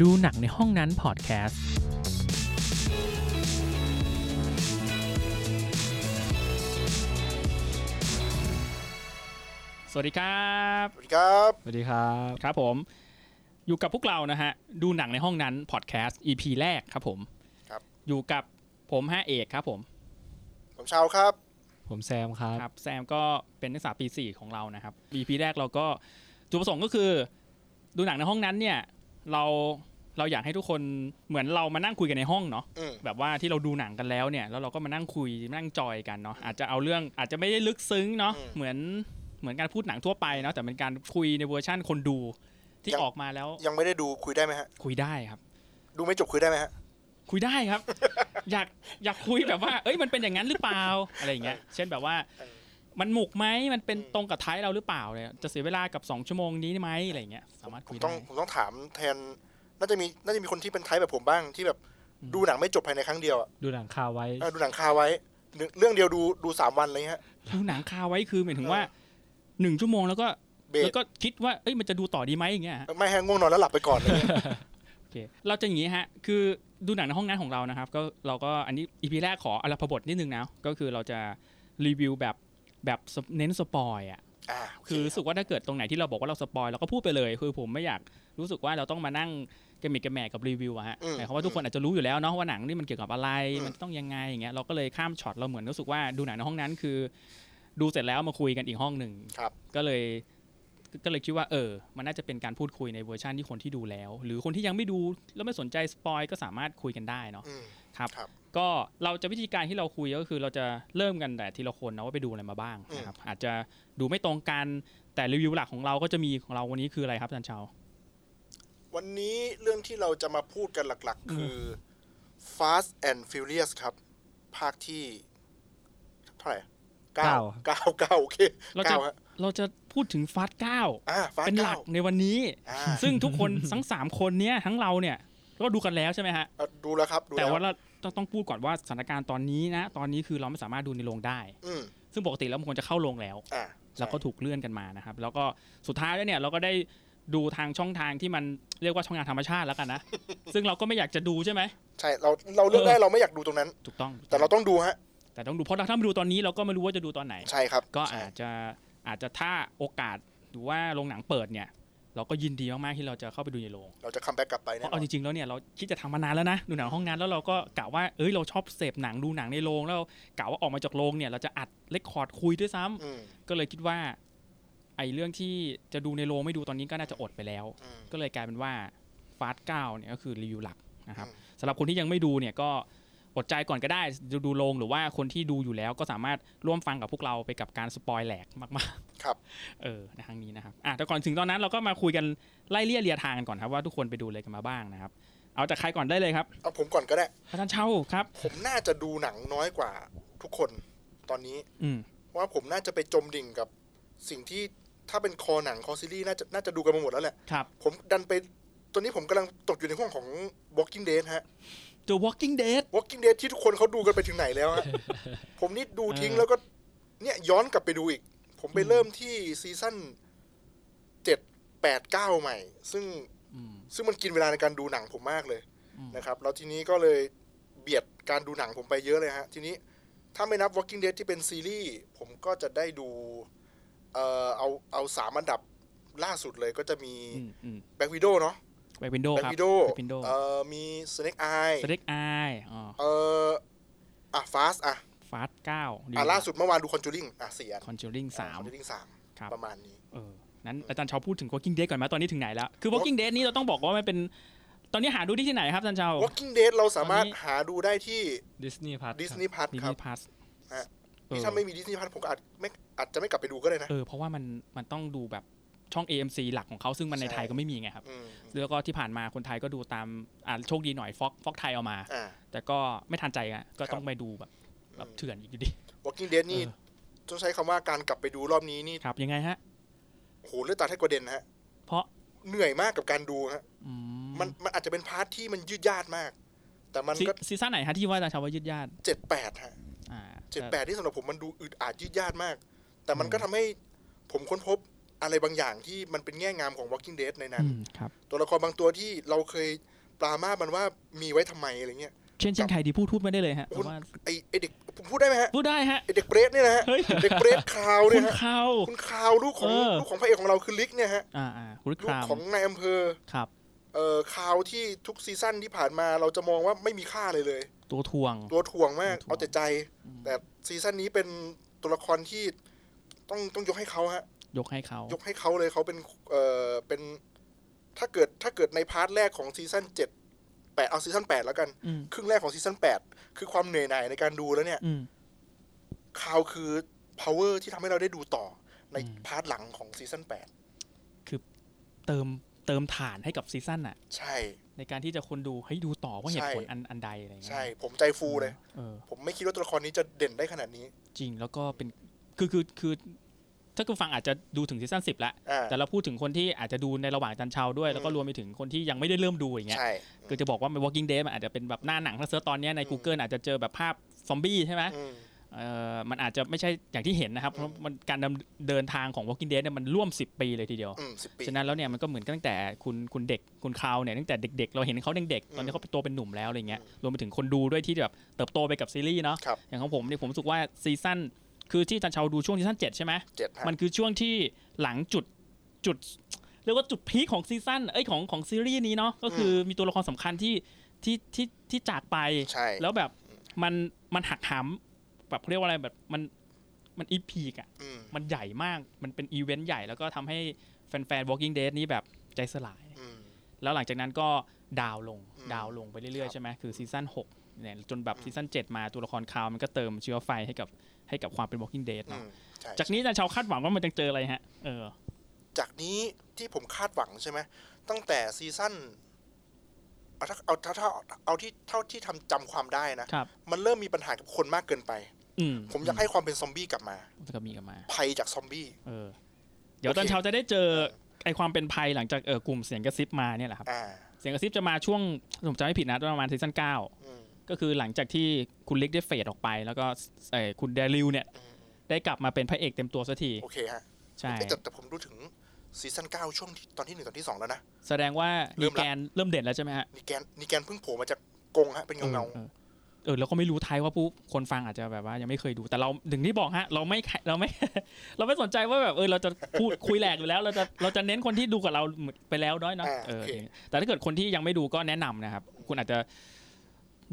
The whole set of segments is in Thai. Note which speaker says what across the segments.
Speaker 1: ดูหนังในห้องนั้นพอดแคสต์สวัสดีครับ
Speaker 2: สวัสดีครับ
Speaker 3: สวัสดีครับ
Speaker 1: ครับผม อยู่กับพวกเรานะฮะ ดูหนังในห้องนั้นพอดแคสต์ EP แรกครับผม
Speaker 2: ครับ
Speaker 1: อยู่กับผมฮะเอกครับผม
Speaker 2: ผมชาวครับ
Speaker 3: ผมแซมครับ
Speaker 1: ครับแซมก็เป็นนักศึกษาปี 4 ของเรานะครับ EP แรกเราก็จุดประสงค์ก็คือ ดูหนังในห้องนั้นเนี่ยเราเราอยากให้ทุกคนเหมือนเรามานั่งคุยกันในห้องเนาะ
Speaker 2: อืม
Speaker 1: แบบว่าที่เราดูหนังกันแล้วเนี่ยแล้วเราก็มานั่งคุยนั่งจอยกันเนาะอาจจะเอาเรื่องอาจจะไม่ได้ลึกซึ้งเนาะ
Speaker 2: อืม
Speaker 1: เหมือนเหมือนการพูดหนังทั่วไปเนาะแต่เป็นการคุยในเวอร์ชั่นคนดูที่
Speaker 2: ยัง
Speaker 1: ออกมาแล้ว
Speaker 2: ยังไม่ได้ดูคุยได้ไหมฮะ
Speaker 1: คุยได้ครับ
Speaker 2: ดูไม่จบคุยได้ไหมฮะ
Speaker 1: คุยได้ ครับ อยากอยากคุยแบบว่า เอ้ยมันเป็นอย่างนั้นหรือเปล่าอะไรอย่างเงี้ย เช่นแบบว่า
Speaker 2: เออ
Speaker 1: มันหมุกไหมมันเป็น
Speaker 2: อืม
Speaker 1: ตรงกับไท้ายเราหรือเปล่าเลยจะเสียเวลากับ 2 ชั่วโมงนี้ไหมอะไรอย่างเงี้ยสามารถ
Speaker 2: ผ
Speaker 1: คุ
Speaker 2: ม
Speaker 1: ย
Speaker 2: ต้อ
Speaker 1: ได้
Speaker 2: งผมต้องถามแทนน่าจะมีน่าจะมีคนที่เป็นไทป์แบบผมบ้างที่แบบ
Speaker 1: อืม
Speaker 2: ดูหนังไม่จบภายในครั้งเดียวอะ
Speaker 3: ดูหนังคาไว้
Speaker 2: เออดูหนังคาไว้เรื่องเรื่องเดียวดูดูสามวันอะไรเงี้ยฮะ
Speaker 1: ดูหนังคาไว้คือหมายถึง
Speaker 2: เออ
Speaker 1: ว่าหนึ่งชั่วโมงแล้วก็
Speaker 2: เบร
Speaker 1: แล้
Speaker 2: ก
Speaker 1: วก็คิดว่าเอ้ยมันจะดูต่อดีไหมอย่างเงี้ยฮะ
Speaker 2: ไม่ให้ง่วงนอนแล้วหลับไปก่อนอะไรเลย
Speaker 1: โอเคเราจะอย่างงี้ฮะคือดูหนังในห้องนั้นของเรานะครับ ก็เราก็อันนี้อีพีแรกขออลพบทนิดนึงนะก็คือเราจะรีวิวแบบแบบเน้นสปอยอะ
Speaker 2: อ่าโเ
Speaker 1: คือรู้สึกว่าถ้าเกิดตรงไหนที่เราบอกว่าเราสปอยเราก็พูดไปเลยคือผมไม่อยากรู้สึกว่าเราต้องมานั่งกระหมิดกระแหม่กับรีวิวอะฮะ
Speaker 2: อืม
Speaker 1: หมายความว่าทุกคนอาจจะรู้อยู่แล้วเนาะว่าหนังนี่มันเกี่ยวกับอะไร
Speaker 2: อืม
Speaker 1: มันต้องยังไงอย่างเงี้ยเราก็เลยข้ามช็อตเราเหมือนรู้สึกว่าดูหนังในห้องนั้นคือ ดูเสร็จแล้วมาคุยกันอีกห้องหนึ่ง
Speaker 2: ครับ
Speaker 1: ก็เลยก็เลยคิดว่าเออ มันน่าจะเป็นการพูดคุยในเวอร์ชันที่คนที่ดูแล้ว หรือคนที่ยังไม่ดูแล้วไม่สนใจสปอยก็สามารถคุยกันได้เนาะ
Speaker 2: อืม
Speaker 1: ก็เราจะวิธีการที่เราคุยก็คือเราจะเริ่มกันแต่ทีละคนนะว่าไปดูอะไรมาบ้าง
Speaker 2: อืม
Speaker 1: นะครับอาจจะดูไม่ตรงกันแต่รีวิวหลักของเราก็จะมีของเราวันนี้คืออะไรครับอาจันเชา
Speaker 2: วันนี้เรื่องที่เราจะมาพูดกันหลัก ๆ คืออ Fast and Furious ครับ ภาคที่ เท่าไหร่เก้า
Speaker 3: เก้า
Speaker 2: เก้าเก้าโอเค
Speaker 1: เราจะ
Speaker 2: เก้าฮะ
Speaker 1: เราจะพูดถึงฟาสเก้า
Speaker 2: อ่าฟา
Speaker 1: เป็นหลั
Speaker 2: เก้าก
Speaker 1: ในวันนี้
Speaker 2: อ่า
Speaker 1: ซึ่งทุกคน ทั้งสามคนเนี้ยทั้งเราเนี่ยก็ดูกันแล้วใช่ไหมฮะ
Speaker 2: เอาดูแล้วครับดู
Speaker 1: แต่
Speaker 2: ล้ว
Speaker 1: ว่าเราต้องต้องพูดก่อนว่าสถานการณ์ตอนนี้นะตอนนี้คือเราไม่สามารถดูในโรงได้
Speaker 2: อืม
Speaker 1: ซึ่งปกติแล้วมันควรจะเข้าโรงแล้ว
Speaker 2: อ่า
Speaker 1: แล้วก็ถูกเลื่อนกันมานะครับ แล้วก็สุดท้ายแล้วเนี่ยเราก็ได้ดูทางช่องทางที่มันเรียกว่าช่องทางธรรมชาติแล้ว กันนะ ซึ่งเราก็ไม่อยากจะดูใช่ไหม
Speaker 2: ใช่เราเราเลือก
Speaker 1: เออ
Speaker 2: ได้เราไม่อยากดูตรงนั้น
Speaker 1: ถูกต้อง
Speaker 2: แต่เราต้องดูฮะ
Speaker 1: แต่ต้องดูเพราะถ้าไม่ดูตอนนี้เราก็ไม่รู้ว่าจะดูตอนไหน
Speaker 2: ใช่ครับ
Speaker 1: ก็
Speaker 2: ใช่
Speaker 1: อาจจะอาจจะถ้าโอกาสหรือว่าโรงหนังเปิดเนี่ย เราก็ยินดีมากๆที่เราจะเข้าไปดูในโรง
Speaker 2: เราจะคัมแบ็กกลับไป
Speaker 1: เพ
Speaker 2: แน่
Speaker 1: ราะ
Speaker 2: นอ
Speaker 1: เอา
Speaker 2: น
Speaker 1: จริงๆแล้วเนี่ยเราคิดจะทำมานานแล้วนะดูหนังห้องนั้นแล้วเราก็กะว่าเอ้ยเราชอบเสพหนังดูหนังในโรงแล้วเรากะว่าออกมาจากโรงเนี่ยเราจะอัดเลคคอร์ดคุยด้วยซ้ำ
Speaker 2: อืม
Speaker 1: ก็เลยคิดว่าไอ้เรื่องที่จะดูในโรงไม่ดูตอนนี้ก็น่าจะอดไปแล้ว
Speaker 2: อืม
Speaker 1: ก็เลยกลายเป็นว่าฟาสเก้าเนี่ยก็คือรีวิวหลักนะครับ
Speaker 2: อืม
Speaker 1: สำหรับคนที่ยังไม่ดูเนี่ยก็อดใจก่อนก็ได้ดูดูโรงหรือว่าคนที่ดูอยู่แล้วก็สามารถร่วมฟังกับพวกเราไปกับการสปอยแหลกมาก
Speaker 2: ครับ
Speaker 1: ๆ เออในครั้งนี้นะครับอ่ะแต่ก่อนถึงตอนนั้นเราก็มาคุยกันไล่เลี่ยเรียทางกันก่อนครับว่าทุกคนไปดูอะไรกันมาบ้างนะครับ เอาจากใครก่อนได้เลยครับ
Speaker 2: เอาผมก่อนก็ได้
Speaker 1: อาจารย์เช่าครับ
Speaker 2: ผมน่าจะดูหนังน้อยกว่าทุกคนตอนนี้
Speaker 1: อืม
Speaker 2: เพราะว่าผมน่าจะไปจมดิ่งกับสิ่งที่ถ้าเป็นคอหนังคอซีรีส์น่าจะน่าจะดูกันมาหมดแล้วแหละ
Speaker 1: ครับ
Speaker 2: ผมดันไปตอนนี้ผมกำลังตกอยู่ในห่วงของ Walking Dead ฮะ
Speaker 1: เจอ Walking Dead
Speaker 2: Walking Dead ที่ทุกคนเขาดูกันไปถึงไหนแล้ว ฮะ ผมนี่ดูทิ้งแล้วก็เนี่ยย้อนกลับไปดูอีก ผมไปเริ่มที่ซีซั่นเจ็ดแปดเก้าใหม่ ซึ่ง
Speaker 1: อืม
Speaker 2: ซึ่งมันกินเวลาในการดูหนังผมมากเลย
Speaker 1: อืม
Speaker 2: นะครับ แล้วทีนี้ก็เลยเบียดการดูหนังผมไปเยอะเลยฮะ ทีนี้ถ้าไม่นับ Walking Dead ที่เป็นซีรีส์ผมก็จะได้ดู เอ่อเอาเอาสามอันดับล่าสุดเลยก็จะมี
Speaker 1: อืมอืม
Speaker 2: Black Widow เนาะ
Speaker 1: Black Widow ค
Speaker 2: Black
Speaker 1: รับ
Speaker 2: Widow
Speaker 1: Black Widow
Speaker 2: เอ่อมี Snake Eye
Speaker 1: สเต็กไออ๋อ
Speaker 2: เอ่ออ่ะ Fast อ่ะ
Speaker 1: ฟาสเก้า
Speaker 2: อ่ะล่าสุดเมื่อวานดู Conjuring อ่ะสี่อัน
Speaker 1: คอนจูริงสาม
Speaker 2: Conjuring สาม
Speaker 1: ครับ
Speaker 2: ประมาณนี้
Speaker 1: เออนั้นอาจารย์เชาพูดถึง Walking Dead ก่อนไหมตอนนี้ถึงไหนแล้ว คือ Walking Dead นี่เราต้องบอกว่ามันเป็น ตอนนี้หาดูได้ที่ไหนครับอาจารย์เชา
Speaker 2: Walking Dead เราสามารถ
Speaker 1: ตอนนี้
Speaker 2: หาดูได้ที่
Speaker 3: ดิสนีย์พัท
Speaker 2: Disney Plus
Speaker 1: ดี
Speaker 2: ครั
Speaker 1: มี
Speaker 2: บ
Speaker 1: พาส
Speaker 2: ฮะ นี่ถ้าไม่มี Disney Plus ผมก็อาจไม่อาจจะไม่กลับไปดูก็ได้นะ
Speaker 1: เออ เพราะว่ามันมันต้องดูแบบช่อง AMC หลักของเขาซึ่งมันใน
Speaker 2: ใช่
Speaker 1: ไทยก็ไม่มีไงครับ
Speaker 2: อืม
Speaker 1: แล้วก็ที่ผ่านมาคนไทยก็ดูตาม อ่าโชคดีหน่อยฟอกฟอกไทยเอามา
Speaker 2: อ่า
Speaker 1: แต่ก็ไม่ทันใจอ่ะก็ต้องไปดูแบบแบบเถื่อนอีกอยู่ดี
Speaker 2: Walking Dead นี่
Speaker 1: เออ
Speaker 2: ต้องใช้คำว่าการกลับไปดูรอบนี้นี่
Speaker 1: ครับยังไงฮะ
Speaker 2: โหเลือดตาแทบกระเด็นฮะ
Speaker 1: เพราะ
Speaker 2: เหนื่อยมากกับการดูฮะ
Speaker 1: อืม
Speaker 2: มันมันอาจจะเป็นพาร์ทที่มันยืดยาดมาก แต่มัน
Speaker 1: ซี
Speaker 2: ก็
Speaker 1: ซีซั่นไหนฮะที่ว่าอาจารย์เชาว่ายืดยาด
Speaker 2: เจ็ดแปดฮะ
Speaker 1: อ่า
Speaker 2: เจ็ดแปดที่สำหรับผมมันดูอึดอัดยืดยาดมาก แต่มันก็ทำให้ผมค้นพบ อะไรบางอย่างที่มันเป็นแง่งามของ Walking Dead ในนั้น
Speaker 1: อืมครับ
Speaker 2: ตัวละครบางตัวที่เราเคยปรามาสมันว่ามีไว้ทำไมอะไรเงี้ย
Speaker 1: เช่นเช่นใครดีพูดพูดไม่ได้เลยฮะ
Speaker 2: โอ้
Speaker 1: แต่
Speaker 2: โห
Speaker 1: ว่า
Speaker 2: ไอไอ้เด็กผมพูดได้ไหมฮะ
Speaker 1: พูดได้ฮะ
Speaker 2: ไอเด็กเบรสเนี่ยนะฮะ
Speaker 1: เฮ้ย
Speaker 2: เด็ก เบรสคราว
Speaker 1: คุ
Speaker 2: เนี่ย
Speaker 1: ณ
Speaker 2: ฮะ
Speaker 1: เข้า
Speaker 2: คุณคราวลูกของ
Speaker 1: เออ
Speaker 2: ลูกของพระเอกของเราคือลิกเนี่ยฮะ
Speaker 1: อ่าอ่าคุณ
Speaker 2: ลู
Speaker 1: ค
Speaker 2: ก
Speaker 1: ราม
Speaker 2: ของนายอำเภอ
Speaker 1: ครับ
Speaker 2: เอ่อคราวที่ทุกซีซั่นที่ผ่านมาเราจะมองว่าไม่มีค่าเลยเลย
Speaker 1: ตัวทวง
Speaker 2: ตัวถ่วงมาก
Speaker 1: ตัวถ่วง
Speaker 2: เอาแต่ใจ แต่ซีซั่นนี้เป็นตัวละครที่ต้องต้องยกให้เขาฮะ
Speaker 1: ยกให้เขา
Speaker 2: ยกให้เขาเลยเขาเป็นเอ่อเป็นถ้าเกิดถ้าเกิดในพาร์ทแรกของซีซั่นเจ็ดแปดเอาซีซั่นแปดแล้วกัน
Speaker 1: อืม
Speaker 2: ครึ่งแรกของซีซั่น8คือความเหนื่อยหน่ายในการดูแล้วเนี่ย
Speaker 1: อืม
Speaker 2: ข่าวคือ power ที่ทำให้เราได้ดูต่อใน
Speaker 1: อืม
Speaker 2: พาร์ทหลังของซีซั่น
Speaker 1: เติมเติมฐานให้กับซีซั่นอ่ะ
Speaker 2: 8ใช่
Speaker 1: ในการที่จะคนดูให้ยดูต่อว่าเหตุผล
Speaker 2: ใช่
Speaker 1: อันอันใดอะไรเงี้ย
Speaker 2: ใช่ ผมใจฟูเลย
Speaker 1: เออ
Speaker 2: ผมไม่คิดว่าตัวละครนี้จะเด่นได้ขนาดนี้
Speaker 1: จริงแล้วก็เป็นคือคือคือ ถ้าคุณฟังอาจจะดูถึงซีซั่นสิบละ
Speaker 2: อ่า
Speaker 1: แต่เราพูดถึงคนที่อาจจะดูในระหว่างจันเชาด้วย แล้วก็
Speaker 2: อืม
Speaker 1: รวมไปถึงคนที่ยังไม่ได้เริ่มดูอย่างเงี้ย
Speaker 2: ใช่
Speaker 1: คือจะบอกว่า Walking Dead มันอาจจะเป็นแบบหน้าหนังถ้าเซิร์ชตอนเนี้ยใน Google อาจจะเจอแบบภาพซอมบี้ใช่ไหม
Speaker 2: อืม
Speaker 1: เออมันอาจจะไม่ใช่อย่างที่เห็นนะครับเพราะ
Speaker 2: อืม
Speaker 1: มันการดำเดินทางของ Walking Dead เนี่ยมันร่วม 10 ปีเลยทีเดียว
Speaker 2: อืมสิบปี
Speaker 1: ฉะนั้นแล้วเนี่ยมันก็เหมือนตั้งแต่คุณคุณเด็กคุณคราวเนี่ยตั้งแต่เด็ก ๆ เราเห็นเขาเด็ก
Speaker 2: อื
Speaker 1: ๆ
Speaker 2: ม
Speaker 1: ตอนนี้เขาเป็นตัวเป็นหนุ่มแล้วอะไรเงี้ย
Speaker 2: อืม
Speaker 1: รวมไปถึงคนดูด้วยที่แบบเติบโตไปกับซีรีส์เนาะ
Speaker 2: ครับ
Speaker 1: อย่างของผมเนี่ยผมรู้สึกว่าซีซั่นคือที่จันเชาดูช่วงซีซั่นเจ็ดใช่ไหม
Speaker 2: เจ็ดฮะ
Speaker 1: มันคือช่วงที่หลังจุดจุดเรียกว่าจุดพีคของซีซั่นเอ้ยของของซีรีส์นี้เนาะก็คือมีตัวละครสำคัญที่ที่ที่ที่จากไป
Speaker 2: ใช่
Speaker 1: แล้วแบบมันมันหักหามแบบเขาเรียกว่าอะไรแบบมันมันอีพีกอะ
Speaker 2: อืม
Speaker 1: มันใหญ่มาก มันเป็นอีเวนต์ใหญ่แล้วก็ทำให้แฟนๆ Walking Dead นี่แบบใจสลาย
Speaker 2: อืม
Speaker 1: แล้วหลังจากนั้นก็ดาวลง
Speaker 2: อืม
Speaker 1: ดาวลงไปเรื่อย
Speaker 2: ค
Speaker 1: ๆ
Speaker 2: รับ
Speaker 1: ใช่ไหม คือซีซั่น6เนี่ยจนแบบ
Speaker 2: อืม
Speaker 1: ซีซั่น7มาตัวละครคาวมันก็เติมเชื้อไฟให้กับให้กับความเป็น Walking Dead
Speaker 2: อื
Speaker 1: เนาะ
Speaker 2: มใช่
Speaker 1: จากนี้อาจารย์ชาวคาดหวังว่ามันจะเจออะไรฮะ เออ
Speaker 2: จากนี้ที่ผมคาดหวังใช่ไหมตั้งแต่ซีซั่นเอาถ้าเอาถ้าถ้าเอาที่เท่าที่ทำจำความได้นะครับ มันเริ่มมีปัญหากับคนมากเกินไป
Speaker 1: อืม
Speaker 2: ผมอยากให้ความเป็นซอมบี้กลับมา
Speaker 1: มันก็มีกันมา
Speaker 2: ภัยจากซอมบี้
Speaker 1: เออ เดี๋ยว
Speaker 2: โอเค
Speaker 1: ตอนเช้าจะได้เจอไอความเป็นภัยหลังจากเออกลุ่มเสียงกระซิบมาเนี่ยแหละครับ
Speaker 2: อ่า
Speaker 1: เสียงกระซิบจะมาช่วงผมจำไม่ผิดนะประมาณซีซั่นเก้า
Speaker 2: อืม
Speaker 1: ก็คือหลังจากที่คุณเล็กได้เฟดออกไป แล้วก็เอ่อคุณเดริวเนี่ย
Speaker 2: อืมอืม
Speaker 1: ได้กลับมาเป็นพระเอกเต็มตัวสักที
Speaker 2: โอเคฮะ
Speaker 1: ใช่
Speaker 2: เอ๊ะแต่แต่ผมดูถึงซีซั่น9ช่วงที่ตอนที่หนึ่งตอนที่สองแล้วนะ
Speaker 1: แสดงว่า
Speaker 2: เริ่
Speaker 1: ลี
Speaker 2: มละ
Speaker 1: แกนเริ่มเด่นแล้วใช่ไหมฮะ
Speaker 2: นีแกนนีแกนเพิ่งโผล่มาจากกรงฮะ เป็นเงาเงา
Speaker 1: เออเออแล้วก็ไม่รู้ไทายว่าผู้คนฟังอาจจะแบบว่ายังไม่เคยดูแต่เราถึงที่บอกฮะ เราไม่เราไม่ เราไม่สนใจว่าแบบเออเราจะพูด คุยแหลกอยู่แล้วเราจะเราจะเน้นคนที่ดูกับเราไปแล้วน้อยเนาะ
Speaker 2: า
Speaker 1: เออ
Speaker 2: โอเค
Speaker 1: อย่างเงี้ยแต่ถ้าเกิดคนที่ยังไม่ดูก็แนะนำนะครับ คุณอาจจะ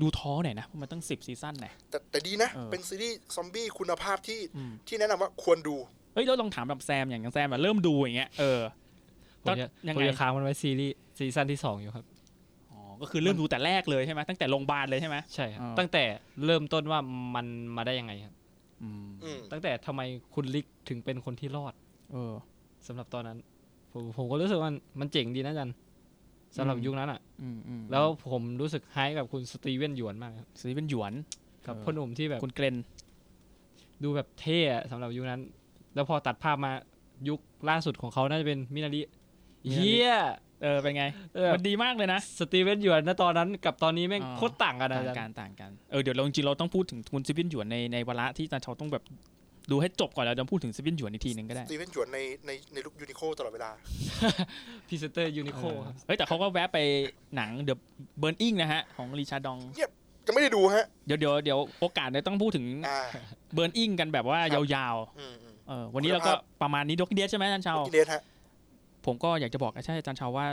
Speaker 1: ดูท้อหน่อยนะเพราะมันตั้งสิบซีซั่นน่ะ
Speaker 2: แต่แต่ดีนะ
Speaker 1: เออ
Speaker 2: เป็นซีรีส์ซอมบี้คุณภาพที่
Speaker 1: อืม
Speaker 2: ที่แนะนำว่าควรดู
Speaker 1: เอ้ยเราลองถามแบบแซมอย่างอย่างแซมอะเริ่มดูอย่างเงี้ยเออ
Speaker 3: ผมจะ
Speaker 1: ก็ยังไง
Speaker 3: ผมจะค้างมันไว้ซีรีส์ซีซั่นที่สองอยู่ครับ
Speaker 1: อ๋อก็คือเริ่มดูแต่แรกเลยใช่ไหมตั้งแต่โรงพยาบาลเลยใช่ไหม
Speaker 3: ใช่ครับ
Speaker 1: อ่า
Speaker 3: ตั้งแต่เริ่มต้นว่ามันมาได้ยังไงครับ
Speaker 1: อืม
Speaker 2: อืม
Speaker 3: ตั้งแต่ทำไมคุณลิกถึงเป็นคนที่รอด
Speaker 1: เออ
Speaker 3: สำหรับตอนนั้น ผมผมก็รู้สึกว่ามันเจ๋งดีนะอาจันสำหรับ
Speaker 1: อืม
Speaker 3: ยุคนั้นอ่ะ
Speaker 1: อืมอืม
Speaker 3: แล้วผมรู้สึกไฮกับคุณสตีเวนหยวนมากครับ
Speaker 1: ซีเป็นหยวน
Speaker 3: กับ
Speaker 1: เออ
Speaker 3: พ่อหนุ่มที่แบบ
Speaker 1: คุณเกรน
Speaker 3: ดูแบบเท่อะสำหรับยุคนั้น แล้วพอตัดภาพมายุคล่าสุดของเขาน่าจะเป็นมินาริเฮีย
Speaker 1: เออเป็นไง
Speaker 3: เออ
Speaker 1: มันดีมากเลยนะ
Speaker 3: สตีเวนหยวนนะตอนนั้นกับตอนนี้แม่ง
Speaker 1: อ่า
Speaker 3: โคตรต่างกันนะ
Speaker 1: ต่าง
Speaker 3: อาจา
Speaker 1: กั
Speaker 3: ร
Speaker 1: น
Speaker 3: ย์
Speaker 1: ต่างกันเออเดี๋ยวเราจริงๆเราต้องพูดถึงคุณซีเป็นหยวนในในวาระที่อาจารย์เชาต้องแบบดูให้จบก่อนแล้วจะพูดถึงซีเป็นหยวนอีกทีหนึ่งก็ได้
Speaker 2: สตีเวนหยวนในในในลุคยูนิโคตลอดเวลา
Speaker 3: พรีเซนเตอร์ยูนิโค
Speaker 1: เออ
Speaker 3: ครับ
Speaker 1: เฮ้ยแต่เขาก็แวะไปหนังเดอะเบิร์นอิงนะฮะของรีชาดอง
Speaker 2: จะไม่ได้ดูฮะ
Speaker 1: เดี๋ยวเดี๋ยวเดี๋ยวโอกาสเนี่ยต้องพูดถึง
Speaker 2: อ่า
Speaker 1: เบิร์นอิงกันแบบว่า
Speaker 2: ครั
Speaker 1: ย
Speaker 2: บ
Speaker 1: าว
Speaker 2: อืมอืม
Speaker 1: ๆเออวันนี้เราก็
Speaker 2: คุณภาพ
Speaker 1: ประมาณนี้ดกเดียดใช่ไหมอาจารย์เชา
Speaker 2: กินเดทฮะ
Speaker 1: ผมก็อยากจะบอกใช่อาจารย์เชาว่า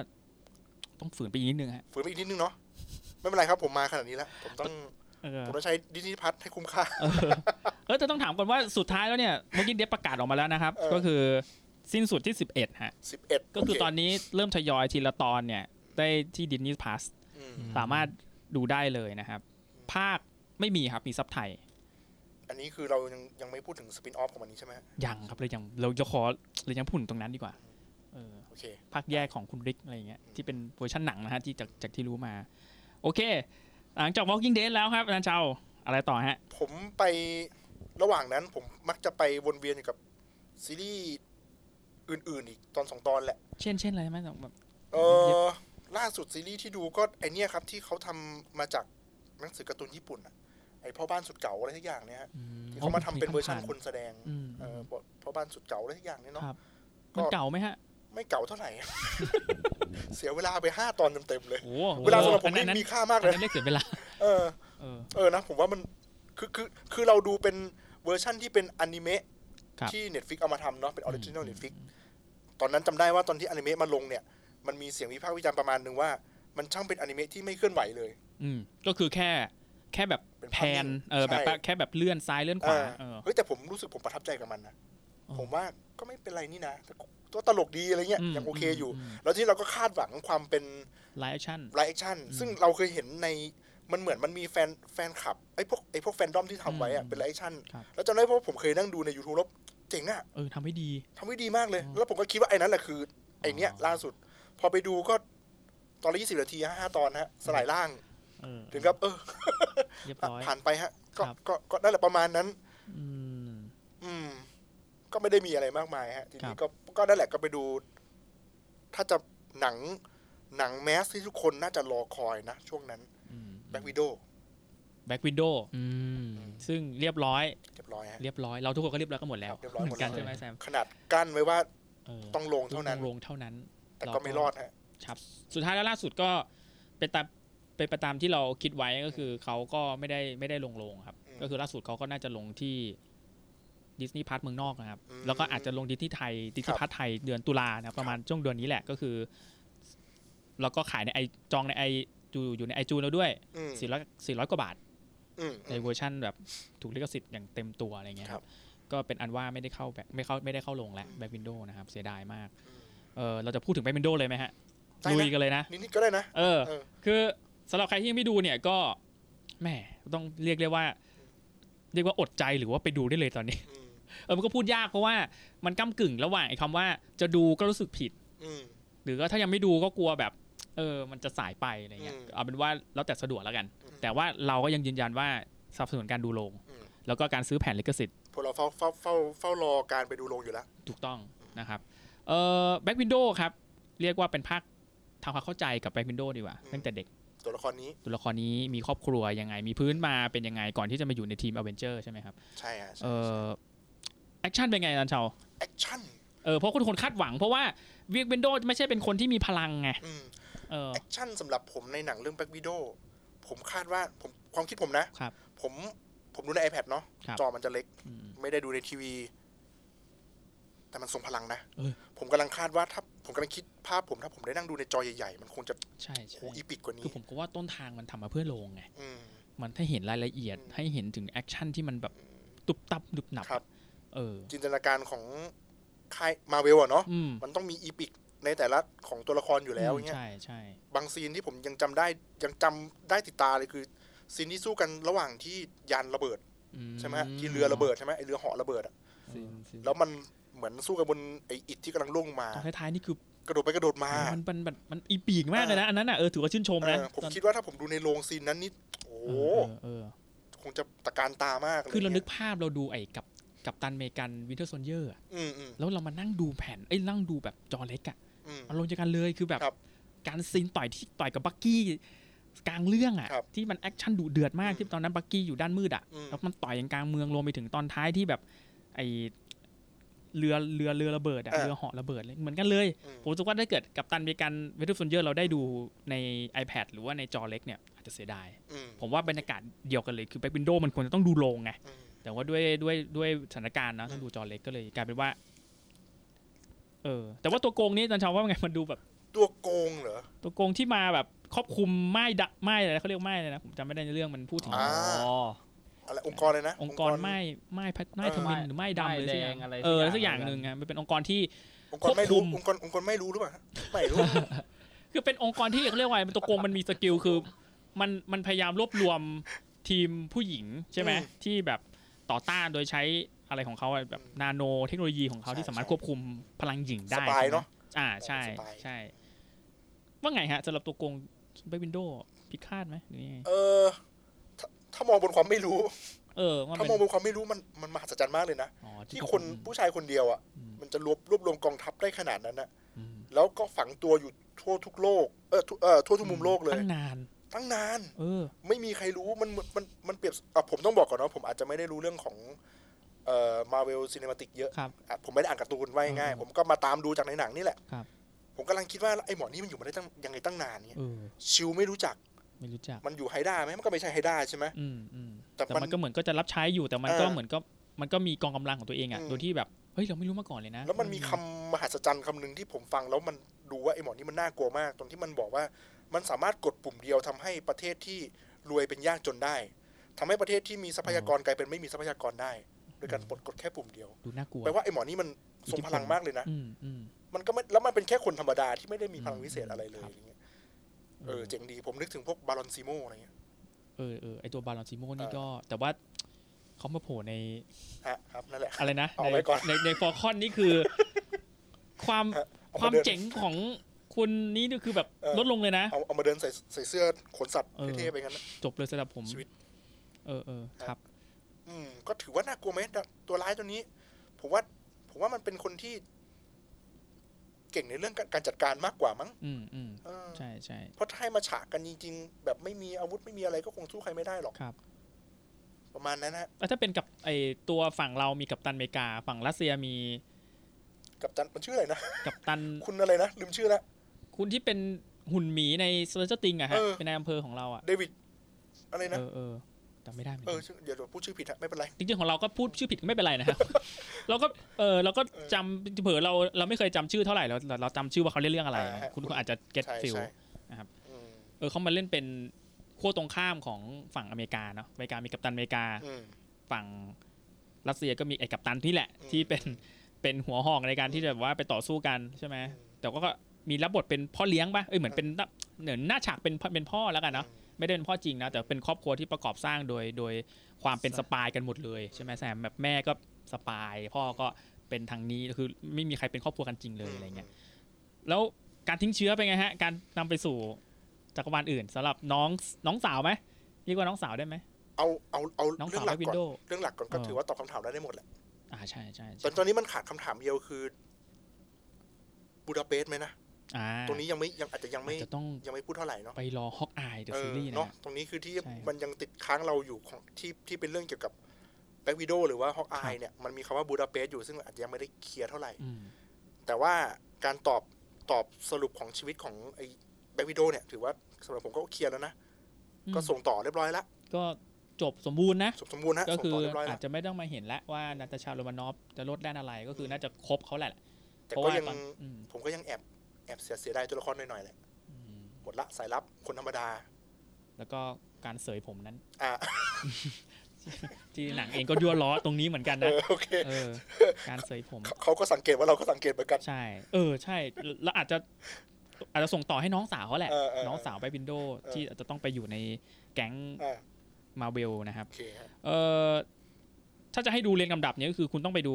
Speaker 1: ต้องฝืนไปอีกนิดนึงฮะ
Speaker 2: ฝืนไปอีกนิดนึงเนาะไม่เป็นไรครับผมมาขนาดนี้แล้วผมต้อง
Speaker 1: เออ
Speaker 2: ผมต้องใช้ดิสนีย์พัทให้คุ้มค่า
Speaker 1: เออเออแต่ต้องถามก่อนว่าสุดท้ายแล้วเนี่ยเมื่อกี้เดฟประกาศออกมาแล้วนะครับ
Speaker 2: เออ
Speaker 1: ก็คือสิ้นสุดที่ 11ฮะ
Speaker 2: สิบเอ็ด
Speaker 1: ก็คือตอนนี้เริ่มทยอยทีละตอนเนี่ย ได้ที่ดินนี y p พาสสามารถดูได้เลยนะครับ ภาคไม่มีครับ มีซับไทย
Speaker 2: อันนี้คือเรายังยังไม่พูดถึงสปินออฟของมันนี้ใช่ไหมฮะ
Speaker 1: ยังครับเลยยังเราจะขอเลยยังพูดถึงตรงนั้นดีกว่าเออ
Speaker 2: โอเค
Speaker 1: ภาคแยกของคุณริกอะไรอย่างเงี้ยที่เป็นเวอร์ชันหนังนะฮะที่จากจากที่รู้มา โอเค หลังจาก Walking Dead แล้วครับอาจารย์เชาอะไรต่อฮะ
Speaker 2: ผมไประหว่างนั้นผมมักจะไปวนเวียนอยู่กับซีรีส์อื่น ๆ อีกตอนสองตอนแหละ
Speaker 1: เช่นเช่นอะไรไหมแบบ
Speaker 2: เออล่าสุดซีรีส์ที่ดูก็ไอเนี้ยครับ ที่เขาทำมาจากหนังสือการ์ตูนญี่ปุ่นอะไอพ่อบ้านสุดเก๋าอะไรทุกอย่างเนี่ยฮะที่เขามาทำเป็นเวอร์ชันคนแสดง
Speaker 1: อืม
Speaker 2: เออพ่อบ้านสุดเก๋าอะไรทุกอย่างเนี่ยเนาะ
Speaker 1: ครับ มันเก่าไหมฮะ
Speaker 2: ไม่เก่าเท่าไหร่ เสียเวลาไปห้าตอนเต็มๆเลย
Speaker 1: โอ้โห
Speaker 2: เวลาสำหรับผม
Speaker 1: อั
Speaker 2: นี่
Speaker 1: นนั้น
Speaker 2: มีค่ามาก
Speaker 1: อัน
Speaker 2: เลย
Speaker 1: นั้นเรียกเสียเวลา
Speaker 2: เออ
Speaker 1: เออ
Speaker 2: เออนะผมว่ามันคือคือคือเราดูเป็นเวอร์ชั่นที่เป็นอนิเมะ
Speaker 1: ครับ
Speaker 2: ที่ Netflix เอามาทำเนาะเป็นออริจินอล
Speaker 3: อืม
Speaker 2: Netflix ตอนนั้นจำได้ว่าตอนที่อนิเมะมาลงเนี่ย มันมีเสียงวิพากษ์วิจารณ์ประมาณหนึ่งว่า มันช่างเป็นอนิเมะที่ไม่เคลื่อนไหวเลย
Speaker 1: อืมก็คือแค่แค่แบบ
Speaker 2: เป็น
Speaker 1: แพ
Speaker 2: ภาพนิ่
Speaker 1: น
Speaker 2: ง
Speaker 1: เออแบบ
Speaker 2: ใช่
Speaker 1: ว่าแค่แบบเลื่อนซ้ายเลื่อนขวา
Speaker 2: อ่า
Speaker 1: เออ
Speaker 2: เฮ้ยแต่ผมรู้สึกผมประทับใจกับมันนะ
Speaker 1: อ๋อ
Speaker 2: ผมว่าก็ไม่เป็นไรนี่นะแต่ตัวตลกดีอะไรเงี้ยยังโอเคอยู่ แล้วที่เราก็คาดหวังความเป็น
Speaker 1: ไลฟ์ชั่น
Speaker 2: ไลฟ์แอคชั่นซึ่งเราเคยเห็นในมันเหมือนมันมีแฟนแฟนคลับไอ้พวกไอ้พวกแฟนดอมที่ทำไว้อะเป็นไลฟ์แอคชั่น
Speaker 1: ครับ
Speaker 2: แล้วจำได้เพราะว่าผมเคยนั่งดูใน YouTube แล้วเจ๋งอะ
Speaker 1: เออทำให้ดี
Speaker 2: ทำไว้ดีมากเลย
Speaker 1: อ๋อ
Speaker 2: แล้วผมก็คิดว่าไอ้นั้นแหละคือไอ้เนี้ย
Speaker 1: อ๋อ
Speaker 2: ล่าสุด พอไปดูก็ตอนละยี่สิบนาทีห้าตอนฮะ สลายร่าง
Speaker 1: เออ
Speaker 2: ถึงกับเออ
Speaker 1: เรียบร้อย
Speaker 2: ผ่านไปฮะ ก็
Speaker 1: ครับ
Speaker 2: ก็ก็นั่นแหละประมาณนั้น
Speaker 1: อืม
Speaker 2: อืม ก็ไม่ได้มีอะไรมากมายฮะ ที
Speaker 1: ครั
Speaker 2: นี้
Speaker 1: บ
Speaker 2: ก็ก็นั่นแหละก็ไปดู ถ้าจะหนังหนังแมสที่ทุกคนน่าจะรอคอยนะ ช่วงนั้นแบ็กวิดโอ
Speaker 1: แบ็กวิดโดซึ่งเรียบร้อย
Speaker 2: เรียบร้อยฮะ
Speaker 1: เรียบร้อย เราทุกคนก็เรียบร้อยกันหมดแล้ว
Speaker 2: เรียบร้อย
Speaker 1: เห
Speaker 2: ห
Speaker 1: มื
Speaker 2: ม
Speaker 1: อ
Speaker 2: ด
Speaker 1: นกัน
Speaker 2: แล้ว
Speaker 1: ใช่ไหมแซม
Speaker 2: ขนาดกั้นไว้ว่า
Speaker 1: เออ
Speaker 2: ต้องลงเท่านั้น
Speaker 1: ลงเท่านั้น
Speaker 2: แต่ก็ไม่รอดฮะ
Speaker 1: ครับสุดท้ายแล้วล่าสุดก็เป็นตามเป็นไปตามที่เราคิดไว้ก็คือเขาก็ไม่ได้ไม่ได้ลงโรงครับ
Speaker 2: อืม
Speaker 1: ก็คือล่าสุดเขาก็น่าจะลงที่ดิสนีย์พาร์ทเมืองนอกนะครับ
Speaker 2: อืม
Speaker 1: แล้วก็อาจจะลงดิสนีย์ไทยดิสนีย์พาร์ทไทยเดือนตุลานะครับประมาณช่วงเดือนนี้แหละก็คือ แล้วก็ขายในไอจองในไอจูอยู่ในไอจูแล้วด้วย
Speaker 2: อืม
Speaker 1: สี่ร้อยสี่ร้อยกว่าบาท
Speaker 2: อืม
Speaker 1: ในเวอร์ชั่นแบบถูกลิขสิทธิ์อย่างเต็มตัวอะไรเงี้ยครับก็เป็นอันว่าไม่ได้เข้าแบ็คไม่เข้าไม่ได้เข้าลงแล้ว
Speaker 2: อืม
Speaker 1: แบ็ควินโดนะครับเสียดายมาก
Speaker 2: อืม
Speaker 1: เออเราจะพูดถึงแบ็ควินโดเลยไหมฮะ
Speaker 2: ได้นะ
Speaker 1: ลุยกันเลยนะ
Speaker 2: นิดๆก็ได้นะ
Speaker 1: เออ
Speaker 2: เออ
Speaker 1: คือสำหรับใครที่ยังไม่ดูเนี่ยก็แหมต้องเรียกได้ว่า เรียกว่าอดใจหรือว่าไปดูได้เลยตอนนี้
Speaker 2: อืม
Speaker 1: เออมันก็พูดยากเพราะว่ามันก้ากึ่งระหว่างไอ้คำว่าจะดูก็รู้สึกผิด
Speaker 2: อืม
Speaker 1: หรือว่าถ้ายังไม่ดูก็กลัวแบบ เออ มันจะสายไปอะไรเงี้ย
Speaker 2: อืม
Speaker 1: เอาเป็นว่าแล้วแต่สะดวกแล้วกัน
Speaker 2: อืม
Speaker 1: แต่ว่าเราก็ยังยืนยันว่าสนับสนุนการดูลง
Speaker 2: อืม
Speaker 1: แล้วก็การซื้อแผ่นลิขสิทธิ์
Speaker 2: พวกเราเฝ้าเฝ้าเฝ้าเฝ้ารอการไปดูโรงอยู่แล้ว
Speaker 1: ถูกต้องนะครับเออแบ็กวินโดครับ เรียกว่าเป็นภาคทำความเข้าใจกับแบ็กวินโดดีกว่า
Speaker 2: อืม
Speaker 1: ตั้งแต่เด็ก
Speaker 2: ตัวละครนี้
Speaker 1: ตัวละครนี้มีครอบครัวยังไงมีพื้นมาเป็นยังไงก่อนที่จะมาอยู่ในทีมอเวนเจอร์ใช่ไหมครับ
Speaker 2: ใช่ฮะใช่
Speaker 1: เออแอคชั่นเป็นไงอาจารย์เชา
Speaker 2: แอคชั่น
Speaker 1: เออเพราะคนคนคาดหวังเพราะว่าเวียกเวนโดไม่ใช่เป็นคนที่มีพลังไง
Speaker 2: อืม
Speaker 1: เออ
Speaker 2: แอคชั่นสำหรับผมในหนังเรื่องแบ็กวิดโดผมคาดว่าผมความคิดผมนะครับ ผมผมดูใน iPad เนาะ
Speaker 1: ครับ
Speaker 2: จอมันจะเล็ก
Speaker 1: อืม
Speaker 2: ไม่ได้ดูในทีวี แต่มันทรงพลังนะ
Speaker 1: เออ
Speaker 2: ผมกำลังคาดว่าถ้าผมกำลังคิดภาพผมถ้าผมได้นั่งดูในจอใหญ่ๆ มันคงจะ
Speaker 1: ใช่
Speaker 2: โห
Speaker 1: ใช่
Speaker 2: อีปิกกว่า
Speaker 1: คื
Speaker 2: นี้
Speaker 1: อผมก็ว่าต้นทางมันทำมาเพื่อโลงไง
Speaker 2: อืม
Speaker 1: มันให้เห็นรายละเอียด
Speaker 2: อืม
Speaker 1: ให้เห็นถึงแอคชั่นที่มันแบบตุบตับดุบหนับ
Speaker 2: ครับ
Speaker 1: เออ
Speaker 2: จินตนาการของค่ายมาเวลอะเนาะ
Speaker 1: อืม
Speaker 2: มันต้องมีอีปิกในแต่ละของตัวละครอยู่แล้วอย่างเงี้ย
Speaker 1: ใช่ใช่
Speaker 2: บางซีนที่ผมยังจำได้ยังจำได้ติดตาเลยคือซีนที่สู้กันระหว่างที่ยานระเบิด
Speaker 1: อื
Speaker 2: ใช่ไหมฮะที่เรือระเบิดใช่ไหมไอเรือเหาะระเบิดอะ
Speaker 3: ซีนซีน
Speaker 2: แล้วมันเหมือนสู้กันบนไออิฐที่กำลังล่วงมา
Speaker 1: ตอนท้ายๆนี่คือก
Speaker 2: ระโดดไปกระโดดมา
Speaker 1: มันมันมันมันอีปีกมากเลยนะอันนั้นอ่ะเออถือว่าชื่นชม
Speaker 2: เอ
Speaker 1: นะ
Speaker 2: อผม
Speaker 1: ตอน
Speaker 2: คิดว่าถ้าผมดูในโรงซีนนั้นนี่โอ้โห
Speaker 1: เออเออเออ
Speaker 2: คงจะตะการตามากเลย
Speaker 1: คือเรานึกภาพเราดูไอ้กับกับตันเมกันวินเทอร์โซนเยอร์
Speaker 2: อืมอืม
Speaker 1: แล้วเรามานั่งดูแผ่นเอ้ยนั่งดูแบบจอเล็กอะ
Speaker 2: อืม
Speaker 1: อารมณ์เดียวกันเลยคือแบบ
Speaker 2: ครับ
Speaker 1: การซีนต่อยที่ต่อยกับบักกี้กลางเรื่องอะ
Speaker 2: ครับ
Speaker 1: ที่มันแอคชั่นดุเดือดมาก
Speaker 2: อืม
Speaker 1: ที่ตอนนั้นบักกี้อยู่ด้านมืดอะ
Speaker 2: อืม
Speaker 1: แล้วมันต่อยกันกลางเมืองรวมไปถึงตอนท้ายที่แบบไอเรือเรือเรือระเบิดอะเรือเหาะระเบิดเลยเหมือนกันเลย
Speaker 2: อืม
Speaker 1: ผมรู้สึกว่าถ้าเกิดกับตันเมกันวินเทอร์โซนเยอร์เราได้ดูใน iPad หรือว่าในจอเล็กเนี่ยอาจจะเสียดาย
Speaker 2: อืม
Speaker 1: ผมว่าบรรยากาศเดียวกันเลยคือแบ็ควินโดมันควรจะต้องดูโรงไง
Speaker 2: อืม
Speaker 1: แต่ว่าด้วยด้วยด้วยสถานการณ์เนอะ
Speaker 2: อืม
Speaker 1: ต้องดูจอเล็กก็เลยกลายเป็นว่า เออ แต่ว่าตัวโกงนี่อาจารย์ชาวว่าไงมันดูแบบ
Speaker 2: ตัวโกงเหรอ
Speaker 1: ตัวโกงที่มาแบบครอบคลุมไม่ดะไม่อะไรนะเขาเรียกไม่เลยนะผมจำไม่ได้ในเรื่องมันพูดถึง
Speaker 2: อ่า
Speaker 3: อ๋อ
Speaker 2: อะไรองค์กรเลยนะ
Speaker 1: องค์กรไม่ไม่พัดไม่ทมิน
Speaker 3: เออ
Speaker 1: หรือไม่ดำ
Speaker 3: ไม่
Speaker 1: เลยสักอย่าง
Speaker 3: แดงอะไร
Speaker 1: เออ
Speaker 3: สั
Speaker 1: สัก
Speaker 3: กอย่
Speaker 1: อา
Speaker 3: ย่าง ง
Speaker 1: หนึ่งอะมันเป็นองค์กรที่
Speaker 2: องค์กรไม่รู้
Speaker 1: ควบคุม
Speaker 2: องค์กรองค์กรไม่รู้หรือเปล่าฮะไม่รู้
Speaker 1: คือเป็นองค์กรที่เขาเรียกว่ามันตัวโกงมันมีสกิลคือ มันมันพยายามรวบรวมทีมผู้หญิงใช่ไหม
Speaker 2: อืม
Speaker 1: ที่แบบต่อต้านโดยใช้อะไรของเขาอะแบบ
Speaker 2: อืม
Speaker 1: นาโนเทคโนโลยีของเขา
Speaker 2: ใช่
Speaker 1: ที่สามารถ
Speaker 2: ใช่
Speaker 1: ควบคุมพลังหญิงได้
Speaker 2: สปา
Speaker 1: ใช่ไห
Speaker 2: ย
Speaker 1: ม
Speaker 2: เนอะ
Speaker 1: อ่าใช่
Speaker 2: สปาย
Speaker 1: ใช่ ว่าไงฮะสำหรับตัวโกงไปวินโดว์พิฆาตไหมหรือยังไง
Speaker 2: เออถ้าถ้ามองบนความไม่รู้
Speaker 1: เออว่า
Speaker 2: ถ้า
Speaker 1: เป็น
Speaker 2: มองบนความไม่รู้มันมันมหัศจรรย์มากเลยนะ
Speaker 1: อ๋อ
Speaker 2: ที่
Speaker 1: ตัว
Speaker 2: คน
Speaker 1: อืม
Speaker 2: ผู้ชายคนเดียวอ่ะ
Speaker 1: อืม
Speaker 2: มันจะรวบรวบรวมกองทัพได้ขนาดนั้นนะ
Speaker 1: อืม
Speaker 2: แล้วก็ฝังตัวอยู่ทั่วทุกโลกเออทั่วเออทั่วทุกมุมโลกเลย
Speaker 1: ตั้งนาน
Speaker 2: ตั้งนาน
Speaker 1: เออ
Speaker 2: ไม่มีใครรู้มันมันมันมันเปรียบอ่ะผมต้องบอกก่อนนะผมอาจจะไม่ได้รู้เรื่องของเอ เอ่อมาเวลซีเนมาติกเยอะ
Speaker 3: ครับ
Speaker 2: อ่ะผมไม่ได้อ่านการ์ตูนว่าง่าย
Speaker 3: อื
Speaker 2: ๆ
Speaker 3: ม
Speaker 2: ผมก็มาตามดูจากในหนังนี่แหละ
Speaker 3: ครับ
Speaker 2: ผมกำลังคิดว่าไอ้หมอนี่มันอยู่มาได้ตั้งยังไงตั้งนานเนี่ย
Speaker 3: เออ
Speaker 2: ชิวไม่รู้จัก
Speaker 3: ไม่รู้จัก
Speaker 2: มันอยู่ไฮด้าไหมมันก็ไม่ใช่ไฮด้าใช่ไหม
Speaker 1: อืมอืม
Speaker 2: แต่
Speaker 1: แต่
Speaker 2: มัน
Speaker 1: มันก็เหมือนก็จะรับใช้อยู่แต่มันก็
Speaker 2: เออ
Speaker 1: เหมือนก็มันก็มีกองกำลังของตัวเองอ่ะ
Speaker 2: อืม
Speaker 1: โดยที่แบบเฮ้ยเราไม่รู้มาก่อนเลยนะ
Speaker 2: แล้วมันมีคำมหัศจรรย์คำหนึ่งที่ผมฟังแล้วมันดูว่าไอ้หมอนี่มันน่ากลัวมาก ตรงที่มันบอกว่ามันสามารถกดปุ่มเดียวทำให้ประเทศที่รวยเป็นยากจนได้ทำให้ประเทศที่มีทรัพยากรกลายเป็นไม่มีทรัพยากรได้โดยการปลดกดแค่ปุ่มเดียว
Speaker 1: ดูน่ากลัว
Speaker 2: แปลว่าไอ้หมอนี่มันทรงพลังมากเลยนะ
Speaker 1: อืมอืม
Speaker 2: มันก็ไม่แล้วมันเป็นแค่คนธรรมดาที่ไม่ได้มีพลังวิเศษอะไรเลย
Speaker 1: ครับ
Speaker 2: อย่างเงี้ยเออเจ๋งดีผมนึกถึงพวกบาลอนซิโมอะไรเงี้ย
Speaker 1: เออเออไอตัวบาลอนซิโมนี่
Speaker 2: เออ
Speaker 1: ก็แต่ว่าเขามาโผล่ใน
Speaker 2: ฮะครับนั่นแหละ
Speaker 1: อะไรนะ
Speaker 2: เอา
Speaker 1: ใน
Speaker 2: ไว้ก่อน
Speaker 1: ในในฟอร์คอนนี่คือ ความ
Speaker 2: เอามาว
Speaker 1: คาม
Speaker 2: เดิน
Speaker 1: เจ๋งของคุณนี่นี่คือแบบ
Speaker 2: เออ
Speaker 1: ลดลงเลยนะ
Speaker 2: เอาเอามาเดินใส่ใส่เสื้อขนสัตว์
Speaker 1: เออ
Speaker 2: เท่ๆไปงั้นนะ
Speaker 1: จบเลยสำหรับผม
Speaker 2: ชีวิต
Speaker 1: เออเออครับ
Speaker 2: อืมก็ถือว่าน่ากลัวไหมตัวร้ายตัวนี้ ผมว่าผมว่ามันเป็นคนที่ เก่งในเรื่องการการจัดการมากกว่ามั้ง
Speaker 1: อืมอืม
Speaker 2: เออ
Speaker 1: ใช่ใช่
Speaker 2: เพราะถ้าให้มาฉากกันจริงๆ แบบไม่มีอาวุธไม่มีอะไรก็คงสู้ใครไม่ได้หรอก
Speaker 1: ครับ
Speaker 2: ประมาณนั้นฮะ
Speaker 1: แล้วถ้าเป็นกับไอตัวฝั่งเรามีกัปตันอเมริกา ฝั่งรัสเซียมี
Speaker 2: กับจันมันชื่ออะไรนะ
Speaker 1: กัปตัน
Speaker 2: คุณอะไรนะลืมชื่อแล้ว
Speaker 1: คุณที่เป็นหุ่นหมีในเซอร์เจอร์ติงอะฮะ
Speaker 2: เออ
Speaker 1: เป็นนายอำเภอของเราอะ
Speaker 2: เดวิดอะไรนะ
Speaker 1: เออเออจำไม่ได้เหมือน
Speaker 2: เอ
Speaker 1: กั
Speaker 2: อน ชื่อเดี๋ยวเดี๋ยวพูดชื่อผิดฮะไม่เป็นไร
Speaker 1: จริงๆของเราก็พูดชื่อผิดก็ไม่เป็นไรนะครับ เราก็เออเราก็
Speaker 2: เออ
Speaker 1: จำเผลอเราเราไม่เคยจำชื่อเท่าไหร่เราเราเราจำชื่อว่าเขาเล่นเรื่องอะไร
Speaker 2: อ่าฮะ
Speaker 1: คุณคุณอาจจะเก็ต
Speaker 2: ใช่
Speaker 1: ฟิล
Speaker 2: ใช่
Speaker 1: นะครับ
Speaker 2: อืม
Speaker 1: เออเขามาเล่นเป็นขั้วตรงข้ามของฝั่งอเมริกาเนาะอเมริกามีกัปตันอเมริกา
Speaker 2: อืม
Speaker 1: ฝั่งรัสเซียก็มีไอ้กัปตันที่แหละ
Speaker 2: อืม
Speaker 1: ที่เป็นเป็นหัวหอกในการที่จะแบบว่าไปต่อสู้กันใช่ไหมแต่ก็ก็มีรับบทเป็นพ่อเลี้ยงปะเอ้ยเหมือนเป็นเหมือนหน้าฉากเป็นเป็นพ่อแล้วกันเนาะไม่ได้เป็นพ่อจริงนะแต่เป็นครอบครัวที่ประกอบสร้างโดยโดยความเป็นสปายกันหมดเลยใช่ไหมแซมแบบแม่ก็สปาย พ่อก็เป็นทางนี้คือไม่มีใครเป็นครอบครัวกันจริงเลยอะไรเงี้ย แล้วการทิ้งเชื้อเป็นไงฮะ การนำไปสู่จักรวาลอื่นสำหรับน้องน้องสาวไหมเรียกว่าน้องสาวได้ไหม
Speaker 2: เอาเอาเอา
Speaker 1: น้อง
Speaker 2: เรื่อ
Speaker 1: สางว
Speaker 2: หลั
Speaker 1: และ
Speaker 2: ก
Speaker 1: วิน
Speaker 2: ก่อน
Speaker 1: โดว์
Speaker 2: เรื่องหลักก่อนก็
Speaker 1: เออ
Speaker 2: ถือว่าตอบคำถามได้หมดแหละ
Speaker 1: อ่าใช่ใช่
Speaker 2: แต่
Speaker 1: ใช่
Speaker 2: ตอนนี้มันขาดคำถามเดียวคือบูดาเปสต์ไหมนะ
Speaker 1: อ่า
Speaker 2: ตรงนี้ยังไม่ยังอาจจะยังไม่
Speaker 1: อาจจะต้อง
Speaker 2: ยังไม่พูดเท่าไหร่เนาะ
Speaker 1: ไปรอฮอกอายเดอะ
Speaker 2: เอ
Speaker 1: ซี
Speaker 2: อ
Speaker 1: รีส์นะ
Speaker 2: เนาะ
Speaker 1: ฮะ
Speaker 2: ตรงนี้คือที่
Speaker 1: ใช่
Speaker 2: มันยังติดค้างเราอยู่ของที่ที่เป็นเรื่องเกี่ยวกับแบ็กวิดโอหรือว่าฮอกอายเนี่ยมันมีคำว่าบูดาเปสต์อยู่ซึ่งอาจจะยังไม่ได้เคลียร์เท่าไหร่
Speaker 1: อืม
Speaker 2: แต่ว่าการตอบตอบสรุปของชีวิตของไอ้แบ็กวิดโอเนี่ย ถือว่าสำหรับผมก็เคลียร์แล้วนะ
Speaker 1: อืม
Speaker 2: ก็ส่งต่อเรียบร้อยละ
Speaker 1: ก็จบสมบูรณ์นะ
Speaker 2: สมสมบูรณ์นะ
Speaker 1: ก็
Speaker 2: ส่ง
Speaker 1: คือ
Speaker 2: ต่อเรียบร้อย
Speaker 1: อา
Speaker 2: ละ
Speaker 1: จจะไม่ต้องมาเห็นแล้วว่านาตาชาโรมานอฟจะลดด้านอะไรก็คือน่าจะครบเขาแหละ
Speaker 2: แต่
Speaker 1: เพราะ
Speaker 2: ก็
Speaker 1: ว่า
Speaker 2: ยัง
Speaker 1: ตอนอืม
Speaker 2: ผมก็ยังแอบแอบเสียเสียดายตัวละครหน่อยๆแหละ
Speaker 1: อืม
Speaker 2: หมดละสายลับคนธรรมดา
Speaker 1: แล้วก็การเสยผมนั้น
Speaker 2: อ่า
Speaker 1: ที่หนังเองก็ยั่วล้อตรงนี้เหมือนกัน
Speaker 2: เอ
Speaker 1: นะ
Speaker 2: อโอเค
Speaker 1: เออการเสยผม
Speaker 2: เขาเขาก็สังเกตว่าเราก็สังเกตเหมือนกัน
Speaker 1: ใช่ เออ ใช่ แล้วอาจจะอาจจะส่งต่อให้น้องสาวเขาแหละ
Speaker 2: เออเออ
Speaker 1: น้องสาวไปวินโดว์
Speaker 2: เออ
Speaker 1: ที่อาจจะต้องไปอยู่ในแก๊ง
Speaker 2: อ่า
Speaker 1: มาเวลนะครับ
Speaker 2: โอเคฮะ
Speaker 1: เออถ้าจะให้ดูเรียงลำดับเนี้ก็คือคุณต้องไปดู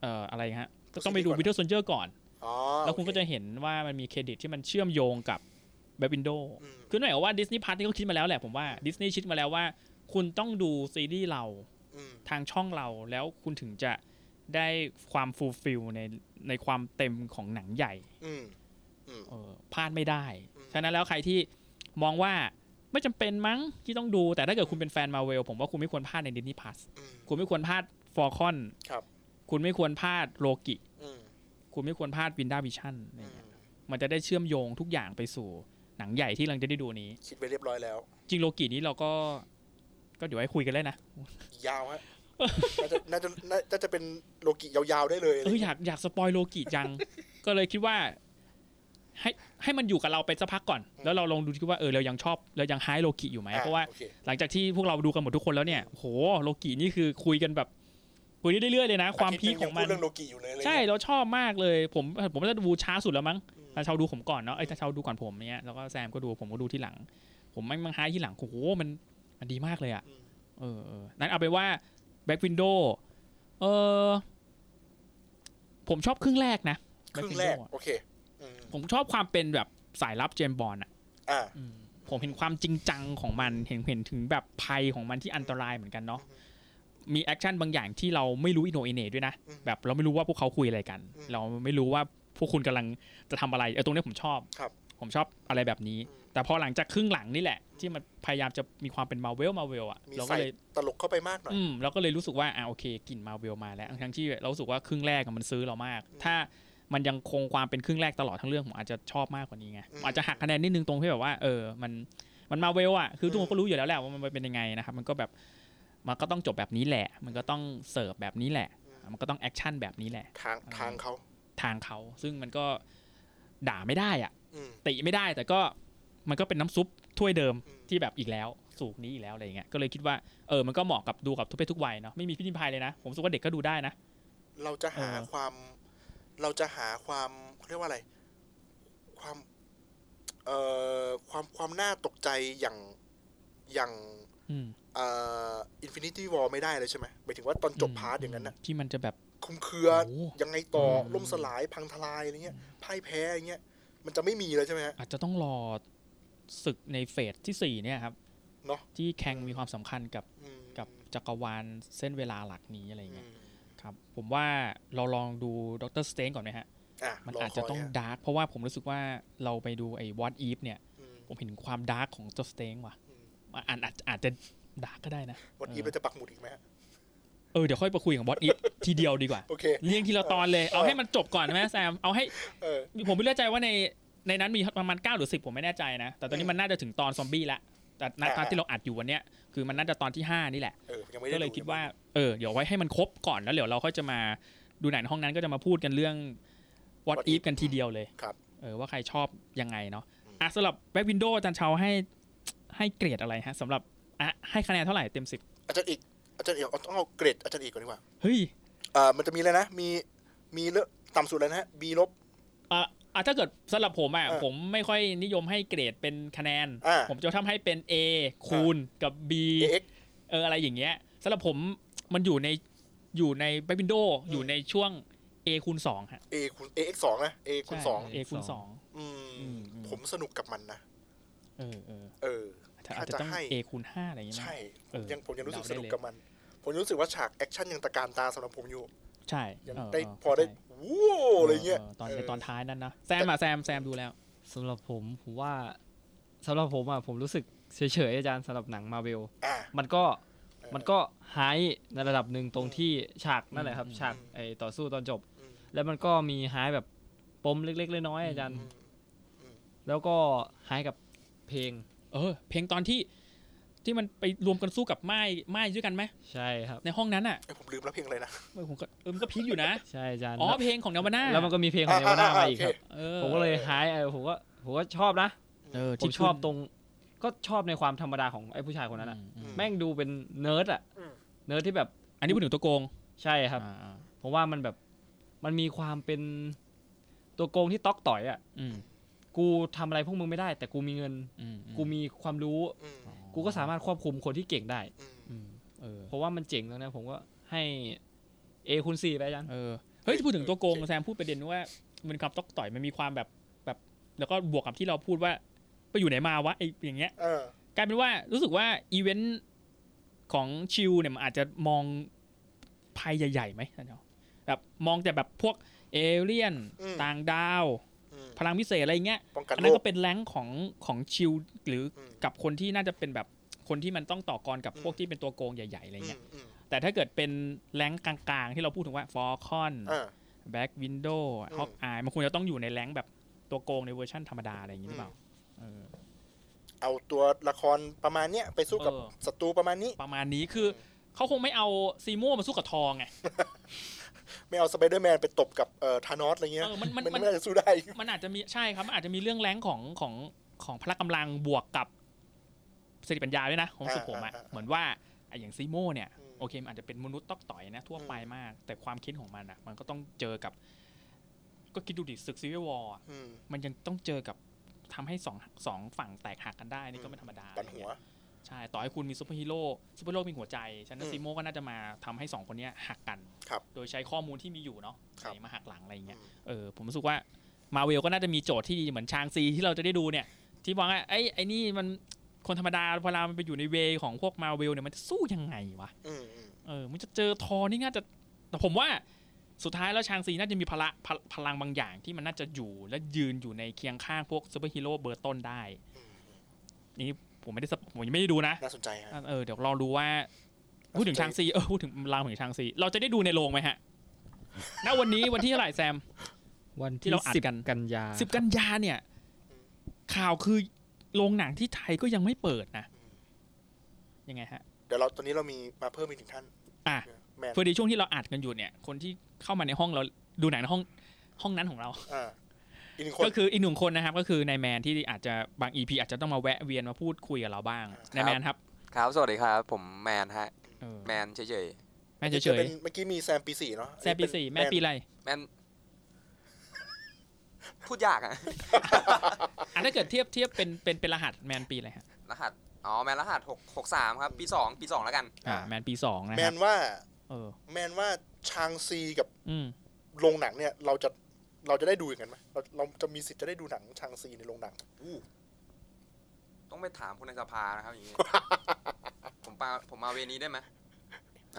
Speaker 1: เอ่อ อะไรฮะ ก็ต้องไปดูวิด d ด w s ซ l เจอร์ก่อน
Speaker 2: อ๋อ
Speaker 1: แล้วคุณก็
Speaker 2: โอเ
Speaker 1: จะเห็นว่ามันมีเครดิตที่มันเชื่อมโยงกับแบบวินโดว์
Speaker 2: อืม
Speaker 1: คือหมายความว่าดิสนีย์พาร์ทนี่ก็คิดมาแล้วแหละผมว่าดิสนีย์คิดมาแล้วว่า คุณต้องดูซีรีส์เรา
Speaker 2: อืม
Speaker 1: ทางช่องเราแล้วคุณถึงจะได้ความฟูลฟิลในในความเต็มของหนังใหญ่
Speaker 2: อืมอืม
Speaker 1: เออพลาดไม่ได้
Speaker 2: อืม
Speaker 1: ฉะนั้นแล้วใครที่มองว่าไม่จำเป็นมั้งที่ต้องดูแต่ถ้าเกิดคุณเป็นแฟนมาเวลผมว่าคุณไม่ควรพลาดในดิสนีย์พาส
Speaker 2: อืม
Speaker 1: คุณไม่ควรพลาดฟอร์คอน
Speaker 2: ครับ
Speaker 1: คุณไม่ควรพลาดโลกิ
Speaker 2: อืม
Speaker 1: คุณไม่ควรพลาดวินด้าวิชั่นอะไร
Speaker 2: อืม
Speaker 1: เงี้ยมันจะได้เชื่อมโยงทุกอย่างไปสู่หนังใหญ่ที่กำลังจะได้ดูนี้
Speaker 2: คิดไว้เรียบร้อยแล้ว
Speaker 1: จริงโลกินี้เราก็ก็เดี๋ยวให้คุยกันเลยนะ
Speaker 2: ยาวฮะน่าจะน่าจะน่าน่าจะเป็นโลกิยาวๆได้เลย
Speaker 1: เอออยากอยากสปอยโลกิจัง ก็เลยคิดว่าให้ให้มันอยู่กับเราไปสักพักก่อน แล้วเราลองดูคิดว่าเออเรายังชอบเรายังไฮโลกิอยู่ไหม
Speaker 2: อ่
Speaker 1: เพราะว่า
Speaker 2: โอค
Speaker 1: หลังจากที่พวกเราดูกันหมดทุกคนแล้วเนี่ยโหโลกินี่คือคุยกันแบบคุยได้เรื่อยๆเลยนะ ความ
Speaker 2: ทิ
Speaker 1: พี
Speaker 2: ต
Speaker 1: ค
Speaker 2: ย์
Speaker 1: ของ
Speaker 2: ห
Speaker 1: มั
Speaker 2: ยั
Speaker 1: น
Speaker 2: พูดเรื่องโลกิอยู่เลยอะไร
Speaker 1: ใช่
Speaker 2: เงี้ย
Speaker 1: เราชอบมากเลย ผมผมน่าจะดูช้าสุดแล้วมั้ง
Speaker 2: อืม
Speaker 1: ถ้าเชาดูผมก่อนเนาะไอ้ยถ้าเชาดูก่อนผมเนี่ยแล้วก็แซมก็ดูผมก็ดูที่หลัง ผมแม่งมังไฮที่หลังโอ้โหมันมันดีมากเลยอะ
Speaker 2: อืม
Speaker 1: เออเออนั้นเอาไปนว่าแบ็กวินโดเออผมชอบครึ่งแรกนะ
Speaker 2: ค
Speaker 1: Black
Speaker 2: รึ่งแรก
Speaker 1: Widow อะ
Speaker 2: โอเคอืม
Speaker 1: ผมชอบความเป็นแบบสายลับเจมส์บอลอ่ะ
Speaker 2: อ่า
Speaker 1: ผมเห็นความจริงจังของมันเห็นเห็นถึงแบบภัยของมันที่อันตรายเหมือนกันเนาะมีแอคชั่นบางอย่างที่เราไม่รู้อินโนเอเนด้วยนะ
Speaker 2: อืม
Speaker 1: แบบเราไม่รู้ว่าพวกเขาคุยอะไรกัน
Speaker 2: อืม
Speaker 1: เราไม่รู้ว่าพวกคุณกำลังจะทำอะไรเออตรงเนี้ยผมชอบ
Speaker 2: ครับ
Speaker 1: ผมชอบอะไรแบบนี้ แต่พอหลังจากครึ่งหลังนี่แหละ ที่มันพยายามจะมีความเป็นมาเวลมาเวลอ่ะ
Speaker 2: มี
Speaker 1: เราก็
Speaker 2: ใส่
Speaker 1: เลย
Speaker 2: ตลกเข้าไปมากหน่อย
Speaker 1: อืมเราก็เลยรู้สึกว่าอ่าโอเคกลิ่นมาเวลมาแล้วทั้งที่เรารู้สึกว่าครึ่งแรกอะมันซื้อเรามาก
Speaker 2: อืม
Speaker 1: ถ้ามันยังคงความเป็นครึ่งแรกตลอดทั้งเรื่องผมอาจจะชอบมากกว่านี้ไง
Speaker 2: อืม
Speaker 1: อาจจะหักคะแนนนิดนึงตรงที่แบบว่าเออมันมันมาเวลอ่ะคือทุกค
Speaker 2: อื
Speaker 1: น
Speaker 2: ม
Speaker 1: ก็รู้อยู่แล้วแหละว่ามันเป็นยังไงนะครับมันก็แบบมันก็ต้องจบแบบนี้แหละ มันก็ต้องเสิร์ฟแบบนี้แหละ มันก็ต้องแอคชั่นแบบนี้แหละ
Speaker 2: ทางทางเขา
Speaker 1: ทางเขาซึ่งมันก็ด่าไม่ได้อ่ะ
Speaker 2: อืม
Speaker 1: ติไม่ได้แต่ก็มันก็เป็นน้ำซุปถ้วยเดิม
Speaker 2: อืม
Speaker 1: ที่แบบอีกแล้วสูกนี้อีกแล้วอะไรอย่างเงี้ยก็เลยคิดว่าเออมันก็เหมาะกับดูกับทุกเพศทุกวัยเนาะไม่มีพิธีภัยเลยนะ ผมรู้สึกว่าเด็กก็ดูได้นะ
Speaker 2: เราจะหา
Speaker 1: เออ
Speaker 2: ความ เราจะหาความเขาเรียกว่าอะไร ความเอ่อความความน่าตกใจอย่างอย่าง
Speaker 1: อืม
Speaker 2: เอ่ออินฟินิตี้วอลไม่ได้เลยใช่ไหมหมายถึงว่าตอนจบพาร์ทอย่างนั้นน่ะ
Speaker 1: ที่มันจะแบบ
Speaker 2: คลุมเครือ
Speaker 1: โอ้
Speaker 2: ยังไงต่ออ
Speaker 3: ม
Speaker 2: ล่มสลายพังทลายอะไรเงี้ยพ่ายแพ้อะไรเงี้ย มันจะไม่มีเลยใช่ไหมฮะ
Speaker 1: อาจจะต้องรอศึกในเฟสที่สี่เนี่ยครับ
Speaker 2: เนอะ
Speaker 1: ที่แข่งมีความสำคัญกับ
Speaker 2: อืม
Speaker 1: กับจักรวาลเส้นเวลาหลักนี้อะไรอย่าง
Speaker 2: อื
Speaker 1: เงี้ย
Speaker 2: ม
Speaker 1: ครับ ผมว่าเราลองดูด็อกเตอร์สเตนก่อนไหมฮะ
Speaker 2: อ่ะ
Speaker 1: มัน
Speaker 2: ร
Speaker 1: อาจจะ
Speaker 2: คย
Speaker 1: ต้อง
Speaker 2: ฮ
Speaker 1: ดาร์กเพราะว่าผมรู้สึกว่าเราไปดูไอ้วอตอีฟเนี่ย
Speaker 2: อืม
Speaker 1: ผมเห็นความดาร์กของด็อกเตอร์สเตนว่ะ
Speaker 2: อืม
Speaker 1: อ่ะอาจอาจอาจจะดาร์กก็ได้นะ
Speaker 2: วันนี้เราจะปักหมุดอีกไหมฮะ
Speaker 1: เออเดี๋ยวค่อยไปคุยกับบอสอีฟ ทีเดียวดีกว่า
Speaker 2: โอเค
Speaker 1: เรียงทีละตอนเลย เอาให้มันจบก่อนไหมแซม เอาให้
Speaker 2: เออ
Speaker 1: ผมไม่แน่ใจว่าในในนั้นมีประมาณ 9 หรือ 10 ผมไม่แน่ใจนะ แต่ตอน
Speaker 2: อื
Speaker 1: นี้
Speaker 2: ม
Speaker 1: มันน่าจะถึงตอนซอมบี้ละแต่ณ
Speaker 2: อ่า
Speaker 1: ตอนที่เราอัดอยู่วันเนี้ยคือมันน่าจะตอนที่ 5 นี่แหละ
Speaker 2: เออยังไม่ได้
Speaker 1: ก็เลยคิดว่าเออเดี๋ยวไว้ให้มันครบก่อนแล้วเดี๋ยวเราค่อยจะมาดูหนังในห้องนั้นก็จะมาพูดกันเรื่อง what
Speaker 2: What
Speaker 1: if
Speaker 2: if
Speaker 1: กันทีเดียวเลย
Speaker 2: ครับ
Speaker 1: เออว่าใครชอบยังไงเนาะ
Speaker 2: อืม
Speaker 1: อ่ะสำหรับแบ็กวินโดว์อาจารย์เชาให้ให้เกรดอะไรฮะสำหรับอ่ะให้คะแนนเท่าไหร่เต็มสิบ
Speaker 2: อาจารย์เอกอาจารย์เอกเอาต้องเอาเกรดอาจารย์เอกก่อนดีกว่า
Speaker 1: เฮ้ย
Speaker 2: อ่ามันจะมีอะไรนะ มี มีเลอะต่ำสุดเลยนะฮะ B ลบ
Speaker 1: อ่ะอ่ะถ้าเกิดสำหรับผมอ่ะ
Speaker 2: อ่ะ
Speaker 1: ผมไม่ค่อยนิยมให้เกรดเป็นคะแนน
Speaker 2: อ่ะ
Speaker 1: ผมจะทำให้เป็น A คูณกับ B
Speaker 2: AX
Speaker 1: เอออะไรอย่างเงี้ยสำหรับผมมันอยู่ในอยู่ในแบ็ควินโดอยู่ในช่วง A คูณ2ฮะ
Speaker 2: A คูณ AX สองนะ A คูณสอง
Speaker 1: ใช่ A คูณ
Speaker 3: ส
Speaker 1: ส
Speaker 3: อ
Speaker 1: อง ง
Speaker 2: อื
Speaker 1: อื
Speaker 2: ม
Speaker 1: มอืม
Speaker 2: ผมสนุกกับมันนะ
Speaker 1: เออเออ
Speaker 2: เออ
Speaker 1: แต่อาจจะต้อง
Speaker 2: ถ้าจะให้
Speaker 1: A คูณ5อะไรอย่างเงี้ย
Speaker 2: ใช่ ผ
Speaker 1: เอ
Speaker 2: ม
Speaker 1: อ
Speaker 2: ยัง ผมยังรู้สึก
Speaker 1: เดา
Speaker 2: ส
Speaker 1: ได้
Speaker 2: นุก
Speaker 1: เลย
Speaker 2: กับมัน ผมยังรู้สึกว่าฉากแอคชั่นยังตะการตาสำหรับผมอยู่
Speaker 1: ใช่
Speaker 2: ยัง
Speaker 1: เ
Speaker 2: ได้ พอได้ วู้วอะไรเงี้ย
Speaker 1: ตอน
Speaker 2: เ
Speaker 1: ในตอนท้ายนั้นนะแซมอ่ะแซมแซมดูแล้ว
Speaker 3: สำหรับผมผมว่าสำหรับผมอ่ะผมรู้สึกเฉยๆอาจารย์สำหรับหนังมาเวล
Speaker 2: อ่ะ
Speaker 3: มันก็
Speaker 2: เออ
Speaker 3: มันก็ไฮในระดับหนึ่งตรงที่ฉากนั่นแหละครับ
Speaker 1: อืม
Speaker 3: ฉาก
Speaker 2: อืม
Speaker 3: ไอต่อสู้ตอนจบ
Speaker 2: อืม
Speaker 3: แล้วมันก็มีไฮแบบปมเล็กๆน้อยๆอาจารย์
Speaker 2: อืม
Speaker 3: แล้วก็ไฮกับเพลง
Speaker 1: เออ เพลงตอนที่ที่มันไปรวมกันสู้กับไม้ไม้ด้วยกันไหม
Speaker 3: ใช่ครับ
Speaker 1: ในห้องนั้นอ่ะ
Speaker 2: เอ้ยผมลืมแล้วเพลงอะไรนะ
Speaker 1: เออผมก็เออมันก็พีคอยู่นะ
Speaker 3: ใช่อาจารย์
Speaker 1: อ๋อ
Speaker 3: แล้ว
Speaker 1: เพลงของเนวาน่า
Speaker 3: แล้วมันก็มีเพลงของเนวาน่า
Speaker 2: อ่าๆๆ
Speaker 3: มาอีกครับ
Speaker 1: เออ
Speaker 3: ผมก็เลยไฮเออผมก็ผมก็ชอบนะ
Speaker 1: เออ
Speaker 3: ผม
Speaker 1: ที่
Speaker 3: ชอบ
Speaker 1: ขึ้น
Speaker 3: ตรงก็ชอบในความธรรมดาของไอ้ผู้ชายคนนั้นอ่ะ
Speaker 1: อืมอืม
Speaker 3: แม่งดูเป็นเนิร์ดอ่ะ
Speaker 2: อืม
Speaker 3: เนิร์ดที่แบบ
Speaker 1: อันนี้พูดถึงตัวโกง
Speaker 3: ใช่ครับ
Speaker 1: อ่าอ่า
Speaker 3: ผมว่ามันแบบมันมีความเป็นตัวโกงที่ตอกต่อยอะ่ะ
Speaker 1: อืม
Speaker 3: กูทำอะไรพวกมึงไม่ได้ แต่กูมีเงิน
Speaker 1: อืมอื
Speaker 3: กูมีความรู้
Speaker 2: อืม
Speaker 3: กูก็สามารถควบคุมคนที่เก่งได้
Speaker 2: อืม
Speaker 1: อืมเออ
Speaker 3: เพราะว่ามันเจ๋งตรงเนี้ยผมก็ให้เอคูณสี่ไปอาจัน
Speaker 1: เออเฮ้ยพูดถึงตัวโกง
Speaker 2: โอเค
Speaker 1: แซมพูดประเด็นว่ามันคำต้องต่อยมันมีความแบบแบบแล้วก็บวกกับที่เราพูดว่าไปอยู่ไหนมาวะไออย่างเงี้ย
Speaker 2: เออก
Speaker 1: ลายเป็นว่ารู้สึกว่าอีเวนต์ของชิลเนี่ยมันอาจจะมองภัยใหญ่ๆไหมนะเนาะแบบมองแต่แบบพวกเอเลี่ยน
Speaker 2: อืม
Speaker 1: ต่างดาว
Speaker 2: อืม
Speaker 1: พลังพิเศษอะไรเงี้ย
Speaker 2: ป้องกั
Speaker 1: อั
Speaker 2: น
Speaker 1: น
Speaker 2: โร
Speaker 1: นั้น
Speaker 2: ค
Speaker 1: ก็เป็นแรงค์ของของชิลหรือ
Speaker 2: อืม
Speaker 1: กับคนที่น่าจะเป็นแบบคนที่มันต้องต่อกรกับ
Speaker 2: อืม
Speaker 1: พวกที่เป็นตัวโกงใหญ่ ๆ อะไรเงี้ย
Speaker 2: อืม
Speaker 1: แต่ถ้าเกิดเป็นแรงค์กลางๆ ที่เราพูดถึงว่าฟอร์คอน
Speaker 2: อืมอ่า
Speaker 1: แบ็กวินโดว์
Speaker 2: อืม
Speaker 1: ฮอกอายมันควรจะต้องอยู่ในแรงค์แบบตัวโกงในเวอร์ชั่นธรรมดา อะไรอย่างนี้หรือเปล่า
Speaker 2: อื เอาตัวละครประมาณเนี้ยไปสู้กับ
Speaker 1: เออ
Speaker 2: ศัตรูประมาณนี้
Speaker 1: ประมาณนี้คือเขาคงไม่เอาซีโม่มาสู้กับทองไง
Speaker 2: ไม่เอาสไปเดอร์แมนไปตบกับเอ่อธานอสอะไรเงี้ย
Speaker 1: เออมันมัน
Speaker 2: มัน
Speaker 1: มัน
Speaker 2: ไม่น่าจะสู้ได้
Speaker 1: มันอาจจะมีใช่ครับ มันอาจจะมีเรื่องแรงค์ของของของพละกำลังบวกกับสติปัญญาด้วยนะของสุผมอะ
Speaker 2: อ่าอ่าอ่า
Speaker 1: เหมือนว่าไอ้อย่างซีโม่เนี่ย
Speaker 2: อืม
Speaker 1: โอเคมันอาจจะเป็นมนุษย์ตอกต่อยนะ ทั่วไปมาก แต่ความคิดของมันอะมันก็ต้องเจอกับ ก็คิดดูดิศึกซีวิวอร์มันยังต้องเจอกับทำให้สองสองฝั่งแตกหักกันได้นี่
Speaker 2: อื
Speaker 1: ก็
Speaker 2: ม
Speaker 1: ไม่ธรรมดา
Speaker 2: ปันหัว
Speaker 1: ใช่ต่อให้คุณมีซูเปอร์ฮีโร่ซูเปอร์ฮีโร่มีหัวใจฉะนั
Speaker 2: อื
Speaker 1: น
Speaker 2: ม
Speaker 1: ซีโม่ก็น่าจะมาทำให้สองคนเนี้ยหักกัน
Speaker 2: ครับ
Speaker 1: โดยใช้ข้อมูลที่มีอยู่เนาะ
Speaker 2: ครับ
Speaker 1: ไหนมาหักหลังอะไรอย่างเงี้ย
Speaker 2: อืม
Speaker 1: เออผมรู้สึกว่ามาเวลก็น่าจะมีโจทย์ที่ดีเหมือนชางซีที่เราจะได้ดูเนี่ย ที่บอกว่าไอ้ยไอ้นี่มันคนธรรมดาพอเรามันไปอยู่ในเวของพวกมาเวลเนี่ยมันจะสู้ยังไงวะ
Speaker 2: อืมอืม
Speaker 1: เออมันจะเจอทอนี่น่าจะแต่ผมว่า สุดท้ายแล้วชางซีน่าจะมีพละพละพลังบางอย่างที่มันน่าจะอยู่และยืนอยู่ในเคียงข้างพวกซูเปอร์ฮีโร่เบอร์ต้นได้ นี่ผมไม่ได้สปผมยังไม่ได้ดูนะ
Speaker 2: น่าสนใจฮะ
Speaker 1: เออเดี๋ยวลองดูว่า พูดถึงชางซีเออพูดถึงราวถึงชางซีเราจะได้ดูในโรงไหมฮะ ณวันนี้วันที่เท่าไหร่แซม
Speaker 3: วัน
Speaker 1: ที่
Speaker 3: ที่
Speaker 1: เราอัด
Speaker 3: สิบ
Speaker 1: กัน
Speaker 3: กันยา
Speaker 1: สิบกันยาเนี่ย ข่าวคือโรงหนังที่ไทยก็ยังไม่เปิดนะยังไงฮะ
Speaker 2: เดี๋ยวเราตอนนี้เรามีมาเพิ่มอีกหนึ่งท่าน
Speaker 1: อ่ะ
Speaker 2: แมน
Speaker 1: พอดีช่วงที่เราอัดกันอยู่เนี่ย คนที่เข้ามาในห้องเราดูหนังในห้องห้องนั้นของเรา
Speaker 2: อ่าอีกหนึ่งคน
Speaker 1: ก็คืออีกหนึ่งคนนะครับ ก็คือนายแมนที่อาจจะบางอีพีอาจจะต้องมาแวะเวียนมาพูดคุยกับเราบ้าง
Speaker 2: ครับ
Speaker 1: นายแมนครับ
Speaker 4: ครับ สวัสดีครับ ผมแมนฮะ
Speaker 1: เออ
Speaker 4: แมนเฉย
Speaker 1: แมนเฉ
Speaker 2: จะ
Speaker 1: ย
Speaker 2: เป็นเมื่อกี้มีแซมปีสี่เนาะ
Speaker 1: ๆแซมปีสี่แม่ปีอะไร
Speaker 4: ๆแมน พูดยาก
Speaker 1: อ่
Speaker 4: อะ
Speaker 1: ะถ้าเกิดเทียบเทียบเป็นเป็นเป็นรหัสแมนปีอะไรฮะ
Speaker 4: รหัส อ๋อ แมนรหัสหกหกสามครับ ปีสองปีสองแล้วกัน
Speaker 1: อ่าแมนปีสองนะ
Speaker 2: แม
Speaker 1: ครับ
Speaker 2: นว่า
Speaker 1: เออ
Speaker 2: แมนว่าชางซีกับ
Speaker 1: อืม
Speaker 2: โรงหนังเนี่ย เราจะเราจะได้ดูอย่างนั้นไหมเราเราจะมีสิทธิ์จะได้ดูหนังชางซีในโรงหนัง
Speaker 4: ต้องไปถามคนในสภานะครับ อย่างนี้ ผมมาผมมาเวนี้ได้ไหม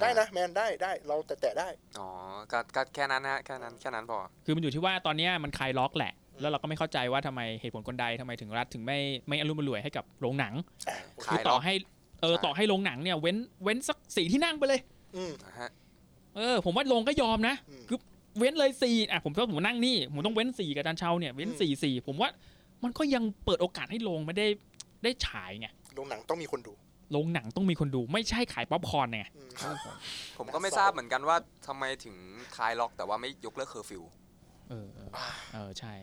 Speaker 2: ได้นะแมนได้ได้เราแต่แต่ได้
Speaker 4: อ๋อก็ก็แค่นั้นนะฮะแค่นั้นแค่นั้นพอ
Speaker 1: คือมันอยู่ที่ว่าตอนเนี้ยมันคลายล็อกแหละ แล้วเราก็ไม่เข้าใจว่าทำไมเหตุผลคนใดทำไมถึงรัฐถึงไม่ไม่อารมณ์รวยให้กับโรงหนัง
Speaker 4: คลาย
Speaker 1: ต่
Speaker 4: ล็
Speaker 1: อ
Speaker 4: อก
Speaker 1: ให้เออ
Speaker 4: ใช่
Speaker 1: ต่อให้โรงหนังเนี่ยเว้นเว้นสักสี่ที่นั่งไปเลย
Speaker 2: อืม
Speaker 4: นะฮะ
Speaker 1: เออผมว่าโรงก็ยอมนะ
Speaker 2: อืม
Speaker 1: คือเว้นเลยสี่อ่ะผมต้องผมนั่งนี่ ผมต้องเว้นสี่กับอาจารย์เชาเนี่ยเว้น
Speaker 2: อืม
Speaker 1: สี่สี่ผมว่ามันก็ยังเปิดโอกาสให้โรงไม่ได้ได้ฉายไง
Speaker 2: โรงหนังต้องมีคนดู
Speaker 1: โรงหนังต้องมีคนดูไม่ใช่ขายป๊อปคอร์นไง
Speaker 2: อืม
Speaker 4: ผมก็ไม่ทราบเหมือนกันว่าทำไมถึงคลายล็อก แต่ว่าไม่ยกเลิกเคอร์ฟิว
Speaker 1: เออเออเออใช่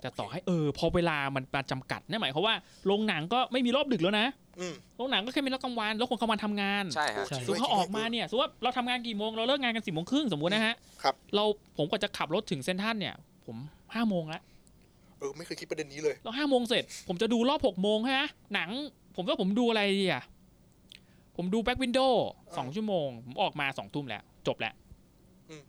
Speaker 1: แต่ต่อให้เออพอเวลามันมาจำกัดนั่นหมายความว่าโรงหนังก็ไม่มีรอบดึกแล้วนะ
Speaker 2: อืม
Speaker 1: โรงหนังก็แค่มีรอบกลางวันแล้วคนเข้ามาทำงาน
Speaker 4: ใช่ฮะ
Speaker 1: สมมติเขาออกมาเนี่ยสมมติว่าเราทำงานกี่โมงเราเลิกงานกันสี่โมงครึ่งสมมตินะฮะ
Speaker 2: ครับ
Speaker 1: เราผมกว่าจะขับรถถึงเซนทรันเนี่ย ผมห้าโมงละ
Speaker 2: เออไม่เคยคิดประเด็นนี้เลย
Speaker 1: แล้วห้าโมงเสร็จ ผมจะดูรอบหกโมงฮะหนัง ผมว่าผมดูอะไรดีอ่ะผมดูแบ็กวินโดว์สองชั่วโมง ผมออกมาสองทุ่มแล้ว จบแล้ว
Speaker 2: อืม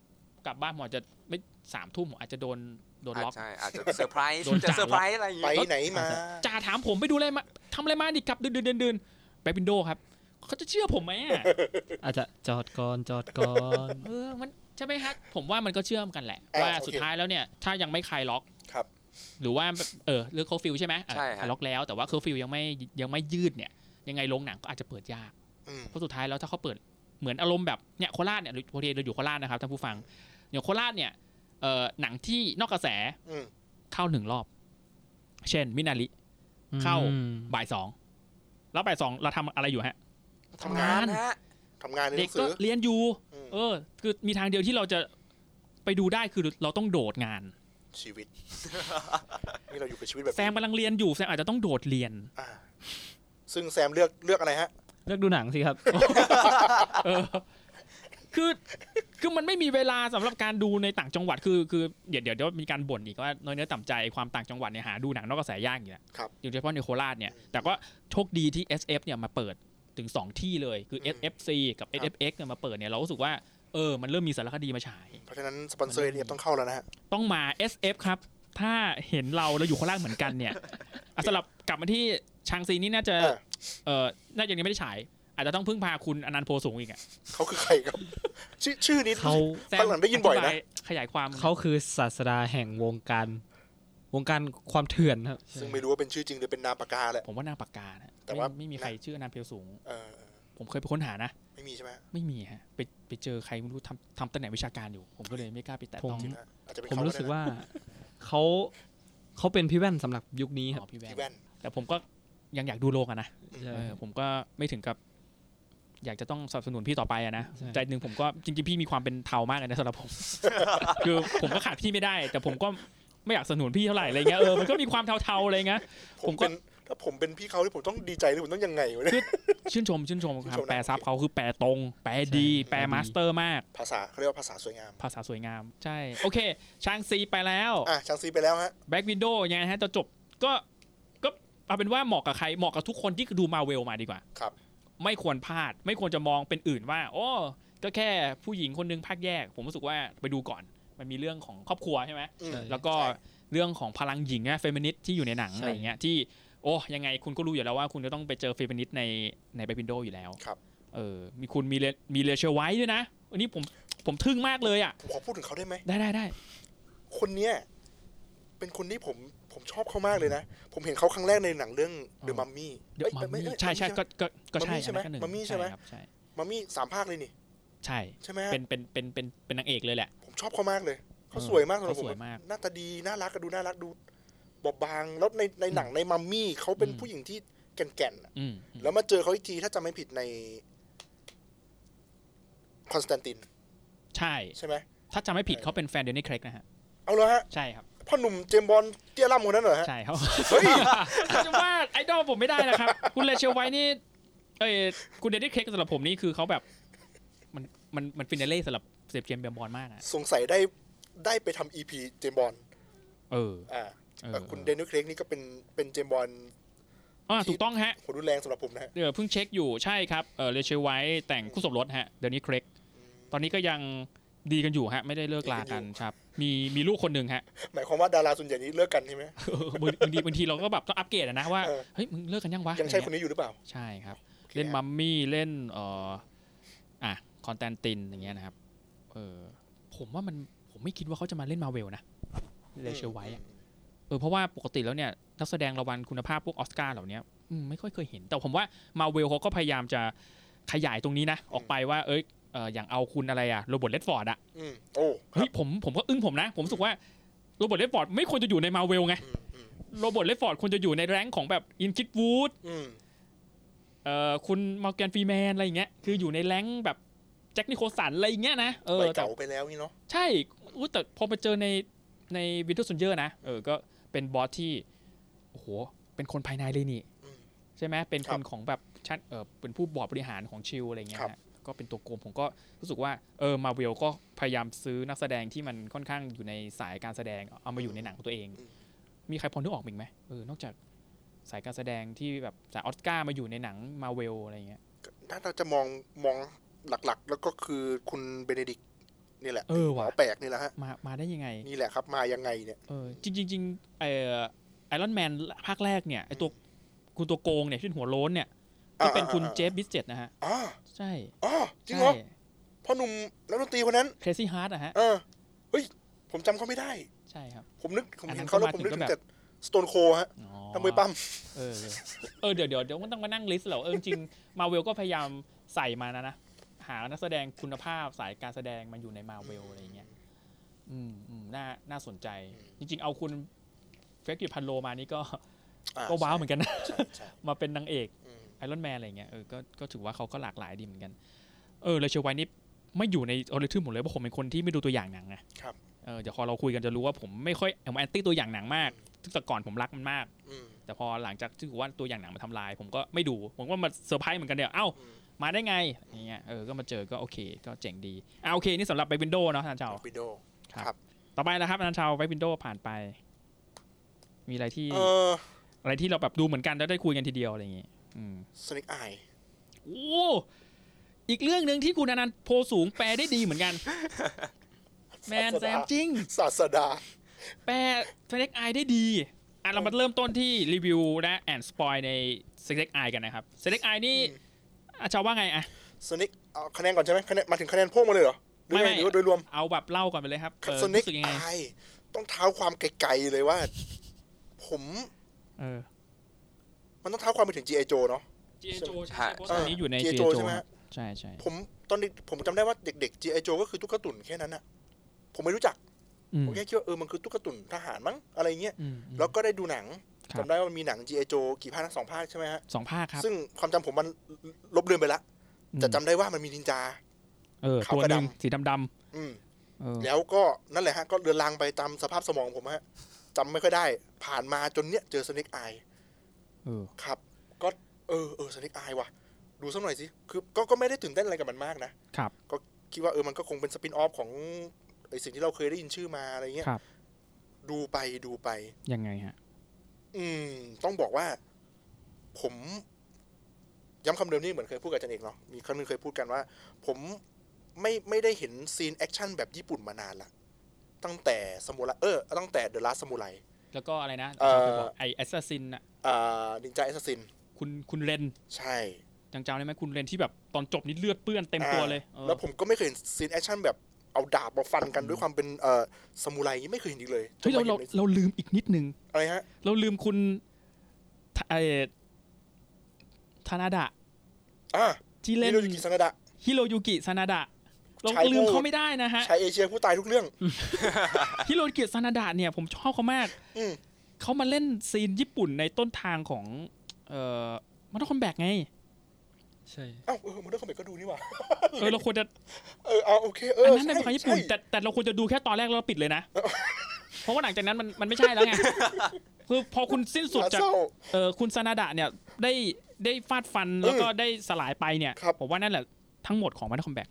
Speaker 1: กลับบ้านผมอาจจะไม่สามทุ่มผมอาจจะโดนโดนล็อก
Speaker 4: ใช่อาจจะเซอร์ไพรส์
Speaker 1: โดนจับ
Speaker 4: จะเซอร์ไพรส์อะไรอย่าง
Speaker 2: ไป
Speaker 4: งี้
Speaker 2: ไหนมา
Speaker 1: จ่าถามผมไปดูอะไรมาทำอะไรมาดิกลับเดินเดินเดินแบ็กวินโดว์ครับเขาจะเชื่อผมไหมอะ
Speaker 3: อาจจะจอดก่อนจอดก่อน
Speaker 1: เออ มันใช่ไหมฮะ ผมว่ามันก็เชื่อมกันแหละ ว่าสุดท้ายแล้วเนี่ย ถ้ายังไม่คลายล็อก
Speaker 2: ครับ
Speaker 1: หรือว่า เออเรื่องเคอร์ฟิวใช่ไหมเออ
Speaker 4: ใช่ฮะ
Speaker 1: คลายล็อกแล้ว แต่ว่าเคอร์ฟิวยังไม่ยังไม่ยืดเนี่ย ยังไงโรงหนังก็อาจจะเปิดยาก
Speaker 2: อืม
Speaker 1: เพราะสุดท้ายแล้วถ้าเขาเปิดเหมือนอารมณ์แบบเนี่ยโคราชเนี่ยหรือพอดีเราอยู่โคราชนะครับท่านผู้ฟังอย่างโคราชเนี่ยเอ่อหนังที่นอกกระแส
Speaker 2: อืม
Speaker 1: เข้าหนึ่งรอบ เช่น มินาริ เข้า
Speaker 3: อืม
Speaker 1: บ่ายสองแล้วบ่ายสองเราทำอะไรอยู่ฮะ
Speaker 4: ทำงานฮะ
Speaker 2: ทำงานในห
Speaker 1: เด็
Speaker 2: นั
Speaker 1: ก
Speaker 2: ง
Speaker 1: ก็
Speaker 2: สือ
Speaker 1: เรียนอยู่
Speaker 2: อืม
Speaker 1: เออ คือมีทางเดียวที่เราจะไปดูได้คือเราต้องโดดงาน
Speaker 2: ชีวิต นี่เราอยู่กับชีวิตแบบ
Speaker 1: แซมกำลังเรียนอยู่แซมอาจจะต้องโดดเรียน
Speaker 2: อ่าซึ่งแซมเลือกเลือกอะไรฮะ
Speaker 3: เลือกดูหนังสิครับ
Speaker 1: เออ คือ คือมันไม่มีเวลาสำหรับการดูในต่างจังหวัด คือ คือ เดี๋ยวเดี๋ยวเดี๋ยวมีการบ่นอีกว่าน้อยเนื้อต่ำใจความต่างจังหวัดเนี่ยหาดูหนังนอกกระแสยากอยู่แล้ว
Speaker 2: ครับ
Speaker 1: โดยเฉพาะในโคราชเนี่ย แต่ก็โชคดีที่ SF เนี่ยมาเปิดถึง 2 ที่เลย คือ
Speaker 2: อืม
Speaker 1: SFC กับ
Speaker 2: ครับ
Speaker 1: SFX เนี่ยมาเปิดเนี่ยเรารู้สึกว่า เออ มันเริ่มมีสารคดีมาฉาย
Speaker 2: เพราะฉะนั้นสปอนเซอร์เอฟต้องเข้าแล้วนะฮะ
Speaker 1: ต้องมา SF ครับ ถ้าเห็นเราเราอยู่โคราชเหมือนกัน เนี่ยอ่ะสำหรับกลับมาที่ชางซีนี่น่าจะ
Speaker 2: เออ
Speaker 1: เออน่าจะยังไม่ได้ฉาย อาจจะต้องพึ่งพาคุณอนันต์โพสูงอีกอะ
Speaker 2: เขาคือใครครับ ชื่อชื่อนี้
Speaker 3: เขา
Speaker 1: แซม
Speaker 2: ฝรั่งได้ยินบ่อยนะ
Speaker 1: ธิาขยายความ
Speaker 3: เขาคือศาสดาแห่งวงการ วงการความเถื่อนครับ
Speaker 2: ซึ่งไม่รู้ว่าเป็นชื่อจริงหรือเป็นนามปากกาแหละ
Speaker 1: ผมว่านางปากกานะ
Speaker 2: แต่ว่า
Speaker 1: ไม่ไม่มีใครชื่ออนันต์เพลสูง
Speaker 2: เออเออ
Speaker 1: ผมเคยไปค้นหานะ
Speaker 2: ไม่มีใช่ไหมฮะ
Speaker 1: ไม่มีฮะไปไปเจอใครไม่รู้ทำทำตำแหน่งวิชาการอยู่ ผมก็เลยไม่กล้าไปแตะต้อง
Speaker 3: ผม
Speaker 2: จริงนะอาจจะเป็น
Speaker 3: ผม
Speaker 2: เขได้นะ
Speaker 3: รู้สึกว่าเขาเขาเป็นพี่แว่นสำหรับยุคนี้ค
Speaker 1: ข
Speaker 3: รั
Speaker 1: อบ งพี่แว
Speaker 2: พี่
Speaker 1: น
Speaker 2: แว่น
Speaker 1: แต่ผมก็ยังอยากดูโลกอะนะ
Speaker 3: ใช่
Speaker 1: เออผมก็ไม่ถึงกับ อยากจะต้องสนับสนุนพี่ต่อไปอะนะ
Speaker 3: ใช่
Speaker 1: ใจหนึ่งผมก็จริงๆพี่มีความเป็นเทามากเลยนะสำหรับผม คือผมก็ขาดพี่ไม่ได้ แต่ผมก็ไม่อยากสนับสนุนพี่เท่าไหร่อะไรเงี้ยเออมันก็มีความเทาๆอะไรเงี้ย
Speaker 2: ผ
Speaker 1: ผม มก็
Speaker 2: เป็นถ้าผมเป็นพี่เขาที่ผมต้องดีใจหรือผมต้องยังไงวะเนี่ย
Speaker 1: ชื่นชมชื่นชมค
Speaker 2: ชื่น
Speaker 1: รับ
Speaker 2: ชมนะ
Speaker 1: แปลซับเขาคือแปลตรง แปลดี แปลมาสเตอร์มาก
Speaker 2: ภาษาเขาเรียกว่าภาษาสวยงาม
Speaker 1: ภาษาสวยงาม ใช่ โอเคชางซีไปแล้ว
Speaker 2: อ่ะชางซีไปแล้วฮะ
Speaker 1: แบ็กวินโดว์ยังไงฮะจะจบก็ก็เอาเป็นว่าเหมาะกับใครเหมาะกับทุกคนที่ดูมาเวลมาดีกว่า
Speaker 2: ครับ
Speaker 1: ไม่ควรพลาด ไม่ควรจะมองเป็นอื่นว่า โอ้ก็แค่ผู้หญิงคนนึงภาคแยก ผมรู้สึกว่าไปดูก่อน มันมีเรื่องของครอบครัวใช่ไหม
Speaker 2: อืม
Speaker 3: ใช่
Speaker 1: แล้วก็เรื่องของพลังหญิงอะเฟมินิสต์ที่อยู่ในหนัง
Speaker 3: ใช่
Speaker 1: อะไรอย่างเงี้ยที่โอ้ยังไงคุณก็รู้อยู่แล้วว่าคุณจะต้องไปเจอเฟมินิสต์ในในแบ็กวินโดว์อยู่แล้ว
Speaker 2: ครับ
Speaker 1: เออมีคุณมีเลมีเลเชอร์ไว้ด้วยนะ อันนี้ผมผมทึ่งมากเลยอ่ะ
Speaker 2: ผมขอพูดถึงเขาได้ไหม
Speaker 1: ได้ได้ได้
Speaker 2: คนเนี้ยเป็นคนที่ผมผมชอบเขามากเลยนะ ผมเห็นเขาครั้งแรกในหนังเรื่อง The Mummy
Speaker 1: เดี๋ยว
Speaker 2: เอ้ย
Speaker 1: มัม
Speaker 2: ไไ
Speaker 1: มี่ใช่ใช่
Speaker 2: ไหม
Speaker 1: ก็ก็ก็ใช่
Speaker 2: มัมมี่ใช่ไหม
Speaker 1: อันนั้นก็นึ่ง
Speaker 2: มัมมี่ใช่ไหม
Speaker 1: ครับใช่
Speaker 2: มัมมี่สามภาคเลยนี่
Speaker 1: ใช่
Speaker 2: ใช่ไหมฮะ
Speaker 1: เป็นเป็นเป็นเป็นเป็นนางเอกเลยแหละ
Speaker 2: ผมชอบเขามากเลย เขา
Speaker 1: เออ
Speaker 2: สวยมากสำหรับ
Speaker 1: เขา
Speaker 2: ผม
Speaker 1: สวยมาก
Speaker 2: หน้าตาดีน่ารักก็ดูน่ารักดูบอบบางแล้วในในหนังในมัมมี่เขาเป็น
Speaker 1: อืม
Speaker 2: ผู้หญิงที่แก่นๆอะ
Speaker 1: อืม
Speaker 2: แล้วมาเจอเขาอีกทีถ้าจำไม่ผิดในคอนสแตนติน
Speaker 1: ใช่
Speaker 2: ใช่ไหม
Speaker 1: ถ้าจำไม่ผิดเขาเป็นแฟนเดนนี่เครกนะฮะ
Speaker 2: เอาเลยฮะ
Speaker 1: ใช่ครับ
Speaker 2: พ่อหนุ่มเจมส์บอลเตี้ยล่ำคนนั้นเหรอฮะ
Speaker 1: ใช่เขา
Speaker 2: เฮ้ย
Speaker 1: จะว่าไอดอลผมไม่ได้นะครับ คุณเลเชลไว้นี่เอ้ยคุณเดนนี่เครกสำหรับผมนี่คือเขาแบบ มันมันมันฟินาเล่สำหรับเซฟเจมเบมบอลมากอ่ะ
Speaker 2: สงสัยได้ได้ไปทำอีพีเจมส์บอล
Speaker 1: เออ
Speaker 2: อ่า
Speaker 1: เออ
Speaker 2: เอ่อคุณเดนิสเครกนี่ก็เป็นเป็นเจมส์บอล
Speaker 1: อ่าถูกต้องฮะ
Speaker 2: หัวรุนแรงสำหรับผมนะฮะ
Speaker 1: เดี๋ยวเพิ่งเช็คอยู่ใช่ครับเออเลเชลไว้แต่งคู่สมรสฮะเดี๋ยวนี้เครกตอนนี้ก็ยังดีกันอยู่ฮะ ไม่ได้เลิกลา กันครับ มีมีลูกคนหนึ่งฮะ
Speaker 2: หมายความว่าดาราส่วนใหญ่นี้เลิกกันใช่ไหม
Speaker 1: เออบางบางทีบางทีเราก็แบบต้องอัปเกรดอะนะว่า
Speaker 2: เออ
Speaker 1: เฮ้ยมึงเลิกกันยังวะ
Speaker 2: ยังใช่
Speaker 1: อะไร
Speaker 2: คน
Speaker 1: เงี้ย
Speaker 2: นี้อยู่หรือเปล่า
Speaker 1: ใช่ครับ เล่นมัมมี่เล่นเอ่ออ่ะคอนแตนตินอย่างเงี้ยนะครับเออผมว่ามันผมไม่คิดว่าเขาจะมาเล่นมาเวลนะเลเชลไว้อะ เออเพราะว่าปกติแล้วเนี่ยนักแสดงรางวัลคุณภาพพวกออสการ์เหล่าเนี้ยอืมไม่ค่อยเคยเห็น แต่ผมว่ามาเวลเขาก็พยายามจะขยายตรงนี้นะ ออกไปว่าเอ้ยเอออย่างเอาคุณอะไรอะโรเบิร์ตเลดฟอร์ดอะ
Speaker 2: อืมโอ้
Speaker 1: เฮ้ยผมผมก็อึ้งผมนะ ผมรู้สึกว่าโรเบิร์ตเลดฟอร์ดไม่ควรจะอยู่ในมาเวลไง
Speaker 2: อืมอืม
Speaker 1: โรเบิร์ตเลดฟอร์ดควรจะอยู่ในแรงค์ของแบบอินคิดวูด
Speaker 2: อืม
Speaker 1: เอ่อคุณมอร์แกนฟรีแมนอะไรอย่างเงี้ยคืออยู่ในแรงค์แบบแจ็คนิโคสันอะไรอย่างเงี้ยนะเออ
Speaker 2: ไป
Speaker 1: แต่
Speaker 2: เก่าไปแล้วนี่เนาะ
Speaker 1: ใช่อุ๊ยแต่พอมาเจอในในวินเทอร์ซนเยอร์นะ เออ ก็เป็นบอสที่ โอ้โห เป็นคนภายในเลยนี่
Speaker 2: อืม
Speaker 1: ใช่ไหม เป็น
Speaker 2: ค
Speaker 1: ครับ นของแบบชั้นเออเป็นผู้บอร์ดบริหารของชิลอะไรเงี้ย
Speaker 2: ครับ
Speaker 1: ฮะก็เป็นตัวโกงผมก็รู้สึกว่า เออ มาเวลก็พยายามซื้อนักแสดงที่มันค่อนข้างอยู่ในสายการแสดง เอามาอยู่ในหนังของตัวเอง มีใครพอนึกออกมั้ยไหมเออ นอกจากสายการแสดงที่แบบสายออสการ์มาอยู่ในหนังมาเวลอะไรเงี้ย
Speaker 2: ถ้าเราจะมองมองหลักๆ แล้วก็คือคุณเบเนดิกต์นี่แหละ
Speaker 1: เออ
Speaker 2: หม
Speaker 1: ว่ะ
Speaker 2: อแปลกนี่แหละฮะ
Speaker 1: มา มาได้ยังไง
Speaker 2: นี่แหละครับมายังไงเนี่ย
Speaker 1: เออจริงๆจริงไอไอรอนแมนภาคแรกเนี่ยไอตัวคุณตัวโกงเนี่ยที่เป็นหัวโล้นเนี่ย ก็เป็นคุณ
Speaker 2: อ่าอ่า
Speaker 1: เจฟบิสเจตนะฮะ
Speaker 2: อ๋อ
Speaker 1: ใช่
Speaker 2: อ๋อจริงเหรอพ่อหนุ่มแล้วดนตรีคนนั้น
Speaker 1: ครซี่ฮาร์ดนะฮะ
Speaker 2: เออเฮ้ยผมจำเขาไม่ได้
Speaker 1: ใช่ครับ
Speaker 2: ผมนึกผม
Speaker 1: อันนั้
Speaker 2: เห็น
Speaker 1: น
Speaker 2: เขาแล้ว
Speaker 1: ก็
Speaker 2: ผม
Speaker 1: มา
Speaker 2: นึก
Speaker 1: ถึง
Speaker 2: ถึ
Speaker 1: ก็แบบ
Speaker 2: งแต่สโตนโคฮะ
Speaker 1: อ๋อ
Speaker 2: ตั้มวยปั้ม
Speaker 1: เออเออเออเดี๋ยวเดี๋ยวเดี๋ยวมันต้องมานั่งลิสต์เหรอเออจริงมาเวลก็พยายามใส่มานะนะ หานักแสดงคุณภาพสายการแสดงมาอยู่ในมาเวลอะไรอย่างเงี้ยอืมอืมน่าน่าสนใจ จริง ๆ เอาคุณเฟกกิพันโลมานี่ก็ก็ว้าวเหมือนกันนะ
Speaker 2: ใช่ใช่
Speaker 1: มาเป็นนางเอก
Speaker 2: อืม
Speaker 1: ไอรอนแมนอะไรเงี้ยเออก็ก็ถือว่าเขาก็หลากหลายดีเหมือนกัน เออเลเชลไวนี่ไม่อยู่ในออริทึมผมเลยเพราะผมเป็นคนที่ไม่ดูตัวอย่างหนังไง
Speaker 2: ครับ
Speaker 1: เออเดี๋ยวพอเราคุยกันจะรู้ว่าผมไม่ค่อยผมแอนตี้ตัวอย่างหนังมากซึ่งแต่ก่อนผมรักมันมาก
Speaker 2: อืม
Speaker 1: แต่พอหลังจากที่ถือว่าตัวอย่างหนังมาทำลาย ผมก็ไม่ดู ผมก็มาเซอร์ไพรส์เหมือนกันเดี๋ยวเอ้า
Speaker 2: อืม
Speaker 1: มาได้ไงอย่างเงี้ยเออก็มาเจอก็โอเค ก็เจ๋งดีอ่าโอเค นี่สำหรับไปวินโดว์เนาะอาจารย์เชา
Speaker 2: วิดโด ครับ
Speaker 1: ต่อไปนะครับอาจารย์เชาไปวินโดว์ผ่านไป มีอะไรที่
Speaker 2: เออ
Speaker 1: อะไรที่เราแบบดูเหมือนกันแล้วได้คุยกันทีเดียวอะไรอย่างงี้อืม
Speaker 2: สนิกอาย
Speaker 1: โอ้อีกเรื่องหนึ่งที่คุณอนันต์โพสูงแปลได้ดีเหมือนกัน แมน แซมจริง
Speaker 2: ศาสดา
Speaker 1: แปลสเน็กไอได้ดี อ่ะเรามาเริ่มต้นที่รีวิวและแอนสปอยในสเน็กไอกันนะครับสเน็กไอนี่
Speaker 2: อืม
Speaker 1: อาจารย์ว่าไงอะ
Speaker 2: สนิกเอาคะแนนก่อนใช่ไหมคะแนนมาถึงคะแนนพวกมาเลยเหรอหรือ
Speaker 1: ไม่
Speaker 2: ไง
Speaker 1: ไม่
Speaker 2: หรือว่าโดยรวม
Speaker 1: เอาแบบเล่าก่อนไปเลยครับเออ
Speaker 2: สนิก
Speaker 1: รู้สึกยังไง
Speaker 2: อายต้องเท้าความไกลๆเลยว่า ผม
Speaker 1: เออ
Speaker 2: มันต้องเท้าความไปถึง G.I. Joe เนาะ
Speaker 1: จีโจใช่เพราะตอนนี้อยู่ใน
Speaker 2: G.I.
Speaker 1: จี
Speaker 2: Joe
Speaker 1: โจ
Speaker 2: ใช่ไหมฮะ
Speaker 1: ใช่ใช่
Speaker 2: ผมตอนเด็กผมจำได้ว่าเด็กๆ G.I. Joe ก็คือตุ๊กตาตุ่นแค่นั้นอะผมไม่รู้จัก
Speaker 1: อืม
Speaker 2: ผมแค่คิดว่าเออมันคือตุ๊กตาตุ่นทหารมั้งอะไรเงี้ย
Speaker 1: อืม
Speaker 2: แล้วก็ได้ดูหนัง
Speaker 1: ครับ
Speaker 2: จำได้ว่ามันมีหนัง G.I. Joe กี่ภาคนะสองภาคใช่ไหมฮะ
Speaker 1: สองภาคครับ
Speaker 2: ซึ่งความจำผมมันลบเลือนไปละแต่จำได้ว่ามันมีนินจา
Speaker 1: เออ
Speaker 2: ขาว
Speaker 1: ตัว
Speaker 2: กับ
Speaker 1: หนึ่ง
Speaker 2: ดำ
Speaker 1: สีดำด
Speaker 2: อืม
Speaker 1: ำเออ
Speaker 2: แล้วก็นั่นแหละฮะก็เรือนลางไปตามสภาพสมองผมฮะจำไม่ค่อยได้ ผ่านมาจนเนี้ยเจอส a น e กอาย
Speaker 1: เออ
Speaker 2: ครับ ก็เออเออสเนกอายว่ะ ดูสักหน่อยสิ คือก็ก็ไม่ได้ตื่นเต้นอะไรกับมันมากนะ
Speaker 1: ครับ
Speaker 2: คิดว่าเออมันก็คงเป็นสปินออฟของไอสิ่งที่เราเคยได้ยินชื่อมาอะไรเงี้ย
Speaker 1: ครับ
Speaker 2: ดูไปดูไป
Speaker 1: ยังไงฮะ
Speaker 2: อืม ต้องบอกว่า ผมย้ำคำเดิมนี่เหมือนเคยพูดกับอาจันเอกเนาะมีครั้งหนึงเคยพูดกันว่า ผมไม่ไม่ได้เห็นซีนแอคชั่นแบบญี่ปุ่นมานานละตั้งแต่สมุไรเออตั้งแต่เดอะลาสมุไร
Speaker 1: แล้วก็อะไรนะ
Speaker 2: เอ่อ
Speaker 1: ไอแอสซัสซินอะ
Speaker 2: อ่านินจาแอสซิน
Speaker 1: คุณคุณเรน
Speaker 2: ใช่
Speaker 1: จังเจ้าได้ไหมคุณเรนที่แบบตอนจบนี่เลือดเปื้อนเต็มตัวเลยเออ
Speaker 2: แล้วผมก็ไม่เคยเห็นซีนแอคชั่นแบบเอาดาบมาฟันกันด้วยความเป็นเอ่อสมุไรไม่เคยเห็นอีกเลย
Speaker 1: เฮ้ยเราเราเราลืมอีกนิดนึง
Speaker 2: อะไรฮะ
Speaker 1: เราลืมคุณทไอธนาดะ
Speaker 2: อ่า
Speaker 1: ที่
Speaker 2: ฮิ
Speaker 1: เล่น
Speaker 2: โรยุกิซานดะ
Speaker 1: ฮิโรยุกิซานาดะเรา
Speaker 2: ใช้
Speaker 1: ลืม
Speaker 2: โง่
Speaker 1: เขาไม่ได้นะฮะ
Speaker 2: ชายเอเชียผู้ตายทุกเรื่อง
Speaker 1: ฮิโรยุกิซานาดะเนี่ยผมชอบเขามาก
Speaker 2: อืม
Speaker 1: เขามาเล่นซีนญี่ปุ่นในต้นทางของเอ่อมันต้องคอมแบกไง
Speaker 3: ใช่
Speaker 2: เอ้าเออมันเรื่องคอมเมนต์ก็ดูนี่หว่า
Speaker 1: เออเราควรจะ
Speaker 2: เออเอาโอเคเอ
Speaker 1: อัน
Speaker 2: อ
Speaker 1: นั้น
Speaker 2: ใช่
Speaker 1: เป็นของญี่ปุ่น
Speaker 2: ใช่
Speaker 1: แต่แต่เราควรจะดูแค่ตอนแรกแล้วเราปิดเลยนะ เพราะว่าหลังจากนั้นมันมันไม่ใช่แล้วไง คือพอคุณสิ้นสุดจาก
Speaker 2: เศร้
Speaker 1: เออคุณซานาดะเนี่ยได้ได้ฟาดฟันแล้วก็ได้สลายไปเนี่ย
Speaker 2: ครับ
Speaker 1: ผมว่านั่นแหละทั้งหมดของมันคอมแบ็ก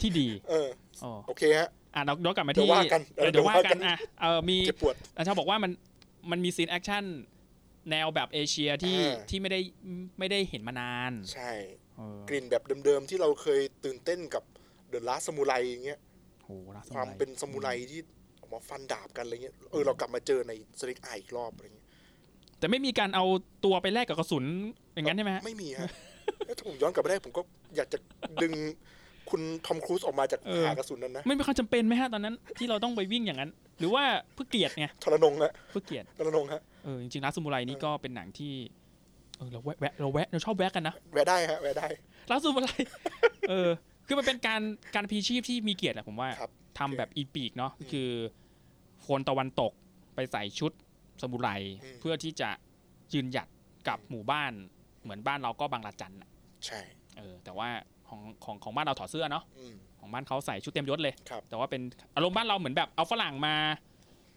Speaker 1: ที่ ดี
Speaker 2: เออ
Speaker 1: อ๋อ
Speaker 2: โอเคฮะ
Speaker 1: อ่ะเราย้อนกลับมา
Speaker 2: เดี๋
Speaker 1: ที่
Speaker 2: ยวว่ากัน
Speaker 1: เออเดี๋ยวว่ากัน
Speaker 2: เดี๋ยวว่ากัน
Speaker 1: อ่ะเออมี
Speaker 2: เจ็บปวด
Speaker 1: อาจารย์บอกว่ามันมันมีซีนแอคชั่นแนวแบบเอเชียที่
Speaker 2: อ่า
Speaker 1: ที่ไม่ได้ไม่ได้เห็นมานาน
Speaker 2: ใช่
Speaker 1: เออก
Speaker 2: ลิ่นแบบเดิมๆ ที่เราเคยตื่นเต้นกับเดอะลาสมูไรอย่างเงี้ย
Speaker 1: โหรักส
Speaker 2: ความ
Speaker 1: มัย
Speaker 2: เป็นสมูไรที่ออกมาฟันดาบกันอะไรเงี้ยเออเรากลับมาเจอในสลิกไออีกรอบอะไรเงี้ย
Speaker 1: แต่ไม่มีการเอาตัวไปแลกกับกระสุนอย่างนั้นใช่ไหมฮะ
Speaker 2: ไม่มีฮะเอ้ยถ้าผมย้อนกลับไปได้ผมก็อยากจะดึงคุณทอมครูซออกมาจากหากระสุนนั้นนะ
Speaker 1: ไม่มีความจำเป็นไหมฮะตอนนั้นที่เราต้องไปวิ่งอย่างนั้น หรือว่าเพื่อเกียรติไง
Speaker 2: ทรนงฮะ
Speaker 1: เพื่อเกียรติ
Speaker 2: ทรนงฮะ
Speaker 1: เออจริงๆร้านสมุไรนี่ก็เป็นหนังที่เออเราแวะแวะเราแวะเราชอบแวะกันนะ
Speaker 2: แวะได้ฮะแวะได้
Speaker 1: ร้านสมุไร เออคือมันเป็นการการพีชีพที่มีเกียรติแหละผมว่า
Speaker 2: ครับ
Speaker 1: ทำแบบอีปีกเนาะคือคนตะวันตกไปใส่ชุดสมุไร
Speaker 2: อืม
Speaker 1: เพื่อที่จะยืนหยัดกับหมู่บ้าน เหมือนบ้านเราก็บางระจันน่ะ
Speaker 2: ใช่
Speaker 1: เออแต่ว่าของของของบ้านเราถอดเสื้อเนาะ
Speaker 2: อืม
Speaker 1: ของบ้านเขาใส่ชุดเต็มยศเลย
Speaker 2: ครับ
Speaker 1: แต่ว่าเป็นอารมณ์บ้านเราเหมือนแบบเอาฝรั่งมา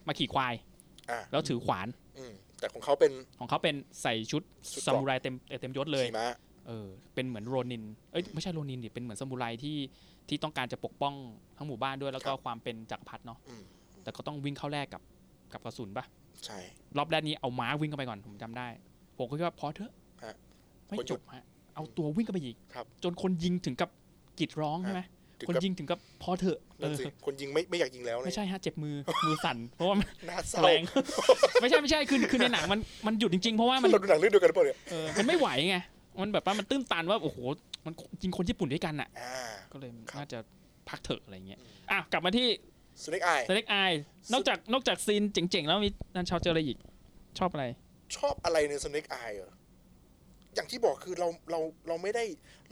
Speaker 1: มาขี่ควาย
Speaker 2: อ่า
Speaker 1: แล้วถือขวาน
Speaker 2: อืมแต่ของเขาเป็น
Speaker 1: ของเขาเป็นใส่ชุด
Speaker 2: ชุดเกราะ
Speaker 1: ซามูไรเต็มเต็มยศเลย
Speaker 2: ขี่ม้า
Speaker 1: เออ เป็นเหมือนโรนิน เอ้ย ไม่ใช่โรนินดิ เป็นเหมือนซามูไรที่ที่ต้องการจะปกป้องทั้งหมู่บ้านด้วย แล้วก็ความเป็นจักรพรรดิเนาะ
Speaker 2: อืม
Speaker 1: แต่ก็ต้องวิ่งเข้าแรกกับกับกระสุนปะ
Speaker 2: ใช่
Speaker 1: รอบแรกนี้เอาม้าวิ่งเข้าไปก่อน ผมจำได้ ผมก็คิดว่าพอเถอะ
Speaker 2: ฮะ
Speaker 1: ไม่จบฮะ เอาตัววิ่งเข้าไปอีก
Speaker 2: ครับ
Speaker 1: จนคนยิงถึงกับกรีดร้องใช่ไหม
Speaker 2: ถึง
Speaker 1: คน
Speaker 2: กับ
Speaker 1: ยิงถึงกับพอเถอะ
Speaker 2: นั่นสิ
Speaker 1: เออ
Speaker 2: คนยิงไม่ไม่อยากยิงแล้วนะ
Speaker 1: ไม่ใช่ฮะ เจ็บมือ มือสั่น เพราะว่ามัน
Speaker 2: น่าเศร้า
Speaker 1: แรง ไม่ใช่ไม่ใช่ คือคือในหนังมันมันหยุดจริงๆ เพราะว่ามัน
Speaker 2: เราดูหนังเรื่องเดียวกันหรือเปล่าเนี่ย
Speaker 1: เออมันไม่ไหวไง มันแบบว่ามันตื้นตันว่า โอ้โห มันจริงคนญี่ปุ่นด้วยกันน่ะ
Speaker 2: อ่า
Speaker 1: ก็เลย
Speaker 2: ครับ
Speaker 1: น่าจะพักเถอะอะไรเงี้ย อ่ะ กลับมาที่
Speaker 2: สเน็กไอ
Speaker 1: เซเล็กไอนอกจากนอกจากซีนเจ๋งๆ แล้วมีนันชาวเจออะไรอีก ชอบอะไร
Speaker 2: ชอบอะไรใน Snake Eye เหรออย่างที่บอกคือเราเราเราไม่ได้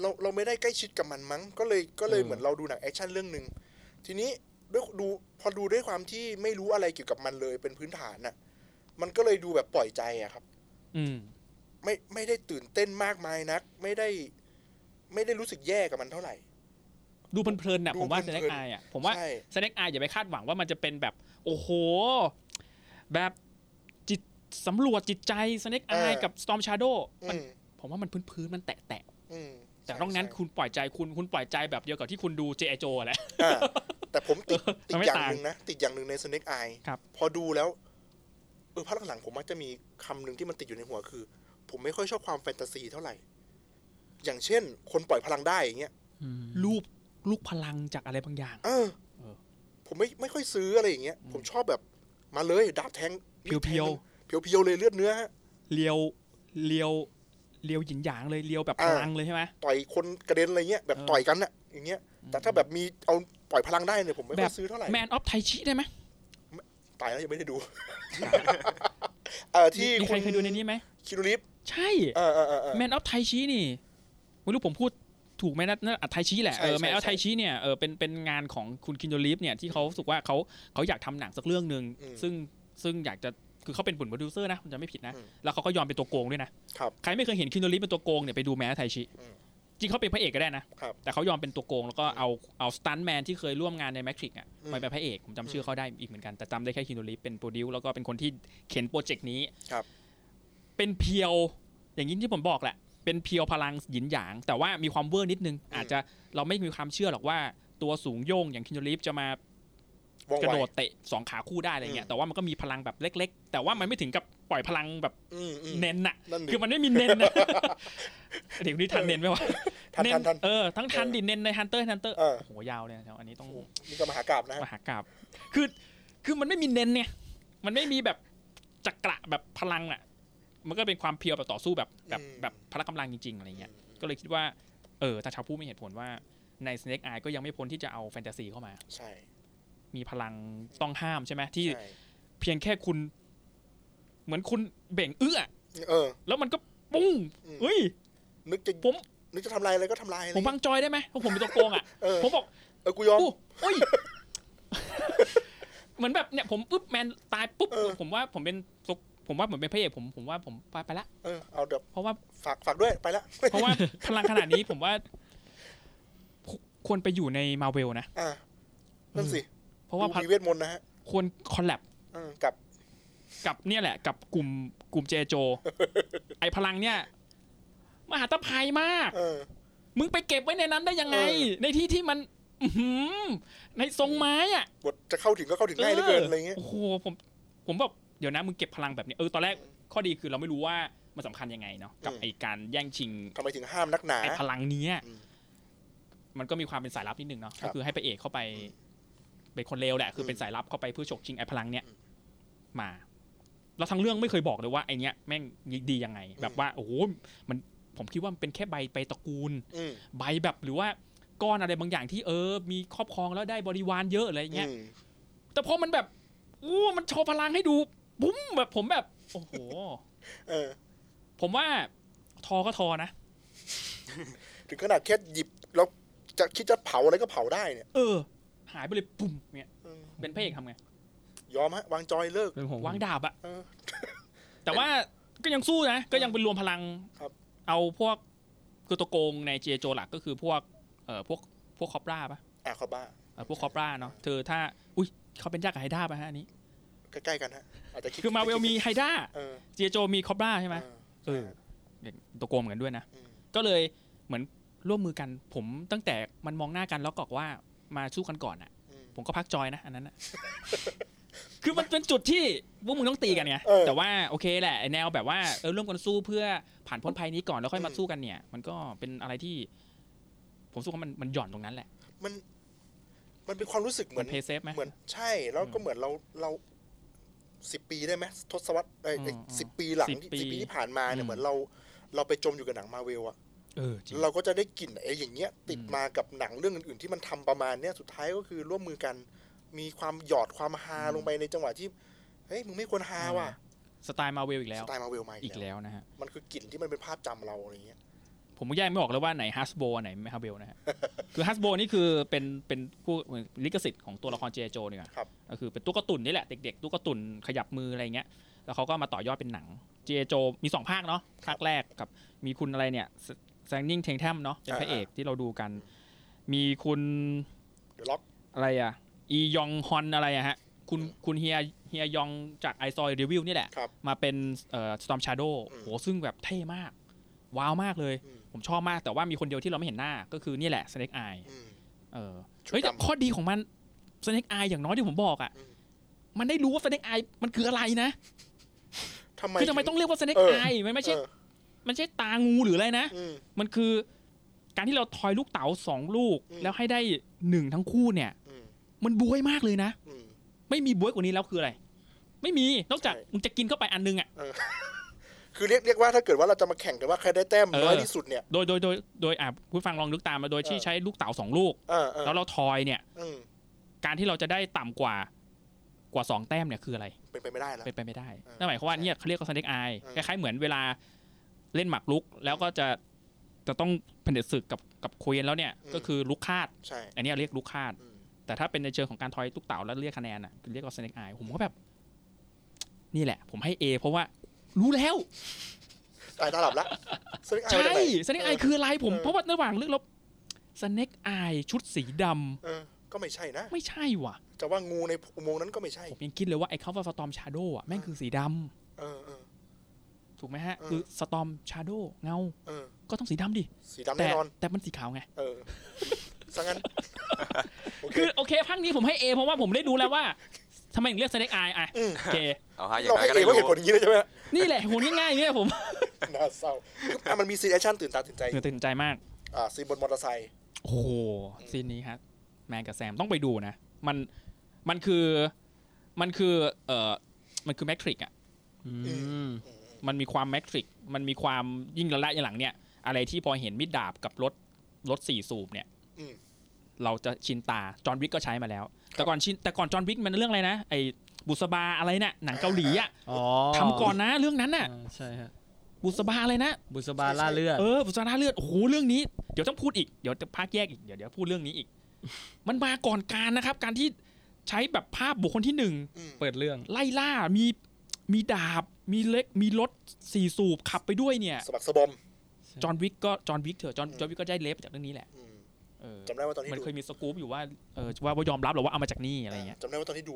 Speaker 2: เราเราไม่ได้ใกล้ชิดกับมันมั้ง ก็เลยก็เลย
Speaker 1: เออ
Speaker 2: เหมือนเราดูหนังแอคชั่นเรื่องหนึ่งทีนี้ด้วยดูพอดูด้วยความที่ไม่รู้อะไรเกี่ยวกับมันเลยเป็นพื้นฐานน่ะ มันก็เลยดูแบบปล่อยใจอะครับ
Speaker 1: อืม
Speaker 2: ไม่ไม่ได้ตื่นเต้นมากมายนัก ไม่ได้ ไม่ได้รู้สึกแย่กับมันเท่าไหร่
Speaker 1: ดูเพลินๆน่ะ
Speaker 2: ดู
Speaker 1: ผมว่า
Speaker 2: เพ
Speaker 1: เซ
Speaker 2: ลินๆ
Speaker 1: เล็กไออ่ะ ผมว่า
Speaker 2: ใช่
Speaker 1: เซเล็กไออย่าไปคาดหวังว่ามันจะเป็นแบบ โอ้โห แบบจิตสำรวจจิตใจเซเล็กไอ
Speaker 2: เออ
Speaker 1: กับสตอมชาโด
Speaker 2: อื
Speaker 1: มัน
Speaker 2: ม
Speaker 1: ผมว่ามันพื้นๆมันแตะ
Speaker 2: อืม
Speaker 1: ๆแต่ตองนั้น
Speaker 2: ใช่
Speaker 1: คุณปล่อยใจคุณคุณปล่อยใจแบบเดียวกับที่คุณดูเจไอโจแหละ
Speaker 2: อ่าแต่ผมติดติ
Speaker 1: มัน
Speaker 2: ด
Speaker 1: ไม่
Speaker 2: อย่าง
Speaker 1: ต่าง
Speaker 2: หนึ่งนะ ติดอย่างหนึ่งใน Snake Eye
Speaker 1: ครับ
Speaker 2: พอดูแล้ว เออพักหลังๆผมมักจะมีคำหนึ่งที่มันติดอยู่ในหัวคือ ผมไม่ค่อยชอบความแฟนตาซีเท่าไหร่ อย่างเช่น คนปล่อยพลังได้อย่างเงี้ย
Speaker 1: ลูกลูกพลังจากอะไรบางอย่าง
Speaker 2: เออ
Speaker 1: เออ
Speaker 2: ผมไม่ไม่ค่อยซื้ออะไรอย่างเงี้ย ผมชอบแบบมาเลย ดาบแทง
Speaker 1: เพียว
Speaker 2: เพียวเพียวๆเลยเลือดเนื้อฮะ
Speaker 1: เลียวเลียวเลียวหยินหยางเลยเลียวแบบพ
Speaker 2: อ่า
Speaker 1: ลังเลยใช่ไหม
Speaker 2: ต่อยคนกระเด็นอะไรเงี้ยแบบ
Speaker 1: เออ
Speaker 2: ต่อยกันน่ะอย่างเงี้ย แต่ถ้าแบบมีเอาปล่อยพลังได้เนี่ยผมไม่ค่อยซื้อเท่าไหร่
Speaker 1: แมนออฟไทชิได้ไหม
Speaker 2: ตายแล้วยังไม่ได้ดู เออที่
Speaker 1: มีใครเค
Speaker 2: คุณ
Speaker 1: ยดูในนี้ไหม
Speaker 2: คิรุริฟ
Speaker 1: ใช่
Speaker 2: เออเออเออเออ
Speaker 1: แมนออฟไทชินี่ไม่รู้ผมพูดถูกไหมนะนั่นอัดไทชิแหละ
Speaker 2: ใช่
Speaker 1: เออ
Speaker 2: ใช่
Speaker 1: แมนออฟ
Speaker 2: ใช่
Speaker 1: ไทชิเนี่ยเออเป็นเป็นงานของคุณคินโดลีฟเนี่ยที่เขารู้สึกว่าเขาเขาอยากทำหนังสักเรื่องหนึ่ง
Speaker 2: อืม
Speaker 1: ซึ่งซึ่งอยากจะคือเขาเป็นผลโปรดิวเซอร์นะผมจะไม่ผิดนะ
Speaker 2: อืม
Speaker 1: แล้วเขาก็ยอมเป็นตัวโกงด้วยนะครับใครไม่เคยเห็นคินโดลีฟเป็นตัวโกงเนี่ยไปดูแมนออฟไทชิ
Speaker 2: อืม
Speaker 1: จริงเขาเป็นพระเอกก็ได้นะครับ แต่เขายอมเป็นตัวโกงแล้วก็เอาเอาสตันแมนที่เคยร่วมงานในแมทริกอ่ะ
Speaker 2: อืม
Speaker 1: มาเป็นพระเอกผมจำชื่อเขาได้อีกเหมือนกันแต่จำได้แค่คินโดลีฟเป็นโปรดิวแล้วก็เป็นคนที่เขียนโปรเจกต์นี้ เป็นเพียว อย่างนี้ที่ผมบอกแหละ เป็นเพียวพลังหยินหยาง แต่ว่ามีความเวอร์นิดนึง
Speaker 2: อืม
Speaker 1: อาจจะเราไม่มีความเชื่อหรอกว่าตัวสูงโยงอย่างคินโยลิฟจะมา
Speaker 2: ว่อง
Speaker 1: กระ
Speaker 2: ไว
Speaker 1: โดดเตะสองขาคู่ได้อะไรเงี้
Speaker 2: อื
Speaker 1: ย
Speaker 2: ม
Speaker 1: แต่ว่ามันก็มีพลังแบบเล็ก ๆ แต่ว่ามันไม่ถึงกับปล่อยพลังแบบ
Speaker 2: อืมอืม
Speaker 1: เน้นน่ะ
Speaker 2: นั่นดิ
Speaker 1: คือมันไม่มีเน้นนะ เด็กคนนี้ทันเน้นไหมวะ
Speaker 2: ทัน
Speaker 1: เน้
Speaker 2: ทันทัน
Speaker 1: เออทั้งทัน
Speaker 2: เออ
Speaker 1: ดิเน้นในฮันเตอร์ฮันเตอร์
Speaker 2: เออ
Speaker 1: โอ้โหยาวเลยนะแถวอันนี้ต้อง
Speaker 2: นี่ก็มหากราบนะฮะ
Speaker 1: มหากราบคือคือมันไม่มีเน้นเนี่ยมันไม่มีแบบจักระแบบพลังอ่ะ มันก็เป็นความเพียวแบบต่อสู้แบบแบบแบบพละกำลังจริงๆอะไรเงี้ย
Speaker 2: อืม
Speaker 1: ก็เลยคิดว่า เออตาชาวพูดมีเหตุผลว่าใน Snake Eye ก็ยังไม่พ้นที่จะเอาแฟนตาซีเข้ามา
Speaker 2: ใช่
Speaker 1: มีพลังต้องห้ามใช่ไหมที่
Speaker 2: ใช่
Speaker 1: เพียงแค่คุณ เหมือนคุณเบ่งเอื้อ
Speaker 2: เออ
Speaker 1: แล้วมันก็ปุ้ง
Speaker 2: อืม
Speaker 1: เอ้ย
Speaker 2: นึกจะ
Speaker 1: ผม
Speaker 2: นึกจะทำลายอะไรก็ทำลายอะไร
Speaker 1: ผมบังจอยได้ไหมเพราะผมเป็นตัวโกงอ่ะ
Speaker 2: เออ
Speaker 1: ผมบอก
Speaker 2: เออกูยอม
Speaker 1: กูเอ้ย เหมือนแบบเนี่ยผมปุ๊บแมนตายปุ๊บ
Speaker 2: เออ
Speaker 1: ผมว่าผมเป็นตัวผมว่าผมเป็นพระเอกผมผมว่าผมไปไปละ
Speaker 2: เออเอาเดี๋ยว
Speaker 1: เพราะว่า
Speaker 2: ฝากฝากด้วยไปละ
Speaker 1: เพราะว่า พลังขนาดนี้ผมว่าควควรไปอยู่ในมาเวลนะ
Speaker 2: อ่านั่นสิ
Speaker 1: เพราะว่า
Speaker 2: ดู
Speaker 1: พลัง
Speaker 2: มีเวทมนต์นะฮะ
Speaker 1: ควรคอลแลบ
Speaker 2: เออกับ
Speaker 1: กับเนี่ยแหละ กับกลุ่มกลุ่มเจ โจ ไอพลังเนี่ย มหาตภัยมาก
Speaker 2: เออ
Speaker 1: มึงไปเก็บไว้ในนั้นได้ยังไง
Speaker 2: เออ
Speaker 1: ในที่ที่มัน อื้อหือในทรงไม้อะ
Speaker 2: บทจะเข้าถึงก็เข้าถึงง่ายเหลือเกินอะไรเงี้ย
Speaker 1: โอ้โหผมผมแบบเดี๋ยวนะ มึงเก็บพลังแบบเนี้ยเออตอนแรกข้อดีคือเราไม่รู้ว่ามันสำคัญยังไงเนาะกับไอการแย่งชิง
Speaker 2: ทำไมถึงห้ามนักหนา
Speaker 1: ไอพลังเนี้ย
Speaker 2: อืม
Speaker 1: มันก็มีความเป็นสายลับนิดนึงเนาะ
Speaker 2: ครั
Speaker 1: ก็
Speaker 2: บ
Speaker 1: คือให้พระเอกเข้าไป
Speaker 2: อืม
Speaker 1: เป็นคนเลวแหละคืออ
Speaker 2: ม
Speaker 1: เป็นสายลับเข้าไปเพื่อฉกชิงไอพลังเนี้ย
Speaker 2: อืม
Speaker 1: มาแล้วทั้งเรื่องไม่เคยบอกเลยว่าไอเนี้ยแม่งดียังไง แบบ
Speaker 2: อืม
Speaker 1: ว่าโอ้โหมันผมคิดว่ามันเป็นแค่ใบไปตระกูล
Speaker 2: อืม
Speaker 1: ใบแบบหรือว่าก้อนอะไรบางอย่างที่เออ มีครอบครองแล้วได้บริวารเยอะอะไรอย่างเงี้ย
Speaker 2: อืม
Speaker 1: แต่พอมันแบบอู้มันโชว์พลังให้ดูบุ้มแบบผมแบบ โอ้โห
Speaker 2: เออ
Speaker 1: ผมว่าทอก็ทอนะ
Speaker 2: ถึงขนาดแค่หยิบแล้วจะคิดจะเผาอะไรก็เผาได้เนี่ย
Speaker 1: เออ หายไปเลยปุ่มเนี่ย
Speaker 2: เออ
Speaker 1: เป็นพระเอกทำไง
Speaker 2: ยอมฮะวางจอยเลิก
Speaker 3: เป็นผม
Speaker 1: วางดาบอะ
Speaker 2: เออ
Speaker 1: แต่ว่าก็ยังสู้นะ ก็ยังเป็นรวมพลัง
Speaker 2: ครับ
Speaker 1: เอาพวกคือตัวโกงในเจโจหลักก็คือพวกเอ่อพวกพวกคอปราปะ
Speaker 2: อ่ะขอบ้า
Speaker 1: เอ่อพวกคอปราเนาะเธอถ้าอุ้ยเขาเป็นยากกับไฮด้าปะฮะอันนี้
Speaker 2: ใกล้ๆกันฮะอาจจะคิด
Speaker 1: คือมาเวลมีไฮด้า
Speaker 2: เออ
Speaker 1: เจโจมีคอปราใช่ไหม
Speaker 2: เออ
Speaker 1: ตัวโกงเหมือนกันด้วยนะ
Speaker 2: อืม
Speaker 1: ก็เลยเหมือนร่วมมือกันผมตั้งแต่มันมองหน้ากันแล้วก็บอกว่ามาสู้กันก่อนอะ
Speaker 2: อืม
Speaker 1: ผมก็พักจอยนะอันนั้นอะ คือมันเป็นจุดที่พวกมึงต้องตีกันไง
Speaker 2: เออ
Speaker 1: แต่ว่าโอเคแหละไอ้แนวแบบว่าเออร่วมกันสู้เพื่อผ่านพ้นภัยนี้ก่อนแล้วค่อยมาสู้กันเนี่ย มันก็เป็นอะไรที่ ผมสู้ว่ามันมันหย่อนตรงนั้นแหละ
Speaker 2: มันมันเป็นความรู้สึกเห
Speaker 1: เห
Speaker 2: มื
Speaker 1: มื
Speaker 2: อ
Speaker 1: อนเพ
Speaker 2: น
Speaker 1: ย์เซฟไหม
Speaker 2: เหมือนใช่แล้วก็
Speaker 1: อืม
Speaker 2: เหมือนเราเราสิบปีได้ไหมทศวรรษไอ้
Speaker 1: อืมอืม
Speaker 2: สิบปีหลัง
Speaker 1: 10ปี
Speaker 2: สิบปีที่ผ่านมาเนี่
Speaker 1: อื
Speaker 2: ย
Speaker 1: ม
Speaker 2: เหมือนเรา เราไปจมอยู่กับหนังมาเวลอะ
Speaker 1: เออจริง
Speaker 2: เราก็จะได้กลิ่นไอ้อย่างเงี้ย ติด
Speaker 1: อืม
Speaker 2: มากับหนังเรื่องอื่นๆที่มันทำประมาณเนี้ยสุดท้ายก็คือร่วมมือกัน มีความหยอดความฮาลงไปในจังหวะที่เฮ้ยมึงไม่ควรฮาว่ะ
Speaker 1: สไตล์มาเวลอีกแล้
Speaker 2: ส
Speaker 1: ว
Speaker 2: ไตล์มาเวลมา
Speaker 1: อี
Speaker 2: อี
Speaker 1: ก
Speaker 2: กแล้ว
Speaker 1: แล้วนะฮะ
Speaker 2: มันคือกลิ่นที่มันเป็นภาพจำเราอะไรเงี้ย
Speaker 1: ผมก็แยกไม่ออกแล้วว่าไหนฮัสโบไหนมาเวลนะฮะ คือฮัสโบนี่คือเป็นเป็นผู้เหมือนลิขสิทธิ์ของตัวละครเจโจเนี่ย
Speaker 2: ครับ
Speaker 1: ก็คือเป็นตุ๊กตุ่นนี่แหละ เด็กๆตุ๊กตุ่นขยับมืออะไรเงี้ยแล้วเขาก็มาต่อยอดเป็นหนังเจโจมีสองภาคเนาะภาคแรกกับมีคุณอะไรเนี่ยแซงนิ่งเทงแทมเนาะเป็นพระเอกที่เราดูกัน มีคุณ
Speaker 2: เดี๋ยวล็อก
Speaker 1: อะไรอะอียองฮอนอะไรอะฮะคุณ
Speaker 2: อืม
Speaker 1: คุณเฮียเฮียยองจากไอซอยรีวิวนี่แหละ
Speaker 2: ครับ
Speaker 1: มาเป็นเอ่อสตอมชาร์โด
Speaker 2: อืม
Speaker 1: โหซึ่งแบบเท่มาก ว้าวมากเลย
Speaker 2: อืม
Speaker 1: ผมชอบมากแต่ว่ามีคนเดียวที่เราไม่เห็นหน้าก็คือนี่แหละสเน็กไอ
Speaker 2: อืม
Speaker 1: เออ
Speaker 2: ชุด
Speaker 1: เฮ้ยแต่
Speaker 2: ดำ
Speaker 1: ข้อดีของมันสเน็กไออย่างน้อยที่ผมบอกอ่ะ
Speaker 2: อืม
Speaker 1: มันได้รู้ว่าสเน็กไอมันคืออะไรนะ
Speaker 2: ทำไม
Speaker 1: คือทำไมต้องเรียกว่าสเน็ก
Speaker 2: เออ
Speaker 1: ไอมันไม่ใช่
Speaker 2: เออ
Speaker 1: มันไม่ใช่ตางูหรืออะไรนะ
Speaker 2: อืม
Speaker 1: มันคือการที่เราทอยลูกเต๋าสองลูก
Speaker 2: อืม
Speaker 1: แล้วให้ได้หนึ่งทั้งคู่เนี่ย
Speaker 2: อืม
Speaker 1: มันบวยมากเลยนะ
Speaker 2: อืม
Speaker 1: ไม่มีบวยกว่านี้แล้วคืออะไร ไม่มีนอกจาก
Speaker 2: ใช่
Speaker 1: มึงจะกินเข้าไปอันนึงอ่ะ
Speaker 2: คือเรียกเรียกว่าถ้าเกิดว่าเราจะมาแข่งกันว่าใครได้แต้ม
Speaker 1: เออ
Speaker 2: น้อยที่สุดเนี่ย
Speaker 1: โดยโดยโดยโดยอ่ะผู้ฟังลองนึกตามมาโดยที่
Speaker 2: เออ
Speaker 1: ใช้ลูกเต๋าสองลูก
Speaker 2: เออเออ
Speaker 1: แล้วเราทอยเนี่ย
Speaker 2: อืม
Speaker 1: การที่เราจะได้ต่ำกว่า กว่าสองแต้มเนี่ยคืออะไร
Speaker 2: เป็นไปไม่ได้แล้ว
Speaker 1: เป็นไปไม่ได้
Speaker 2: เออ
Speaker 1: นั่นหมายความว่าเนี่ยเขาเรียกว่าสเน็กไอ
Speaker 2: เออ
Speaker 1: คล้ายๆเหมือนเวลาเล่นหมากรุก แล้วก็จะจะต้องเผด็จศึกกับกับเควนแล้วเนี่ย ก็คือลุกคาด
Speaker 2: ใช่
Speaker 1: อันเนี้ยเรียกลุกคาด
Speaker 2: อืม
Speaker 1: แต่ถ้าเป็นในเชิงของการทอยลูกเต๋าแล้วเรียกคะแนนอ่ะเรียกว่าสเน็กไอผมก็แบบ นี่แหละ ผมให้ A เพราะว่า รู้แล้ว
Speaker 2: ตายตาหลับละสเน็กไอ
Speaker 1: ใช่
Speaker 2: มาจากไหน
Speaker 1: สเน็กไอคืออะไรผม
Speaker 2: เออ
Speaker 1: เพราะว่าระหว่างเลือกแล้วสเน็กไอชุดสีดำ
Speaker 2: เออ ก็ไม่ใช่นะ
Speaker 1: ไม่ใช่ว่ะ
Speaker 2: จะว่างูในอุโมงค์นั้นก็ไม่ใช่
Speaker 1: ผมยังคิดเลยว่าไอ้คำว่าสตอมชาโดอ่ะแม่งคือสีดำ
Speaker 2: เออเออ
Speaker 1: ถูกไหมฮะ
Speaker 2: เออ
Speaker 1: คือสตอมชาโดเงา
Speaker 2: เออ
Speaker 1: ก็ต้องสีดำดิ
Speaker 2: สีดำ
Speaker 1: แต่
Speaker 2: แน่นอน
Speaker 1: แต่มันสีขาวไง
Speaker 2: เออ ซะงั้น โอเค
Speaker 1: คือโอเคภาคนี้ผมให้ A เพราะว่าผมได้รู้แล้วว่าทำไมถึงเรียก Snake Eye อ่ะ
Speaker 2: อืม
Speaker 1: โอเค
Speaker 4: เอาฮะอย่าง
Speaker 2: เรา
Speaker 4: ไร
Speaker 2: ให้
Speaker 4: ก็
Speaker 2: เอว่า
Speaker 4: ได้รู้
Speaker 2: เหตุผลอย่างนี้เลยใช่ไหม
Speaker 1: นี่แหละโหง่ายๆอย่างเงี้ยผม
Speaker 2: น่าเศร้าอ่ะมันมีซีนแอคชั่นตื่นตาตื่นใจ
Speaker 1: ตื่นใจมาก
Speaker 2: อ่าซีนบนมอเตอร์ไซค์
Speaker 1: โอ้โหซีนนี้ครับแมนกับแซมต้องไปดูนะ มันมันคือมันคือเอ่อมันคือแมทริกอ่ะ
Speaker 3: อืม
Speaker 1: มันมีความแมทริกมันมีความยิ่งระละอย่างหลังเนี่ย อะไรที่พอเห็นมิดดาบกับรถรถสี่สูบเนี่ย
Speaker 2: อืม
Speaker 1: เราจะชินตาจอห์นวิกก็ใช้มาแล้ว แต่ก่อนชินแต่ก่อนจอห์นวิกมันเรื่องอะไรนะไอ้บุษบาอะไรน่ะหนังเกาหลีอ่ะ
Speaker 3: อ๋อ
Speaker 1: ทำก่อนนะเรื่องนั้นน่ะ
Speaker 3: อ่าใช่ฮะ
Speaker 1: บุษบาอะไรนะ
Speaker 3: บุษบาล่าเลือด
Speaker 1: เออบุษราเลือดโอ้โหเรื่องนี้เดี๋ยวต้องพูดอีกเดี๋ยวจะพักแยกอีกเดี๋ยวเดี๋ยวพูดเรื่องนี้อีก มันมาก่อนการนะครับ การที่ใช้แบบภาพบุคคลที่หนึ่ง
Speaker 2: อืม
Speaker 3: เปิดเรื่อง
Speaker 1: ไล่ล่ามีมีดาบ มีเล็กมีรถสี่สูบขับไปด้วยเนี่ย
Speaker 2: สะบักสะบอม
Speaker 1: จอห์นวิกก็จอห์นวิกเถอะจอห์น
Speaker 2: อืม
Speaker 1: จอห์นวิกก็ได้เลฟจากเรื่องนี้แหละ
Speaker 2: อืม
Speaker 1: เออ
Speaker 2: จำได้ว่าตอนที่
Speaker 1: มัน
Speaker 2: ดู
Speaker 1: เคยมีสกู๊ปอยู่ว่าเออว่าว่ายอมรับหรอว่าเอามาจากนี่อะไรเงี้ย
Speaker 2: จำได้ว่าตอนที่ดู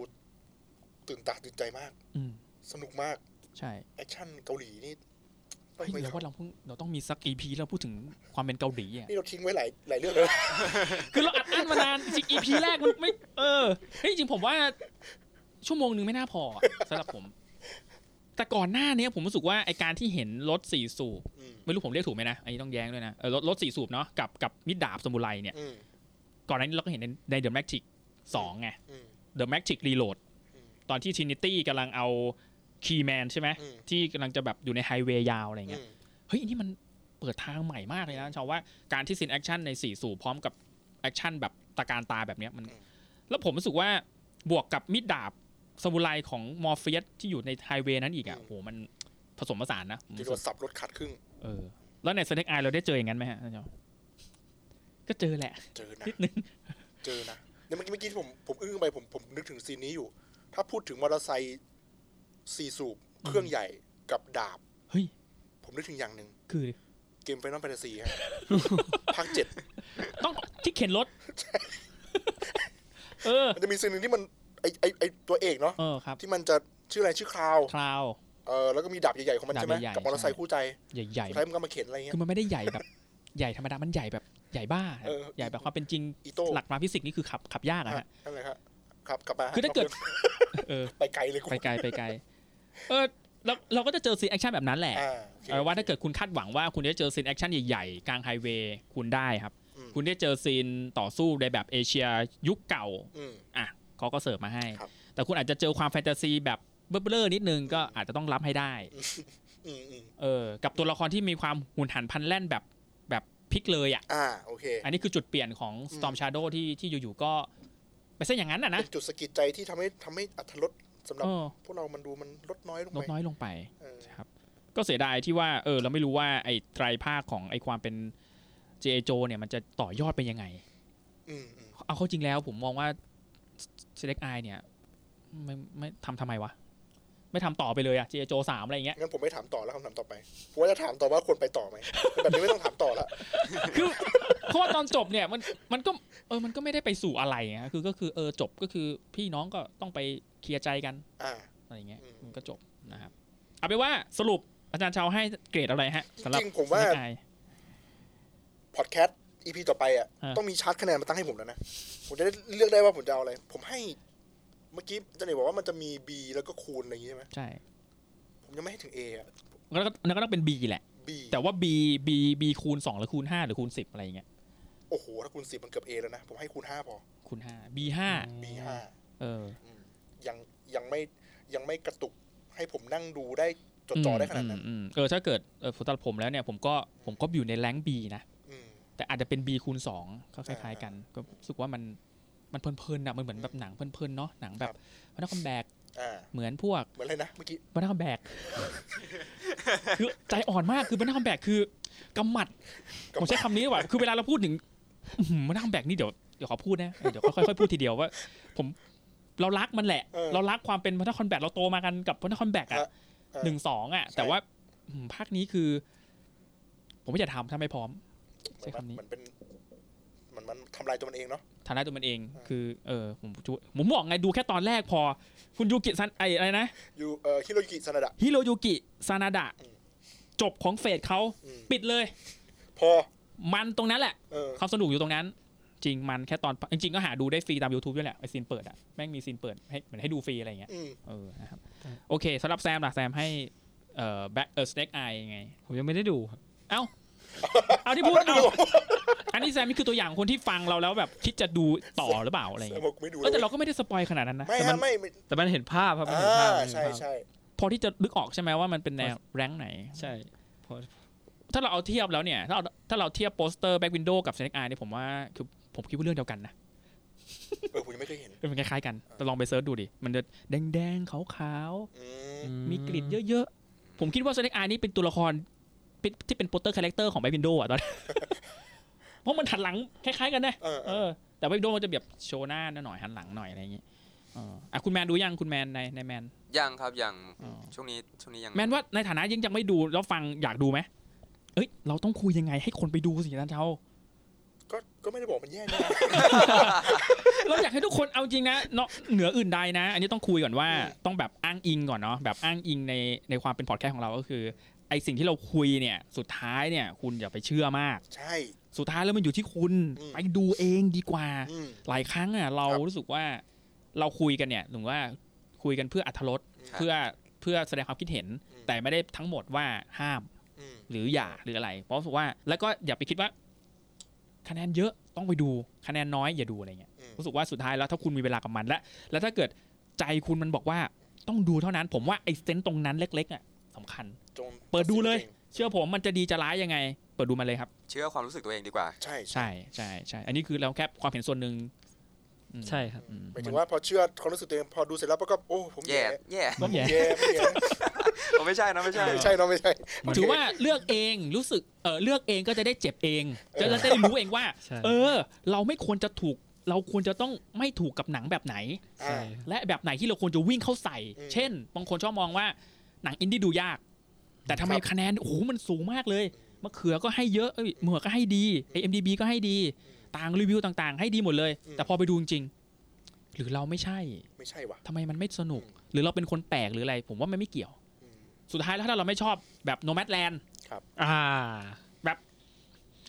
Speaker 2: ตื่นตาตื่นใจมาก
Speaker 1: อืม
Speaker 2: สนุกมาก
Speaker 1: ใช่
Speaker 2: แอคชั่นเกาหลีนี่
Speaker 1: เฮ้ย
Speaker 2: ไม่
Speaker 1: เดี๋ยวว่าเราเพิ่งเราต้องมีสักอีพีเราพูดถึงความเป็นเกาหลีอ่ะ
Speaker 2: นี่เราทิ้งไว้หลายหลายเรื่องแล้วนะ
Speaker 1: คือเราอัดอั้นมานานจริง EP แรกมันไม่ เออเฮ้ยจริงผมว่า ชั่วโมงหนึ่งไม่น่าพออะสำหรับผม แต่ก่อนหน้าเนี้ยผมรู้สึกว่าไอการที่เห็นรถสี่สูบ
Speaker 2: อืม
Speaker 1: ไม่รู้ผมเรียกถูกไหมนะอันนี้ต้องแย้งด้วยนะเออรถรถสี่สูบเนาะกับกับมิดดาบสมุไรเนี่ย
Speaker 2: อืม
Speaker 1: ก่อนหน้านี้เราก็เห็นในในเดอะแมทริกสองไง
Speaker 2: อืม
Speaker 1: เดอะแมทริกรีโหลด
Speaker 2: อืม
Speaker 1: ตอนที่ทรินิตี้กำลังเอาคีแมนใช่ไหม
Speaker 2: อืม
Speaker 1: ที่กำลังจะแบบอยู่ในไฮเวย์ยาวอะไร
Speaker 2: อื
Speaker 1: เงี้ย
Speaker 2: ม
Speaker 1: เฮ้ยอันนี่มันเปิดทางใหม่มากเลยนะชาวว่าการที่ซินแอคชั่นในสี่สูบพร้อมกับแอคชั่นแบบตะการตาแบบเนี้ยมัน แล้วผมรู้สึกว่าบวกกับมิดดาบสมุไรของมอร์เฟียสที่อยู่ในไฮเวย์นั้นอีกอ่ะโหมันผสมผสานนะผม
Speaker 2: ที่
Speaker 1: รู้
Speaker 2: โด
Speaker 1: สึ
Speaker 2: น
Speaker 1: ก
Speaker 2: สับรถขาดครึ่ง
Speaker 1: เออ แล้วในสเน็กไอเราได้เจออย่างนั้นไหมฮะท่านเจ้าก็เจอแหละ
Speaker 2: เจอนะ
Speaker 1: นิดนึง
Speaker 2: เจอนะเดี๋ยวเมื่อกี้เมื่อกี้ที่ผมผมอึ้งไปผมผมนึกถึงซีนนี้อยู่ ถ้าพูดถึงมอเตอร์ไซค์สี่สูบเครื่องใหญ่กับดาบ
Speaker 1: เฮ้ย
Speaker 2: ผมนึกถึงอย่างหนึ่ง
Speaker 1: คือ
Speaker 2: เกมไฟนอลแฟนตาซีฮะ ภาคเจ็ด
Speaker 1: ต้องที่เข็นรถ เออ
Speaker 2: มันจะมีซีนหนึ่งที่มันไอไอไอตัวเอกเนาะ
Speaker 1: เออครับ
Speaker 2: ที่มันจะชื่ออะไรชื่อคราว
Speaker 1: คราว
Speaker 2: เออแล้วก็มีดาบใหญ่ๆของมัน
Speaker 1: ดาบ
Speaker 2: ใช่ไหม
Speaker 1: ใหญ่ๆ
Speaker 2: กับมอเตอร์ไซค์
Speaker 1: ใช่
Speaker 2: คู่ใจ
Speaker 1: ใหญ่
Speaker 2: สุดท้ายมันก็มาเข็นอะไร
Speaker 1: ๆ
Speaker 2: เงี้
Speaker 1: คื
Speaker 2: ย
Speaker 1: อมันไม่ได้ใหญ่แบบ ใหญ่ธรรมดา มันใหญ่แบบใหญ่บ้า
Speaker 2: เออ
Speaker 1: ใหญ่แบบความเป็นจริง
Speaker 2: อีโต้
Speaker 1: หลักมาฟิสิกส์นี่คือขับขับยากอะ
Speaker 2: ฮะ
Speaker 1: ฮะ
Speaker 2: นั่นแหละครับครับกลับมาฮะ
Speaker 1: คือถ้าเกิด เออ
Speaker 2: ไปไกลเลยกู
Speaker 1: ไปไกลไปไกล เออเราเราก็จะเจอซีนแอคชั่นแบบนั้นแหละ
Speaker 2: อ่าโอเค
Speaker 1: เอาว่าถ้าเกิดคุณคาดหวังว่าคุณจะเจอซีนแอคชั่นใหญ่ๆ กลางไฮเวย์คุณได้ครับ
Speaker 2: อืม
Speaker 1: คุณได้เจอซีนต่อสู้ในแบบเอเชียยุคเก่า
Speaker 2: อืม
Speaker 1: เขาก็เสิร์ฟมาให้
Speaker 2: ครับ
Speaker 1: แต่คุณอาจจะเจอความแฟนตาซีแบบเบ้อๆนิดนึงก็อาจจะต้องรับให้ได้
Speaker 2: อืมอืม
Speaker 1: เออกับตัวละครที่มีความหุนหันพลันแล่นแบบแบบพลิกเลยอ่ะ
Speaker 2: อ่าโอเค
Speaker 1: อันนี้คือจุดเปลี่ยนของ Storm Shadow ที่ที่อยู่ๆก็ไปซะอย่างนั้นอ่ะนะ
Speaker 2: เป็นจุดสะกิดใจที่ทำให้ทำให้อัตรลดสำหรับ
Speaker 1: เออ
Speaker 2: พวกเรามันดูมันลดน้อยลง
Speaker 1: ล
Speaker 2: ไป
Speaker 1: ดน้อยลงไป
Speaker 2: เออ
Speaker 1: ครับก็เสียดายที่ว่าเออเราไม่รู้ว่าไอ้ไตรภาคของไอ้ความเป็น J.A. Joe เนี่ยมันจะต่อยอดไปยังไง
Speaker 2: อืมอืม
Speaker 1: เอาเข้าจริงแล้วผมมองว่า Select Eye เนี่ยไม่ไม่ทำทำไมวะ ไม่ทำต่อไปเลยอะ J.A. Joe สามอะไรอย่างเงี้ย
Speaker 2: งั้นผมไม่ถามต่อแล้วคำถามต่อไปผมว่าจะถามต่อว่าควรไปต่อไหม แบบนี้ไม่ต้องถามต่อละ
Speaker 1: คือเพราะว่าตอนจบเนี่ยมันมันก็เออมันก็ไม่ได้ไปสู่อะไรฮะคือก็คือเออจบก็คือพี่น้องก็ต้องไปเคลียร์ใจกัน
Speaker 2: อ่า
Speaker 1: อะไรอย่างเงี้ย
Speaker 2: อืม
Speaker 1: มันก็จบนะครับเอาเป็นว่าสรุปอาจารย์ชาวให้เกรดอะไรฮะ
Speaker 2: จ
Speaker 1: สำหรับ
Speaker 2: ริงๆผมว่า
Speaker 1: Select Eye
Speaker 2: พอดแคสต์ EP ต่อไปอ่ะ
Speaker 1: ฮะ
Speaker 2: ต้องมีชาร์ตคะแนนมาตั้งให้ผมแล้วนะ ผมจะได้เลือกได้ว่าผมจะเอาอะไร ผมให้ เมื่อกี้อาจารย์เอกบอกว่ามันจะมี B แล้วก็คูณอะไรอย่างงี้ใช่ไหม
Speaker 1: ใช่
Speaker 2: ผมยังไม่ให้ถึง A อ่ะ
Speaker 1: แล้วก็แล้วก็ต้องเป็น B แหละ
Speaker 2: B
Speaker 1: แต่ว่า B B B คูณ 2 หรือคูณ 5 หรือคูณ 10 อะไรอย่างเงี้ย
Speaker 2: โอ้โห ถ้าคูณ10มันเกือบ A แล้วนะ ผมให้คูณ5พอ
Speaker 1: คูณ 5 B
Speaker 2: B ห้า
Speaker 1: 5เออ
Speaker 2: ยังยังไม่ยังไม่กระตุกให้ผมนั่งดูได้จดจ่อได้ขนาดนั้น
Speaker 1: อืมอืมเออถ้าเกิดเออผมตัดผมแล้วเนี่ยผมก็ผมก็อยู่ในแรงบีนะ
Speaker 2: อืม
Speaker 1: แต่อาจจะเป็น B คูณ2ก็คล้ายๆกัน ก็รู้สึกว่ามันมันเพลินๆนะมันเหมือนแบบหนังเพลินๆเนาะหนังแบบ
Speaker 2: ครับ
Speaker 1: วันนักคอมแบก
Speaker 2: อ่า
Speaker 1: เหมือนพวก
Speaker 2: เหมือนอะไรนะเมื่อกี้
Speaker 1: วันนักคอมแบก คือใจอ่อนมากคือวันนักคอมแบกคือกำหมัด
Speaker 2: กำ
Speaker 1: ผ
Speaker 2: หมัด
Speaker 1: มใช้คำนี้ดีกว่าคือเวลาเราพูดถึงอื้อหือวันนักคอมแบกนี่เดี๋ยวเดี๋ยวขอพูดนะเออเดี๋ยวค่อยๆพูดทีเดียวว่า ผมเรารักมันแหละ
Speaker 2: เออ
Speaker 1: เรารักความเป็นวันนักคอมแบกเราโตมากันกับวันนักคอมแบกอะ
Speaker 2: ครับ เออ
Speaker 1: หนึ่งสองอ่ะ
Speaker 2: ใช่
Speaker 1: แต่ว่าอืมภาคนี้คือ ผมไม่อยากทำถ้าไม่พร้อม
Speaker 2: เห
Speaker 1: ใช้
Speaker 2: มือนมัน
Speaker 1: คำนี้
Speaker 2: เหมือนเป็นเหมือนมันทำลายตัวมันเองเนาะ
Speaker 1: ฐานะตัวมันเอง
Speaker 2: อ่า
Speaker 1: คือ เออผมช่วยผมบอกไงดูแค่ตอนแรกพอ คุณยูกิซันไออะไรนะ
Speaker 2: อยู่เอ่อฮิโรยุกิซานาดะ
Speaker 1: ฮิโรยูกิซานาดะ
Speaker 2: อืม
Speaker 1: จบของเฟสเขา
Speaker 2: อืม
Speaker 1: ปิดเลย
Speaker 2: พอ
Speaker 1: มันตรงนั้นแหละ
Speaker 2: เออ
Speaker 1: ความสนุกอยู่ตรงนั้น จริงมันแค่ตอนจริงๆก็หาดูได้ฟรีตาม YouTube ด้วยแหละไอซีนเปิดอ่ะแม่งมีซีนเปิดให้เหมือนให้ดูฟรีอะไรอย่างเงี้ย
Speaker 2: อืม
Speaker 1: เออนะครับโอเคสำหรับแซมล่ะแซมให้เอ่อแบ็คเออสเน็กไอยังไง
Speaker 3: ผมยังไม่ได้ดูครับ
Speaker 1: เอาที่พูดเอาอันนี้แซมนี่คือตัวอย่างคนที่ฟังเราแล้วแบบคิดจะดูต่อหรือเปล่าอะไร
Speaker 2: เออ
Speaker 1: เงี้ย
Speaker 2: บอกไม่ดู
Speaker 1: เออแต่
Speaker 2: เลย
Speaker 1: เราก็ไม่ได้สปอยขนาดนั้นนะ
Speaker 2: ไม่
Speaker 1: แต่มั
Speaker 2: ฮะ
Speaker 1: น
Speaker 2: ไม่ไม่
Speaker 3: แต่มันเห็นภาพครับมัน
Speaker 2: อ่า
Speaker 3: เห็นภาพมันเห็น
Speaker 2: ใช่
Speaker 3: ภาพ
Speaker 2: ใช่
Speaker 1: พอที่จะนึกออกใช่ไหมว่ามันเป็นแนวแรงค์ไหน
Speaker 3: ใช่พอ
Speaker 1: ถ้าเราเอาเทียบแล้วเนี่ย ถ้าเราถ้าเราเทียบโปสเตอร์แบ็กวินโดกับเซนไอเนี่ยผมว่าคือผมคิดว่าเรื่องเดียวกันนะ
Speaker 2: เออผมยังไม่เคยเห็น
Speaker 1: มันคล้ายๆกันแต่ลองไปเซิร์ชดูดิ มันจะแดงๆขาว
Speaker 2: อืม
Speaker 1: ๆมีกริดเยอะๆ ผมคิดว่าเซนไอนี่เป็นตัวละครเป็นที่เป็นโปสเตอร์คาแรคเตอร์ของแบ็กวินโดอะตอน นั้น เพราะมันหันหลังคล้ายๆกันนะ
Speaker 2: เออเอ
Speaker 1: เอ
Speaker 2: อ
Speaker 1: อแต่ว่าโดมันจะแบบโชว์หน้าหน่อยหันหลังหน่อยอะไรอย่างงี้เอออ่ะคุณแมนดูยังคุณแมนในในแมน
Speaker 4: ยังครับยัง
Speaker 1: อ๋อ
Speaker 4: ช่วงนี้ช่วงนี้ยัง
Speaker 1: แมนว่าในฐานะยังยังไม่ดูแล้วฟังอยากดูไหมเอ้ยเราต้องคุยยังไงให้คนไปดูสินะเจ้า
Speaker 2: ก็ก็ไม่ได้บอกมันแย่นะ
Speaker 1: เราอยากให้ทุกคนเอาจริงนะเนาะเหนืออื่นใดนะ อันนี้ต้องคุยก่อนว่า
Speaker 2: อืม
Speaker 1: ต้องแบบอ้างอิงก่อนเนาะแบบอ้างอิงในในความเป็นพอดแคสต์ของเราก็คือไอสิ่งที่เราคุยเนี่ยสุดท้ายเนี่ยคุณอย่าไปเชื่อมาก
Speaker 2: ใช่
Speaker 1: สุดท้ายแล้วมันอยู่ที่คุณ
Speaker 2: อืม
Speaker 1: ไปดูเองดีกว่า
Speaker 2: อืม
Speaker 1: หลายครั้งอ่ะเรา
Speaker 2: ครับ
Speaker 1: รู้สึกว่าเราคุยกันเนี่ยถึงว่าคุยกันเพื่ออัธรส
Speaker 4: ครับ
Speaker 1: เพื่อเพื่อแสดงความคิดเห็น
Speaker 2: อืม
Speaker 1: แต่ไม่ได้ทั้งหมดว่าห้าม
Speaker 2: อืม
Speaker 1: หรืออย่าหรืออะไร เพราะรู้สึกว่าแล้วก็อย่าไปคิดว่า คะแนนเยอะต้องไปดูคะแนนน้อยอย่าดูอะไรเงี้ย
Speaker 2: อืม
Speaker 1: รู้สึกว่าสุดท้ายแล้วถ้าคุณมีเวลากับมันและแล้วถ้าเกิดใจคุณมันบอกว่าต้องดูเท่านั้น ผมว่าไอ้เซนต์ตรงนั้นเล็กๆอ่ะสำคัญ
Speaker 2: จง
Speaker 1: เปิดดูลย เชื่อผมมันจะดีจะร้ายยังไง เปิดดูมันเลยครับ
Speaker 4: เชื่อความรู้สึกตัวเองดีกว่า
Speaker 2: ใช่ใช่
Speaker 1: ใช่ใช่ใช่อันนี้คือเราแค่ความเห็นส่วนหนึ่งอืม
Speaker 3: ใช่ครับ
Speaker 1: อืม
Speaker 2: หมายถึงว่าพอเชื่อความรู้สึกตัวเองพอดูเสร็จแล้วปะก็โอ้ผม
Speaker 4: แย่
Speaker 2: แย่
Speaker 4: แย่
Speaker 1: ต้องแย่
Speaker 2: แย่ไม่แย่
Speaker 4: ผมไม่ใช่นะไม่ใช่
Speaker 2: ไม่ใช่เนอะไม่ใช่
Speaker 1: มันถือว่าเลือกเองรู้สึกเออเลือกเองก็จะได้เจ็บเอง
Speaker 2: เอ
Speaker 1: จะ
Speaker 2: อ
Speaker 1: จะได้รู้เองว่า
Speaker 3: ใช่
Speaker 1: เออ เราไม่ควรจะถูก เราควรจะต้องไม่ถูกกับหนังแบบไหน
Speaker 2: อ่า
Speaker 3: ใช่
Speaker 1: และแบบไหนที่เราควรจะวิ่งเข้าใส่
Speaker 2: อืม
Speaker 1: เช่นบางคนชอบมองว่าหนังอินดี้ดูยาก แต่ทำไม
Speaker 2: ครับ
Speaker 1: คะแนนโอ้โหมันสูงมากเลยมะเขือก็ให้เยอะเอ้ยมะเขือก็ให้ดี IMDb ก็ให้ดี ต่างรีวิวต่างๆ ให้ดีหมดเลย
Speaker 2: อืม
Speaker 1: แต่พอไปดูจริงๆหรือเราไม่ใช่
Speaker 2: ไม่ใช่ว่ะ
Speaker 1: ทำไมมันไม่สนุก หรือเราเป็นคนแปลกหรืออะไร ผมว่ามันไม่เกี่ยว
Speaker 2: อืม
Speaker 1: สุดท้ายแล้วถ้าเราไม่ชอบแบบโนแมดแลน
Speaker 3: อ่า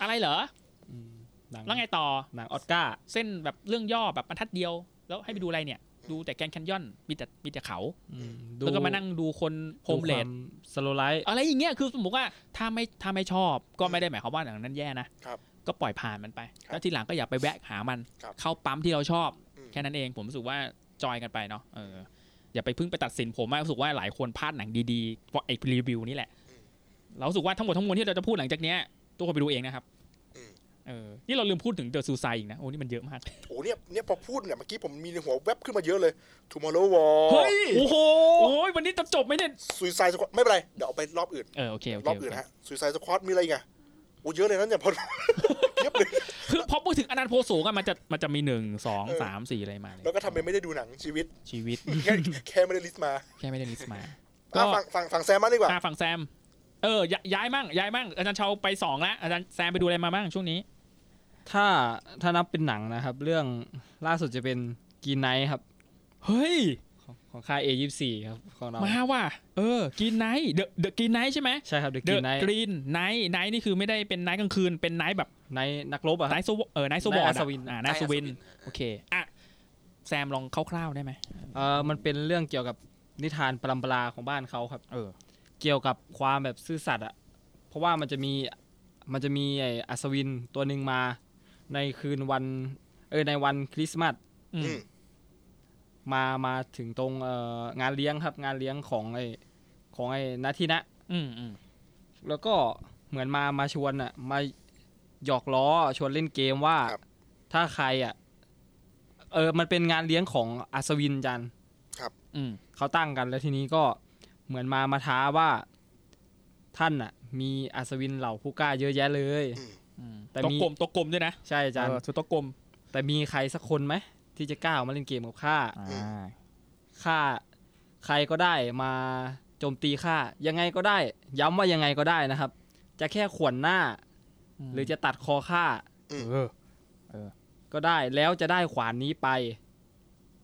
Speaker 1: อะไรเหรอ
Speaker 3: อืมหนัง
Speaker 1: แล้วไงต่อ
Speaker 3: หนังออสการ์
Speaker 1: เส้นแบบเรื่องย่อแบบบรรทัดเดียว แล้วให้ไปดูอะไรเนี่ย
Speaker 2: อืม
Speaker 1: ดูแต่แกรนด์แคนยอน มีแต่มีแต่เขา
Speaker 3: อืม
Speaker 1: แล้วก็มานั่งดูคนโฮมเลด
Speaker 3: สโลไลท์
Speaker 1: อะไรอย่างเงี้ย คือสมมติว่าถ้าไม่ถ้าไม่ชอบก็ไม่ได้หมายความว่าหนังนั้นแย่นะ
Speaker 2: ครับ
Speaker 1: ก็ปล่อยผ่านมันไป
Speaker 2: ครับ
Speaker 1: แล้วทีหลังก็อย่าไปแวะหามัน
Speaker 2: ครับ
Speaker 1: เข้าปั๊มที่เราชอบ
Speaker 2: อืม
Speaker 1: แค่นั้นเอง ผมรู้สึกว่าจอยกันไปเนาะ เออ อย่าไปเพึ่งไปตัดสินผมมากรู้สึกว่าหลายคนพลาดหนังดีๆเพราะไอ้รีวิวนี่แหละ เรารู้สึกว่าทั้งหมดทั้งมวลที่เราจะพูดหลังจากเนี้ยทุกคนไปดูเองนะครับ
Speaker 2: อืม
Speaker 1: เออ นี่เราลืมพูดถึงเดอะซูไซอีกนะ โอ้นี่มันเยอะมาก
Speaker 2: โอ้เนี่ยเนี่ยพอพูดเนี่ยเมื่อกี้ผมมีในหัวแวบขึ้นมาเยอะเลย Tomorrow War
Speaker 1: เฮ้ย โอ้โห โอ้ยวันนี้จะจบไหมเนี่ย
Speaker 2: Suicide Squad ไม่เป็นไร เดี๋ยวเอาไปรอบอื่น
Speaker 1: เออ โอเค โอเค
Speaker 2: รอบ
Speaker 1: โอ
Speaker 2: อื่น
Speaker 1: เค
Speaker 2: ฮะ Suicide Squad มีอะไรอีกอะโอ้เยอะเลยนะเนี่ย พอ เยอะเลย
Speaker 1: คือพอพูดถึงอนันต์โพสูงอะมันจะ มันจะมีหนึ่ง สอง
Speaker 2: เออ
Speaker 1: สาม สี่อะไรมาเลย
Speaker 2: แล้วก็ทำเป็นไม่ได้ดูหนังชีวิต
Speaker 1: ชีวิต
Speaker 2: แค่แค่ไม่ได้ลิสต์มา
Speaker 1: แค่ไม่ได้ลิสต์มา ก็
Speaker 2: อ่ะฝั่งฝั่งฝั่งแซมมาดีกว่า
Speaker 1: อ่าฝั่งแซม เออย้ายย้ายมั่ง ย้ายมั่ง อาจารย์เชาไปสองแล้ว อาจารย์แซมไปดูอะไรมาบ้างช่วงนี้
Speaker 3: ถ้าถ้านับเป็นหนังนะครับ เรื่องล่าสุดจะเป็นกีไนครับ
Speaker 1: เฮ้ย
Speaker 3: ของของค่าย A24 ครับของเรา
Speaker 1: มาว่ะ เออ กินไนท์เดอะเดอะกินไนท์ใช่ไหม
Speaker 3: ใช่ครับเดอะ
Speaker 1: เด
Speaker 3: กี
Speaker 1: อะ
Speaker 3: ไน
Speaker 1: กรีนไนท์ไนท์นี่คือไม่ได้เป็นไนท์กลางคืน เป็นไนท์แบบ
Speaker 3: ในนักรบอะค
Speaker 1: ไน
Speaker 3: รับ
Speaker 1: ท์โซเออไนท์โซบอร์
Speaker 3: Night Aswin
Speaker 1: อ่าไนท์สวิน
Speaker 4: Night Aswin
Speaker 1: โอเค อ่ะ แซมลองคร่าวๆได้ไหม
Speaker 3: เออมันเป็นเรื่องเกี่ยวกับนิทานปรำปราของบ้านเขาครับ
Speaker 1: เออ
Speaker 3: เกี่ยวกับความแบบซื่อสัตย์อะเพราะว่ามันจะมีมันจะมีไอ้อัศวินตัวหนึ่งมา ในคืนวันเออในวันคริสต์มาส
Speaker 1: อืม
Speaker 3: มามาถึงตรงเอ่องานเลี้ยงครับงานเลี้ยงของไอ้ของไอ้นาทีนะ
Speaker 1: อืมอืม
Speaker 3: แล้วก็เหมือนมามาชวนอะมาหยอกล้อชวนเล่นเกมว่า
Speaker 2: ครับ
Speaker 3: ถ้าใครอะเออมันเป็นงานเลี้ยงของอัศวินจันทร์
Speaker 1: อืม
Speaker 3: เขาตั้งกันแล้วทีนี้ก็เหมือนมามาท้าว่าท่านอ่ะ มีอัศวินเหล่าผู้กล้าเยอะแยะเลย
Speaker 2: อืม
Speaker 3: แต่
Speaker 1: ตัว
Speaker 3: มี
Speaker 1: กลมตัวกลมด้วยนะ
Speaker 3: ใช่อาจารย์
Speaker 1: เออชุดตัวกลม
Speaker 3: แต่มีใครสักคนไหมที่จะกล้าออกมาเล่นเกมกับข้า
Speaker 2: อื
Speaker 3: ข้าใครก็ได้มาโจมตีข้ายังไงก็ได้ ย้ำว่ายังไงก็ได้นะครับ จะแค่ข่วนหน้า หรือจะตัดคอข้า
Speaker 1: เออ
Speaker 3: ก็ได้แล้วจะได้ขวานนี้ไป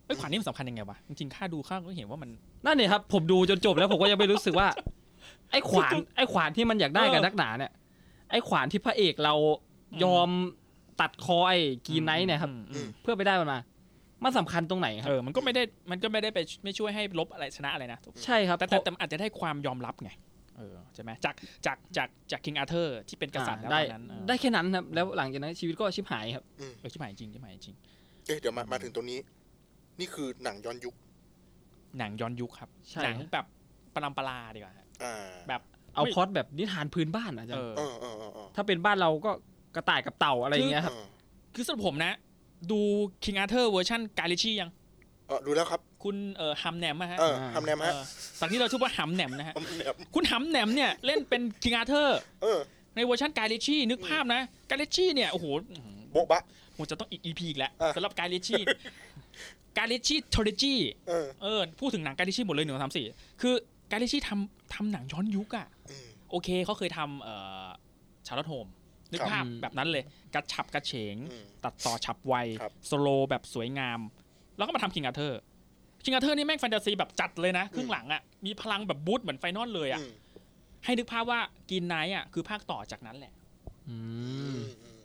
Speaker 1: ไอ้ยขวานนี่มันสำคัญยังไงวะ จริงๆข้าดูข้าก็เห็นว่ามัน
Speaker 3: นั่นเนี่ยครับ ผมดูจนจบแล้วผมก็ยังไม่รู้สึก ว่า ไอ้ขวาน ไอ้ขวานที่มันอยากได้กับ
Speaker 1: เออ
Speaker 3: นักหนาเนี่ย ไอ้ขวานที่พระเอกเรา
Speaker 1: อืม
Speaker 3: ยอมตัดคอไอ้กีไนท์เนี่ยครับ
Speaker 1: อืมอืม
Speaker 3: เพื่อไปได้มันมา มันสำคัญตรงไหนครั
Speaker 1: เอบ อ มันก็ไม่ได้ มันก็ไม่ได้ไปไม่ช่วยให้ลบอะไรชนะอะไรนะ
Speaker 3: ใช่ครับ
Speaker 1: แต่แต่
Speaker 3: เพ
Speaker 1: แต่มันอาจจะได้ความยอมรับไง เออ ใช่ไหมจากจากจากจากคิงอาเธอร์ที่เป็นก
Speaker 3: ราะ
Speaker 1: ษัตริย์แล้ว
Speaker 3: ได้
Speaker 1: ตอนนั้นเออ
Speaker 3: ได้แค่นั้นครับ แล้วหลังจากนั้นชีวิตก็ชิบหายครับ
Speaker 2: อืม
Speaker 1: เออใช่ไหมจริงใช่ไหมจริง
Speaker 2: เอ๊ะเดี๋ยวมามาถึงตรงนี้ นี่คือหนังย้อนยุค
Speaker 1: หนังย้อนยุคครับ
Speaker 3: ใช่
Speaker 1: หนัง
Speaker 3: ครับ
Speaker 1: แบบปรำปราดีกว่าฮะ
Speaker 2: อ่า
Speaker 1: แบบ
Speaker 3: เอา
Speaker 1: ไม่
Speaker 3: พล็อดแบบนิทานพื้นบ้านอะอาจาร
Speaker 1: เอ
Speaker 3: ย์
Speaker 1: อ
Speaker 2: เออเออเออเออ
Speaker 3: ถ้าเป็นบ้านเราก็กระต่ายกับเต่าอะไรอย่างเงี้ยครับ
Speaker 2: เออ
Speaker 1: คือสำหรับผมนะ ดู King Arthur เวอร์ชันกาลิชี่ยัง
Speaker 2: เออดูแล้วครับ
Speaker 1: คุณเอ่อฮัมแหนมอะฮะ
Speaker 2: เออ
Speaker 3: อ่า
Speaker 2: ทำแนมฮะ
Speaker 1: เออตอนนี้เราชื่อว่าฮัมแหนมนะฮะ
Speaker 2: ทำแนม
Speaker 1: คุณฮัมแหนมเนี่ยเล่นเป็น King Arthur
Speaker 2: เออ
Speaker 1: ในเวอร์ชันกาลิชี่นึกภาพนะกาลิชี่เนี่ยโอ้โห
Speaker 2: โบ๊ะบะ
Speaker 1: ผมจะต้องอีก EP อีกแล้ว
Speaker 2: อ่ะ
Speaker 1: สำหรับการลิชี่ การลิชี่ทอริจี
Speaker 2: เออ
Speaker 1: เออ พูดถึงหนังการลิชี่หมดเลยหนึ่งสองสามสี่คือการลิชี่ทำทำหนังย้อนยุคอะ
Speaker 2: อืม
Speaker 1: โอเคเขาเคยทำเอ่อชาร์ลอตโฮมนึก
Speaker 2: ครับ
Speaker 1: ภาพแบบนั้นเลย กระฉับกระเฉง
Speaker 2: อืม
Speaker 1: ตัดต่อฉับไว
Speaker 2: ครับ
Speaker 1: สโลว์แบบสวยงาม แล้วก็มาทำคิงอาเธอร์คิงอาเธอร์นี่แม่งแฟนตาซีแบบจัดเลยนะ ครึ่งหลังอะมีพลังแบบบูทเหมือนไฟนอลเลยอะ
Speaker 2: อืม
Speaker 1: ให้นึกภาพว่ากินไนท์อะคือภาคต่อจากนั้นแหละ
Speaker 2: อื
Speaker 3: อืม
Speaker 2: มอืม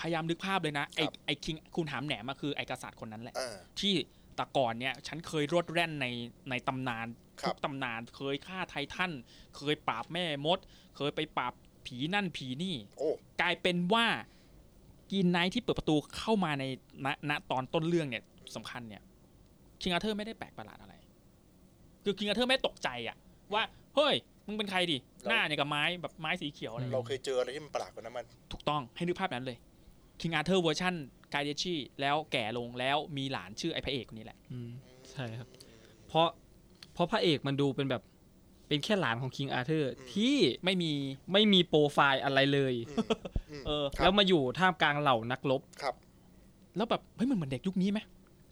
Speaker 1: พยายามนึกภาพเลยนะไอ
Speaker 2: ครับ
Speaker 1: ไอคิงคุณหามแหนมอะคือไอกษัตริย์คนนั้นแหละ
Speaker 2: อ่า
Speaker 1: ที่แตะก่อนเนี่ยฉันเคยรวดแร่นในในตำนาน
Speaker 2: ครั
Speaker 1: ทุ
Speaker 2: บ
Speaker 1: กตำนานเคยฆ่าไททันเคยปราบแม่มด เคยไปปราบผีนั่นผีนี่
Speaker 2: โอ้
Speaker 1: กลายเป็นว่ากินไนท์ที่เปิดประตูเข้ามาในณณตอนต้นเรื่องเนี่ยสำคัญเนี่ยคิงอาเธอร์ไม่ได้แปลกประหลาดอะไร คือคิงอาเธอร์ไม่ตกใจอะว่า เฮ้ย มึงเป็นใครดิ หน้าเนี่ยกับไม้แบบไม้สีเขียวอะไรอย่าง
Speaker 2: เรา
Speaker 1: เงี้ย
Speaker 2: เคยเจออะไรที่มันประหลาดกว่านั้นมัน
Speaker 1: ถูกต้องให้นึกภาพนั้นเลยคิงอาเธอร์เวอร์ชันกายเดชี่แล้วแก่ลงแล้วมีหลานชื่อไอพระเอกคนนี้แหละ
Speaker 3: อืมใช่ครับ เพราะเพราะพระเอกมันดูเป็นแบบเป็นแค่หลานของคิงอาเธอร์
Speaker 2: อืม
Speaker 3: ที่
Speaker 1: ไม่มี
Speaker 3: ไม่มีโปรไฟล์อะไรเลย
Speaker 2: อืมม
Speaker 1: เออ
Speaker 2: ครับ
Speaker 3: แล้วมาอยู่ท่ามกลางเหล่านักรบ
Speaker 1: แล้วแบบเฮ้ยมันเหมือนเด็กยุคนี้ไหม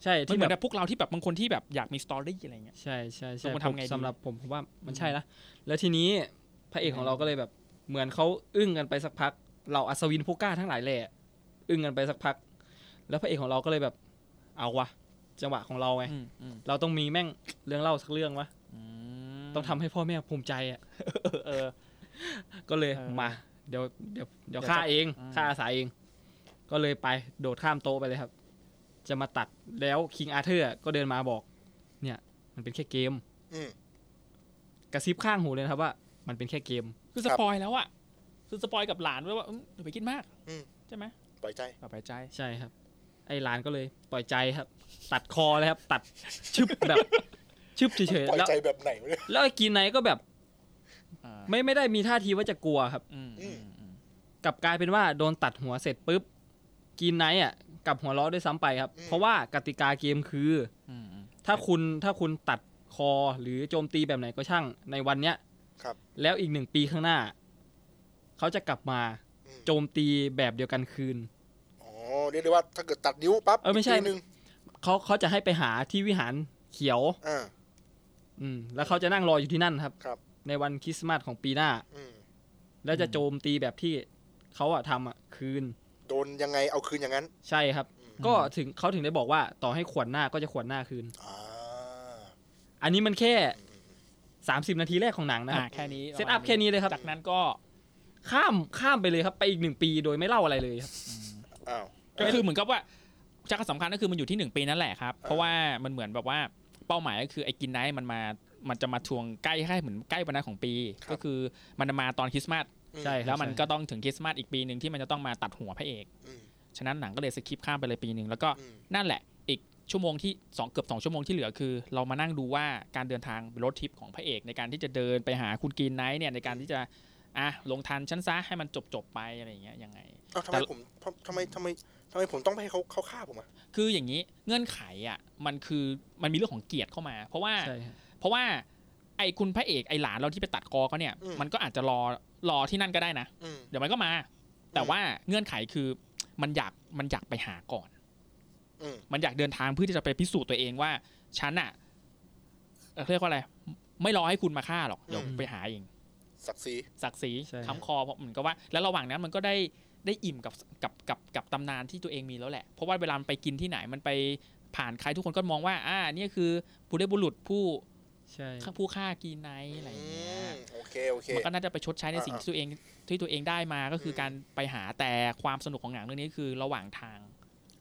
Speaker 3: ใช่
Speaker 1: มัน
Speaker 3: ที่
Speaker 1: เห
Speaker 3: แบ
Speaker 1: มื
Speaker 3: บ
Speaker 1: อนแบบพวกเราที่แบบบางคนที่แบบอยากมีสตอรี่อะไรเงี้ย
Speaker 3: ใช่ใช่ใช่
Speaker 1: ต้องมา
Speaker 3: ผ
Speaker 1: ทำ
Speaker 3: ม
Speaker 1: ไงดี
Speaker 3: สำหรับผมผมว่ามันใช่นะแล้วทีนี้พระเอกของเราก็เลยแบบเหมือนเขาอึ้งกันไปสักพัก เราอัศวินผู้กล้าทั้งหลายแหล่อึ้งกันไปสักพัก แล้วพระเอกของเราก็เลยแบบเอาวะจังหวะของเราไงเราต้องมีแม่งเรื่องเล่าสักเรื่องวะต้องทำให้พ่อแม่ภูมิใจอ่ะ
Speaker 1: เออ
Speaker 3: ก็เลย
Speaker 1: เออ
Speaker 3: มา เดี๋ยวเดี๋ยวเดี๋ยว
Speaker 1: เดี๋ยว
Speaker 3: ฆ่า
Speaker 1: จะ
Speaker 3: เอง
Speaker 1: อืม
Speaker 3: ฆ่าอาสาเอง ก็เลยไปโดดข้ามโต๊ะไปเลยครับ จะมาตัดแล้วคิงอาเธอร์ก็เดินมาบอก เนี่ย มันเป็นแค่เกม
Speaker 2: อืม
Speaker 3: กระซิบข้างหูเลยนะครับว่ามันเป็นแค่เกม
Speaker 1: คือสปอยแล้วอะคือสปอยกับหลานด้วยว่าอืมอย่าไปคิดมาก
Speaker 2: อืม
Speaker 1: ใช่ไหม
Speaker 2: ปล่อยใจ
Speaker 1: ต่อไปใจ
Speaker 3: ใช่ครับ ไอ้หลานก็เลยปล่อยใจครับ ตัดคอเลยครับ ตัดชึบแบบ ชึบเฉย
Speaker 2: ปล่อย
Speaker 3: ๆแล้ว
Speaker 2: ใจแบบไหนวะเนี่ย
Speaker 3: แล้วไอ้กินไนก็แบบ
Speaker 1: อ่า
Speaker 3: ไม่ไม่ได้มีท่าทีว่าจะกลัวครับ
Speaker 1: อืมอืมอืม
Speaker 3: กลับกลายเป็นว่าโดนตัดหัวเสร็จปุ๊บกินไนอ่ะกลับหัวเราะด้วยซ้ำไปครับ
Speaker 2: อืม
Speaker 3: เพราะว่ากติกาเกมคือ
Speaker 1: อืมอืม
Speaker 3: ถ้าคุณถ้าคุณตัดคอหรือโจมตีแบบไหนก็ช่างในวันเนี้ย
Speaker 2: ครับ
Speaker 3: แล้วอีกหนึ่งปีข้างหน้า เขาจะกลับมา
Speaker 2: อืม
Speaker 3: โจมตีแบบเดียวกันคืน
Speaker 2: อ๋อเรียกได้ว่าถ้าเกิดตัดนิ้วปั๊บ
Speaker 3: เออไม่ใช่
Speaker 2: กทีนึง
Speaker 3: เขาเขาจะให้ไปหาที่วิหารเขียว
Speaker 2: อ่า
Speaker 3: อืมแล้วเขาจะนั่งรออยู่ที่นั่นครับ
Speaker 2: ครับ
Speaker 3: ในวันคริสต์มาสของปีหน้า
Speaker 2: อืม
Speaker 3: แล้วจะโจมตีแบบที่เขาอะทำอะคืน
Speaker 2: โดนยังไงเอาคืนอย่างนั้น
Speaker 3: ใช่ครับ
Speaker 2: อืม
Speaker 3: ก็ถึงเขาถึงได้บอกว่าต่อให้ขวนหน้าก็จะขวนหน้าคืน
Speaker 2: อ่า
Speaker 3: อันนี้มันแค่ 30 นาทีแรกของหนังนะค
Speaker 1: อ่า
Speaker 3: รับ
Speaker 1: แค่นี้
Speaker 3: เซตอัพแค่นี้เลยครับ
Speaker 1: จากนั้นก็
Speaker 3: ข้ามข้ามไปเลยครับ ไปอีกหนึ่งปีโดยไม่เล่าอะไรเลยครับ
Speaker 2: อ้าว
Speaker 1: ก็คือเหมือนกับว่าจักรสำคัญก็คือมันอยู่ที่หนึ่งปีนั่นแหละครับ เพราะว่ามันเหมือนแบบว่าเป้าหมายก็คือไอ้กินไนท์มันมา มันจะมาทวงใกล้แค่เหมือนใกล้วันนั้นของปี ก็คือมันจะมาตอนคริสต์มาส
Speaker 3: ใช่ครับ
Speaker 1: แล้วมัน
Speaker 3: ใช่
Speaker 1: ก็ต้องถึงคริสต์มาสอีกปีหนึ่งที่มันจะต้องมาตัดหัวพระเอก
Speaker 2: อืม
Speaker 1: ฉะนั้นหนังก็เลยสคิปข้ามไปเลยปีหนึ่งแล้วก็
Speaker 2: อืม
Speaker 1: นั่นแหละ อีกชั่วโมงที่สองเกือบสองชั่วโมงที่เหลือคือ เรามานั่งดูว่าการเดินทางรถทริปของพระเอกในการที่จะเดินไปหาคุณกรีนไนท์เนี่ยในการที่จะอ่ะลงทันชั้นซะให้มันจบจบๆไปอะไรอย่างเงี้ยยังไง
Speaker 2: เอ้าทำไมผมทำไมทำไมทำไมผมต้องไปให้เขาเขาฆ่าผมอ่ะ
Speaker 1: คืออย่างนี้เงื่อนไขอ่ะมันคือมันมีเรื่องของเกียรติเข้ามา เพราะว่า
Speaker 3: ใช่ครับ
Speaker 1: เพราะว่าไอ้คุณพระเอกไอ้หลานเราที่ไปตัดคอเขาเนี่ยมันก็อาจจะรอรอที่นั่นก็ได้นะ
Speaker 2: อืม
Speaker 1: เดี๋ยวมันก็มา แต่
Speaker 2: อืม
Speaker 1: ว่าเงื่อนไขคือมันอยากมันอยากไปหาก่อน
Speaker 2: อืม
Speaker 1: มันอยากเดินทางเพื่อที่จะไปพิสูจน์ตัวเองว่า ฉันอะเอ่อเรียกว่าอะไร ไม่รอให้คุณมาฆ่าหรอก เดี๋ยวไปหาเอง
Speaker 2: ศักดิ์ศรี
Speaker 1: ศักดิ์ศรี
Speaker 3: ใช่ครับ
Speaker 1: ค้ำคอเพราะเหมือนกับว่า แล้วระหว่างนั้นมันก็ได้ได้อิ่มกับกับกับกับตำนานที่ตัวเองมีแล้วแหละ เพราะว่าเวลามันไปกินที่ไหนมันไปผ่านใครทุกคนก็มองว่า อ่าเนี่ยคือบุรุษบุรุษผู้
Speaker 3: ใช่
Speaker 1: ผู้ฆ่ากีไนท์อะไรอย่างเงี้ย
Speaker 2: มโอเค โอเค
Speaker 1: มันก็น่าจะไปชดใช้ใน
Speaker 2: อ่า
Speaker 1: สิ่งที่ตัวเองที่ตัวเองได้มาก็คืออ
Speaker 2: ม
Speaker 1: การไปหาแต่ความสนุกของหนังเรื่องนี้คือระหว่างทาง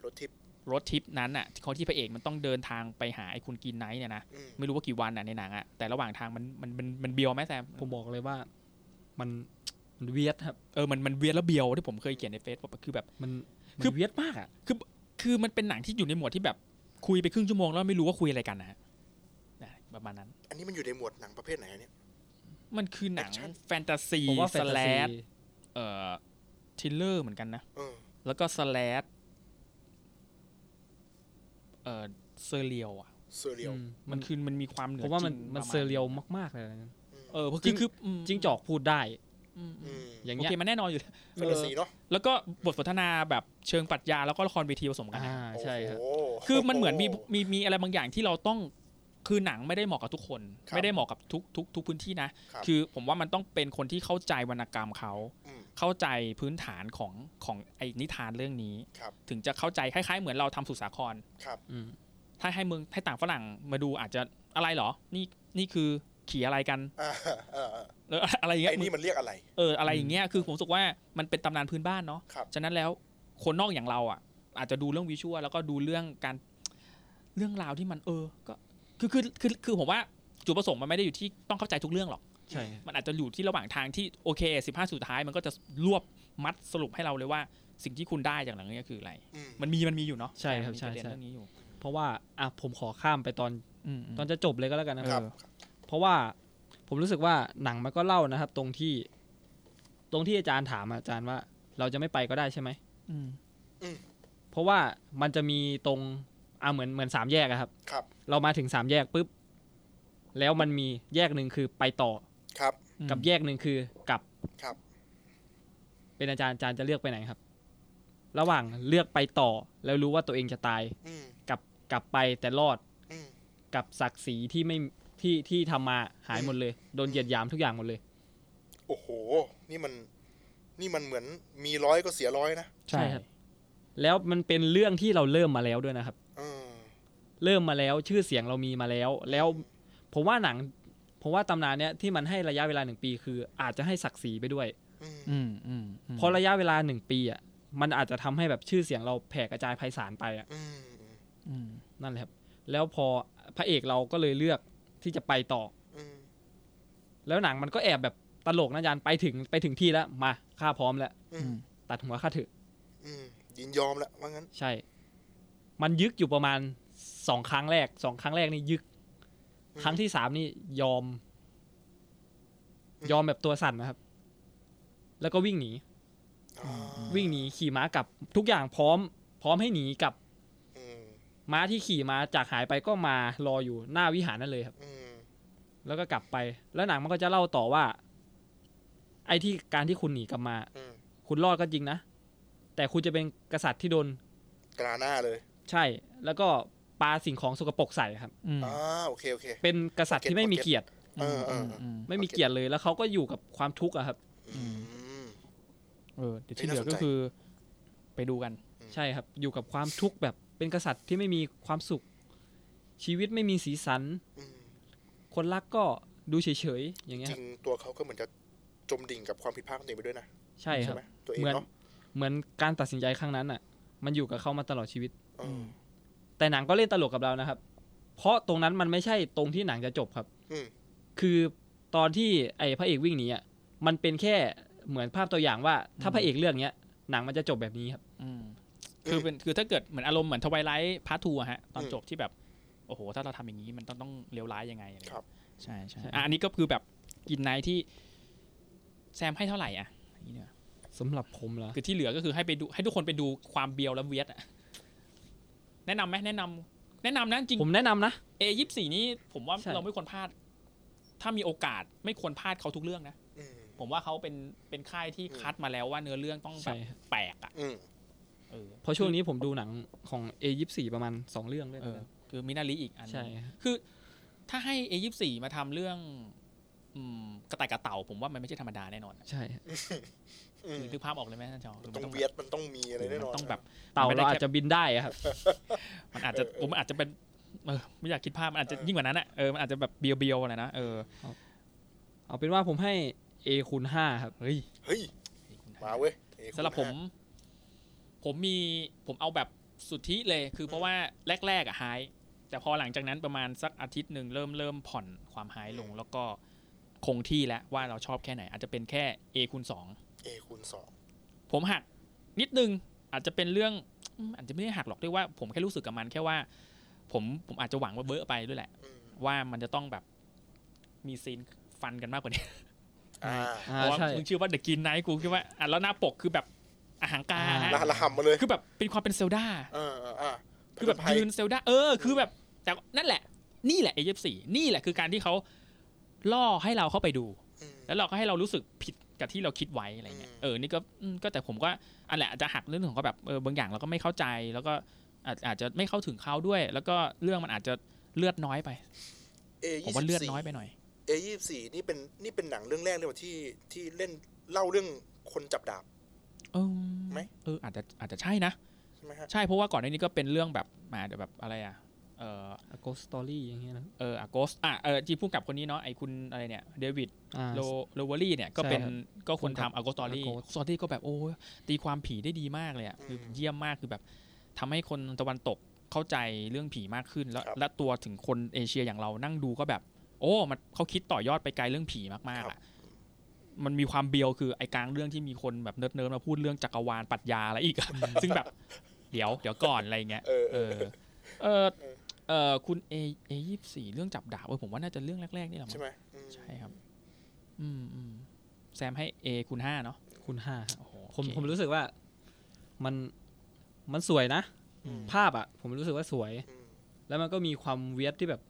Speaker 2: รถทิพย์
Speaker 1: รถทริปนั้นอ่ะที่เขาที่พระเอกมันต้องเดินทางไปหาไอ้คุณกินไนท์เนี่ยนะ
Speaker 2: อืม
Speaker 1: ไม่รู้ว่ากี่วันอ่ะในหนังอ่ะแต่ระหว่างทางมันมันมันมันเบียวไหมแซม
Speaker 3: ผมบอกเลยว่า มันมันเวียดครับ
Speaker 1: เออมันมันเวียนแล้วเบียวที่ผมเคยเขียนในเฟซว่าคือแบบ
Speaker 3: มัน
Speaker 1: คื
Speaker 3: คือ อเวียดมากอะ
Speaker 1: คือมันเป็นหนังที่อยู่ในหมวดที่แบบคุยไปครึ่งชั่วโมงแล้วไม่รู้ว่าคุยอะไรกันนะฮะนะประมาณนั้น
Speaker 2: อันนี้มันอยู่ในหมวดหนังประเภทไหนอะเนี่ย
Speaker 1: มันคือหนัง
Speaker 2: Action
Speaker 1: แฟนตาซี
Speaker 3: ผมว่าแฟ
Speaker 1: ส
Speaker 3: นตา
Speaker 1: แล
Speaker 3: ซี
Speaker 1: ดเอ่อทิลเลอร์เหมือนกันนะ
Speaker 2: เออ
Speaker 1: แล้วก็สแลดเอ่อเซเรียลอ่ะ
Speaker 2: เซอร์เรียล
Speaker 3: อืมมั
Speaker 1: มัน นคือมันมีความเหนือ
Speaker 3: ผมว่ามัน
Speaker 1: จง
Speaker 3: มัน
Speaker 1: ปะาณ
Speaker 3: เซเรียลมากๆเลยนะ
Speaker 1: เออเพราะคือคืออืม
Speaker 3: จิ้งจอกพูดได้
Speaker 1: อืมอื
Speaker 2: อื
Speaker 1: ม
Speaker 2: ม
Speaker 3: อย่าง
Speaker 1: โอ
Speaker 3: เงี้ย
Speaker 1: เคมันแน่นอนอยู่แล้ว
Speaker 2: แฟนตาซีเนาะ
Speaker 1: แล้วก็บทสนทนาแบบเชิงปรัชญาแล้วก็ละครเวทีผสมกัน
Speaker 3: อ่า
Speaker 1: นะ
Speaker 3: ใช่ครับ
Speaker 2: โอ้โห
Speaker 1: คือมันเหมือนมีมีมีอะไรบางอย่างที่เราต้องคือหนังไม่ได้เหมาะกับทุกคน
Speaker 2: ครับ
Speaker 1: ไม่ได้เหมาะกับทุกทุกทุกพื้นที่นะครับ อผมว่ามันต้องเป็นคนที่เข้าใจวรรณกรรมเขา
Speaker 2: อืม
Speaker 1: เข้าใจพื้นฐานของของไอ้นิทานเรื่องนี้
Speaker 2: ครับ
Speaker 1: ถึงจะเข้าใจคล้ายๆ เหมือนเราทำสุสาคร
Speaker 3: อืม
Speaker 1: ถ้าให้เมืองให้ต่างฝรั่งมาดูอาจจะอะไรเหรอ นี่นี่คือขี่อะไรกัน
Speaker 2: อ่าอ่าอ่า
Speaker 1: เอ ออะไรอย่างเงี้
Speaker 2: ไอ้
Speaker 1: ย
Speaker 2: นี่มันเรียกอะไร
Speaker 1: เอออะไรอย่างเงี้ยคือผมรู้สึกว่ามันเป็นตำนานพื้นบ้านเนาะ
Speaker 2: ครับ
Speaker 1: ฉะนั้นแล้วคนนอกอย่างเราอ่ะ อาจจะดูเรื่องวิชวลแล้วก็ดูเรื่องการเรื่องราวที่มันเออ ก็คือคือคือคือผมว่าจุดประสงค์มันไม่ได้อยู่ที่ต้องเข้าใจทุกเรื่องหรอก
Speaker 3: ใช่
Speaker 1: มันอาจจะอยู่ที่ระหว่างทางที่โอเค 15 สุดท้ายมันก็จะรวบมัดสรุปให้เราเลยว่า สิ่งที่คุณได้จากหนังเนี้คืออะไร
Speaker 2: อืม
Speaker 1: มันมีมันมีอยู่เนาะ
Speaker 3: ใช่ครับใช่
Speaker 1: มันมีปะเด็น
Speaker 3: ใช่
Speaker 1: เรื่องนี้อยู่
Speaker 3: เพราะว่าอ่ะผมขอข้ามไปตอน
Speaker 1: อืม
Speaker 3: ตอนจะจบเลยก็แล้วกันนะ
Speaker 2: ครับ
Speaker 3: เพราะว่าผมรู้สึกว่าหนังมันก็เล่านะครับ ตรงที่ ตรงที่อาจารย์ถามอาจารย์ว่า เราจะไม่ไปก็ได้ใช่ไหม
Speaker 1: อืม
Speaker 3: เพราะว่ามันจะมีตรงอ่าเหมือนเหมือนสามแยกอะครับ
Speaker 2: ครับ
Speaker 3: เรามาถึงสามแยกปุ๊บแล้วมันมีแยกหนึ่งคือไปต่อ
Speaker 2: ครับ
Speaker 3: อกับแยกหนึ่งคือกลับ
Speaker 2: ครับ
Speaker 3: เป็นอาจารย์อาจารย์จะเลือกไปไหนครับ ระหว่างเลือกไปต่อ แล้วรู้ว่าตัวเองจะตาย
Speaker 2: อืม
Speaker 3: กลับไปแต่รอด
Speaker 2: อืม
Speaker 3: กับศักดิ์ศรีที่ไม่ที่ที่ทำมาหายหมดเลยโดนเหยียดหยามทุกอย่างหมดเลย
Speaker 2: โอ้โห นี่มัน นี่มันเหมือนมีร้อยก็เสียร้อยนะ
Speaker 3: ใช่ครับ แล้วมันเป็นเรื่องที่เราเริ่มมาแล้วด้วยนะครับ
Speaker 2: เออ
Speaker 3: เริ่มมาแล้วชื่อเสียงเรามีมาแล้ว แล้วผมว่าหนัง ผมว่าตำนานเนี้ยที่มันให้ระยะเวลาหนึ่งปี คืออาจจะให้ศักดิ์ศรีไปด้วย
Speaker 2: อืม
Speaker 1: อืมอืมอืม
Speaker 3: เพราะระยะเวลาหนึ่งปีอ่ะมันอาจจะทำให้แบบชื่อเสียงเราแผ่กระจายไพศาลไปอ่ะ
Speaker 2: อืม
Speaker 1: อืม
Speaker 3: นั่นแหละครับแล้วพอพระเอกเราก็เลยเลือกที่จะไปต่อ
Speaker 2: อืม
Speaker 3: แล้วหนังมันก็แอบแบบตลกนะอาจารย์ไปถึงไปถึงที่แล้วมาข้าพร้อมแล้ว
Speaker 2: อื
Speaker 1: อื
Speaker 2: ม
Speaker 1: ม
Speaker 3: ตัดหัวข้าเถือะ
Speaker 2: อืมยินยอมละว่างั้น
Speaker 3: ใช่ มันยึกอยู่ประมาณสองครั้งแรกสองครั้งแรกนี่ยึก ครั้งที่สามนี่ยอม
Speaker 2: อืม
Speaker 3: ยอมแบบตัวสั่นนะครับ แล้วก็วิ่งหนี
Speaker 2: อ่า
Speaker 3: วิ่งหนีขี่ม้ากลับทุกอย่างพร้อม พร้อมให้หนีกลับ
Speaker 2: อืม
Speaker 3: ม้าที่ขี่มาจากหายไปก็มารออยู่หน้าวิหารนั่นเลยครับ
Speaker 2: อืม
Speaker 3: แล้วก็กลับไป แล้วหนังมันก็จะเล่าต่อว่า ไอ้ที่การที่คุณหนีกลับมา
Speaker 2: อืม
Speaker 3: คุณรอดก็จริงนะ แต่คุณจะเป็นกษัตริย์ที่โดน
Speaker 2: กราหน้าเลย
Speaker 3: ใช่ แล้วก็ปาสิ่งของสกปรกใส่ครับ
Speaker 1: อืม
Speaker 2: อ่าโอเคโอเค
Speaker 3: เป็นกษัตริย์ที่ไม่มีเกียรติ
Speaker 2: เออเออ
Speaker 1: อืม
Speaker 3: ไม่มีเกียรติเลย แล้วเขาก็อยู่กับความทุกข์อะครับ
Speaker 2: อืม
Speaker 1: เออเดี๋ยว
Speaker 2: เฮ้ย
Speaker 1: ที่เหลือ
Speaker 2: น่าสน
Speaker 1: ก็
Speaker 2: ใจ
Speaker 1: คือไปดูกัน
Speaker 3: ใช่ครับ อยู่กับความทุกข์แบบเป็นกษัตริย์ที่ไม่มีความสุข ชีวิตไม่มีสีสัน
Speaker 2: อืม
Speaker 3: คนรักก็ดูเฉยๆ อย่างเงี้ย
Speaker 2: จ
Speaker 3: ค
Speaker 2: ริ
Speaker 3: รับ
Speaker 2: งตัวเขาก็เหมือนจะจมดิ่งกับความผิดพลาดของตัวเองไปด้วยนะ
Speaker 3: ใช่ค
Speaker 2: ใช่
Speaker 3: รับ
Speaker 2: ไหมตัวเอง
Speaker 3: เหมือน
Speaker 2: เนาะ
Speaker 3: เหมือนการตัดสินใจครั้งนั้นอ่ะ มันอยู่กับเขามาตลอดชีวิต
Speaker 2: เออ
Speaker 3: แต่หนังก็เล่นตลกกับเรานะครับ เพราะตรงนั้นมันไม่ใช่ตรงที่หนังจะจบครับ
Speaker 2: อืม
Speaker 3: คือตอนที่ไอ้พระเอกวิ่งหนีอ่ะ มันเป็นแค่เหมือนภาพตัวอย่างว่า ถ้าพระเอกเรื่องเนี้ยหนังมันจะจบแบบนี้ครับ
Speaker 1: อืมคือเป็นคือถ้าเกิดเหมือนอารมณ์เหมือนทวายไลท์พาร์ททูอะฮะ ตอนจบที่แบบ โอ้โห ถ้าเราทำอย่างนี้มันต้องต้องเลวร้ายยังไงอะไรอย่างเงี้ยใช่ใช่อ่ะอันนี้ก็คือแบบกินไนท์ที่แซมให้เท่าไหร่อ่ะอย่างนี้เนอะ
Speaker 3: สำหรับผมเหรอ
Speaker 1: คือที่เหลือก็คือให้ไปดูให้ทุกคนไปดูความเบียวและเวียดอะแนะนำไหมแนะนำแนะนำนะจริง
Speaker 3: ผมแนะนำนะ
Speaker 1: เอยี่สี่นี่ผมว่า
Speaker 3: ใช่
Speaker 1: เราไม่ควรพลาด ถ้ามีโอกาสไม่ควรพลาดเขาทุกเรื่องนะ
Speaker 2: อืม
Speaker 1: ผมว่าเขาเป็นเป็นค่ายที่คัดมาแล้วว่าเนื้อเรื่องต้องแบ
Speaker 3: ใช่
Speaker 1: บ
Speaker 3: ครับ
Speaker 1: แปลกอะ
Speaker 2: อืม
Speaker 1: เออ
Speaker 3: เพราะช่วงนี้ผมดูหนังของ A24 ประมาณสองเรื่องด้วย
Speaker 1: เอ
Speaker 3: นะ
Speaker 1: อ
Speaker 3: ครับ
Speaker 1: คือมินารีอีกอัน
Speaker 3: ใช่ครับ
Speaker 1: ถ้าให้เอยี่สี่มาทำเรื่อง อืมกระต่ายกระเต่า ผมว่ามันไม่ใช่ธรรมดาแน่นอน
Speaker 3: ใช่
Speaker 2: อืม
Speaker 1: คือนึกภาพออกเลยไหมท่านจอ
Speaker 2: มัน
Speaker 1: มัน
Speaker 2: ต้อง
Speaker 1: แบบ
Speaker 2: เวียดมันต้องมีอะไรแน่นอน
Speaker 1: มันต้องแบบ
Speaker 3: เต่า
Speaker 1: ไม่ได้
Speaker 3: เรา
Speaker 1: แค่
Speaker 3: อาจจะบินได้อะครับ
Speaker 1: มันอาจจะ
Speaker 2: เออเออ
Speaker 1: ผมอาจจะเป็นเออไม่อยากคิดภาพมันอาจจะยิ่งกว่านั้นอะเออมันอาจจะแบบเบียวเบียวๆอะไรนะเออ
Speaker 3: เอาเป็นว่าผมให้ A คูณ5ครับ
Speaker 1: เฮ้ย
Speaker 2: เฮ้ย มาเว้ยเอ้ย
Speaker 1: สำหรับผม ผมมีผมเอาแบบสุทธิเลย คือเพราะว่าแรกๆอะไฮแต่พอหลังจากนั้นประมาณสักอาทิตย์หนึ่งเริ่มเริ่มผ่อนความไฮลง แล้วก็คงที่แล้วว่าเราชอบแค่ไหน อาจจะเป็นแค่ A คูณ
Speaker 2: เอคูณสอง
Speaker 1: 2ผมหักนิดนึงอาจจะเป็นเรื่องอืมอาจจะไม่ได้หักหรอกด้วยว่า ผมแค่รู้สึกกับมันแค่ว่า ผมผมอาจจะหวังว่าเบอร์ไปด้วยแหละ
Speaker 2: อืม
Speaker 1: ว่ามันจะต้องแบบมีซีน ฟันกันมากกว่านี้
Speaker 2: อ่า
Speaker 3: อ่า
Speaker 1: เพราะว่า
Speaker 3: ใช่
Speaker 1: มึงชื่อว่าเดอะกินไนท์กูคิดว่าอ่ะแล้วหน้าปกคือแบบอาหารกา
Speaker 3: อ่า
Speaker 1: นะ
Speaker 2: ละละห่ำมาเลย
Speaker 1: คือแบบเป็นความเป็นเซลดา
Speaker 2: เออเอออ่า
Speaker 1: คือแบบยืนเซลดาเออคือแบบแต่นั่นแหละ นี่แหละ A24 นี่แหละคือการที่เขาล่อให้เราเข้าไปดู
Speaker 2: อืม
Speaker 1: แล้วเราก็ให้เรารู้สึกผิดกับที่เราคิดไว้อะไรเงี้ย
Speaker 2: อืม
Speaker 1: เออนี่ก็อืมก็แต่ผมก็อันแหละอาจจะหักเรื่องของเขาแบบเออบางอย่างเราก็ไม่เข้าใจ แล้วก็อาจอาจจะไม่เข้าถึงเขาด้วย แล้วก็เรื่องมันอาจจะเลือดน้อยไป
Speaker 2: A
Speaker 1: ผ
Speaker 2: ยี่
Speaker 1: มว่าเลื
Speaker 2: สิ
Speaker 1: อด
Speaker 2: บสี่
Speaker 1: น้อยไปหน่อย
Speaker 2: A ยี่สี่นี่เป็นนี่เป็นหนังเรื่องแรกเลยว่ะที่ที่เล่นเล่าเรื่องคนจับดาบ
Speaker 1: เออ
Speaker 2: ไหม
Speaker 1: เอออาจจะอาจจะใช่นะ
Speaker 2: ใช่ไหมฮะ
Speaker 1: ใช่เพราะว่าก่อนหน้านี้ก็เป็นเรื่องแบบมาแบบอะไรอ่ะเออ
Speaker 3: Ghost Story อย่างเงี้ยนะ
Speaker 1: เออโกสอ่ะเออที่พูดกับคนนี้เนาะไอ้คุณอะไรเนี่ยเดวิด
Speaker 3: อ่า
Speaker 1: โลโลเวอรี่เนี่ยก็เป็น
Speaker 3: ใช่ครับ
Speaker 1: ก็คน
Speaker 3: คนทำ
Speaker 1: ทำอ g ก s ตอรี่
Speaker 3: Argo
Speaker 1: สตอรี่ก็แบบโอ้ยตีความผีได้ดีมากเลยอ่ะคือเยี่ยมมากคือแบบทำให้คนตะวันตกเข้าใจเรื่องผีมากขึ้น แล้ว
Speaker 2: ครับ
Speaker 1: และตัวถึงคนเอเชียอย่างเรานั่งดูก็แบบ โอ้มันเขาคิดต่อยอดไปไกลเรื่องผีมากๆ
Speaker 2: ครับ
Speaker 1: อ่ะมันมีความเบียวคือไอ้กลางเรื่องที่มีคนแบบเนิร์ดๆมาพูดเรื่องจักรวาลปรัชญาอะไรอีกอะ ซึ่งแบบเดี๋ยวเดี๋ยวก่อนอะไรเงี้ย
Speaker 2: เออ
Speaker 1: เอ
Speaker 2: เออ
Speaker 1: อเออเออคุณเอเอยี่สี่เรื่องจับดาบเออผมว่าน่าจะเรื่องแรกๆนี่แหละมั้ง
Speaker 2: ใช่ไหมอืม
Speaker 1: ใช่ครับ อืมอืมแซมให้ A คูณห้าเนาะ
Speaker 3: คุณห้าครับ
Speaker 1: โอ้โห
Speaker 3: ผม
Speaker 1: โอเค
Speaker 3: ผมรู้สึกว่ามันมันสวยนะ
Speaker 1: อืม
Speaker 3: ภาพอะผมรู้สึกว่าสวย
Speaker 2: อืม
Speaker 3: แล้วมันก็มีความเวียดที่แบบ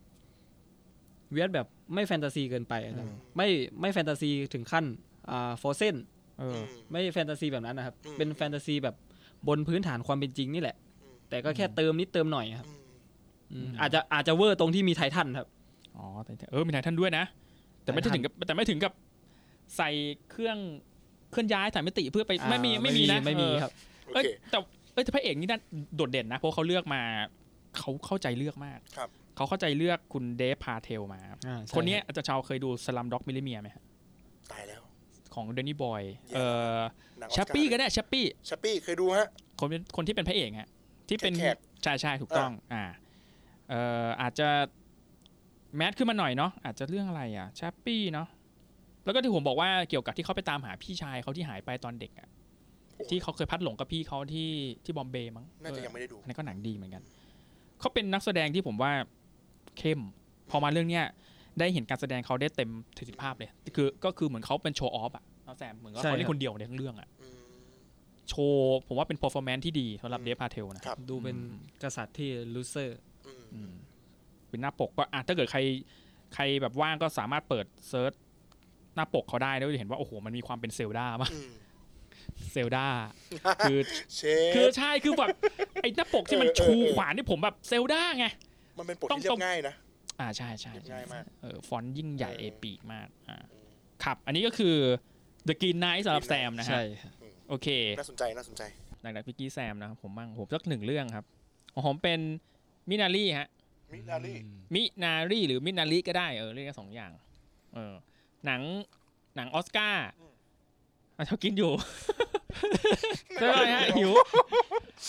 Speaker 3: เวียดแบบไม่แฟนตาซีเกินไปอะครับ
Speaker 2: อืม
Speaker 3: ไม่ไม่แฟนตาซีถึงขั้นอ่าฟอร์เซน
Speaker 1: เออ
Speaker 2: ม
Speaker 3: ไม่แฟนตาซีแบบนั้นนะครับ
Speaker 2: อืม
Speaker 3: เป็นแฟนตาซีแบบบนพื้นฐานความเป็นจริงนี่แหละ
Speaker 2: อืม
Speaker 3: แต่ก็แค่เติมนิดเติมหน่อยครับ
Speaker 2: อืม
Speaker 3: อืม
Speaker 1: อืม
Speaker 3: อาจจะอาจจะเวอร์ตรงที่มีไททันครับ
Speaker 1: อ๋อแต่เออมีนายท่านด้วยนะ แต่ไม่ได้
Speaker 3: นายท่าน
Speaker 1: ถึงกับแต่ไม่ถึงกับใส่เครื่องเคลื่อนย้ายสายมิติเพื่อไป
Speaker 3: า
Speaker 1: ไม่มีไม่มีนะ
Speaker 3: ไม่มี
Speaker 1: เออ
Speaker 3: ครับ
Speaker 2: โอ
Speaker 1: เอ้ย
Speaker 2: เค
Speaker 1: แต่เอ้ยแต่พระเอกนี่น่าโดดเด่นนะ เพราะเขาเลือกมาเขาเข้าใจเลือกมาก
Speaker 2: ครับ
Speaker 1: เขาเข้าใจเลือกคุณเดฟพาเทลมา
Speaker 3: อ่าใช่
Speaker 1: คนเนี้ยอาจารย์ชาวเคยดูสลัมด็อกมิลลิเมียไหมฮะ
Speaker 2: ตายแล้ว
Speaker 1: ของเดนนี่บอยเออ
Speaker 2: หนังออ
Speaker 1: แช
Speaker 2: สา
Speaker 1: ป
Speaker 2: ร์
Speaker 1: ปี้ก็ได้แชปปี้
Speaker 2: ชัปปี้เคยดูฮะ
Speaker 1: คนเป็นคนที่เป็นพระเอกฮะที่เป็น
Speaker 2: แขก
Speaker 1: ใช่ใช่ถูกต้องอ่าเอ่ออาจจะแมสขึ้นมาหน่อยเนาะอาจจะเรื่องอะไรอ่ะชปปี้เนาะแล้วก็ที่ผมบอกว่าเกี่ยวกับที่เขาไปตามหาพี่ชายเขาที่หายไปตอนเด็กอ่ะ
Speaker 2: โอ้
Speaker 1: ที่เขาเคยพลัดหลงกับพี่เขาที่ที่บอมเบย์มั้ง
Speaker 2: น่าจะยัง
Speaker 1: เออ
Speaker 2: ไม่ได้ดู
Speaker 1: อันนั้นก็หนังดีเหมือนกันเขาเป็นนักแสดงที่ผมว่าเข้ม พอมาเรื่องเนี้ยได้เห็นการแสดงเขาได้เต็มประสิทธิภาพเลยคือก็คือเหมือนเขาเป็นโชว์ออฟอ่ะเอาแซมเหมือนกับ
Speaker 3: ใช่
Speaker 1: เขาเล่
Speaker 3: ค
Speaker 1: น
Speaker 3: รับ
Speaker 1: คนเดียวในทั้งเรื่องอ่ะ
Speaker 2: อืม
Speaker 1: โชว์ผมว่าเป็น performance ที่ดีสำหรับ
Speaker 2: อืม
Speaker 1: เดฟพาเทลนะ
Speaker 2: ครับ
Speaker 3: ดูเป็น
Speaker 1: อืม
Speaker 3: กษัตริย์ที่ลูเซอร์
Speaker 2: อืม
Speaker 1: อืมเป็นหน้าปกก็อ่ะถ้าเกิดใครใครแบบว่างก็สามารถเปิดเซิร์ชหน้าปกเขาได้แล้วจะเห็นว่า โอ้โห มันมีความเป็นเซลดามาก
Speaker 2: อืม
Speaker 1: เซลดา คือ
Speaker 2: เช
Speaker 1: คือ
Speaker 2: ฟ
Speaker 1: ใช่คือแบบ ไอ้หน้าปกที่มัน
Speaker 2: เออเออ
Speaker 1: ชูขวานที่ผมแบบเซลดาไง
Speaker 2: มันเป็นปก
Speaker 1: ต้อง
Speaker 2: ที่เรีย
Speaker 1: ต้อบ ง
Speaker 2: ง่ายนะ
Speaker 1: อ่าใช่ใช่
Speaker 2: เรียบง่ายมาก
Speaker 1: เออฟอนต์ยิ่งใหญ่
Speaker 2: เออ
Speaker 1: เอปีกมากอ่าครับ อันนี้ก็คือ The Green Knight สำหรับแซมนะฮะ
Speaker 3: ใช่
Speaker 1: โอเค
Speaker 2: น่าสนใจน่าสนใจ
Speaker 1: หลังจากพี่กี้แซมนะครับผมบ้างผมสักหนึ่งเรื่องครับของผมเป็นมินารีฮะ
Speaker 2: มิลารี
Speaker 1: มินารีหรือมินาริก็ได้เออเรียกได้สองอย่าง เออ หนังหนังออสการ์อ่ะเขากินอยู่ ใช่ไหมฮะหิว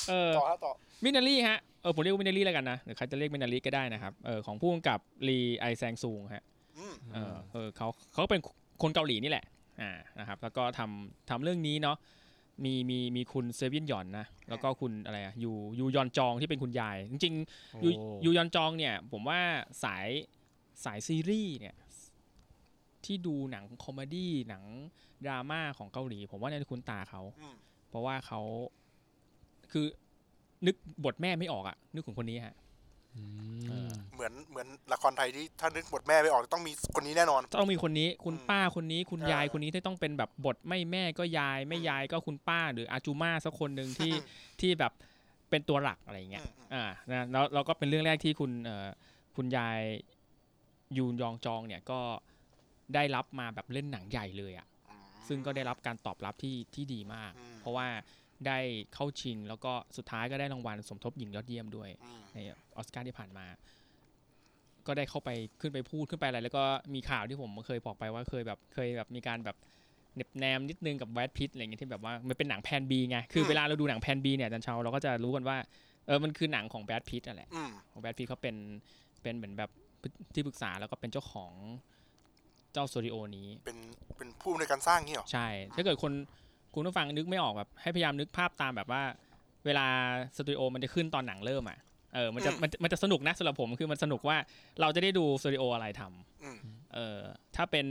Speaker 1: เออ
Speaker 2: ต่อฮะต่อ
Speaker 1: มินารีฮะเออผมเรียกว่ามินารีแล้วกันนะหรือใครจะเรียกมินารีก็ได้นะครับเออของผู้กำกับรีไอแซงซูงฮะ
Speaker 2: อืม
Speaker 1: เออเออเขาเขาเป็นคนเกาหลีนี่แหละอ่านะครับ แล้วก็ทำทำเรื่องนี้เนาะมีมีมีคุณเซเวียนหยอนนะแล้วก็คุณอะไรอะยูยูยอนจองที่เป็นคุณยาย จริง ยูยูยอนจองเนี่ยผมว่าสายสายซีรีส์เนี่ยที่ดูหนังคอมเมดี้หนังดราม่าของเกาหลี ผมว่าเนี่ยคุณตาเขา
Speaker 2: อืม
Speaker 1: เพราะว่าเขาคือนึกบทแม่ไม่ออกอะนึกถึงคนนี้ฮะ เออ
Speaker 2: เหมือนเหมือนละครไทยที่ถ้านึกบทแม่ไปออกต้องมีคนนี้แน่นอน
Speaker 1: ต้องมีคนนี้คุณ
Speaker 2: อืม
Speaker 1: ป้าคนนี้คุ
Speaker 2: เออย
Speaker 1: ณายคนนี้ที่ต้องเป็นแบบบทไม่แม่ก็ยาย ไม่
Speaker 2: อืม
Speaker 1: ยายก็คุณป้าหรืออาจูมาสักคนหนึ่งที่ที่แบบเป็นตัวหลักอะไรอย่างเงี้ย
Speaker 2: อืมอืม
Speaker 1: อ่านะแล้วเราก็เป็นเรื่องแรกที่คุณเอ่อคุณยายยูนยองจองเนี่ยก็ได้รับมาแบบเล่นหนังใหญ่เลยอะ่ะ
Speaker 2: อืม
Speaker 1: ซึ่งก็ได้รับการตอบรับที่ที่ดีมาก
Speaker 2: อืม
Speaker 1: เพราะว่าได้เข้าชิงแล้วก็สุดท้ายก็ได้รางวัลสมทบหญิงยอดเยี่ยมด้วย
Speaker 2: อืม
Speaker 1: ในออสการ์ที่ผ่านมา ก็ได้เข้าไปขึ้นไปพูดขึ้นไปอะไร แล้วก็มีข่าวที่ผมเคยบอกไปว่าเคยแบบเคยแบบมีการแบบเหน็บแนมนิดนึงกับแวดพิทอะไรอย่างเงี้ยที่แบบว่ามันเป็นหนังแพนบีไงคือ
Speaker 2: ม
Speaker 1: เวลาเราดูหนังแพนบีเนี่ยอาจันเชาเราก็จะรู้กันว่าเออมันคือหนังของแวดพิทนั่นแหละ
Speaker 2: อืม
Speaker 1: ของแวดพิทเขาเป็นเป็นเหมือนแบบที่ปรึกษาแล้วก็เป็นเจ้าของเจ้าสตูดิโอนี้
Speaker 2: เป็นเป็นผู้ในวยการสร้างงี้เหรอ
Speaker 1: ใช่ ถ้าเกิดคนคุณผู้ฟังนึกไม่ออกแบบให้พยายามนึกภาพตามแบบว่า เวลาสตูดิโอมันจะขึ้นตอนหนังเริ่มอ่ะ เออ มันจะ
Speaker 2: อืม
Speaker 1: มันจะมันจะสนุกนะสำหรับผมคือมันสนุกว่าเราจะได้ดูสตูดิโออะไรทำ
Speaker 2: อืม
Speaker 1: เออถ้าเป็น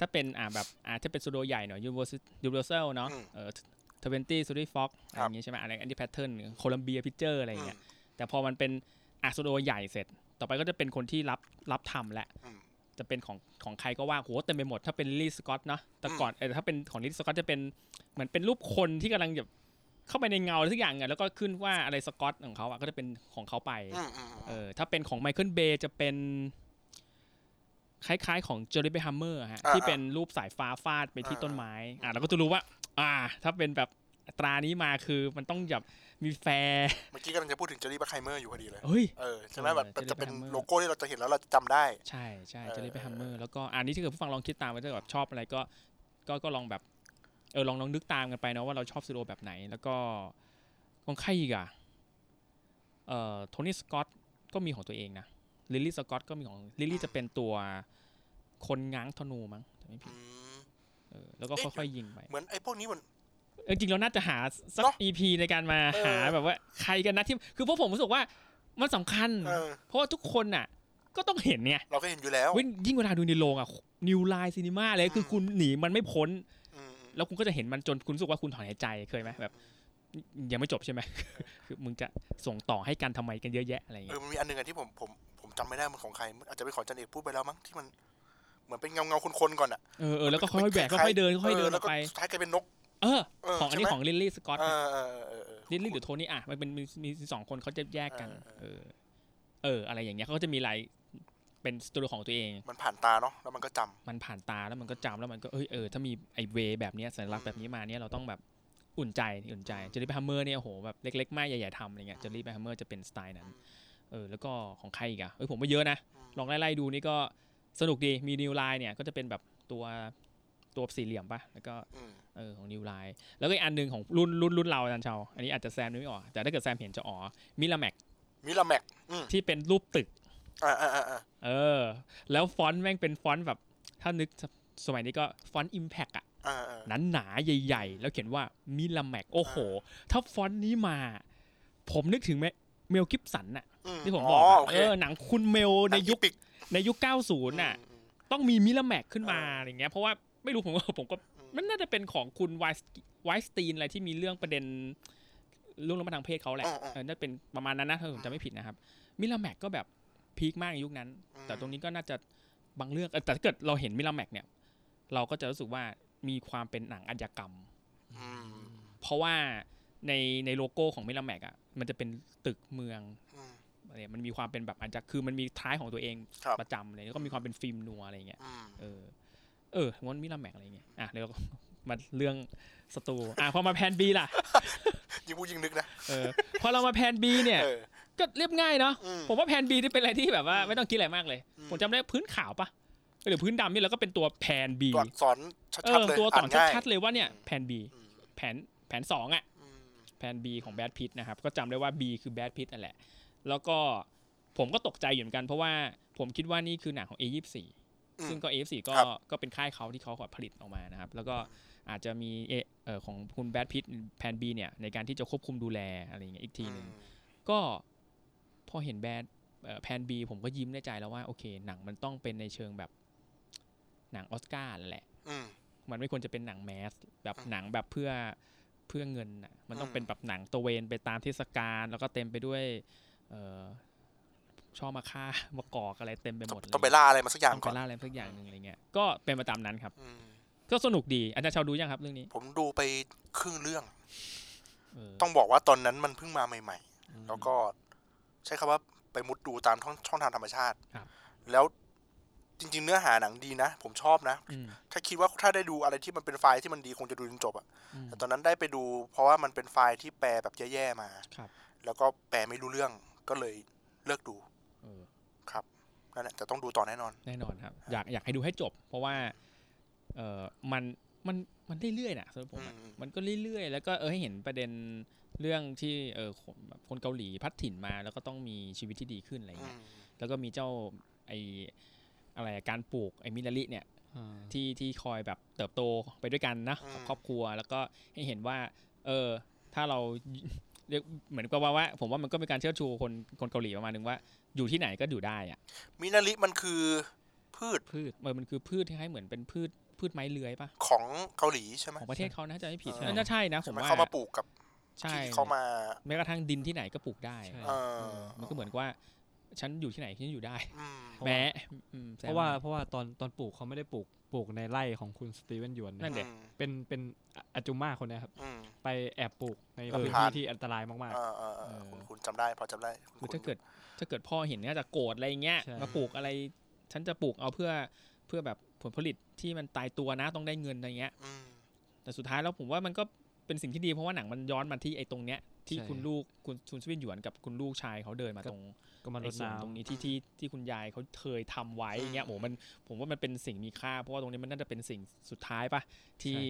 Speaker 1: ถ้าเป็นอ่าแบบอ่าถ้าเป็นสตูดิโอใหญ่หน่อยยูนิเวอร์แซลเนาะ
Speaker 2: อืม
Speaker 1: เออทเวนตี้ซูริฟ็อกอะไร
Speaker 2: ครั
Speaker 1: อบ ย่างงี้ใช่ไหมอะไรแอนดี้แพทเทิร์นโคลัมเบียพิเจอร์อะไรอย่างเงี้ย
Speaker 2: อืม
Speaker 1: แต่พอมันเป็นอ่ะสตูดิโอใหญ่เสร็จ ต่อไปก็จะเป็นคนที่รับรับทำแหละ
Speaker 2: อืม
Speaker 1: จะเป็นของของใครก็ว่าโหเต็มไปหมด ถ้าเป็นลิสกอตเนาะแต่ก่อนเออถ้าเป็นของลิสกอตจะเป็นเหมือนเป็นรูปคนที่กำลังแบบเข้าไปในเงาอะไรสักอย่างเนี่ยแล้วก็ขึ้นว่าอะไรสกอตของเขาอะก็จะเป็นของเขาไป
Speaker 2: อืมอืมอืม
Speaker 1: เออถ้าเป็นของไมเคิลเบย์จะเป็นคล้ายๆของเจอร์รี่เบย์ฮัมเมอร์ฮะ
Speaker 2: อ่า
Speaker 1: ที่เป็นรูปสายฟ้าฟาดไปที่
Speaker 2: อ่า
Speaker 1: ต้นไม้ อ่ะเราก็จะรู้ว่า อ่า ถ้าเป็นแบบตรานี้มาคือมันต้องแบบมีแฟร์
Speaker 2: เมื่อกี้กำลังจะพูดถึงเจอรี่บัคไฮเมอร์อยู่พอดีเลย
Speaker 1: เฮ้ย
Speaker 2: เออใช่ไหม
Speaker 1: เออ
Speaker 2: แบบมันจะ
Speaker 1: Jerry
Speaker 2: เป็น
Speaker 1: Bruckheimer
Speaker 2: โลโก้ที่เราจะเห็นแล้วเราจะจำได้
Speaker 1: ใช่ใช่
Speaker 2: เออ
Speaker 1: เจอร์รี่เบย์ฮัมเมอ
Speaker 2: เอ
Speaker 1: ร์
Speaker 2: อ
Speaker 1: แล้วก็อันนี้ถ้าเกิดผู้ฟังลองคิดตามไปถ้าแบบชอบอะไรก็ก็ก็ลองแบบเออลองลองนึกตามกันไปเนาะว่าเราชอบซูโรแบบไหน แล้วก็ของใครอีกอะเอ่อโทนี่สกอตก็มีของตัวเองนะลิลลี่สกอตก็มีของลิลลี่จะเป็นตัวคนง้างธนูมั้งถ้าไม่ผิด
Speaker 2: อืม
Speaker 1: เออแล้วก็
Speaker 2: เอ๊ะ
Speaker 1: ค่อยๆยิงไป
Speaker 2: เหมือนไอ้พวกนี้มัน
Speaker 1: เออจริงเราน่าจะหาสัก
Speaker 2: เนอะ
Speaker 1: EP ในการมาหา
Speaker 2: เออ
Speaker 1: แบบว่าใครกันนะที่คือพวกผมรู้สึกว่ามันสำคัญ
Speaker 2: เออ
Speaker 1: เพราะว่าทุกคนน่ะ ก็ต้องเห็นไง
Speaker 2: เราก็เห็นอยู่แล้ว
Speaker 1: เว้ยยิ่งเวลาดูในโรงอ่ะนิวไลน์ซีนีมาเลยคือคุณหนีมันไม่พ้น
Speaker 2: อืมอืม
Speaker 1: แล้วคุณก็จะเห็นมันจนคุณรู้สึกว่าคุณถอนหายใจเคยไหมแบบ ยังไม่จบใช่ไหม คือมึงจะส่งต่อให้กันทำไมกันเยอะแยะอะไรอย่าง
Speaker 2: เอ
Speaker 1: เงี้
Speaker 2: อย มันมีอันหนึ่งอะที่ผมผมผมจำไม่ได้มันของใคร อาจจะเป็นของจันเอกพูดไปแล้วมั้งที่มัน เหมือนเป็นเงาเงาคนคนๆก่อนอะ
Speaker 1: เออเออแล้วก็ค่อยๆแบกค่อยๆเดินค่อยๆเดินอ
Speaker 2: แล้
Speaker 1: อ
Speaker 2: ว
Speaker 1: กไป
Speaker 2: สุดท้ายกลายเป็นนก
Speaker 1: เออ
Speaker 2: เออ
Speaker 1: ของอันนี้
Speaker 2: ใช่ไหม
Speaker 1: ของลิลลี่สกอต
Speaker 2: เออเออเออเออ
Speaker 1: ลิลลี่หรือโทนี่อ่ะมันเป็นมีมีสองคนเขาจะแยกกัน เอ
Speaker 2: เอ
Speaker 1: อ
Speaker 2: อ
Speaker 1: เออ อะไรอย่างเงี้ยเขาก็จะมีลายเป็นสตูดิโอของตัวเอง
Speaker 2: มันผ่านตาเนาะแล้วมันก็จำ
Speaker 1: มันผ่านตาแล้วมันก็จำแล้วมันก็เอ้ยเออถ้ามีไอเวแบบเนี้ยสัญลักษณ์แบบนี้มาเนี้ยเราต้องแบบอุ่นใจอุ่นใจเจอรี่แฮมเมอร์เนี่ยโอ้โหแบบเล็กๆมากใหญ่ๆทำอะไรเงี้ยเจอรี่แฮมเมอร์จะเป็นสไตล์นั้น เออ แล้วก็ของใครอีกอ่ะเอ้ยผมว่าเยอะนะ
Speaker 2: อืม
Speaker 1: ลองไล่ๆดูนี่ก็สนุกดีมีนิวไลน์เนี่ยก็จะเป็นแบบตัวตัวสี่เหลี่ยมปะแล้วก็
Speaker 2: อืม
Speaker 1: เออของนิวไลน์แล้วก็อีกอันหนึ่งของรุ่นรุ่นรุ่นเราอาจารย์เชาอันนี้อาจจะแซมนึกไม่ออก แต่ถ้าเกิดแซมเห็นจะอ๋อมิลาแมก
Speaker 2: มิลาแมกอืม
Speaker 1: ที่เป็นรูปตึก
Speaker 2: อ่าอ่าอ่าอ่า
Speaker 1: เออ แล้วฟอนต์แม่งเป็นฟอนต์แบบ ถ้านึกสมัยนี้ก็ฟอนต์อิมแพกอะ
Speaker 2: อ่าอ่า
Speaker 1: หนาหนาๆใหญ่ ๆ แล้วเขียนว่ามิลาแมกโอ้โห ถ้าฟอนต์นี้มา ผมนึกถึงเมลกิฟสันน่ะ
Speaker 2: อื
Speaker 1: ที่ผมบอกอะ
Speaker 2: โเค
Speaker 1: เออหนังคุณเมลในยุค
Speaker 2: หงอีปิก
Speaker 1: ในยุค 90น่ะ
Speaker 2: อืม
Speaker 1: ต้องมีมิลาแมกขึ้นมา
Speaker 2: เอออ
Speaker 1: อะไรเงี้ยเพราะว่าไม่รู้ผม ว่าผมก็
Speaker 2: อืม
Speaker 1: มันน่าจะเป็นของคุณไวส์ไวสตีนอะไรที่มีเรื่องประเด็นเรื่องละเมิดทางเพศเขาแหละ
Speaker 2: อ่า
Speaker 1: เออน่าจะเป็นประมาณนั้นนะถ้าผมจำไม่ผิดนะครับ มิลาแมกก็แบบพีคมากในยุคนั้น
Speaker 2: ๆอืม
Speaker 1: แต่ตรงนี้ก็น่าจะบางเรื่องเออแต่ถ้าเกิดเราเห็นมิลาแมกเนี่ย เราก็จะรู้สึกว่ามีความเป็นหนังอาชญากรรม
Speaker 2: อืม
Speaker 1: เพราะว่าในในโลโก้ของมิลาแมกอ่ะมันจะเป็นตึกเมือง
Speaker 2: อืม
Speaker 1: อะไรมันมีความเป็นแบบอาจจะคือมันมีท้ายของตัวเอง
Speaker 2: ครับ
Speaker 1: ประจำเลยแล้วก็มีความเป็นฟิล์มนัวอะไรเงี้ย
Speaker 2: อืม
Speaker 1: เออ เออมอนมิลาแมกอะไรเงี้ย อ่ะเดี๋ยว มาเรื่องสตู อ่ะพอมาแพน B ล่ะ
Speaker 2: ยิ่งพูดยิ่งนึกนะ
Speaker 1: เออ พอเรามาแพน B เนี่ย
Speaker 2: เออ
Speaker 1: ก็เรียบง่ายเนาะ
Speaker 2: อืม
Speaker 1: ผมว่าแพน B นี่เป็นอะไรที่แบบว่า ไม่ต้องคิดอะไรมากเลย
Speaker 2: อืม
Speaker 1: ผมจำได้พื้นขาวปะเออหรือพื้นดำนี่แล้วก็เป็นตัวแพน B
Speaker 2: ตัวอักษร
Speaker 1: เออ
Speaker 2: ชัดๆเลย
Speaker 1: ตัวต่อน
Speaker 2: ง่าย
Speaker 1: ชัดๆเลยว่าเนี่ยแพน B
Speaker 2: อืม
Speaker 1: แผนแผนสองอ่ะ
Speaker 2: อืม
Speaker 1: แพน B ของแบดพิตนะครับ ก็จำได้ว่า B คือแบดพิตนั่นแหละ แล้วก็ผมก็ตกใจอยู่เหมือนกัน เพราะว่าผมคิดว่านี่คือหนังของ A24
Speaker 2: อืม
Speaker 1: ซึ่งก็ A24 ก็
Speaker 2: ครับ
Speaker 1: ก็เป็นค่ายเขาที่เขาผลิตออกมานะครับ แล้วก็อาจจะมีเอเอ่อของคุณแบดพิตแพน B เนี่ย ในการที่จะควบคุมดูแลอะไรอย่างเงี้ยอีกทีหนึ่งก็พอเห็นแบดแพน B ผมก็ยิ้มในใจแล้วว่า โอเค หนังมันต้องเป็นในเชิงแบบหนังออสการ์แหละ
Speaker 2: อืม
Speaker 1: มันไม่ควรจะเป็นหนังแมสแบบ
Speaker 2: อืม
Speaker 1: หนังแบบเพื่อเพื่อเงินน่ะมันต้อง
Speaker 2: อืม
Speaker 1: เป็นแบบหนังตระเวนไปตามเทศกาลแล้วก็เต็มไปด้วยเออชอบมาฆ่า มาก่อกอะไรเต็มไปหมด
Speaker 2: ต้องไป
Speaker 1: เลย
Speaker 2: ล่าอะไรมาสักอย่าง
Speaker 1: ต้อง
Speaker 2: ก่
Speaker 1: ไป
Speaker 2: อน
Speaker 1: ล่าอะไรสักอย่างหนึ่งอะไรเงี้ยก็เป็นไปตามนั้นครับ
Speaker 2: อืม
Speaker 1: ก็สนุกดีอาจารย์ชาวดูยังครับเรื่องนี้
Speaker 2: ผมดูไปครึ่งเรื่อง
Speaker 1: เ
Speaker 2: ต้องบอกว่าตอนนั้นมันเพิ่งมาใหม่
Speaker 1: อืม
Speaker 2: ๆ แล้วก็ใช้คำว่าไปมุดดูตามช่องช่องทางธรรมชาติ
Speaker 1: ครับ
Speaker 2: แล้วจริง ๆ เนื้อหาหนังดีนะ ผมชอบนะ
Speaker 1: อืม
Speaker 2: ถ้าคิดว่าถ้าได้ดูอะไรที่มันเป็นไฟล์ที่มันดีคงจะดูจนจบอะ
Speaker 1: อืม
Speaker 2: แต่ตอนนั้นได้ไปดู เพราะว่ามันเป็นไฟล์ที่แปลแบบแย่ๆมา
Speaker 1: ครับ
Speaker 2: แล้วก็แปลไม่รู้เรื่องก็เลยเลิกดู
Speaker 1: เออ
Speaker 2: นั่นแหละแต่ต้องดูต่อแน่นอน
Speaker 1: แน่นอนครับ อยากอยากให้ดูให้จบ เพราะว่าเออมันมันมันเรื่อยๆนะสำหรับผมอะ
Speaker 2: อืม
Speaker 1: มันก็เรื่อยๆ แล้วก็เออให้เห็นประเด็นเรื่องที่เออคนแบบคนเกาหลีพัดถิ่นมา แล้วก็ต้องมีชีวิตที่ดีขึ้นอะไร
Speaker 2: อื
Speaker 1: เงี้ย
Speaker 2: ม
Speaker 1: แล้วก็มีเจ้าไออะไรอะการปลูกไอมิลลิเนี่ย
Speaker 3: อ่า
Speaker 1: ที่ที่คอยแบบเติบโตไปด้วยกันนะ
Speaker 2: อืม
Speaker 1: กับครอบครัว แล้วก็ให้เห็นว่าเออถ้าเรา เรียกเหมือนกับว่าว่า ผมว่ามันก็เป็นการเชิดชูคนคนเกาหลีประมาณนึงว่า อยู่ที่ไหนก็อยู่ได้อะ
Speaker 2: มินาริมันคือ พื พืช
Speaker 3: พืช
Speaker 1: เออมันคือพืชที่ให้ายๆเหมือนเป็นพืชพืชไม้เลื้อยปะ
Speaker 2: ของเกาหลีใช่ไหม
Speaker 1: ของประเทศเขานะจะไม่ผิด
Speaker 2: ใช่
Speaker 1: น่าจะใช่นะผ
Speaker 2: ใช่
Speaker 1: ม
Speaker 2: ไหม
Speaker 1: ว่า
Speaker 2: เขามาปลูกกับ
Speaker 1: ใช่
Speaker 2: ที่เขามา
Speaker 1: แม้กระทั่งดินที่ไหนก็ปลูกได้
Speaker 3: ใช่
Speaker 2: เออ
Speaker 1: มันก็เหมือนกับว่า ฉันอยู่ที่ไหนฉันอยู่ได้
Speaker 2: อืม
Speaker 1: แม้อืม
Speaker 3: เพราะว่า
Speaker 1: แซม
Speaker 3: เพราะว่าตอนตอนปลูกเขาไม่ได้ปลูกปลูกในไร่ของคุณสตีเวนหยวน
Speaker 1: นั่นดิ
Speaker 3: ะเป็นเป็นอะอาจุม่าคนเนี้ยครับ
Speaker 2: อืม
Speaker 3: ไปแอบปลูกใน
Speaker 2: เออ
Speaker 3: พื้น
Speaker 2: ผ่าน
Speaker 3: ที่ที่อันตรายมาก
Speaker 2: เออเออเออคุณคุณจำได้พอจำได้คุณ
Speaker 1: คือถ้าเกิดถ้าเกิดพ่อเห็นก็จะโกรธอะไรอย่างเงี้ย
Speaker 3: ใช่
Speaker 1: มาปลูกอะไร ฉันจะปลูกเอาเพื่อเพื่อแบบผลผลิตที่มันตายตัวนะต้องได้เงินอะไรเงี้ย
Speaker 2: อืม
Speaker 1: แต่สุดท้ายแล้วผมว่ามันก็เป็นสิ่งที่ดีเพราะว่าหนังมันย้อนมาที่ไอ้ตรงเนี้ยที่
Speaker 3: ใช่
Speaker 1: คุณลูกคุณชุนสวินหยวนกับคุณลูกชายเขาเดินมาตรง
Speaker 3: ๆ ก็มาร
Speaker 1: ไอ้
Speaker 3: ด
Speaker 1: ส่วนตรง
Speaker 3: น้ำ
Speaker 1: นี้ที่ที่ที่คุณยายเขาเคยทำไว้อย่างเงี้ยโอ้โหมันผมว่ามันเป็นสิ่งมีค่า เพราะว่าตรงนี้มันน่าจะเป็นสิ่งสุดท้ายปะที่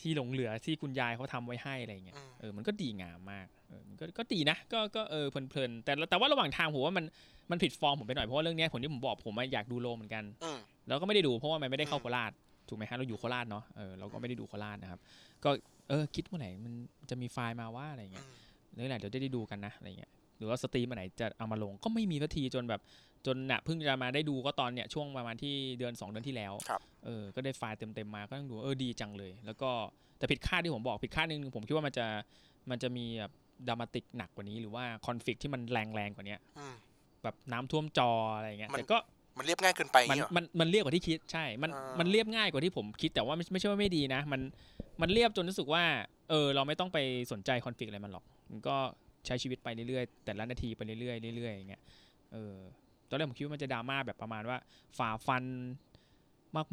Speaker 1: ที่หลงเหลือที่คุณยายเขาทำไว้ให้อะไรเงี้ย
Speaker 2: อืม
Speaker 1: เออ มันก็ดีงามมากเออมันก็ก็ดีนะ ก็ ก็เออ เพลินๆ แต่แต่ว่าระหว่างทางผมว่ามัน มันผิดฟอร์มผมไปหน่อย เพราะว่าเรื่องเนี้ยผมที่ผมบอกผมอะอยากดูโลเหมือนกัน
Speaker 2: อืม
Speaker 1: แล้วก็ไม่ได้ดูเพราะว่ามันไม่ได้เข้าโคราช ถูกไหมฮะ เราอยู่โคราชเนาะ เออ เราก็ไม่ได้ดูโคราชนะครับ ก็ เออ คิดเมื่อไหร่มันจะมีไฟล์มาว่าอะไรเงี้ย
Speaker 2: อืม
Speaker 1: เรื่องไหนเดี๋ยวจะได้ดูกันนะ อะไรเงี้ย หรือว่าสตรีมอันไหนจะเอามาลง ก็ไม่มีสักทีจนแบบ จนน่ะเพิ่งจะมาได้ดูก็ตอนเนี่ยช่วงประมาณที่เดือนสองเดือนที่แล้ว เออ ก็ได้ไฟล์เต็มๆมา ก็ต้องดูเออดีจังเลย แล้วก็แต่ผิดคาดที่ผมบอกผิดคาดนิดนึงผมคิดว่ามันจะมันจะมีแบบดรามาติกหนักกว่านี้หรือว่าคอนฟ lict ที่มันแรงๆกว่านี้
Speaker 2: อืม
Speaker 1: แบบน้ำท่วมจออะไรอย่างเงี้ย
Speaker 2: มัน
Speaker 1: แต่ก็
Speaker 2: มันเรียบง่ายเกินไป
Speaker 1: มัน
Speaker 2: เงี้ยเหรอ
Speaker 1: มันมันเรียบกว่าที่คิดใช่ มัน
Speaker 2: อ่ามั
Speaker 1: มันเรียบง่ายกว่าที่ผมคิดแต่ว่าไม่ไม่ใช่ว่าไม่ดีนะ มันมันเรียบจนรู้สึกว่าเออเราไม่ต้องไปสนใจคอนฟ lict อะไรมันหรอกมันก็ใช้ชีวิตไปเรื่อยๆแต่ละนาทีไปเรื่อยๆเรื่อยๆอย่างเงี้ยเออตอนแรกผมคิดว่ามันจะดราม่าแบบประมาณว่า ฝ่าฟัน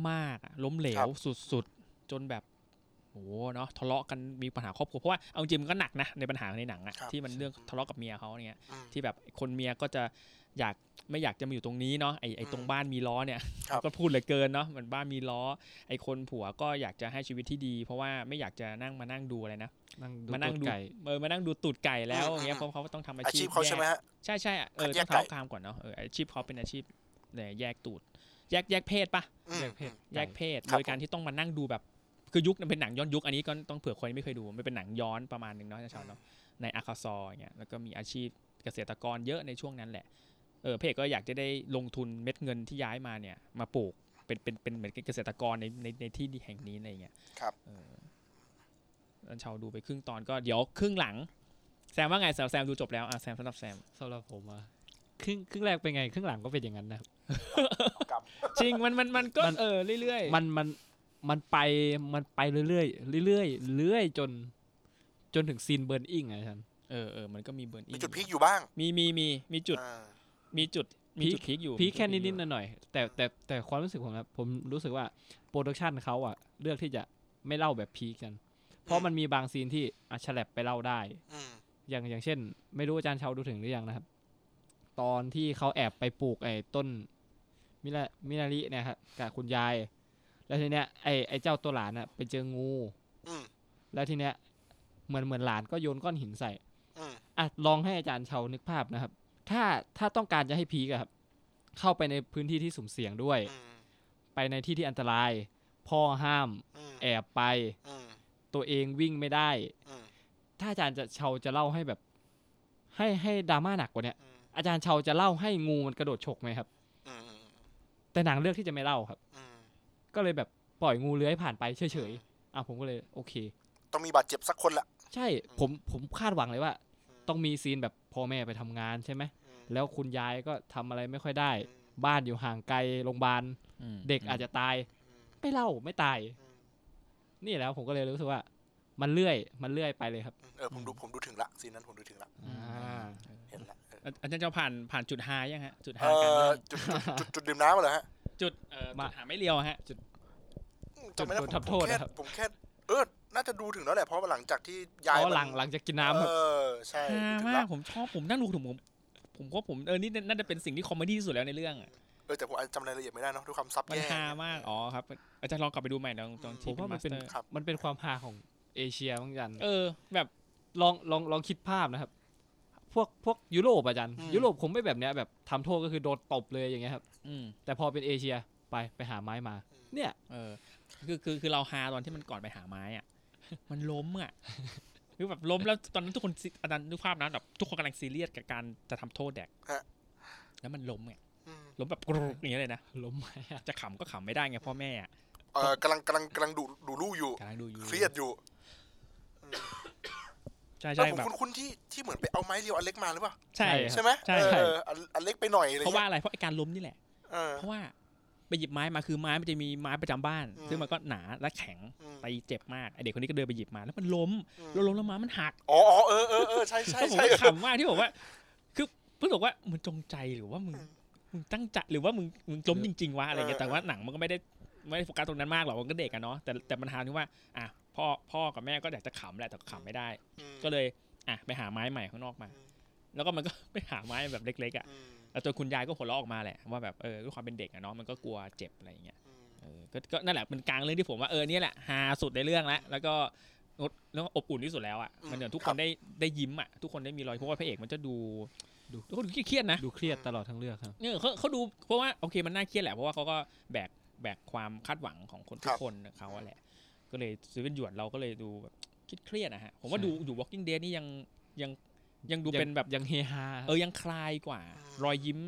Speaker 1: มากๆอะล้มเหล
Speaker 2: ครั
Speaker 1: ว
Speaker 2: บ
Speaker 1: สุดๆ จนแบบโอ้โหเนาะทะเลาะกันมีปัญหาครอบครัวเพราะว่าเอาจริงมันก็หนักนะในปัญหาในหนังอะที่มันเรื่องทะเลาะกับเมียเขาเนี่ย
Speaker 2: อืม
Speaker 1: ที่แบบคนเมียก็จะอยากไม่อยากจะมาอยู่ตรงนี้เนาะไอไอตรงบ้านมีล้อเนี่ย
Speaker 2: ครับ
Speaker 1: ก็พูดเหลยเกินเนาะมันบ้านมีล้อ ไอคนผัวก็อยากจะให้ชีวิตที่ดี เพราะว่าไม่อยากจะนั่งมานั่งดูอะไรนะ
Speaker 3: นั่ง
Speaker 1: มานั่ง
Speaker 3: ดู
Speaker 1: ดู
Speaker 3: ไก่
Speaker 1: เออมานั่งดูตูดไก่แล้วอย่างเงี้ยเพราะเขาต้องทำอา
Speaker 2: อา
Speaker 1: ชี
Speaker 2: ชี
Speaker 1: พ
Speaker 2: พเขา
Speaker 1: แย
Speaker 2: ใช่
Speaker 1: ก
Speaker 2: ไหมฮะ
Speaker 1: ใช่ใช่อะเออ
Speaker 2: แย
Speaker 1: ต้อก ง
Speaker 2: ไก่
Speaker 1: เท้าความก่อนเนาะเอออาชีพเขาเป็นอาชีพเนี่ยแยกตูด แยกแยกเพศปะ
Speaker 2: อืม
Speaker 3: แยกเพศ
Speaker 1: แยกเพศ
Speaker 2: ครับ
Speaker 1: โดยการที่ต้องมานั่งดูแบบคือยุคนั้นเป็นหนังย้อนยุคอันนี้ก็ต้องเผื่อคนไม่เคยดูมันเป็นหนังย้อนประมาณหนึ่งเนาะชาวเนาะในอาคาซออย่างเงี้ยแล้วก็มีอาชีพเกษตรกรเยอะในช่วงนั้นแหละเออเพศก็อยากจะได้ลงทุนเม็ดเงินที่ย้ายมาเนี่ยมาปลูกเป็นเป็นเป็นเหมือนเกษตรกรในในในที่แห่งนี้อะไรอย่างเงี้ย
Speaker 2: ครับ
Speaker 1: เออแล้วชาวดูไปครึ่งตอนก็เดี๋ยวครึ่งหลังแซมว่าไงแซมแซมดูจบแล้วอ่ะแซมสำหรับแซม
Speaker 3: สำหรับผมอะครึ่งครึ่งแรกเป็นไงครึ่งหลังก็เป็นอย่างนั้นนะครับ
Speaker 1: จริงมันมันมันก็
Speaker 3: มัน
Speaker 1: เออเรื่อยๆ
Speaker 3: มันมันมันไปมันไปเรื่อยๆเรื่อยๆเรื่อยจน จนถึงซีนเบิร์นอิงอะอาจารย์
Speaker 1: เออเออมันก็มีเบิร์นอิ
Speaker 2: มีจุดพีคอยู่บ้าง
Speaker 1: มีมีมีมีจุด
Speaker 2: อ่า
Speaker 1: มีจุดมีจุดพีคอยู่
Speaker 3: พีคแค่
Speaker 1: มีจุ
Speaker 3: นิ
Speaker 1: พี
Speaker 3: ด
Speaker 1: คอยู่
Speaker 3: ๆหน่อยๆแต่แต่แต่ความรู้สึกผมนะผมรู้สึกว่าโปรดักชันเขาอะเลือกที่จะไม่เล่าแบบพีคกัน เพ
Speaker 2: อื
Speaker 3: ราะ
Speaker 2: ม
Speaker 3: มันมีบางซีนที่อะฉลับไปเล่าได้
Speaker 2: อืม
Speaker 3: อย่างอย่างเช่น ไม่รู้อาจารย์เชาวดูถึงหรือยังนะครับ ตอนที่เขาแอบไปปลูกไอ้ต้นมิลามินาริเนี่ยครับกับคุณยาย แล้วทีเนี้ยไอ้ไอ้เจ้าตัวหลานอะไปเจองู
Speaker 2: อืม
Speaker 3: แล้วทีเนี้ยเหมือนเหมือนหลานก็โยนก้อนหินใส่
Speaker 2: อืม
Speaker 3: อ่ะลองให้อาจารย์เชาวนึกภาพนะครับ ถ้าถ้าต้องการจะให้พีกอะครับ เข้าไปในพื้นที่ที่สุ่มเสี่ยงด้วย
Speaker 2: อืม
Speaker 3: ไปในที่ที่อันตราย พ่อห้าม
Speaker 2: อืม
Speaker 3: แอบไป
Speaker 2: อืม
Speaker 3: ตัวเองวิ่งไม่ได้
Speaker 2: อืม
Speaker 3: ถ้าอาจารย์จะเชาวจะเล่าให้แบบ ให้ให้ดราม่าหนักกว่าเนี้ย
Speaker 2: อืม
Speaker 3: อาจารย์เชาวจะเล่าให้งูมันกระโดดฉกไหมครับ
Speaker 2: อืม
Speaker 3: แต่หนังเลือกที่จะไม่เล่าครับ
Speaker 2: อืม
Speaker 3: ก็เลยแบบปล่อยงูเลื้อยผ่านไปเฉยๆอ่ะผมก็เลยโอเค
Speaker 2: ต้องมีบาดเจ็บสักคนละ
Speaker 3: ใช่ผมผมคาดหวังเลยว่า
Speaker 2: อืม
Speaker 3: ต้องมีซีนแบบพ่อแม่ไปทำงานใช่ไหม
Speaker 2: อืม
Speaker 3: แล้วคุณยายก็ทำอะไรไม่ค่อยได้
Speaker 2: อืม
Speaker 3: บ้านอยู่ห่างไกลโรงพยาบาล
Speaker 1: ม
Speaker 3: เด็กอาจจะตาย
Speaker 2: อืม
Speaker 3: ไม่เล่าไม่ตาย
Speaker 2: อืม
Speaker 3: นี่แหล้วผมก็เลยรู้สึกว่า มันเลื่อย มันเลื่อยไปเลยครับ
Speaker 2: อืมเออ ผมดู ผมดูถึงละซีนนั้นผมดูถึงละ
Speaker 1: อืม
Speaker 3: อ่า
Speaker 2: เห็นละเออ
Speaker 1: อ่ะอาจารย์จะผ่านผ่านจุดไฮายังฮะ จุด
Speaker 2: เอ
Speaker 1: ไฮาการ
Speaker 2: อ
Speaker 1: เล่น
Speaker 2: จุดจุดจุดจุดดื่มน้ำเหรอฮะ
Speaker 1: จุดเออ
Speaker 3: มา
Speaker 1: จุดหาไม่เรียวฮะ
Speaker 2: อืมจำไม่ได้
Speaker 3: จุ
Speaker 2: ผ
Speaker 3: ด
Speaker 2: ม
Speaker 3: ทับโทษ
Speaker 2: ผมแค่
Speaker 3: นะครับ
Speaker 2: ผมแค่ เออ น่าจะดูถึงแล้วแหละ เพราะว่าหลังจากที่ย้าย
Speaker 3: อ๋อ
Speaker 2: มัน
Speaker 3: หลังหลังจากกินน้ำครั
Speaker 2: เอบ อ ใช่
Speaker 1: ฮา
Speaker 2: ดูถึง
Speaker 1: มา
Speaker 2: ละ
Speaker 1: กผมชอบผมนั่งดูถึงผมผมก็ผมเออนี่น่าจะเป็นสิ่งที่คอมเมดี้ที่สุดแล้วในเรื่องอะ
Speaker 2: เออ แต่ผมอาจจะจำรายละเอียดไม่ได้เนอะด้วยความซับ
Speaker 1: มัน
Speaker 2: แย่
Speaker 1: ฮามากอ๋อครับอาจารย์ลองกลับไปดูใหม่ลองลอง
Speaker 2: อืม
Speaker 3: ผมว่ามันเป็น
Speaker 1: ที่ Master
Speaker 2: ครับ
Speaker 3: มันเป็นความฮาของเอเชียบางจัน
Speaker 1: เออ แบบ
Speaker 3: ลองลองลองคิดภาพนะครับ พวกพวกยุโรปอาจารย์
Speaker 2: อืม
Speaker 3: ยุโรปคงไม่แบบเนี้ยแบบทำโทษก็คือโดนตบเลยอย่างเงี้ยครับ
Speaker 1: อืม
Speaker 3: แต่พอเป็นเอเชียไปไปหาไม้มา เนี่ย
Speaker 1: เออคือคือคือเราฮาตอนที่มันก่อนไปหาไม้อ่ะ มันล้มอ่ะคือแบบล้มแล้วตอนนั้นทุกคนซิอาจารย์นึกภาพนะแบบทุกคนกำลังซีเรียสกับการจะทำโทษแดก
Speaker 2: ฮะ
Speaker 1: แล้วมันล้มไง
Speaker 2: อืม
Speaker 1: ล้มแบบกรุกอย่างเงี้ยเลยนะ
Speaker 3: ล้มไหมอะ
Speaker 1: จะขำก็ขำไม่ได้ไงพ่อแม่อะ
Speaker 2: เออกำลังกำลังกำลังดูดูลู่อยู่
Speaker 1: กำลังดูอยู่
Speaker 2: เครียดอยู่
Speaker 1: ใช่
Speaker 2: แต่
Speaker 1: ใช่
Speaker 2: ผม
Speaker 1: แบบ
Speaker 2: คุ้นๆที่ที่เหมือนไปเอาไม้เรียวอันเล็กมาหรือเปล่า
Speaker 1: ใช่
Speaker 2: ใช่ไหม
Speaker 1: ใช่
Speaker 2: เออ
Speaker 1: ใช่
Speaker 2: เอออันอันเล็กไปหน่อยอะไร
Speaker 1: เพราะว่า
Speaker 2: เงี้ย
Speaker 1: อะไรเพราะไอการล้มนี่แหละ
Speaker 2: เออ
Speaker 1: เพราะว่าไปหยิบไม้มาคือไม้มันจะมีไม้ประจำบ้าน
Speaker 2: อืม
Speaker 1: ซึ่งมันก็หนาและแข็ง
Speaker 2: อืม
Speaker 1: ตีเจ็บมากไอเด็กคนนี้ก็เดินไปหยิบมาแล้วมันล้ม
Speaker 2: อืม
Speaker 1: แล้วล้มแล้วไม้มันหัก
Speaker 2: อ๋ออ๋อเออเออเออใช่ใช่
Speaker 1: ก็ผม
Speaker 2: ใช่
Speaker 1: ก็ขำมากที่บอกว่า คือเพื่อนบอกว่ามึงจงใจหรือว่ามึง
Speaker 2: อืม
Speaker 1: มึงตั้งใจหรือว่ามึงมึงล้มจริงๆวะอะไรเงี้ย
Speaker 2: เออ
Speaker 1: แต่ว่าหนังมันก็ไม่ได้ไม่ได้โฟกัสตรงนั้นมากหรอกมันก็เด็กอะเนาะแต่แต่ปัญหาที่ว่าอ่ะพ่อพ่อกับแม่ก็อยากจะขำแหละแต่ก็ขำไม่ได้
Speaker 2: อืม
Speaker 1: ก็เลยอ่ะไปหาไม้ใหม่ข้างนอกมา แล้วก็มันก็ ไปหาไม้แบบเล็กๆอ่ะ
Speaker 2: อืม
Speaker 1: แล้วตัวคุณยายก็หัวเราะออกมาแหละว่าแบบเออด้วยความเป็นเด็กอะเนาะมันก็กลัวเจ็บอะไรอย่างเงี้ย
Speaker 2: อืม
Speaker 1: เออก็ก็นั่นแหละเป็นกลางเรื่องที่ผมว่าเออเนี่ยแหละฮาสุดในเรื่องละแล้วก็งดแล้วก็อบอุ่นที่สุดแล้วอ่ะมันเหมือนทุกคนได้ได้ยิ้มอ่ะทุกคนได้มีรอยเพราะว่าพระเอกมันจะดู
Speaker 3: ดู
Speaker 1: ทุกคนเครียดๆนะ
Speaker 3: ดูเครียดตลอดทั้งเรื่องครับ
Speaker 1: เนี่ยเขาเขาดูเพราะว่าโอเคมันน่าเครียดแหละเพราะว่าเขาก็แบกแบกความคาดหวังของคนทุกคนเขาอะแหละ ก็เลยซื้อเป็นหยวนเราก็เลยดูแบบเครียดๆนะฮะผมว่า
Speaker 3: ใช่
Speaker 1: ดูอยู่ Walking Dead นี่ยังยังยังดูเป็นแบบ
Speaker 3: ยังเฮฮา
Speaker 1: เออยังคลายกว่า รอยยิ้ม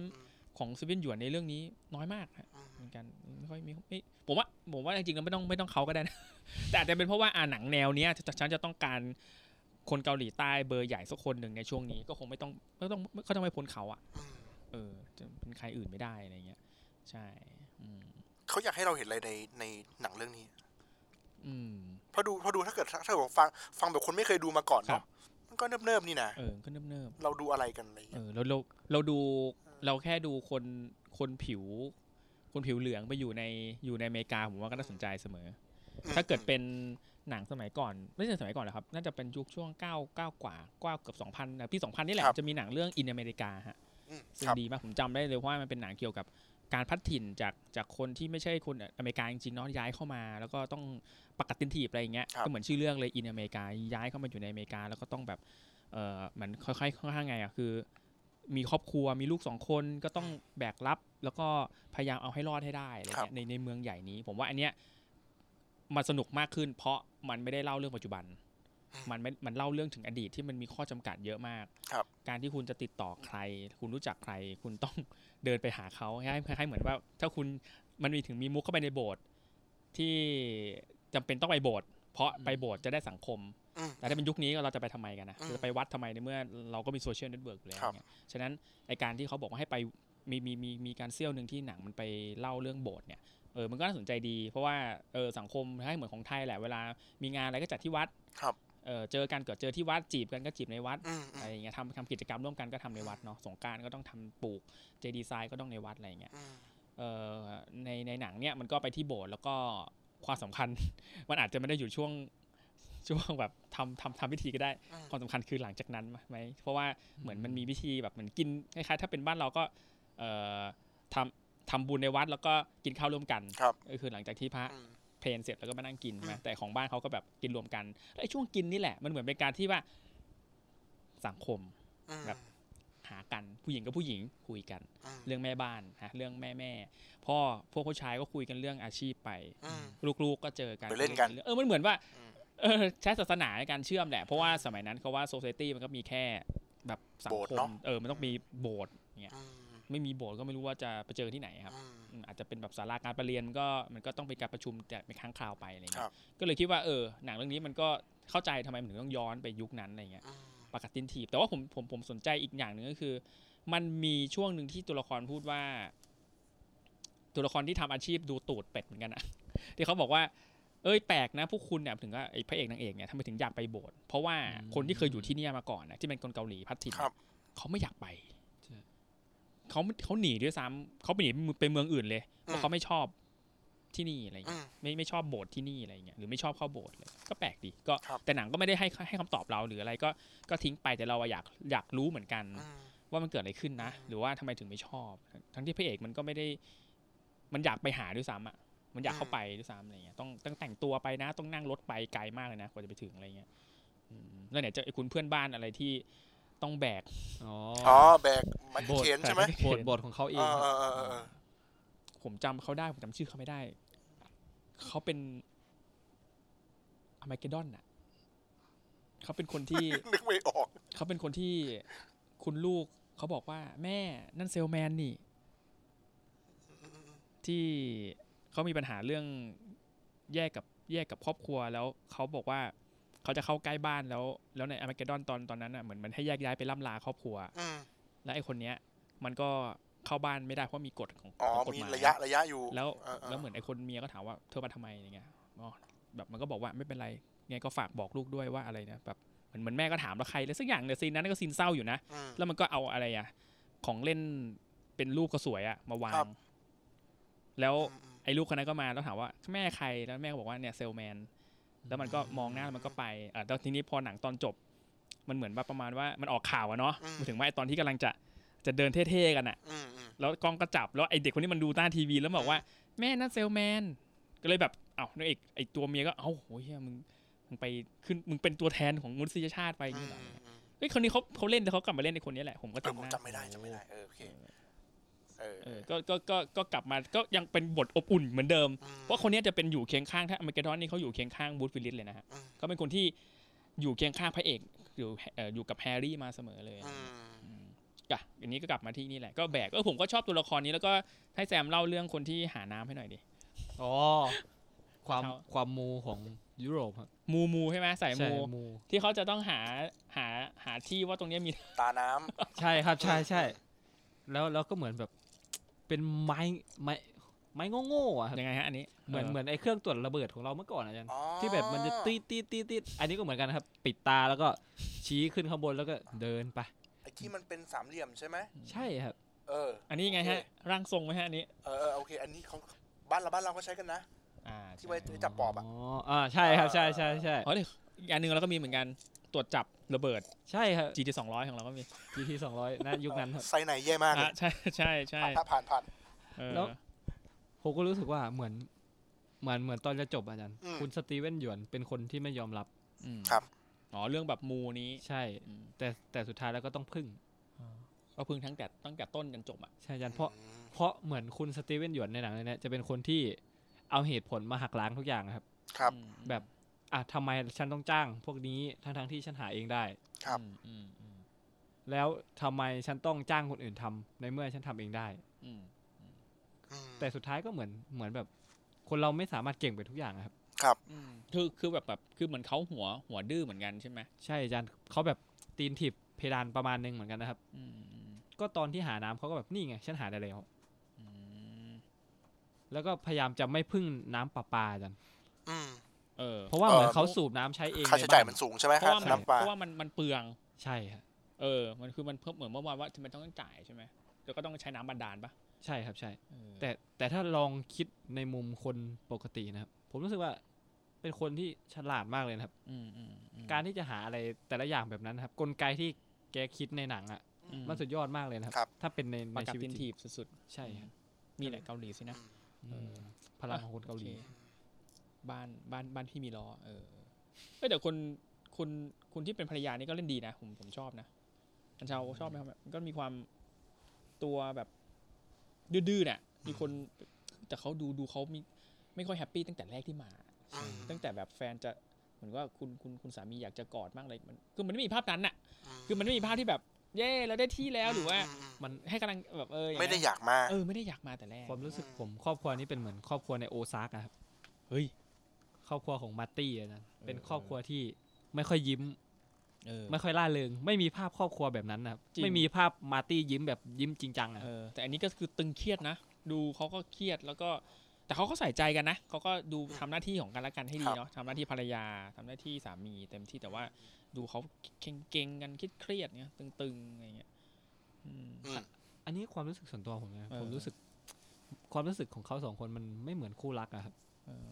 Speaker 1: ของซเว่นหยวนในเรื่องนี้น้อยมากฮะ
Speaker 2: อืม
Speaker 1: เหมือนกันไม่ค่อยมีเอ้ยผมว่าผมว่าจริงๆแล้วไม่ต้องไม่ต้องเขาก็ได้นะ แต่อาจจะเป็นเพราะว่าอ่าหนังแนวเนี้ยจะฉันจะต้องการคนเกาหลีใต้เบอร์ใหญ่สักคนหนึ่งในช่วงนี้ก็คงไม่ต้องไม่ต้องก็ต้องไม่พ้นเขาอ่ะ
Speaker 2: อืม
Speaker 1: เออจะเป็นใครอื่นไม่ได้อะไรเงี้ยใช่อืม
Speaker 2: เขาอยากให้เราเห็นอะไรในในหนังเรื่องนี้
Speaker 1: อืม
Speaker 2: พอดูพอดูถ้าเกิดถ้าผมฟังฟังแบบคนไม่เคยดูมาก่อน
Speaker 1: ครั
Speaker 2: เนาะ
Speaker 1: บ
Speaker 2: มันก็เนิบๆนี่นะ
Speaker 1: เออก็เนิบๆ
Speaker 2: เราดูอะไรกันอะไรอย่าง
Speaker 1: เอ
Speaker 2: เงี้ย
Speaker 1: อเราเราเราดู
Speaker 2: เออ
Speaker 1: เราแค่ดูคนคนผิว คนผิวเหลืองไปอยู่ในอยู่ในอเมริกาผมว่าก็น่าสนใจเสมอ ถ้าเกิดเป็นหนังสมัยก่อน ไม่ใช่สมัยก่อนหรอกครับ น่าจะเป็นยุคช่วง 9 9 กว่า9เกือบ2000นะพี่2000 นี่แหละ
Speaker 2: ครับ
Speaker 1: จะมีหนังเรื่องอินอเมริกาฮะ
Speaker 2: อืม
Speaker 1: ซึ่ง
Speaker 2: ครับ
Speaker 1: ดีมาก ผมจำได้เลยว่ามันเป็นหนังเกี่ยวกับการพัดถิ่นจากจากคนที่ไม่ใช่คนอเมริกาจริงๆเนาะย้ายเข้ามา แล้วก็ต้องปกตินทีบอะไรอย่างเงี้ย
Speaker 2: ครับ
Speaker 1: ก็เหมือนชื่อเรื่องเลยอินอเมริกาย้ายเข้ามาอยู่ในอเมริกาแล้วก็ต้องแบบเออเหมันค่อยๆค่อนข้างไงอ่ะคือ มีครอบครัวมีลูกสองคนก็ต้องแบกรับ แล้วก็พยายามเอาให้รอดให้ได้อะไร
Speaker 2: ครับ
Speaker 1: เงี้ยในในเมืองใหญ่นี้ ผมว่าอันเนี้ยมันสนุกมากขึ้น เพราะมันไม่ได้เล่าเรื่องปัจจุบัน มันไม่มันเล่าเรื่องถึงอดีตที่มันมีข้อจำกัดเยอะมาก
Speaker 2: ครับ
Speaker 1: การที่คุณจะติดต่อใคร คุณรู้จักใคร คุณต้อง เดินไปหาเขาคล้ายคล้ายๆเหมือนว่าถ้าคุณมันมีถึงมีมุกเข้าไปในโบสถ์ที่จำเป็นต้องไปโบสถ์เพราะไปโบสถ์จะได้สังคม
Speaker 2: อืม
Speaker 1: แต่ถ้าเป็นยุคนี้ก็เราจะไปทำไมกันนะ
Speaker 2: อืม
Speaker 1: จะไปวัดทำไมในเมื่อเราก็มีโซเชียลเน็ตเวิร์กอยู่แล้ว
Speaker 2: ครับ
Speaker 1: เนี่ยฉะนั้นไอการที่เขาบอกว่าให้ไปมีมีมีมีการเซี่ยวหนึ่งที่หนังมันไปเล่าเรื่องโบสถ์เนี่ยเออมันก็น่าสนใจดี เพราะว่าเออสังคมให้เหมือนของไทยแหละเวลามีงานอะไรก็จัดที่วัด
Speaker 2: ครับ
Speaker 1: เออเจอกันก็เจอที่วัดจีบกันก็จีบในวัด
Speaker 2: อืม
Speaker 1: อะ
Speaker 2: อื
Speaker 1: ไร
Speaker 2: ม
Speaker 1: อย่างเงี้ยทำทำกิจกรรมร่วมกันก็ทำในวัดเนาะสงกรารก็ต้องทำปลูกเจดีไซน์ก็ต้องในวัดอะไรอย่างเงี้ย
Speaker 2: อืม
Speaker 1: เอ่อในในหนังเนี่ยมันก็ไปที่โบสถ์แล้วก็ความสำคัญ มันอาจจะไม่ได้อยู่ช่วงช่วงแบบทำทำทำพิธีก็ได้
Speaker 2: อืม
Speaker 1: ความสำคัญคือหลังจากนั้นไหมเพราะว่าเหมือนมันมีพิธีแบบเหมือนกินคล้ายๆถ้าเป็นบ้านเราก็เอ่อทำทำบุญในวัดแล้วก็กินข้าวร่วมกัน
Speaker 2: ครับ
Speaker 1: ก็คือหลังจากที่พระ
Speaker 2: อืม
Speaker 1: เพลนเสร็จแล้วก็มานั่งกินใช่ไหม
Speaker 2: อืม
Speaker 1: แต่ของบ้านเขาก็แบบกินรวมกันแล้วไอ้ช่วงกินนี่แหละมันเหมือนเป็นการที่ว่าสังคม แบบ หากันผู้หญิงกับผู้หญิงคุยกัน
Speaker 2: อืม
Speaker 1: เรื่องแม่บ้านฮะเรื่องแม่แม่พ่อพวกผู้ชายก็คุยกันเรื่องอาชีพไป
Speaker 2: อืม
Speaker 1: ลูกๆก็เจอกัน
Speaker 2: ไปเล่นกัน
Speaker 1: เออมันเหมือนว่า
Speaker 2: อืม
Speaker 1: เออใช้ศาสนาในการเชื่อมแหละ เพราะว่าสมัยนั้นเขาว่าโซเซตี้มันก็มีแค่แบบสัง
Speaker 2: โบสถ์
Speaker 1: คม
Speaker 2: เนอะ
Speaker 1: เออมันต้องมีโบสถ์เนี่ย
Speaker 2: อืม
Speaker 1: ไม่มีโบสถ์ก็ไม่รู้ว่าจะไปเจอที่ไหนครับ
Speaker 2: อืม
Speaker 1: อืมอาจจะเป็นแบบสาราการประเรียนก็มันก็ต้องเป็นการประชุมแต่เป็นครั้งคราวไปอะไร
Speaker 2: ครั
Speaker 1: เงี้
Speaker 2: บ
Speaker 1: ยก็เลยคิดว่าเออหนังเรื่องนี้มันก็เข้าใจทำไมมันถึงต้องย้อนไปยุคนั้นอะไรเงี้ย
Speaker 2: อืม
Speaker 1: ปากกาตินถีบแต่ว่าผมผมผมสนใจอีกอย่างหนึ่งก็คือ มันมีช่วงหนึ่งที่ตัวละครพูดว่า ตัวละครที่ทำอาชีพดูตูดเป็ดเหมือนกันอะ ที่เขาบอกว่า เอ้ยแปลกนะพวกคุณเนี่ยถึงว่าไอ้พระเอกนางเอกเนี่ยทำไมถึงอยากไปโบสถ์เพราะว่า
Speaker 3: อืม
Speaker 1: คนที่เคยอยู่ที่เนี่ยมาก่อนนะที่เป็นคนเกาหลีพัดถิ่น
Speaker 2: ครับ
Speaker 1: เขาไม่อยากไป เขาไม่เขาหนีด้วยซ้ำเขาไปหนีไปเมืองอื่นเลยเพราะเขาไม่ชอบที่นี่อะไรอย่าง
Speaker 2: อื
Speaker 1: เงี้ย
Speaker 2: ม
Speaker 1: ไม่ไม่ชอบโบสถ์ที่นี่อะไรอย่างเงี้ยหรือไม่ชอบเข้าโบสถ์เลยก็แปลกดีก็
Speaker 2: ครับ
Speaker 1: แต่หนังก็ไม่ได้ให้ให้คำตอบเราหรืออะไรก็ก็ทิ้งไปแต่เราอะอยากอยากรู้เหมือนกัน
Speaker 2: อืม
Speaker 1: ว่ามันเกิดอะไรขึ้นนะ
Speaker 2: อืม
Speaker 1: หรือว่าทำไมถึงไม่ชอบ ทั้งที่พระเอกมันก็ไม่ได้ มันอยากไปหาด้วยซ้ำอ่ะมันอยากเข้า
Speaker 2: อืม
Speaker 1: ไปด้วยซ้ำอะไรเงี้ยต้องต้องแต่งตัวไปนะ ต้องนั่งรถไปไกลมากเลยนะกว่าจะไปถึงอะไรเงี้ยอืมแล้วเนี่ยจะไอ้คุณเพื่อนบ้านอะไรที่ต้องแบก
Speaker 3: อ๋อ
Speaker 2: อ๋อแบกไม้กางเขนใช่ไหม
Speaker 3: บทบทของเขาเอง
Speaker 2: อ่า
Speaker 3: ครับ
Speaker 2: อ่าอ่าอ่า
Speaker 1: ผมจำเขาได้ ผมจำชื่อเขาไม่ได้ เขาเป็นอเมริกดอนน่ะ เขาเป็นคนที่
Speaker 2: นึกไม่ออก
Speaker 1: เขาเป็นคนที่คุณลูกเขาบอกว่า แม่นั่นเซลแมนนี่ ที่เขามีปัญหาเรื่องแยกกับแยกกับครอบครัวแล้วเขาบอกว่าเขาจะเข้าใกล้บ้านแล้ว แล้วในอเมริกาดอนตอนตอนนั้นอ่ะเหมือนมันให้แยกย้ายไปล่ำลาครอบครัว
Speaker 2: อืม
Speaker 1: แล้วไอ้คนเนี้ยมันก็เข้าบ้านไม่ได้เพราะมีกฎของ
Speaker 2: อ๋อ
Speaker 1: ของกฎ
Speaker 2: มี
Speaker 1: หมาย
Speaker 2: ระยะระยะอยู่
Speaker 1: แล้ว
Speaker 2: าา
Speaker 1: แล้วเหมือนไอ้คนเมียก็ถามว่าเธอมาทำไมอย่างเงี้ยอ๋อแบบมันก็บอกว่าไม่เป็นไรไงก็ฝากบอกลูกด้วยว่าอะไรนะแบบเหมือนเหมือนแม่ก็ถามแล้วใครเลยสักอย่างเนี่ยซีนนั้นก็ซีนเศร้าอยู่นะ
Speaker 2: อืม
Speaker 1: แล้วมันก็เอาอะไรอะของเล่นเป็นรูปก็สวยอะมาวา
Speaker 2: ครั
Speaker 1: ง
Speaker 2: บ
Speaker 1: แล้ว
Speaker 2: อืมอืม
Speaker 1: ไอ้ลูกคนนั้นก็มาแล้วถามว่าแม่ใครแล้วแม่ก็บอกว่าเนี่ยเซลแมน แล้วมันก็มองหน้าแล้วมันก็ไปอ่ะแล้วทีนี้พอหนังตอนจบ มันเหมือนว่าประมาณว่ามันออกข่าวอะเนาะ
Speaker 2: อื
Speaker 1: ห
Speaker 2: ม
Speaker 1: มายถึงว่าไอ้ตอนที่กำลังจะจะเดินเท่ๆกันอะ
Speaker 2: อืมอืม
Speaker 1: แล้วกล้องก็จับแล้วไอเด็กคนนี้มันดูหน้าทีวีแล้วบอกว่าแม่นั่นเซลแมน ก็เลยแบบเอ้านางเอกไอตัวเมียก็เอ้าโหเฮียมึงมึงไปขึ้นมึงเป็นตัวแทนของมนุษยชาติไปอย่างนี้เหรอเฮ้ยคนนี้เขาเขาเล่นแต่เขากลับมาเล่นในคนนี้แหละผมก็
Speaker 2: เออ
Speaker 1: จำ
Speaker 2: ผม
Speaker 1: ได้
Speaker 2: จำไม่ได้จำไม่ได้เออโอเคเออ
Speaker 1: เออก็ก็ก็ก็กลับมาก็ยังเป็นบทอบอุ่นเหมือนเดิม
Speaker 2: ม
Speaker 1: เพราะคนนี้จะเป็นอยู่เคียงข้างถ้าอเมริกาดอนนี่เขาอยู่เคียงข้างบูธวิลลิสเลยนะฮะ
Speaker 2: อืม
Speaker 1: เขาเป็นคนที่อยู่เคียงข้างพระเอกอยู่เอ่ออยู่กับแฮร์รี่มาเสมอเลย
Speaker 2: อืม
Speaker 1: กะอันนี้ก็กลับมาที่นี่แหละก็แบกเออผมก็ชอบตัวละครนี้แล้วก็ให้แซมเล่าเรื่องคนที่หาน้ำให้หน่อยดิ
Speaker 3: อ๋อความ
Speaker 1: เขา
Speaker 3: ความมูของยุโรปครับ
Speaker 1: มูมูใช่ไหมสาย
Speaker 3: ใช่
Speaker 1: มู
Speaker 3: มู
Speaker 1: ที่เขาจะต้องหาหาหาที่ว่าตรงเนี้ย มี
Speaker 2: ตาน้ำ
Speaker 3: ใช่ครับใช่ใช่แล้วแล้วก็เหมือนแบบเป็นไม้ไม้ไม้โง่ๆอ่ะครับ
Speaker 1: ยังไงฮะอันนี้
Speaker 3: เหมือนเหมือนไอ้เครื่องตรวจระเบิดของเราเมื่อก่อนอะอาจารย์
Speaker 2: อ๋อ
Speaker 3: ที่แบบมันจะตีดตีดตีดตีดอันนี้ก็เหมือนกันนะครับ ปิดตาแล้วก็ชี้ขึ้นข้างบนแล้วก็เดินไป
Speaker 2: ไอ้ที่มันเป็นสามเหลี่ยมใช่ไหม
Speaker 3: ใช่ครับ
Speaker 2: เออ
Speaker 1: อันนี้ยังไงฮะร่างทรงไหมฮะอันนี้
Speaker 2: เออเออโอเค อันนี้เขาบ้านเราบ้านเราก็ใช้กันนะ
Speaker 1: อ่า
Speaker 2: ที่ไว้จับปอบอ่ะ
Speaker 3: อ๋ออ่าใช่ครับใช่ใช่ใช่
Speaker 1: อ๋อเดี๋ยวอีกอันหนึ่งเราก็มีเหมือนกันตรวจจับระเบิด
Speaker 3: ใช่ครับ
Speaker 1: GT 200 ของเราก็มี
Speaker 3: GT สองร้อยนะยุคนั้นครับ
Speaker 2: ไซไหนแย่มากเล
Speaker 1: อ่ะ
Speaker 2: ย
Speaker 1: ใช่ใช่ใช่
Speaker 2: ผ่านผ่านผ่าน
Speaker 1: เออ
Speaker 3: แล้ว ผมก็รู้สึกว่าเหมือนเหมือนเหมือนตอนจะจบอาจารย์
Speaker 2: อืม
Speaker 3: คุณสตีเวนหยวนเป็นคนที่ไม่ยอมรับ
Speaker 1: อืม
Speaker 2: ครับ
Speaker 1: อ๋อเรื่องแบบมูนี้
Speaker 3: ใช่
Speaker 1: อืม
Speaker 3: แต่แต่สุดท้ายแล้วก็ต้องพึ่ง
Speaker 1: ก็เพึ่งทั้งแต่ตั้งแต่ต้นจนจบอ่ะ
Speaker 3: ใช่อาจารย์เพราะเพราะเหมือนคุณสตีเวนหยวนในหนังเลยเนี่ยจะเป็นคนที่เอาเหตุผลมาหักล้างทุกอย่างอะครับ
Speaker 2: ครับ
Speaker 1: อืม
Speaker 3: แบบ อ่ะทำไมฉันต้องจ้างพวกนี้ทั้งๆที่ฉันหาเองได้
Speaker 2: ครับ
Speaker 1: อืมอืมอืม
Speaker 3: แล้วทำไมฉันต้องจ้างคนอื่นทำในเมื่อฉันทำเองได้
Speaker 1: อืม
Speaker 2: อืม
Speaker 3: แต่สุดท้ายก็เหมือนเหมือนแบบ คนเราไม่สามารถเก่งไปทุกอย่างอะครับ
Speaker 1: อืมคือคือแบบแบบคือเหมือนเขาหัวหัวดื้อเหมือนกันใช่ไหม
Speaker 3: ใช่อาจารย์เขาแบบตีนถีบเพดานประมาณนึงเหมือนกันนะครับ
Speaker 1: อืมอืม
Speaker 3: ก็ตอนที่หาน้ำเขาก็แบบนี่ไง ฉันหาได้แล้ว
Speaker 1: อืม
Speaker 3: แล้วก็พยายามจะไม่พึ่งน้ำประปาอาจารย์
Speaker 2: อืม
Speaker 1: เออ
Speaker 3: เพราะว่าเหมือน
Speaker 2: เอ่อ
Speaker 3: เขาสูบน้ำใช้เอง
Speaker 2: ค่าใช้จ่ายมัน
Speaker 3: ใบ้
Speaker 2: สูงใช่ไหม
Speaker 1: เพ
Speaker 2: ค่า
Speaker 1: ราะว่ามัน
Speaker 2: น้ำปลา
Speaker 1: เพราะว่ามันมันเปลือง
Speaker 3: ใช่ครับ
Speaker 1: เออ มันคือมันเพิ่มเหมือนเมื่อวานว่ามันต้องจ่ายใช่ไหมแล้วก็ต้องใช้น้ำบาดาลปะ
Speaker 3: ใช่ครับใช่
Speaker 1: เออ
Speaker 3: แต่แต่ถ้าลองคิดในมุมคนปกตินะครับ ผมรู้สึกว่าเป็นคนที่ฉลาดมากเลยนะครับ
Speaker 1: อืมอืมอืม
Speaker 3: การที่จะหาอะไรแต่ละอย่างแบบนั้นนะครับ กลไกที่แกคิดในหนังอะ่ะ
Speaker 1: อื
Speaker 3: มันสุดยอดมากเลยนะครับ ถ้าเป็นใน
Speaker 1: ปา
Speaker 3: ใน
Speaker 1: กกา
Speaker 3: ชีวิ
Speaker 1: ติ
Speaker 3: ต
Speaker 1: น
Speaker 3: จริ
Speaker 1: ที
Speaker 3: ง
Speaker 1: บสุด
Speaker 3: ใช่ครับ
Speaker 1: ๆมีแหละเกาหลีสินะ
Speaker 3: อืมพลังของคนเกาหลี
Speaker 1: โอเค บ้านบ้านบ้านพี่มีล้อเออเอ้ยแต่คนคนคนที่เป็นภรรยานี่ก็เล่นดีนะผมผมชอบนะอันเชาวชอบไหมครับมันก็มีความตัวแบบดื้อๆเนี่ยมีคนแต่เขาดูดูเขามีไม่ค่อยแฮปปี้ตั้งแต่แรกที่มา
Speaker 2: อืม
Speaker 1: ตั้งแต่แบบแฟนจะเหมือนว่าคุณคุณคุณสามีอยากจะกอดมากเลยมันคือมันไม่มีภาพนั้นน่ะ คือมันไม่มีภาพที่แบบ เย่เราได้ที่แล้วหรือว่า
Speaker 3: มัน
Speaker 1: ให้กำลังแบบเอออย่าง
Speaker 2: ไม่ได้
Speaker 1: เงี้ย
Speaker 2: อยากมา
Speaker 1: เออไม่ได้อยากมาแต่แรก
Speaker 3: ความรู้สึกผมครอบครัวนี้เป็นเหมือนครอบครัวในโอซากอะครับ
Speaker 1: เฮ้ย
Speaker 3: ครอบครัวของมาร์ตี้อะนะ
Speaker 1: อ
Speaker 3: เป็นครอบครัวที่ไม่ค่อยยิ้ม
Speaker 1: เออ
Speaker 3: ไม่ค่อยล่าเริง ไม่มีภาพครอบครัวแบบนั้นนะครับ
Speaker 1: จริง
Speaker 3: ไม่มีภาพมาร์ตี้ยิ้มแบบยิ้มจริงจังอะ
Speaker 1: เออแต่อันนี้ก็คือตึงเครียดนะ ดูเขาก็เครียดแล้วก็ แต่เขาก็ใส่ใจกันนะเขาก็ดูทำหน้าที่ของกันและกันให้ดีเนาะทำหน้าที่ภรรยาทำหน้าที่สามีเต็มที่แต่ว่าดูเขาเก่งๆกันคิดเครียดๆเนี่ยตึงๆอะไรเงี้ยอืม
Speaker 2: อืม
Speaker 3: อันนี้ความรู้สึกส่วนตัวผมนะ
Speaker 1: เออ
Speaker 3: ผมรู้สึก ความรู้สึกของเขาสองคนมันไม่เหมือนคู่รักอะครับ
Speaker 1: เออ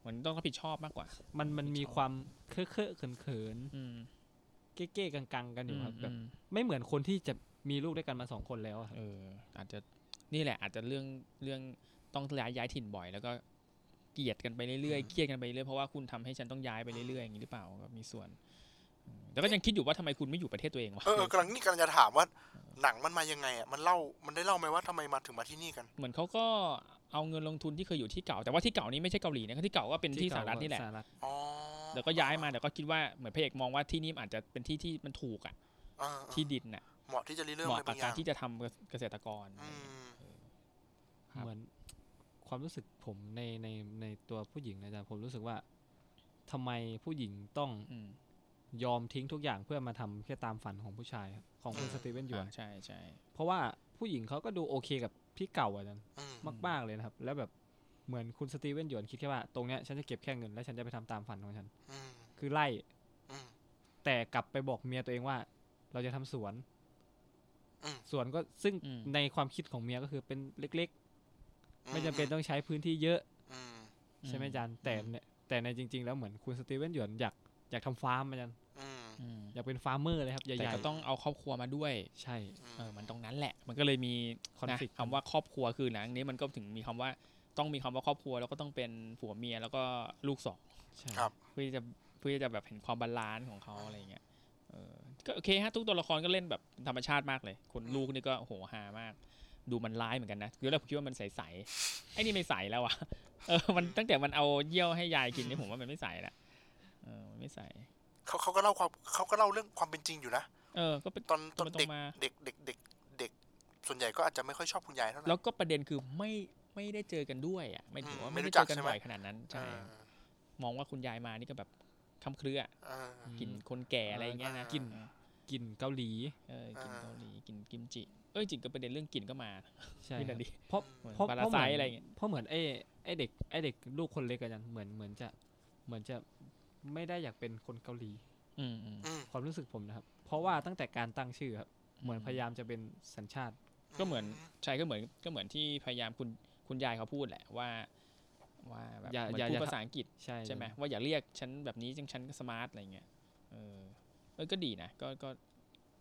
Speaker 1: เหมือนต้องรับผิดชอบมากกว่า
Speaker 3: มันมันมี
Speaker 1: ชอบ
Speaker 3: ความเคอะเคอะเขินเขิน
Speaker 1: อืม
Speaker 3: ๆเก้ๆกังกังๆกันอยู่ครับแบบ
Speaker 1: ม
Speaker 3: ไม่เหมือนคนที่จะมีลูกด้วยกันมาสองคนแล้วอะครับ
Speaker 1: เอออาจจะนี่แหละอาจจะเรื่องเรื่องต้องย้ายย้ายถิ่นบ่อย แล้วก็เกลียดกันไปเรื่อยๆเครียดกันไปเรื่อยเพราะว่าคุณทำให้ฉันต้องย้ายไปเรื่อยๆอย่างนี้หรือเปล่าก็มีส่วนอืมแต่ก็ยังคิดอยู่ว่าทำไมคุณไม่อยู่ประเทศตัวเองวะ
Speaker 2: เออเออกำลังนี่กำลังจะถามว่า หนังมันมายังไงอ่ะมันเล่ามันได้เล่าไหมว่าทำไมมาถึงมาที่นี่กัน
Speaker 1: เหมือนเขาก็เอาเงินลงทุนที่เคยอยู่ที่เก่า แต่ว่าที่เก่านี้ไม่ใช่เกาหลีนะที่เก่าก็เป็นที่สหรัฐนี่แหละ
Speaker 3: สหรัฐ
Speaker 2: อ๋อ
Speaker 1: แล้วก็ย้ายมาแต่ก็คิดว่าเหมือนพระเอกมองว่าที่นี่อาจจะเป็นที่ที่มันถูกอ่ะ
Speaker 2: อ่าๆ
Speaker 1: ที่ดินน่ะ
Speaker 2: เหมาะที่จะรีเริ่ม
Speaker 1: เห
Speaker 2: อะ
Speaker 1: มาะ
Speaker 2: ไร
Speaker 1: กั
Speaker 2: บางอ
Speaker 1: บา
Speaker 2: กย่า
Speaker 1: รงที่จะทำเกษตรกร
Speaker 2: อืม
Speaker 1: ครับ
Speaker 3: เหมือน ความรู้สึกผมในในในตัวผู้หญิงนะอาจารย์ผมรู้สึกว่าทำไมผู้หญิงต้อง
Speaker 1: อืม
Speaker 3: ยอมทิ้งทุกอย่างเพื่อมาทำแค่ตามฝันของผู้ชายครับของคุณ
Speaker 2: อืม
Speaker 3: สตีเวนหยวน
Speaker 1: อ่าใช่ใช่
Speaker 3: เพราะว่าผู้หญิงเขาก็ดูโอเคกับพี่เก่าอาจารย์
Speaker 2: อืม
Speaker 3: มากๆเลยนะครับ แล้วแบบเหมือนคุณสตีเวนหยวนคิดแค่ว่าตรงเนี้ยฉันจะเก็บแค่เงินแล้วฉันจะไปทำตามฝันของฉัน
Speaker 2: อืม
Speaker 3: คือไล่
Speaker 2: อืม
Speaker 3: แต่กลับไปบอกเมียตัวเองว่า เราจะทำสวน
Speaker 2: อืม
Speaker 3: สวนก็ซึ่ง
Speaker 1: อืม
Speaker 3: ในความคิดของเมียก็คือเป็นเล็ก ๆ ไม่จำเป็น
Speaker 2: อื
Speaker 3: ต้องใช้พื้นที่เยอะ
Speaker 2: อืม
Speaker 3: ใช่ไหมอาจารย์แต่ในแต่ในจริง ๆ แล้วเหมือนคุณสตีเวนหยวนอยากอยากทำฟาร์มอาจารย์
Speaker 2: อืม
Speaker 1: อืม
Speaker 3: อยากเป็นฟาร์มเมอร์เลยครับ ให
Speaker 1: แต่
Speaker 3: ญ่
Speaker 1: ก็ต้องเอาครอบครัวมาด้วย
Speaker 3: ๆ ใช่
Speaker 1: เออมันตรงนั้นแหละ มันก็เลยมี
Speaker 3: Conflict
Speaker 1: นะคำว่าครอบครัวคือหนังนี้มันก็ถึงมีคำว่าต้องมีคำว่าครอบครัวแล้วก็ต้องเป็นผัวเมียแล้วก็ลูกสอง
Speaker 3: ใช่
Speaker 2: ครับ
Speaker 1: เพื่อที่จะเพื่อที่จะแบบเห็นความบาลานซ์ของเขาอะไรเงี้ยเออก็โอเคฮะทุกตัวละครก็เล่นแบบธรรมชาติมากเลย คนลูกนี่ก็โหฮามาก ดูมันร้ายเหมือนกันนะคือแรกผมคิดว่ามันใสๆไอ้นี่ไม่ใสแล้วอะเออมันตั้งแต่มันเอาเยี่ยวให้ยายกินนี่ผมว่ามันไม่ใสละเออมันไม่ใส
Speaker 2: เขาเขาก็เล่าความเขาก็เล่าเรื่องความเป็นจริงอยู่นะ
Speaker 1: เออก็เป็น
Speaker 2: ตอนตอน
Speaker 1: มันต้อง
Speaker 2: เด็ก
Speaker 1: มา
Speaker 2: เด็กเด็กเด็กเด็ก ส่วนใหญ่ก็อาจจะไม่ค่อยชอบคุณยายเท่าไหร่
Speaker 1: แล้วก็ประเด็นคือไม่ไม่ได้เจอกันด้วยอ่ะไม่ถือว่า
Speaker 2: อืม
Speaker 1: ไม่
Speaker 2: ไม่รู้
Speaker 1: ได้
Speaker 2: จั
Speaker 1: เจอ
Speaker 2: ก
Speaker 1: กัน
Speaker 2: ใช่ไหม
Speaker 1: บ่อยขนาดนั้นใช่ มองว่าคุณยายมานี่ก็แบบคำเครืออะ
Speaker 2: อ่า
Speaker 1: กลิ่นคนแก่อะไรเงี้ยนะ
Speaker 2: อ่า
Speaker 1: กลิ่น
Speaker 3: กลิ่นเกาหลี
Speaker 1: เออกลิ่นเกาหลีกลิ่นกิมจิเอ้ยจริงก็ประเด็นเรื่องกลิ่นก็มา
Speaker 3: ใช่
Speaker 1: พี่นัน
Speaker 3: ครับ
Speaker 1: ดี
Speaker 3: เพราะ
Speaker 1: เหมือน
Speaker 3: เพราะ
Speaker 1: ปา
Speaker 3: เพ
Speaker 1: รา
Speaker 3: ราะเห
Speaker 1: ไซ
Speaker 3: มือน
Speaker 1: อะไรเงี้ย
Speaker 3: เพราะเหมือนไอ้ไอ้เด็กไอ้เด็กลูกคนเล็กอาจารย์เหมือนเหมือนจะเหมือนจะไม่ได้อยากเป็นคนเกาหลี
Speaker 1: อืมอืม
Speaker 2: อืม
Speaker 3: ความรู้สึกผมนะครับ เพราะว่าตั้งแต่การตั้งชื่อครับเหมือนพยายามจะเป็นสัญชาติ
Speaker 1: ก็เหมือนใช่ก็เหมือนก็เหมือนที่พยายามคุณคุณยายเขาพูดแหละว่า ว่าแบบ
Speaker 3: อย่า
Speaker 1: เหมือ
Speaker 3: อย่าน
Speaker 1: พู
Speaker 3: อ
Speaker 1: ด
Speaker 3: ย่า
Speaker 1: ภาษาอังกฤษ
Speaker 3: ใช่
Speaker 1: ใช่ไหมว่าอย่าเรียกฉันแบบนี้จังฉันก็สมาร์ทอะไรเงี้ยเออเอยก็ดีนะก็ก็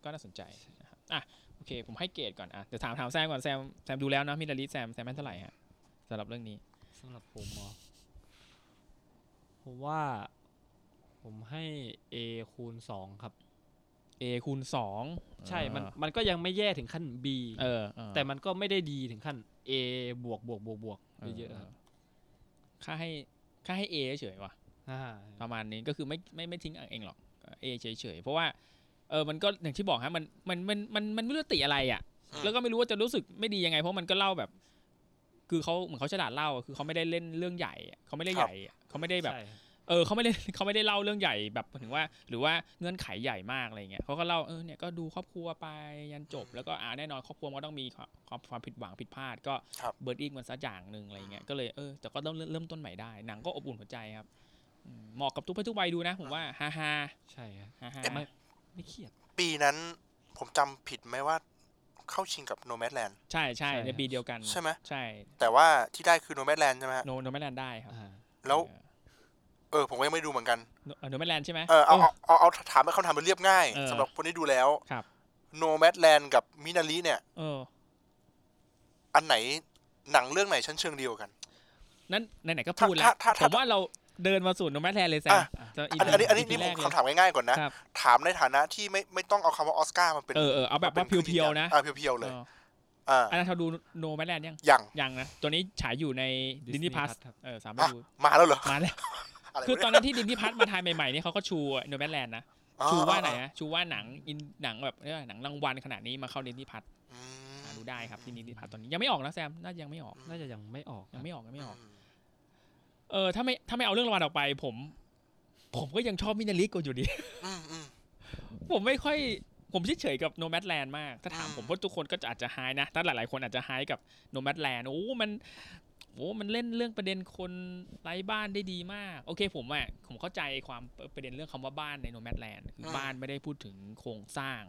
Speaker 1: ก็น่าสนใจนะครับอ่ะโอเค ผมให้เกรดก่อนอ่ะเดี๋ยวถามถามแซมก่อนแซมแซมดูแล้วนะมิลลิแซมแซมให้เท่าไหร่ฮะสำหรับเรื่องนี้
Speaker 3: สำหรับผมเหรอผมว่าผมให้ A คูณสองครับ
Speaker 1: A คูณสอง
Speaker 3: ใช่ มัน
Speaker 1: อ่า
Speaker 3: มันก็ยังไม่แย่ถึงขั้น B
Speaker 1: เออเออ
Speaker 3: แต่มันก็ไม่ได้ดีถึงขั้น A บวกบวกบวกบวกเยอะๆครับ
Speaker 1: ค่าให้ค่าให้ A เฉยๆว่ะ
Speaker 3: อ่า
Speaker 1: ประมาณนี้ก็คือไม่ไม่ไม่ทิ้งอ่างเองหรอกก็ A เฉยๆเพราะว่าเออมันก็อย่างที่บอกฮะมันมันมันมันมันไม่รู้จะติอะไรอ่ะ แล้วก็ไม่รู้ว่าจะรู้สึกไม่ดียังไง เพราะมันก็เล่าแบบ คือเขาเหมือนเขาฉลาดเล่าอะคือเขาไม่ได้เล่นเรื่องใหญ่อะเขาไม่ได้ใหญ่อะเขาไม่ได้แบบ
Speaker 3: ใช่
Speaker 1: เออเขาไม่ได้เขาไม่ได้เล่าเรื่องใหญ่แบบถึงว่า หรือว่าเงื่อนไขใหญ่มากอะไรเงี้ยเขาก็เล่าเออเนี่ยก็ดูครอบครัวไปยันจบ แล้วก็อ่าแน่นอนครอบครัวมันก็ต้องมีความความความผิดหวังผิดพลาด ก็
Speaker 2: ครับ
Speaker 1: เบิร์ดอีกมันซะอย่างหนึ่งอะไรเงี้ยก็เลยเออแต่ก็ต้องเริ่มเริ่มต้นใหม่ได้หนังก็อบอุ่นหัวใจครับอืมเหมาะกับทุกเพศทุกวัยดูนะ ผมว่าฮ่าฮ่า
Speaker 3: ใช่ครับ
Speaker 1: ฮ่าฮ่า
Speaker 3: แต่ไม่ไม่เครียด
Speaker 2: ปีนั้นผมจำผิดไหมว่าเข้าชิงกับโนแมดแลนด์
Speaker 1: ใช่ใช่
Speaker 3: ใช่
Speaker 1: ในปีเดียวกัน
Speaker 2: ใช่ไหม
Speaker 1: ใช่
Speaker 2: แต่ว่าที่ได้คือโนแมดแลนด์ใช่ไหมฮะ
Speaker 1: โนโนแมนแลนได้ครับ
Speaker 3: อ่า
Speaker 2: แล้วเออผมก็ยังไม่ดูเหมือนกัน
Speaker 1: โนแมนแลนใช่ไหม
Speaker 2: เออเอาเอาเอาเอาถามเป็นคำถามมันเรียบง่าย
Speaker 1: เออ
Speaker 2: สำหรับคนที่ดูแล้ว
Speaker 1: ครับ
Speaker 2: โนแมดแลนด์กับมินาลีเนี่ย
Speaker 1: เออ
Speaker 2: อันไหนหนังเรื่องไหนชั้นเชิงเดียวกัน
Speaker 1: นั้นไหนๆก็พูดแล้ว
Speaker 2: ถ้าถ้า
Speaker 1: ผ
Speaker 2: ถ้าม
Speaker 1: ว่าเราเดินมาสู่โนแมนแลนเลยแซม
Speaker 2: อ่ะ
Speaker 1: จะ
Speaker 2: อันอันนี้อันนี้
Speaker 1: EP
Speaker 2: นี่ผม
Speaker 1: แรกเลย
Speaker 2: คำถามง่ายๆก่อนนะ
Speaker 1: ครับ
Speaker 2: ถามในฐานะที่ไม่ไม่ต้องเอาคำว่าออสการ์มาเป็น
Speaker 1: เออเออเอาแบบ
Speaker 2: ป็
Speaker 1: ว่าเพียวๆนะ
Speaker 2: อ่าเพียวๆเลย
Speaker 1: อ๋อ
Speaker 2: อ่า
Speaker 1: อันนั้นเราดูโนแมนแลนยัง
Speaker 2: อย่าง
Speaker 1: ยังนะ ตัวนี้ฉายอยู่ในดินนี่พัส
Speaker 3: ครับ
Speaker 1: เออสามารถ
Speaker 2: อ่ะ
Speaker 1: ดู
Speaker 2: มาแล้วเหรอ
Speaker 1: มาแล้ว
Speaker 2: อะไรวะ
Speaker 1: คือตอน
Speaker 2: เย
Speaker 1: นั้นที่ดินนี่พัสมาทายใหม่ๆนี่เขาก็ชูโนแมนแลนนะ
Speaker 2: อ๋อ
Speaker 1: ชูว่าไหนนะชูว่าหนังอินหนังแบบเรียกว่าหนังรางวัลขนาดนี้มาเข้าดินนี่พัส
Speaker 2: อืม
Speaker 1: ดูได้ครับที่ดินนี่พัสตอนนี้ยังไม่ออกนะแซม น่าจะยังไม่ออก
Speaker 3: น่าจะยังไม่ออก
Speaker 1: ยังไม่ออกยังไม่ออก
Speaker 2: อืม
Speaker 1: เออถ้าไม่ถ้าไม่เอาเรื่องรางวัลออกไป ผม ผมก็ยังชอบมินาลิโกอยู่ดี
Speaker 2: อืมอืม
Speaker 1: ผมไม่ค่อยผมเฉยๆกับโนแม d แลนด์มาก ถ้าถาม
Speaker 2: อืม
Speaker 1: ผมว่าทุกคนก็จะอาจจะหายนะถ้าหลายๆคนอาจจะหายกับโนแม d แลนด์โอ้มันโอ้มันเล่นเรื่องประเด็นคนไร้บ้านได้ดีมาก โอเคผมอ่ะผมเข้าใจความประเด็นเรื่องคำว่าบ้านในโนแม d แลนด์คืออ
Speaker 2: ม
Speaker 1: บ้านไม่ได้พูดถึงโครงสร้าง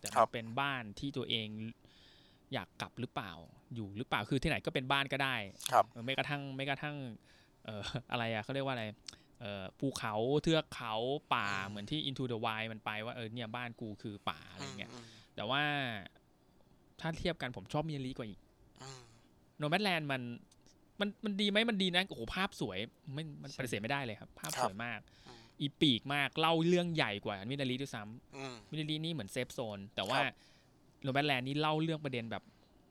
Speaker 1: แต่
Speaker 2: ครั
Speaker 1: มัน
Speaker 2: บ
Speaker 1: เป็นบ้านที่ตัวเองอยากกลับหรือเปล่าอยู่หรือเปล่าคือที่ไหนก็เป็นบ้านก็ได้
Speaker 2: ครับ
Speaker 1: เออไม่กระทั่งไม่กระทั่งเอ่อ อะไรอ่ะเขาเรียกว่าอะไร เอ่อภูเขาเทือกเขาป่าเหมือนที่ Into the Wild มันไปว่าเออเนี่ยบ้านกูคือป่าอะไรเงี้ย
Speaker 2: อืม
Speaker 1: แต่ว่าถ้าเทียบกันผมชอบมิลีกว่าอีก
Speaker 2: อืม
Speaker 1: โนแม d แลนด์มันมันมันดีไหมมันดีนะโอ้โหภาพสวยไม่มันปฏิเสธไม่ได้เลยครับ ภาพสวยมาก อีปีกมากเล่าเรื่องใหญ่กว่ามินาลีด้วยซ้
Speaker 2: อืม
Speaker 1: ำมินาลีนี่เหมือนเซฟโซนแต่ว่า
Speaker 2: ครับ
Speaker 1: โนแม d แลนด์นี่เล่าเรื่องประเด็นแบบ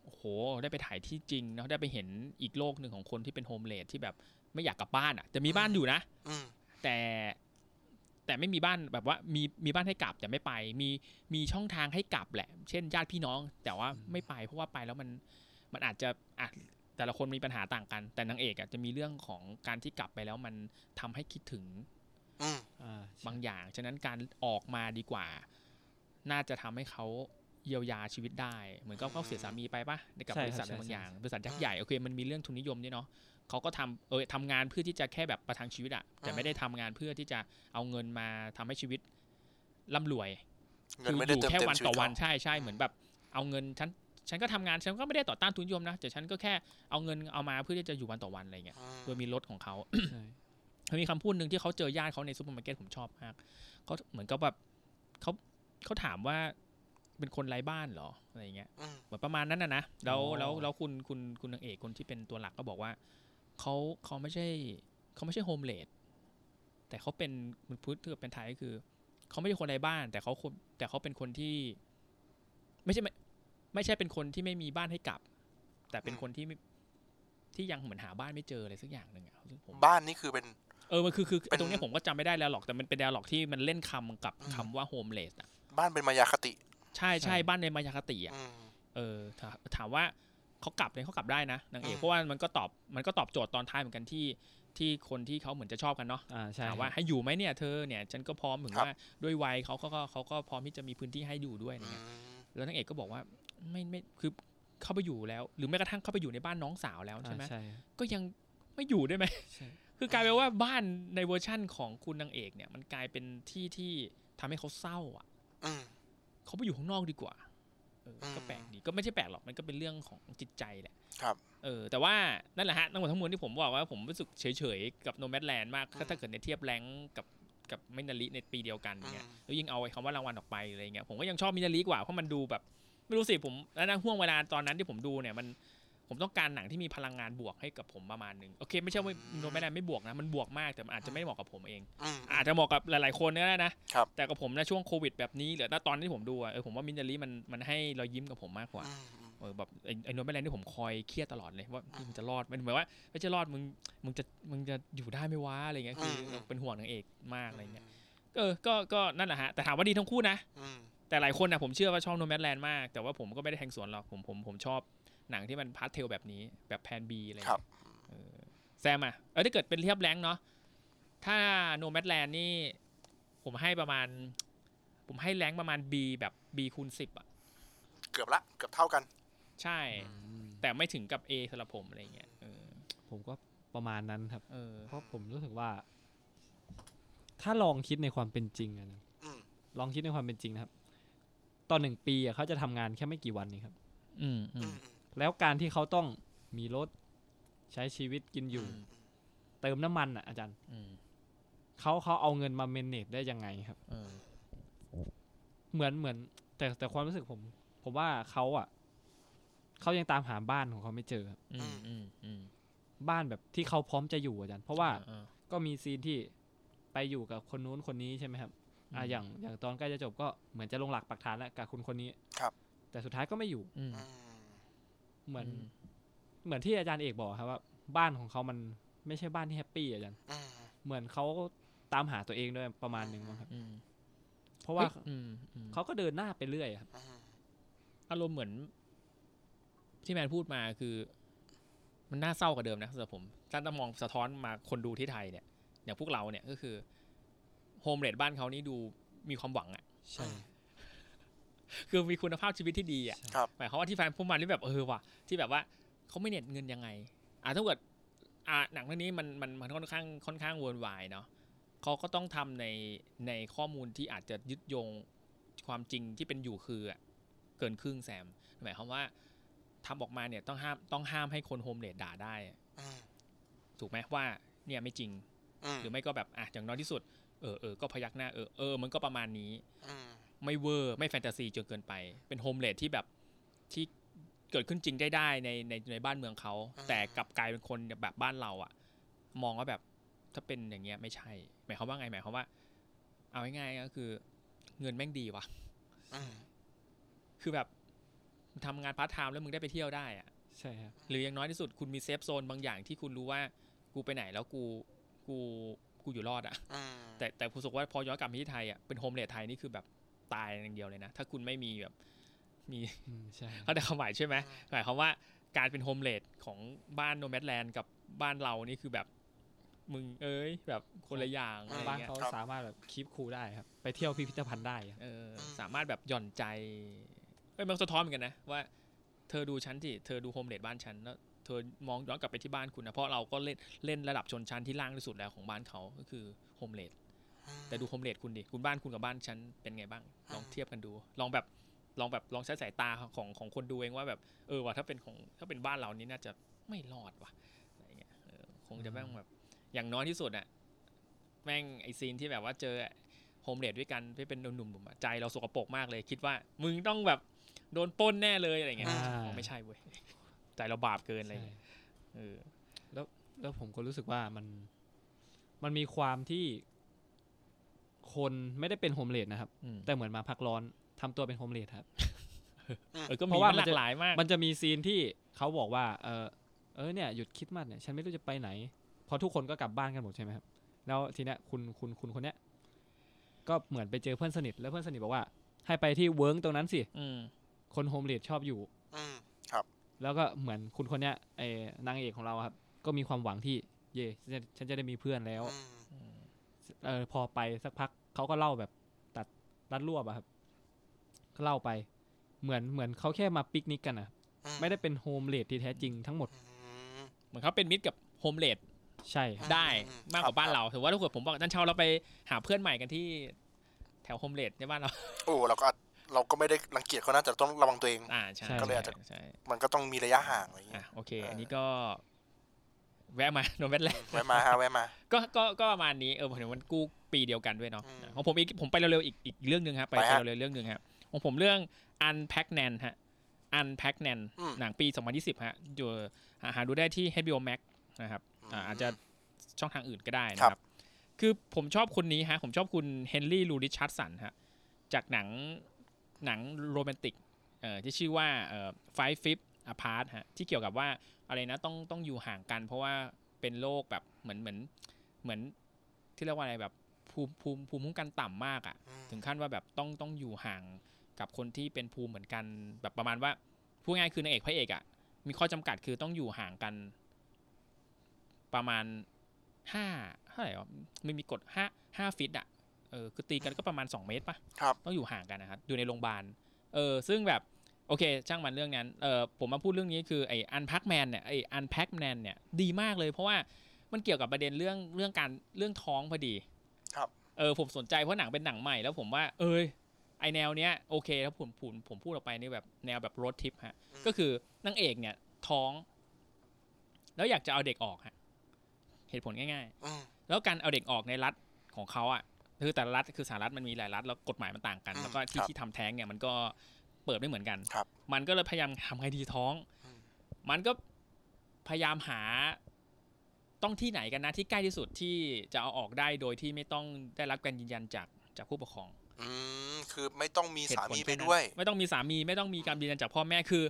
Speaker 1: โอ้โหได้ไปถ่ายที่จริงเนาะได้ไปเห็นอีกโลกหนึ่งของคนที่เป็นโฮมเลดที่แบบไม่อยากกลับบ้านอ่ะแต่มีบ้านอยู่นะ
Speaker 2: อืม
Speaker 1: แต่แต่ไม่มีบ้านแบบว่ามีมีบ้านให้กลับแต่ไม่ไป มีมีช่องทางให้กลับแหละ เช่นญาติพี่น้อง แต่ว่าไม่ไปเพราะว่าไปแล้วมันมันอาจจะอาจ แต่ละคนมีปัญหาต่างกัน แต่นางเอกอะจะมีเรื่องของการที่กลับไปแล้วมันทำให้คิดถึง
Speaker 2: อืม
Speaker 3: อ่า
Speaker 1: บางอย่าง ฉะนั้นการออกมาดีกว่า น่าจะทำให้เขาเยียวยาชีวิตได้ เหมือนก็เขาเสียสามีไปปะในกับบริษัทอะไรบางอย่าง บริษัทยักษ์ใหญ่โอเคมันมีเรื่องทุนนิยมด้วยเนาะเขาก็ทำเออทำงานเพื่อที่จะแค่แบบประทังชีวิตอะแต่ไม่ได้ทำงานเพื่อที่จะเอาเงินมาทำให้ชีวิตร่ำรวย
Speaker 5: เงิ
Speaker 1: คื
Speaker 5: น
Speaker 1: อ
Speaker 5: ไม่
Speaker 1: อ
Speaker 5: ได้
Speaker 1: ยู่
Speaker 5: เติม
Speaker 1: แค่
Speaker 5: เต็ม
Speaker 1: วัน
Speaker 5: ชีวิ
Speaker 1: ต่
Speaker 5: ต
Speaker 1: อวัน
Speaker 5: เขา
Speaker 1: ใช่ใช่เหมือนแบบเอาเงินฉันฉันก็ทำงานฉันก็ไม่ได้ต่อต้านทุนนิยมนะแต่ฉันก็แค่เอาเงินเอามาเพื่อที่จะอยู่วันต่อวันอะไรเงี้ย
Speaker 2: อืม
Speaker 1: โดยมีรถของเขา
Speaker 3: ใช่
Speaker 1: มันมีคำพูดหนึ่งที่เขาเจอญาติเขาในซูเปอร์มาร์เก็ตผมชอบมากเขาเหมือนกับแบบเขาเขาถามว่าเป็นคนไร้บ้านเหรออะไรเงี้ย
Speaker 2: อืม
Speaker 1: เหมือนประมาณนั้นนะนะแล้วแล้วแล้วคุณคุณคุณนางเอกคนที่เป็นตัวหลักก็บอกว่าเขาเขาไม่ใช่เขาไม่ใช่โฮมเลดแต่เขาเป็นมันพูดถือเป็นไทยก็คือเขาไม่ใช่คนไร้บ้าน แต่เขาคนแต่เขาเป็นคนที่ ไม่ใช่ไม่ไม่ใช่เป็นคนที่ไม่มีบ้านให้กลับ แต่เป็นคนที่ไม่ที่ยังเหมือนหาบ้านไม่เจออะไรสักอย่างหนึ่งอะซึ่งผม
Speaker 5: บ้านนี่คือเป็น
Speaker 1: เออ มันคือคือ
Speaker 5: เป็น
Speaker 1: ตรงเนี้ยผมก็จำไม่ได้แล้วหรอก แต่มันเป็นแนวหรอกที่มันเล่นคำกับคำว่าโฮมเลสอ่ะ
Speaker 5: บ้านเป็นมายาคติ
Speaker 1: ใช่ใช่บ้านในมายาคติอ่ะ
Speaker 5: อืม
Speaker 1: เออถาถามว่าเขากลับเนี่ยเขากลับได้นะนางเอก
Speaker 5: อืม
Speaker 1: เพราะว่ามันก็ตอบ มันก็ตอบโจทย์ตอนท้ายเหมือนกันที่ที่คนที่เขาเหมือนจะชอบกันเนาะ
Speaker 3: อ่าใช่
Speaker 1: ถามว่าให้อยู่ไหมเนี่ยเธอเนี่ยฉันก็พร้อมถึงว่าด้วยวัยเขาก็ก็เขาก็พร้อมที่จะมีพื้นที่ให้อยู่ด้วยอะไร
Speaker 5: อื
Speaker 1: เงี้ย
Speaker 5: ม
Speaker 1: แล้วนางเอกก็บอกว่าไม่ไม่คือเข้าไปอยู่แล้ว หรือแม้กระทั่งเข้าไปอยู่ในบ้านน้องสาวแล้ว
Speaker 3: อ่า
Speaker 1: ใช่ไหม
Speaker 3: ใช่
Speaker 1: ก็ยังไม่อยู่ได้ไหม
Speaker 3: ใช่
Speaker 1: คือกลายเป็นว่าบ้านในเวอร์ชั่นของคุณนางเอกเนี่ย มันกลายเป็นที่ที่ทำให้เขาเศร้าอ่ะ
Speaker 5: อืม
Speaker 1: เขาไปอยู่ข้างนอกดีกว่าเอออ
Speaker 5: ม
Speaker 1: ก็แปลกดี ก็ไม่ใช่แปลกหรอก มันก็เป็นเรื่องของจิตใจแหละ
Speaker 5: ครับ
Speaker 1: เออ แต่ว่านั่นแหละฮะ ทั้งหมดทั้งมวลที่ผมบอกว่าผมรู้สึกเฉยๆ กับโนแมดแลนด์มาก ถ้า
Speaker 5: อืม
Speaker 1: ถ้าเกิดในเทียบแรงกับกับมินาริในปีเดียวกันเงี้ย
Speaker 5: อืม
Speaker 1: แล้วยิ่งเอาไอ้คำว่ารางวัลออกไปอะไรเงี้ย ผมก็ยังชอบมินาริกว่า เพราะมันดูแบบ ไม่รู้สิผมแล้วนะห่วงเวลาตอนนั้นที่ผมดูเนี่ยมัน ผมต้องการหนังที่มีพลังงานบวกให้กับผมประมาณหนึ่งโอเค ไม่ใช่ว่าโนแมดแลนด์ไม่บวกนะ มันบวกมาก แต่มันอาจจะไม่เหมาะกับผมเอง
Speaker 5: อืม
Speaker 1: อาจจะเหมาะกับหลาย ๆ คนก็ได้นะ
Speaker 5: ครับ
Speaker 1: แต่กับผมนะช่วงโควิดแบบนี้หรือณตอนที่ผมดูอะเออผมว่ามินจารีมันมันให้รอยยิ้มกับผมมากกว่า
Speaker 5: อืมอืม
Speaker 1: เออแบบไอ้ไอ้โนตแมนแลนด์ที่ผมคอยเครียดตลอดเลยว่าเฮ้ยมันจะรอดไหมันเหมือนว่าไม่ใช่รอดมึงมึงจะมึงจะอยู่ได้ไหมวะอะไรเงี้ยคืออ
Speaker 5: ม
Speaker 1: เราเป็นห่วงนางเอกมากอะไรเงี้ยเออก็ก็นั่นแหละฮะแต่ถามว่าดีทั้งคู่นะ
Speaker 5: อืม
Speaker 1: แต่หลายคนนะผมเชื่อว่าชอบโนแมดแลนด์มาก แต่ว่าผมก็ไม่ได้แทงสวนหรอกผมผมผมชอบหนังที่มันพาร์ทเทลแบบนี้แบบแพนบีอะไร
Speaker 5: ครั
Speaker 1: เงี้
Speaker 5: บ
Speaker 1: ยเออแซมอ่ะเออถ้าเกิดเป็นเทียบแรงค์เนาะถ้าโนแมดแลนด์นี่ผมให้ประมาณ ผมให้แรงค์ประมาณ B แบบ B คูณ10 อ่ะ
Speaker 5: เกือบละ เกือบเท่ากัน
Speaker 1: ใช่
Speaker 3: อืม
Speaker 1: แต่ไม่ถึงกับ A สำหรับผมอะไรเงี้ยเออ
Speaker 3: ผมก็ประมาณนั้นครับ
Speaker 1: เออ
Speaker 3: เพราะผมรู้สึกว่า ถ้าลองคิดในความเป็นจริงอะนะ
Speaker 5: อืม
Speaker 3: ลองคิดในความเป็นจริงนะครับ ตอนหนึ่งปีอะเขาจะทำงานแค่ไม่กี่วันนี่ครับ
Speaker 1: อืมอืม
Speaker 3: แล้วการที่เขาต้องมีรถใช้ชีวิตกินอยู่
Speaker 5: อืม
Speaker 3: เติมน้ำมันอ่ะอาจารย์
Speaker 1: อืม
Speaker 3: เขาเขาเอาเงินมาเมนเนจได้ยังไงครับ
Speaker 1: เออ
Speaker 3: เหมือนเหมือน แต่แต่ความรู้สึกผม ผมว่าเขาอ่ะเขายังตามหาบ้านของเขาไม่เจอครับ
Speaker 1: อืมอืมอืม
Speaker 3: บ้านแบบที่เขาพร้อมจะอยู่อาจารย์เพราะว่า
Speaker 1: เออ
Speaker 3: ก็มีซีนที่ไปอยู่กับคนนู้นคนนี้ใช่ไหมครับ อ่า
Speaker 1: อืม
Speaker 3: อย่างอย่างตอนใกล้จะจบก็เหมือนจะลงหลักปักฐานแล้วกับคุณคนนี้
Speaker 5: ครับ
Speaker 3: แต่สุดท้ายก็ไม่อยู่
Speaker 1: อืม
Speaker 5: อืม
Speaker 3: เหมือน
Speaker 1: อืม
Speaker 3: เหมือนที่อาจารย์เอกบอกครับว่าบ้านของเขามันไม่ใช่บ้านที่แฮปปี้อาจารย์
Speaker 5: อืม
Speaker 3: เหมือนเขาตามหาตัวเองด้วยประมาณหนึ่งมั้งครับ
Speaker 1: อืม
Speaker 3: เพราะว่า
Speaker 1: เฮ้ยอืมอืม
Speaker 3: เขาก็เดินหน้าไปเรื่อยครับ
Speaker 5: อืม
Speaker 1: อารมณ์เหมือน ที่แมนพูดมาคือ มันน่าเศร้ากว่าเดิมนะสำหรับผมถ้าต้องมองสะท้อนมาคนดูที่ไทยเนี่ย อย่างพวกเราเนี่ยก็คือโฮมเรดบ้านเขานี่ดูมีความหวังอะ
Speaker 3: ใช่
Speaker 1: คือมีคุณภาพชีวิตที่ดีอะ
Speaker 3: ใช่
Speaker 5: ครับ
Speaker 1: หมายความว่าที่แฟนพวกมันที่แบบเออว่ะที่แบบว่าเขาไม่เหน็ดเงินยังไง อ่าถ้าเกิดอ่าหนังเรื่องนี้มันมันมันค่อนข้างค่อนข้างเวิร์นวายเนาะเขาก็ต้องทำในในข้อมูลที่อาจจะยึดโยงความจริงที่เป็นอยู่คืออะเกินครึ่งแซมหมายความว่าทำออกมาเนี่ยต้องห้ามต้องห้ามให้คนโฮมเลดด่าได้อะ
Speaker 5: อืม
Speaker 1: ถูกไหมว่าเนี่ยไม่จริง
Speaker 5: อืม
Speaker 1: หรือไม่ก็แบบอ่ะอย่างน้อยที่สุดเออเออก็พยักหน้าเออเออมันก็ประมาณนี้
Speaker 5: อืม
Speaker 1: ไม่เวอร์ ไม่แฟนตาซีจนเกินไป เป็นโฮมเลดที่แบบที่เกิดขึ้นจริงได้ได้ในในในบ้านเมืองเขา
Speaker 5: อ่า
Speaker 1: แต่กลับกลายเป็นคนแบบบ้านเราอะมองว่าแบบถ้าเป็นอย่างเงี้ยไม่ใช่ หมายความว่าไงหมายความว่า เอาง่ายๆก็คือ เงินแม่งดีว่ะ
Speaker 5: อืม
Speaker 1: คือแบบทำงานพาร์ทไทม์แล้วมึงได้ไปเที่ยวได้อะ
Speaker 3: ใช่ครับ
Speaker 1: หรืออย่างน้อยที่สุดคุณมีเซฟโซนบางอย่างที่คุณรู้ว่ากูไปไหนแล้วกูกูกูอยู่รอดอะ
Speaker 5: อืม
Speaker 1: แต่แต่ผมรู้สึกว่าพอย้อนกลับมาที่ไทยอ่ะเป็นโฮมเลดไทยนี่คือแบบตายอย่างเดียวเลยนะ ถ้าคุณไม่มีแบบมี
Speaker 3: อืมใช่
Speaker 1: เขาแต่ความหมายใช่ไหมหมายความว่า การเป็นโฮมเลดของบ้านโนแมดแลนด์กับบ้านเรานี่คือแบบมึงเอ้ยแบบคนละอย่างอะไร
Speaker 3: บ้าน
Speaker 1: เงี้ย
Speaker 3: เขาสามารถแบบคีปคูลได้ครับ ไปเที่ยวพิพิธภัณฑ์ได้ครับ
Speaker 1: เออสามารถแบบหย่อนใจเอ้ยมันสะท้อนเหมือนกันนะว่าเธอดูฉันสิเธอดูโฮมเลดบ้านฉันแล้วเธอมองย้อนกลับไปที่บ้านคุณนะเพราะเราก็เล่นเล่นระดับชนชั้นที่ล่างที่สุดแล้วของบ้านเขาก็คือโฮมเลดแต่ดูโฮมเลดคุณดิคุณบ้านคุณกับบ้านฉันเป็นไงบ้าง ลองเทียบกันดู ลองแบบลองแบบลองใช้สายตาของของคนดูเองว่าแบบ เออว่ะถ้าเป็นของถ้าเป็นบ้านเรานี้น่าจะไม่รอดว่ะอะไรเงี้ยเออคงจะแม่งแบบ อย่างน้อยที่สุดอะแม่งไอซีนที่แบบว่าเจอโฮมเลดด้วยกันที่เป็นหนุ่มๆอะใจเราสกปรกมากเลย คิดว่ามึงต้องแบบโดนปล้นแน่เลยอะไรเงี้ยอ๋อไม่ใช่เว้ยใจเราบาปเกินอะไร
Speaker 3: ใช่
Speaker 1: เงี้ยเออ
Speaker 3: แล้วผมก็รู้สึกว่ามันมันมีความที่คนไม่ได้เป็นโฮมเลดนะครับ
Speaker 1: อืม
Speaker 3: แต่เหมือนมาพักร้อนทำตัวเป็นโฮมเลดครับ
Speaker 1: เออก็
Speaker 3: เพ
Speaker 1: มี
Speaker 3: ราะว่า
Speaker 1: มันห
Speaker 3: มั
Speaker 1: ลาน
Speaker 3: จะ
Speaker 1: กหลายมาก
Speaker 3: มันจะมีซีนที่เขาบอกว่า เออเออเนี่ยหยุดคิดมากเนี่ยฉันไม่รู้จะไปไหนเพราะทุกคนก็กลับบ้านกันหมดใช่ไหมครับแล้วทีเนี้ยคุณคุณคุณคนเนี้ยก็เหมือนไปเจอเพื่อนสนิทแล้วเพื่อนสนิทบอกว่า ให้ไปที่เวิร์กตรงนั้นสิ
Speaker 1: อืม
Speaker 3: คนโฮมเลดชอบอยู่
Speaker 5: อืม
Speaker 3: แล้วก็เหมือนคุณคนเนี้ยไอ้นางเอกของเราอะครับ ก็มีความหวังที่เย่ฉันจะฉันจะได้มีเพื่อนแล้ว
Speaker 5: อืม
Speaker 3: เออพอไปสักพักเขาก็เล่าแบบตัดรัดรวบอะครับก็เล่าไป เหมือนเหมือนเขาแค่มาปิกนิกกันอะ
Speaker 5: อืม
Speaker 3: ไม่ได้เป็นโฮมเลดที่แท้จริงทั้งหมด
Speaker 5: อืม
Speaker 1: เหมือนเขาเป็นมิตรกับโฮมเลด
Speaker 3: ใช่ครับ
Speaker 1: ได้
Speaker 5: อืม
Speaker 1: มากกว่าบ้านเราถือว่าถ้าเกิดผมบอกนันเชาเราไปหาเพื่อนใหม่กันที่แถวโฮมเลดในบ้านเรา
Speaker 5: โอ้เราก็อาจเราก็ไม่ได้รังเกียจเขานะแต่ต้องระวังตัวเอง
Speaker 1: อ่าใช่
Speaker 3: ก็เลยอาจจะ
Speaker 1: ใช่
Speaker 5: มันก็ต้องมีระยะห่างอะไรอย่างเงี้
Speaker 1: อ่ะ
Speaker 5: ย
Speaker 1: โอเค
Speaker 5: เอออั
Speaker 1: อันนี้ก็แวะมา โนแวะแลนด์
Speaker 5: แวะมาฮะแวะมา
Speaker 1: ก็ก็ก็ประมาณนี้เออผมเห็นมันกู้ปีเดียวกันด้วยเนาะ
Speaker 5: อืม
Speaker 1: ของผมอีกผมไปเร็วๆอีกอีกเรื่องหนึ่งครับไป
Speaker 5: ไปฮะ
Speaker 1: ไปเร็วๆเรื่องหนึ่งครับของผมเรื่อง Unpack Nan ฮะ Unpack Nan
Speaker 5: อืม
Speaker 1: หนังปี 2020 ฮะอยู่หาหาดูได้ที่ HBO Max นะครับอ่า
Speaker 5: อืม
Speaker 1: อาจจะช่องทางอื่นก็ได้นะ
Speaker 5: ค
Speaker 1: ครับ รับ คือผมชอบคนนี้ฮะ ผมชอบคุณเฮนรี่ลูริชัดสันฮะ จากหนังหนังโรแมนติกเอ่อที่ชื่อว่าไฟฟิฟอพาร์ตฮะที่เกี่ยวกับว่าอะไรนะต้องต้องอยู่ห่างกัน เพราะว่าเป็นโรคแบบเหมือนเหมือนเหมือนที่เรียกว่าอะไรแบบภูมิภูมิภูมิคุ้มกันต่ำมากอะ่ะ
Speaker 5: อืม
Speaker 1: ถึงขั้นว่าแบบต้องต้องอยู่ห่างกับคนที่เป็นภูมิเหมือนกัน แบบประมาณว่าพูดง่ายคือนางเอกพระเอกอะ่ะมีข้อจำกัดคือต้องอยู่ห่างกัน ประมาณห้าเท่าไหร่วะไม่มีกฎห้าห้าฟิตอ่ะเออคือตีกันก็ประมาณสองเมตรปะ ต้องอยู่ห่างกันนะครับอยู่ในโรงพยาบาล เออ ซึ่งแบบโอเค ช่างมันเรื่องนั้น เออผมมาพูดเรื่องนี้คือไอ้อันพักแมนเนี่ยไอ้อันแพ็กแมนเนี่ยดีมากเลยเพราะว่ามันเกี่ยวกับประเด็นเรื่องเรื่องการเรื่องท้องพอดี
Speaker 5: ครับ
Speaker 1: เออผมสนใจเพราะหนังเป็นหนังใหม่แล้วผมว่า เอยไอแนวเนี้ยโอเคถ้าผมผมผมพูดออกไปนี่แบบแนวแบบรถทิปฮะ ก็คือนางเอกเนี่ยท้อง แล้วอยากจะเอาเด็กออกฮะเหตุผลง่ายๆ
Speaker 5: อืม
Speaker 1: แล้วการเอาเด็กออกในรัฐของเขาอ่ะคือแต่ละรัฐคือสหรัฐมันมีหลายรัฐแล้วกฎหมายมันต่างกัน
Speaker 5: อืม
Speaker 1: แล้วก็ที่
Speaker 5: ครับ
Speaker 1: ที่ทำแท้งเนี่ยมันก็เปิดไม่เหมือนกัน
Speaker 5: ครับ
Speaker 1: มันก็เลยพยายามทำไงดีท้อง
Speaker 5: อืม
Speaker 1: มันก็พยายามหาต้องที่ไหนกันนะที่ใกล้ที่สุดที่จะเอาออกได้โดยที่ไม่ต้องได้รับการยืนยันจากจากผู้ปกครอง
Speaker 5: อืมคือไม่ต้องมี
Speaker 1: เหตุ
Speaker 5: สา
Speaker 1: ผล
Speaker 5: มี
Speaker 1: แค่
Speaker 5: ไป
Speaker 1: นั้น
Speaker 5: ด้วย
Speaker 1: ไม่ต้องมีสามีไม่ต้องมีการยืนยันจากพ่อแม่คือ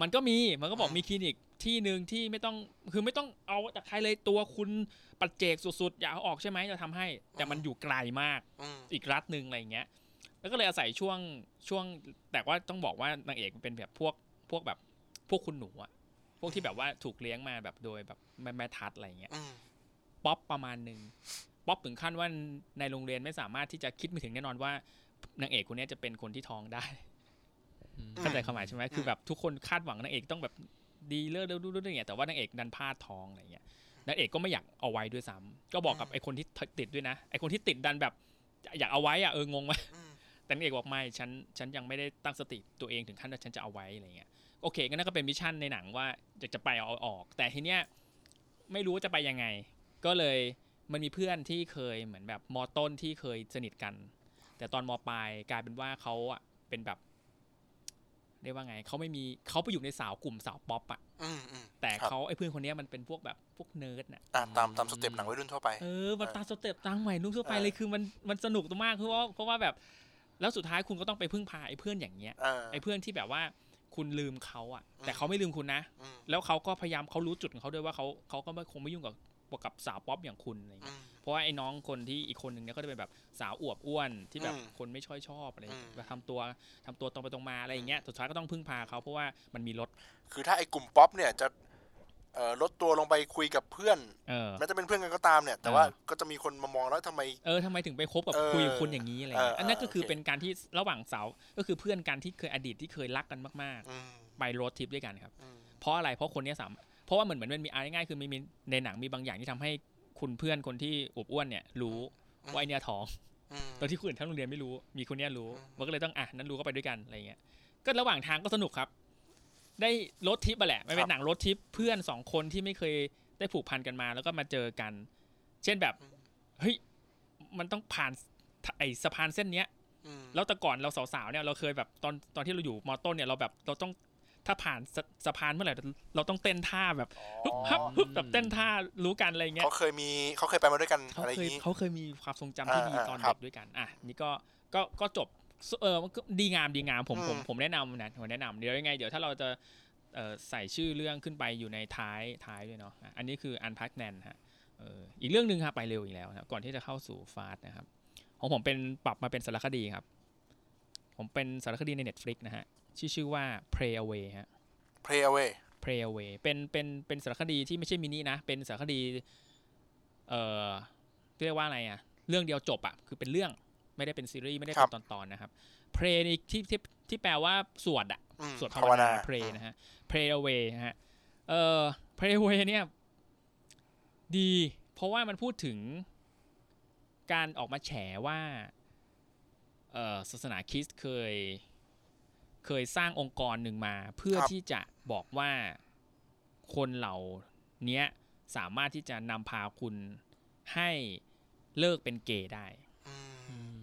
Speaker 1: มันก็มีมันก็บอก
Speaker 5: อืม
Speaker 1: มีคลินิกที่หนึ่งที่ไม่ต้องคือไม่ต้องเอาจากใครเลยตัวคุณปัจเจกสุดๆ อยากเอาออกใช่ไหมจะทำให้ แต่มันอยู่ไกลมาก
Speaker 5: อืม
Speaker 1: อีกรัฐหนึ่งอะไรอย่างเงี้ย แล้วก็เลยอาศัยช่วงช่วง แต่ว่าต้องบอกว่านางเอกเป็นแบบพวกพวกแบบพวกคุณหนูอะพวกที่แบบว่าถูกเลี้ยงมาแบบโดยแบบแม่แม่ทัดอะไรอย่างเงี้ย
Speaker 5: อืม
Speaker 1: ป๊อปประมาณหนึ่งป๊อปถึงขั้นว่าในโรงเรียนไม่สามารถที่จะคิดไม่ถึงแน่นอนว่านางเอกคนเนี้ยจะเป็นคนที่ท้องได้
Speaker 3: อืม
Speaker 1: เข้าใจความหมายใช่ไหมคือแบบทุกคนคาดหวังนางเอกต้องแบบดีเลิศดูดูดูอย่างเงี้ยแต่ว่านางเอกดันพลาดท้องอะไรเงี้ยนางเอกก็ไม่อยากเอาไว้ด้วยซ้ำก็บอกกับไอ้คนที่ติดด้วยนะไอ้คนที่ติดดันแบบอยากเอาไว้อะเอองงไหม
Speaker 5: อืม
Speaker 1: แต่นางเอกบอกไม่ฉันฉันยังไม่ได้ตั้งสติตัวเองถึงขั้นว่าฉันจะเอาไว้อะไรเงี้ยโอเคก็นั่นก็เป็นมิชชั่นในหนังว่าอยากจะไปเอาออก แต่ทีเนี้ยไม่รู้ว่าจะไปยังไง ก็เลยมันมีเพื่อนที่เคยเหมือนแบบมอต้นที่เคยสนิทกัน แต่ตอนมอปลายกลายเป็นว่าเขาอะเป็นแบบเรียกว่าไงเขาไม่มีเขาไปอยู่ในสาวกลุ่มสาวป๊อปอะ
Speaker 5: อืมอืม
Speaker 1: แต่
Speaker 5: ครับ
Speaker 1: เขาไอ้เพื่อนคนเนี้ยมันเป็นพวกแบบพวกเนิร์ดน่ะ
Speaker 5: อ่ะตามตามสเต็ปหนังวัยรุ่นทั่วไป
Speaker 1: เออมันตามสเต็ปตามใหม่นุ่งทั่วไป
Speaker 5: เออ
Speaker 1: เลยคือมันมันสนุกมากเพราะว่าเพราะว่าแบบ แล้วสุดท้ายคุณก็ต้องไปพึ่งพาไอ้เพื่อนอย่างเงี้ย
Speaker 5: เออ
Speaker 1: ไอ้เพื่อนที่แบบว่าคุณลืมเขาอะ
Speaker 5: อืม
Speaker 1: แต่เขาไม่ลืมคุณนะ
Speaker 5: อืม
Speaker 1: แล้วเขาก็พยายามเขารู้จุดของเขาด้วยว่าเขาเขาก็ไม่คงไม่ยุ่งกับกับสาวป๊อปอย่างคุณอะไรเงี้ย
Speaker 5: อืม
Speaker 1: เพราะว่าไอ้น้องคนที่อีกคนหนึ่งเนี่ยก็จะเป็นแบบสาวอวบอ้วนที่แบบ
Speaker 2: อืม
Speaker 1: คนไม่ช่อยชอบอะไรอย่างเงี้ย
Speaker 2: อืม
Speaker 1: แบบทำตัวทำตัวตรงไปตรงมาอะไรอย่างเงี้ยสุดท้ายก็ต้องพึ่งพาเขาเพราะว่ามันมีรถ
Speaker 2: คือถ้าไอ้กลุ่มป๊อปเนี่ยจะเอ่อลดตัวลงไปคุยกับเพื่อน
Speaker 1: เออ
Speaker 2: แม้จะเป็นเพื่อนกันก็ตามเนี่ย แต่ว่า
Speaker 1: อ่า
Speaker 2: ก็จะมีคนมามองแล้วทำไม
Speaker 1: เออทำไมถึงไปคบกับ
Speaker 2: เออ
Speaker 1: คุยกับคนอย่างนี้อะไรอย่างเงี้ย
Speaker 2: เอออั
Speaker 1: อันนั้นก็คือ
Speaker 2: โอเค
Speaker 1: เป็นการที่ระหว่างสาวก็คือเพื่อนกันที่เคยอดีตที่เคยรักกันมาก
Speaker 2: อืม
Speaker 1: ๆไปรถทริปด้วยกันครับ
Speaker 2: อืม
Speaker 1: เพราะอะไรเพราะคนเนี้ยสามเพราะว่าเหมือนเหมือนมันมีอะไรง่ายๆคือมีมีในหนังมีบางอย่างที่ทำให้คุณเพื่อนคนที่อวบอ้วนเนี่ยรู้
Speaker 2: อืม
Speaker 1: ว่าไอเนี่ยท้อง
Speaker 2: อืม
Speaker 1: ตอนที่คนอื่นทั้งโรงเรียนไม่รู้ มีคนเนี้ยรู้
Speaker 2: อืม
Speaker 1: มันก็เลยต้องอ่ะนั้นรู้ก็ไปด้วยกันอะไรเงี้ย ก็ระหว่างทางก็สนุกครับ ได้รถทิปอะแหละ มันเป็นหนังรถทิปเพื่อนสองคนที่ไม่เคยได้ผูกพันกันมา แล้วก็มาเจอกัน เช่นแบบ เฮ้ย มันต้องผ่านไอสะพานเส้นเนี้ย
Speaker 2: อืม
Speaker 1: แล้วแต่ก่อนเราสาวๆเนี่ยเราเคยแบบตอนตอนที่เราอยู่มอต้นเนี่ยเราแบบเราต้องถ้าผ่านสะสะพานเมื่อไหร่เราต้องเต้นท่าแบบฮึบฮับฮึบแบบเต้นท่ารู้กันอะไรเงี้ย
Speaker 2: เขาเคยมีเขาเคยไปมาด้วยกัน
Speaker 1: เขา
Speaker 2: อะไรอ
Speaker 1: เค
Speaker 2: ย่าย งนี้
Speaker 1: เขาเคยมีความทรงจำที่
Speaker 2: อ่า
Speaker 1: ดีตอน
Speaker 2: ครั
Speaker 1: เด็
Speaker 2: บ
Speaker 1: กด้วยกัน อ่ะ นี่ก็ก็ก็จบเออมันก็ดีงามดีงามผมผม
Speaker 2: อืม
Speaker 1: ผมแนะนำนะผมแนะนำเดี๋ยวยังไง เดี๋ยวถ้าเราจะเอ่อใส่ชื่อเรื่องขึ้นไปอยู่ในท้ายท้ายด้วยเนาะอ่ะอันนี้คืออันพักแนนฮะเอออีกเรื่องหนึ่งครับไปเร็วอีกแล้วนะครับก่อนที่จะเข้าสู่ฟาสต์นะครับ ของผมเป็นปรับมาเป็นสารคดีครับ ผมเป็นสารคดีใน Netflix นะฮะชื่อชื่อว่า Pray Away ฮะ
Speaker 2: Play away
Speaker 1: Pray Away เป็นเป็นเป็นสารคดีที่ไม่ใช่มินินะ เป็นสารคดี เอ่อเรียกว่าอะไรอะเรื่องเดียวจบอะคือเป็นเรื่องไม่ได้เป็นซีรีส์ไม่ได้
Speaker 2: ครั
Speaker 1: เป็น
Speaker 2: บ
Speaker 1: ตอนๆนะครับ Pray นี่ที่ที่ที่แปลว่าสวดอะ
Speaker 2: อืม
Speaker 1: สวดภาวนา pray
Speaker 2: อืม
Speaker 1: นะฮะ pray away นะฮะ เอ่อ pray away เนี่ยดี เพราะว่ามันพูดถึงการออกมาแฉว่าเอ่อศาสนาคริสต์เคย เคยสร้างองค์กรหนึ่งมา เพื่อที่จะบอกว่าคนเหล่าเนี้ยสามารถที่จะนำพาคุณให้เลิกเป็นเกย์ได้
Speaker 2: อืม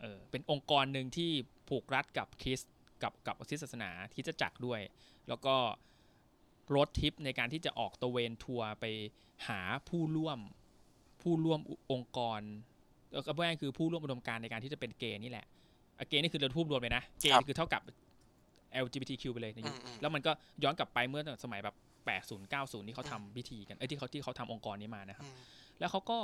Speaker 1: เออเป็นองค์กรหนึ่งที่ผูกรัดกับคริสต์กับกับคริสตศาสนาคริสตจักรด้วย แล้วก็รถทริปในการที่จะออกตระเวนทัวร์ไปหาผู้ร่วมผู้ร่วมองค์กรเออก็ง่ายๆคือผู้ร่วมอุดมการณ์ในการที่จะเป็นเกย์นี่แหละอ่ะเกย์นี่คือเราพูดรวมเลยนะ เกย์นี่คือเท่ากับ LGBTQ ไปเลยในยุค
Speaker 2: อืม
Speaker 1: แล้วมันก็ย้อนกลับไปเมื่อสมัยแบบ80 90นี่เขาทำพิธีกันเอ้ยที่เขาที่เขาทำองค์กรนี้มานะครับ
Speaker 2: อืม
Speaker 1: แล้วเขาก็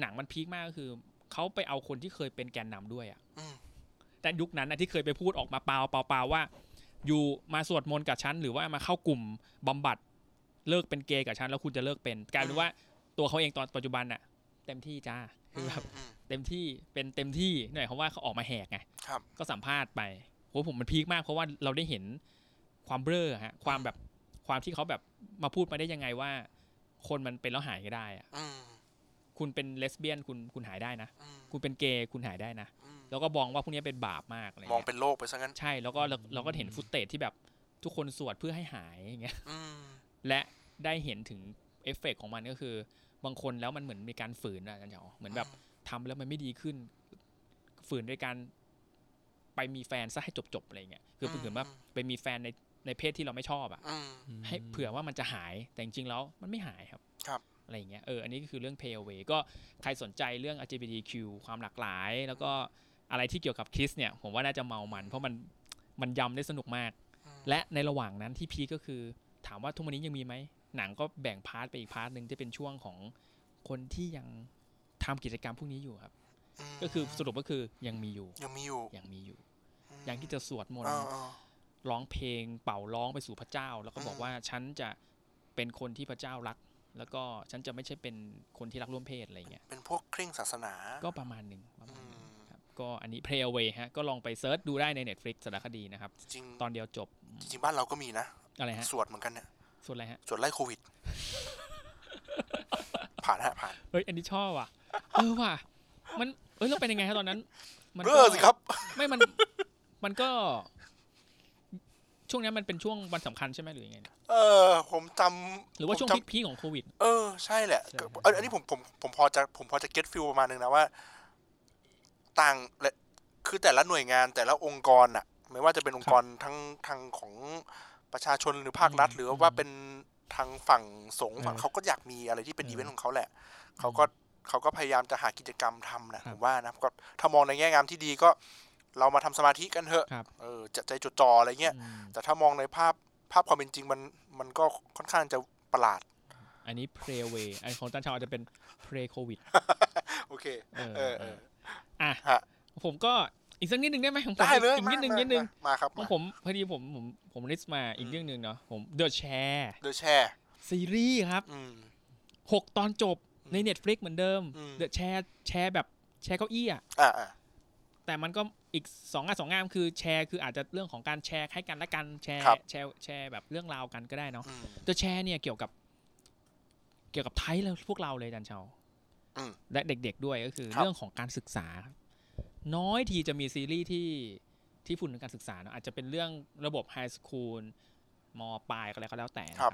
Speaker 1: หนังมันพีคมากก็คือ เขาไปเอาคนที่เคยเป็นแกนนำด้วยอะ
Speaker 2: อืม
Speaker 1: แต่ยุคนั้นนะที่เคยไปพูดออกมาเปล่าเปล่าเปล่าว่า อยู่มาสวดมนต์กับฉันหรือว่ามาเข้ากลุ่มบำบัดเลิกเป็นเกย์กับฉันแล้วคุณจะเลิกเป็นกลายเป็นว่าตัวเขาเองตอนปัจจุบันน่ะ เต็มที่จ้าคือแบบ
Speaker 2: อืม
Speaker 1: เต็มที่เป็นเต็มที่หน่อยเพราะว่าเขาออกมาแหกไง
Speaker 2: ครับ
Speaker 1: ก็สัมภาษณ์ไปโหผมมันพีคมากเพราะว่าเราได้เห็นความเบ้อฮะความแบบความที่เขาแบบมาพูดมาได้ยังไงว่า คนมันเป็นแล้วหายก็ได้อะ
Speaker 2: อืม
Speaker 1: คุณเป็นเลสเบี้ยนคุณคุณหายได้นะ
Speaker 2: อืม
Speaker 1: คุณเป็นเกย์คุณหายได้นะ
Speaker 2: อืม
Speaker 1: แล้วก็มองว่าพวกนี้เป็นบาปมากอะไร
Speaker 2: มอง
Speaker 1: เงี้ย
Speaker 2: เป็นโลกไปซะงั้น
Speaker 1: ใช่แล้วก็เราเราก็เห็นฟุตเตจที่แบบทุกคนสวดเพื่อให้หายอย่างเงี้ย
Speaker 2: อืม
Speaker 1: และได้เห็นถึงเอฟเฟกต์ของมันก็คือ บางคนแล้วมันเหมือนมีการฝืนอะอาจารย์เฉาเหมือนแบบทำแล้วมันไม่ดีขึ้น ฝืนด้วยการไปมีแฟนซะให้จบๆอะไรเงี้ยคือเหมือนว่าไปมีแฟนในในเพศที่เราไม่ชอบอะ
Speaker 2: อืม
Speaker 1: ให้เผื่อว่ามันจะหายแต่จริงๆแล้วมันไม่หายครับ
Speaker 2: ครับ
Speaker 1: อะไรอย่างเงี้ยเอออันนี้ก็คือเรื่อง pay away ก็ใครสนใจเรื่อง LGBTQ ความหลากหลาย แล้วก็อะไรที่เกี่ยวกับคริสเนี่ยผมว่าน่าจะเมามัน เพราะมันมันยำได้สนุกมาก และในระหว่างนั้นที่พีคก็คือ ถามว่าทุกวันนี้ยังมีไหม หนังก็แบ่งพาร์ทไปอีกพาร์ทหนึ่งที่เป็นช่วงของคนที่ยังทำกิจกรรมพวกนี้อยู่ครับ
Speaker 2: ม
Speaker 1: ก็คือสรุปก็คือยังมีอยู่
Speaker 2: ยังมีอยู่
Speaker 1: ยังมีอยู่
Speaker 2: ม
Speaker 1: ยังที่จะสวดมน
Speaker 2: อ่า
Speaker 1: ต์
Speaker 2: อ่า
Speaker 1: ร้องเพลงเป่าร้องไปสู่พระเจ้า แล้วก็บอก
Speaker 2: อืม
Speaker 1: ว่าฉันจะเป็นคนที่พระเจ้ารัก แล้วก็ฉันจะไม่ใช่เป็นคนที่รักร่วมเพศอะไรเงี้ย
Speaker 2: เป็นพวกเคร่งศาสนา
Speaker 1: ก็ประมาณหนึ่งประมาณหนึ่ง
Speaker 2: อืม
Speaker 1: ครับก็อันนี้ Play Away ฮะก็ลองไปเซิร์ชดูได้ใน Netflix สารคดีนะครับ
Speaker 2: จริง
Speaker 1: ตอนเดียวจบ
Speaker 2: จริงบ้านเราก็มีนะ
Speaker 1: อะไรฮะ
Speaker 2: สวดเหมือนกันเนี่ย
Speaker 1: ส่วนอะไรฮะ
Speaker 2: สวดไล่โควิ ด ผ่านฮะผ่าน
Speaker 1: เฮ้ย อันนี้ชอบว่ะ เออว่ะ มันเอ้ยเราเป็นยังไงฮะตอนนั้น มั
Speaker 2: เบ้
Speaker 1: ก็
Speaker 2: อสิครับ
Speaker 1: ไม่มันมันก็ ช่วงนั้นมันเป็นช่วงวันสำคัญใช่ไหมหรือยังไงเนี่ย
Speaker 2: เออ ผมจำ
Speaker 1: หรือว่าช่วง
Speaker 2: ผมจำ
Speaker 1: พีคๆของโควิด
Speaker 2: เออใช่แหละ
Speaker 3: ใช่
Speaker 2: ก็เอออันนี้ผมผมผมพอจะผมพอจะเก็ตฟิลประมาณนึงนะว่า ต่างและคือแต่ละหน่วยงานแต่ละองค์กรอะไม่ว่าจะเป็นองค์กรทั้งทางของประชาชนหรือภาครัฐ
Speaker 1: อืม
Speaker 2: หรือว่าเป็นทางฝั่งสงฆ์
Speaker 1: เออ
Speaker 2: ฝั่งเขาก็อยากมีอะไรที่เป็น
Speaker 1: เออ
Speaker 2: อี
Speaker 1: อี
Speaker 2: เวนต์ของเขาแหละเขาก็เขาก็พยายามจะหากิจกรรมทำนะครับ ผมว่านะก็ถ้ามองในแง่งามที่ดีก็ เรามาทำสมาธิกันเถอะ
Speaker 1: ครับ
Speaker 2: เออจะใจจดจ่ออะไรเงี้ย
Speaker 1: อืม
Speaker 2: แต่ถ้ามองในภาพภาพความเป็นจริงมันมันก็ค่อนข้างจะประหลาด
Speaker 1: อันนี้ pray away อันของอาจารย์ชาวอาจจะเป็น pray covid
Speaker 5: โอเค
Speaker 1: เออ
Speaker 5: เออเออ
Speaker 1: อ่ะ
Speaker 5: ฮะ
Speaker 1: ผมก็อีกสักนิดหนึ่งได้ไหมของผม
Speaker 5: ได้เลย
Speaker 1: อีก
Speaker 5: มา
Speaker 1: นิดหนึ่ง
Speaker 5: มา
Speaker 1: นิดหนึ่ง
Speaker 5: มามาครับ
Speaker 1: ของผมพอดีผมผมผมลิสต์มาอีกเรื่องหนึ่งเนาะผม The Share
Speaker 5: เดอะแชร์
Speaker 1: ซีรีส์ครับ
Speaker 5: อืม
Speaker 1: 6 ตอนจบใน
Speaker 5: อืม
Speaker 1: Netflix เหมือนเดิม
Speaker 5: อืม
Speaker 1: The Share แชร์แบบแชร์เก้าอี้อะ
Speaker 5: อ่าอ่า
Speaker 1: แต่มันก็อีกสองงานสองงามคือแชร์คืออาจจะเรื่องของการแชร์ให้กันและกันแชร์
Speaker 5: ครับ
Speaker 1: แชร์แชร์แบบเรื่องราวกันก็ได้เนาะ
Speaker 5: อืม
Speaker 1: จะแชร์เนี่ยเกี่ยวกับ เกี่ยวกับไทยแล้วพวกเราเลยอาจันเชา
Speaker 5: อืม
Speaker 1: และเด็กๆด้วยก็คือ
Speaker 5: ครับ
Speaker 1: เรื่องของการศึกษา น้อยทีจะมีซีรีส์ที่ที่พูดถึงการศึกษาเนอะอาจจะเป็นเรื่องระบบไฮสคูลมปลายก็แล้วก็แล้วแต่นะครับ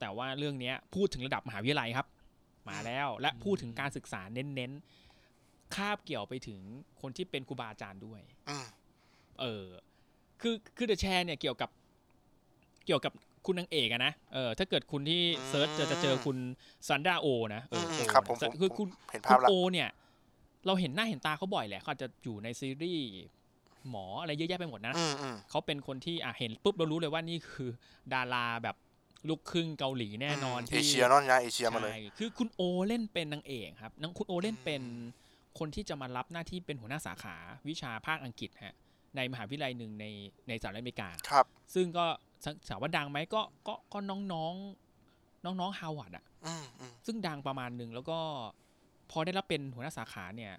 Speaker 1: แต่ว่าเรื่องเนี้ยพูดถึงระดับมหาวิทยาลัยครับ มาแล้ว และพูดถึงการศึกษาเน้นๆคาบเกี่ยวไปถึงคนที่เป็นครูบาอาจารย์ด้วย
Speaker 5: อืม
Speaker 1: เออ คือ คือเดอะแชร์เนี่ยเกี่ยวกับ เกี่ยวกับคุณนางเอกอะนะ เออ ถ้าเกิดคุณที่เซิร์ชเจอจะเจอคุณซันดราโอ นะเออ
Speaker 5: อืม
Speaker 1: โอ
Speaker 5: ครับผม
Speaker 1: นะ
Speaker 5: ผม
Speaker 1: คือ
Speaker 5: ผม
Speaker 1: คุณ
Speaker 5: เห็น
Speaker 1: คุ
Speaker 5: ภาพ
Speaker 1: ณ
Speaker 5: ละ
Speaker 1: โอเนี่ย เราเห็นหน้าเห็นตาเขาบ่อยแหละเขาอาจจะอยู่ในซีรีส์หมออะไรเยอะแยะไปหมดนะ
Speaker 5: อืมอืม
Speaker 1: เขาเป็นคนที่อ่ะเห็นปุ๊บเรารู้เลยว่านี่คือ ดาราแบบลูกครึ่งเกาหลีแน่นอน
Speaker 5: เอ
Speaker 1: ที่
Speaker 5: เชียเนอนนะเอเชียมาเลย
Speaker 1: ใช่คือคุณโอเล่นเป็นนางเอกครับนางคุณโอเล่นเป็นคนที่จะมารับหน้าที่เป็นหัวหน้าสาขาวิชาภาคอังกฤษฮะในมหาวิทยาลัยหนึ่งในในสหรัฐอเมริกา
Speaker 5: ครับ
Speaker 1: ซึ่งก็ถามว่าดังไหมก็ก็ก็น้องน้องน้องน้องฮาวาดอะ
Speaker 5: อืมอืม
Speaker 1: ซึ่งดังประมาณหนึ่งแล้วก็พอได้รับเป็นหัวหน้าสาขาเนี่ย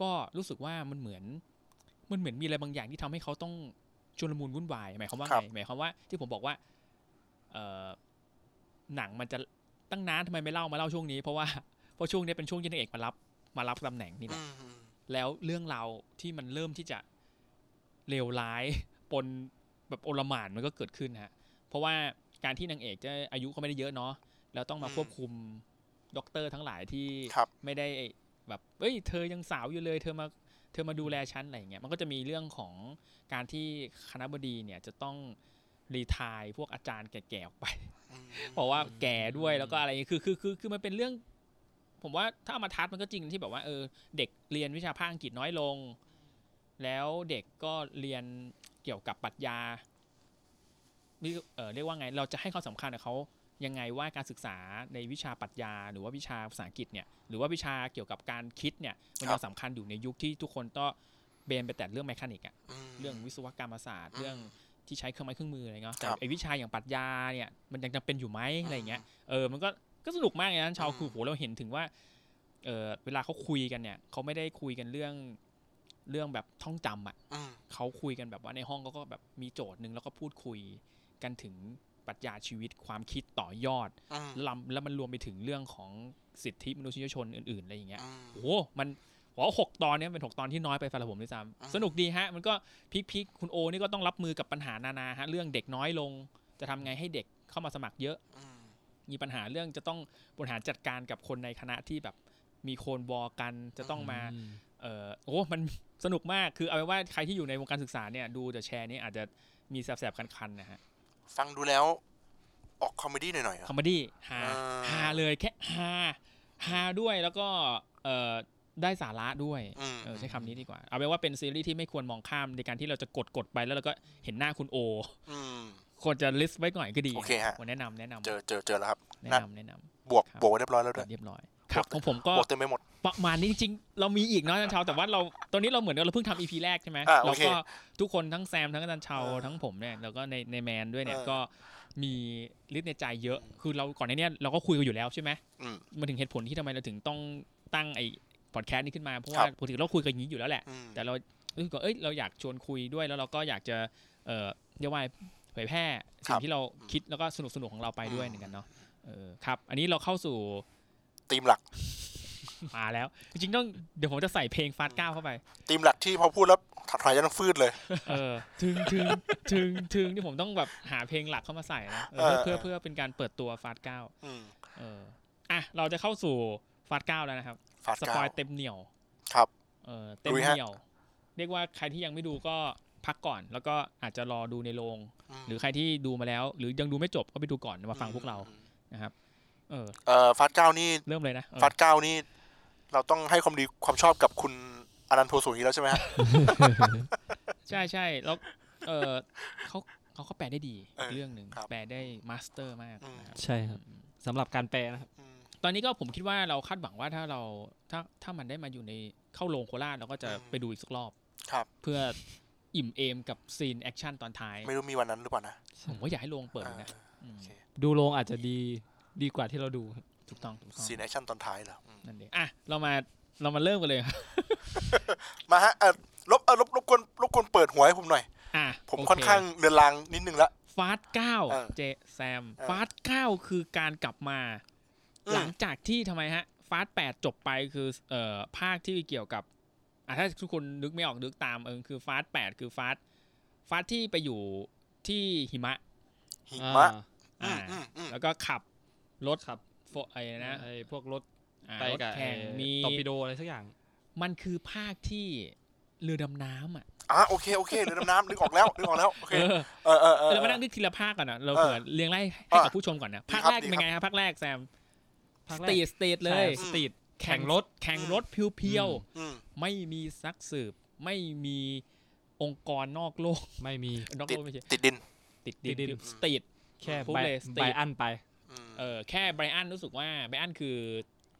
Speaker 1: ก็รู้สึกว่ามันเหมือน มันเหมือนมีอะไรบางอย่างที่ทำให้เขาต้องชุลมุนวุ่นวายหมายความว่าไงหมายความว่าที่ผมบอกว่า เอ่อหนังมันจะตั้งนานทำไมไม่เล่ามาเล่าช่วงนี้เพราะว่าเพราะช่วงนี้เป็นช่วงที่นางเอกมารับมารับตำแหน่งนี่แห
Speaker 5: อื
Speaker 1: ละ
Speaker 5: มอืม
Speaker 1: แล้วเรื่องราวที่มันเริ่มที่จะเลวร้าย ปนแบบโอลหม่านมันก็เกิดขึ้นฮะเพราะว่าการที่นางเอกจะอายุก็ไม่ได้เยอะเนาะแล้วต้องมาควบคุมด็อกเตอร์ทั้งหลายที่
Speaker 5: ครับ
Speaker 1: ไม่ได้แบบเอ้ยเธอยังสาวอยู่เลย เธอมาเธอมาดูแลฉันอะไรอย่างเงี้ยมันก็จะมีเรื่องของการที่คณะบดีเนี่ยจะต้องรีไทายพวกอาจารย์แก่ๆออกไป
Speaker 5: อืม
Speaker 1: เพราะว่าแก่ด้วยแล้วก็อะไรอย่างเงี้ยคือคือคือคือมันเป็นเรื่อง ผมว่าถ้าเอามาทัดมันก็จริงที่แบบว่าเออเด็กเรียนวิชาภาคอังกฤษน้อยลง แล้วเด็กก็เรียนเกี่ยวกับปรัชญานี่เออเรียกว่าไงเราจะให้ความสำคัญกับเขายังไงว่าการศึกษาในวิชาปรัชญา หรือว่าวิชาภาษาอังกฤษเนี่ยหรือว่าวิชาเกี่ยวกับการคิดเนี่ยมันยังสำคัญอยู่ในยุคที่ทุกคนต้องเบนไปแต่เรื่องแมคานิกอะ
Speaker 5: อืม
Speaker 1: เรื่องวิศวกรรมศาสตร์
Speaker 5: อืม
Speaker 1: เรื่องที่ใช้เครื่องไม้เครื่องมืออะไรเงี้ยแต่
Speaker 5: ครับ
Speaker 1: ไอวิชาอย่างปรัชญาเนี่ยมันยังจำเป็นอยู่ไหมอะไรเงี้ย
Speaker 5: อื
Speaker 1: เออมันก็ก็สนุกมากเลยนะชาว
Speaker 5: อืม
Speaker 1: คือโหเราเห็นถึงว่าเออเวลาเขาคุยกันเนี่ยเขาไม่ได้คุยกันเรื่องเรื่องแบบท่องจำอ่ะ
Speaker 5: อืม
Speaker 1: เขาคุยกันแบบว่าในห้องเขาก็แบบมีโจทย์หนึ่งแล้วก็พูดคุยกันถึงปรัชญาชีวิตความคิดต่อยอด
Speaker 5: อืม
Speaker 1: แล้วแล้วมันรวมไปถึงเรื่องของสิทธิมนุษยชนอื่นๆอะไรอย่างเงี้ย
Speaker 5: อืม
Speaker 1: โอ้โหมันผมว่าหกตอนเนี้ยเป็นหกตอนที่น้อยไปสำหรับผมด้วย
Speaker 5: อืม
Speaker 1: ซ้ำสนุกดีฮะ มันก็พีคพีคคุณโอนี่ก็ต้องรับมือกับปัญหานานาฮะ เรื่องเด็กน้อยลง จะทำไงให้เด็กเข้ามาสมัครเยอะ
Speaker 5: อืม
Speaker 1: มีปัญหาเรื่องจะต้องบริหารจัดการกับคนในคณะที่แบบมีโคนบอกัน จะต้องมา เออโอ้ มัน สนุกมาก คือเอาไว้ว่าใครที่อยู่ในวงการศึกษาเนี่ยดูจะแชร์นี่อาจจะมีแสบๆคันๆนะฮะ
Speaker 5: ฟังดูแล้ว ออกคอมเมดี้หน่อยๆเหรอ
Speaker 1: คอมเมดี้ฮา
Speaker 5: อ่า
Speaker 1: ฮาเลยแค่ฮาฮาด้วยแล้วก็เออได้สาระด้วย
Speaker 5: อืม
Speaker 1: เออใช้คำนี้ดีกว่า เอาเป็นว่าเป็นซีรีส์ที่ไม่ควรมองข้ามในการที่เราจะกดกดไปแล้วเราก็เห็นหน้าคุณโอ
Speaker 5: อืม
Speaker 1: ควรจะลิสต์ไว้ก่อนก็ดี
Speaker 5: โอเคฮะ
Speaker 1: ผมแนะนำแนะนำ
Speaker 5: เจอเจอเจอแล้วครับ
Speaker 1: แนะ
Speaker 5: นั่น
Speaker 1: นำแนะนำ
Speaker 5: บวก
Speaker 1: ครับ
Speaker 5: บวกไว้เรียบร้อยแล้วด้วย
Speaker 1: เรียบร้อย ครับของผมก็
Speaker 5: บวกเต็มไปหมด
Speaker 1: ประมาณนี้จริงๆ เรามีอีกเนาะอาจารย์เชาแต่ว่าเราตอนนี้เราเหมือนกับเราเพิ่งทำอีพีแรกใช่ไหม
Speaker 5: อ่าโอ
Speaker 1: เรา
Speaker 5: เค
Speaker 1: ก็ทุกคนทั้งแซมทั้งอาจารย์เชา
Speaker 5: เออ
Speaker 1: ทั้งผมเนี่ยแล้วก็ในในแมนด้วยเนี่ย
Speaker 5: เออ
Speaker 1: ก็มีลิสต์ในใจเยอะ คือเราก่อนในเนี้ยเราก็คุยกันอยู่แล้วใช่ไหม
Speaker 5: อืม
Speaker 1: มาถึงเหตุผลที่ทำไมเราถึงต้องตั้งไอ้พอดแคสต์นี้ขึ้นมาเพราะ
Speaker 5: ครั
Speaker 1: ว่า
Speaker 5: บ
Speaker 1: ปกติเราคุยกันอย่างนี้อยู่แล้วแหละ
Speaker 5: อืม
Speaker 1: แต่เรารู้สึกว่าเอ้ย เราอยากชวนคุยด้วย แล้วเราก็อยากจะ เอ่อเรียกว่าเผยแพร่
Speaker 5: ค
Speaker 1: สิ่
Speaker 5: รั
Speaker 1: ง
Speaker 5: บ
Speaker 1: ที่เราคิดแล้วก็สนุกสนุกๆของเราไปด้วย
Speaker 5: อืม
Speaker 1: เหมือนกันเนาะ เออ ครับ อันนี้เราเข้าสู่
Speaker 5: ธีมหลัก
Speaker 1: มาแล้ว จริงๆต้อง เดี๋ยวผมจะใส่เพลงฟาดก้าวเข้าไป
Speaker 5: ธีมหลักที่พอพูดแล้วถัดถอยยันฟืดเลย
Speaker 1: เออ ถึงถึงถึงถึงนี่ผมต้องแบบหาเพลงหลักเข้ามาใส่นะเออเพื่อเพื่อเพื่อเป็นการเปิดตัวฟาดก้าว
Speaker 5: อืม
Speaker 1: เออ อ่ะ เราจะเข้าสู่ฟาดก้าวแล้วนะครับ
Speaker 5: ฟาด
Speaker 1: ส
Speaker 5: กา
Speaker 1: ปอ
Speaker 5: วย
Speaker 1: เต็มเหนียว
Speaker 5: ครับ
Speaker 1: เออเต็ม
Speaker 5: ลุย
Speaker 1: เห
Speaker 5: ฮะ
Speaker 1: นียว เรียกว่าใครที่ยังไม่ดูก็พักก่อน แล้วก็อาจจะรอดูในโรง
Speaker 5: ม
Speaker 1: หรือใครที่ดูมาแล้ว หรือยังดูไม่จบก็ไปดูก่อนมาฟังพวกเรานะครับ เออ
Speaker 5: เอ่อฟาดเก้านี่
Speaker 1: เริ่มเลยนะเออ
Speaker 5: ฟาดเก้านี่ เราต้องให้ความดีความชอบกับคุณอนันต์โพสุนีแล้วใช่ไหมฮะ
Speaker 1: ใช่ใช่แล้ว เออเขาเขาก็แปลได้ดี
Speaker 5: เออ
Speaker 1: เรื่องหนึ่ง
Speaker 5: ครับ
Speaker 1: แปลได้มาสเตอร์มาก
Speaker 5: อืม
Speaker 1: นะครับ
Speaker 3: ใช่ครับ
Speaker 1: ส
Speaker 3: สำหรับการแปลนะครับ
Speaker 5: อืม
Speaker 1: ตอนนี้ก็ผมคิดว่าเราคาดหวังว่าถ้าเราถ้าถ้ามันได้มาอยู่ในเข้าโรงโคราชเราก็จะ
Speaker 5: อืม
Speaker 1: ไปดูอีกสักรอบ
Speaker 5: ครับ
Speaker 1: เพื่ออิ่มเอมกับซีนแอคชั่นตอนท้าย
Speaker 5: ไม่รู้มีวันนั้นหรือเปล่านะ
Speaker 1: ผมว่าอยากให้โรงเปิด
Speaker 5: อ่า
Speaker 1: นะอืม
Speaker 5: โอเค
Speaker 3: ดูโรงอาจจะดีดีกว่าที่เราดูครับ
Speaker 1: ถูกต้องถูกต้อง
Speaker 5: ซีนแอคชั่นตอนท้ายเหรออืม
Speaker 1: นั่นเองอ่ะเรามาเรามาเริ่มกันเลย
Speaker 5: มาฮะเอ่อรบเอ่อรบรบกวนรบกวนเปิดหัวให้ผมหน่อย
Speaker 1: อ่ะ
Speaker 5: ผม
Speaker 1: โเ
Speaker 5: ค่อนข้างเรือนรางนิดนึงละ
Speaker 1: ฟาสเก้า
Speaker 5: เออ
Speaker 1: เจแซม
Speaker 5: เออ
Speaker 1: ฟาสเก้าคือการกลับมา
Speaker 5: อืม
Speaker 1: หลังจากที่ทำไมฮะฟาสแปดจบไปคือเอ่อภาคที่เกี่ยวกับอ่ะถ้าทุกคนนึกไม่ออกนึกตามเออคือฟาสแปดคือฟาสฟาสที่ไปอยู่ที่หิมะ
Speaker 5: หิมะ
Speaker 3: อ่า
Speaker 1: อ่า
Speaker 5: อืมอืม
Speaker 1: แล้วก็ขับรถ
Speaker 3: ครับ
Speaker 1: โฟไอ้นะ
Speaker 3: ไอ้พวกรถ
Speaker 1: อ่า
Speaker 3: ไป
Speaker 1: รถ
Speaker 3: กับ
Speaker 1: แข่ง
Speaker 3: ไอ้
Speaker 1: มี
Speaker 3: ตอร์ปิโดอะไรสักอย่าง
Speaker 1: มันคือภาคที่เรือดำน้ำอ่ะ
Speaker 5: อ่ะโอเคโอเคเรือดำน้ำนึกออกแล้วนึกออกแล้วโอเค
Speaker 1: เออ
Speaker 5: เออเออเออ
Speaker 1: เรามานั่งนึกทีละภาคก่อนนะเรา
Speaker 5: เออ
Speaker 1: เผื่อเรียงไล่ให้กับ
Speaker 5: อ่ะ
Speaker 1: ผู้ชมก่อนนะ
Speaker 5: ดี
Speaker 1: ภาค
Speaker 5: ครับ
Speaker 1: แรก
Speaker 5: ดี
Speaker 1: เป็
Speaker 5: ค
Speaker 1: น
Speaker 5: รับ
Speaker 1: ไงฮะภาคแรกแซม
Speaker 3: ภาค
Speaker 1: ส
Speaker 3: แร
Speaker 1: ตรี
Speaker 3: ก
Speaker 1: ทสเตทเล
Speaker 3: ใช่
Speaker 1: ย
Speaker 3: สตรีท
Speaker 1: แข่งรถแข่งรถเพียว
Speaker 5: อืม
Speaker 1: ๆ ไม่มีซักสืบ ไม่มีองค์กรนอกโลก
Speaker 3: ไม่มี
Speaker 1: นอกโลกไม่ใช่
Speaker 5: ติดดิน
Speaker 1: ติดดิน
Speaker 3: ติดดิน
Speaker 1: สตรีท
Speaker 3: แค่
Speaker 1: พูด
Speaker 3: ใบ
Speaker 1: เลยสตรีท
Speaker 3: ใบอันไป
Speaker 5: อืม
Speaker 1: เออแค่ไบรอันรู้สึกว่าไบรอันคือ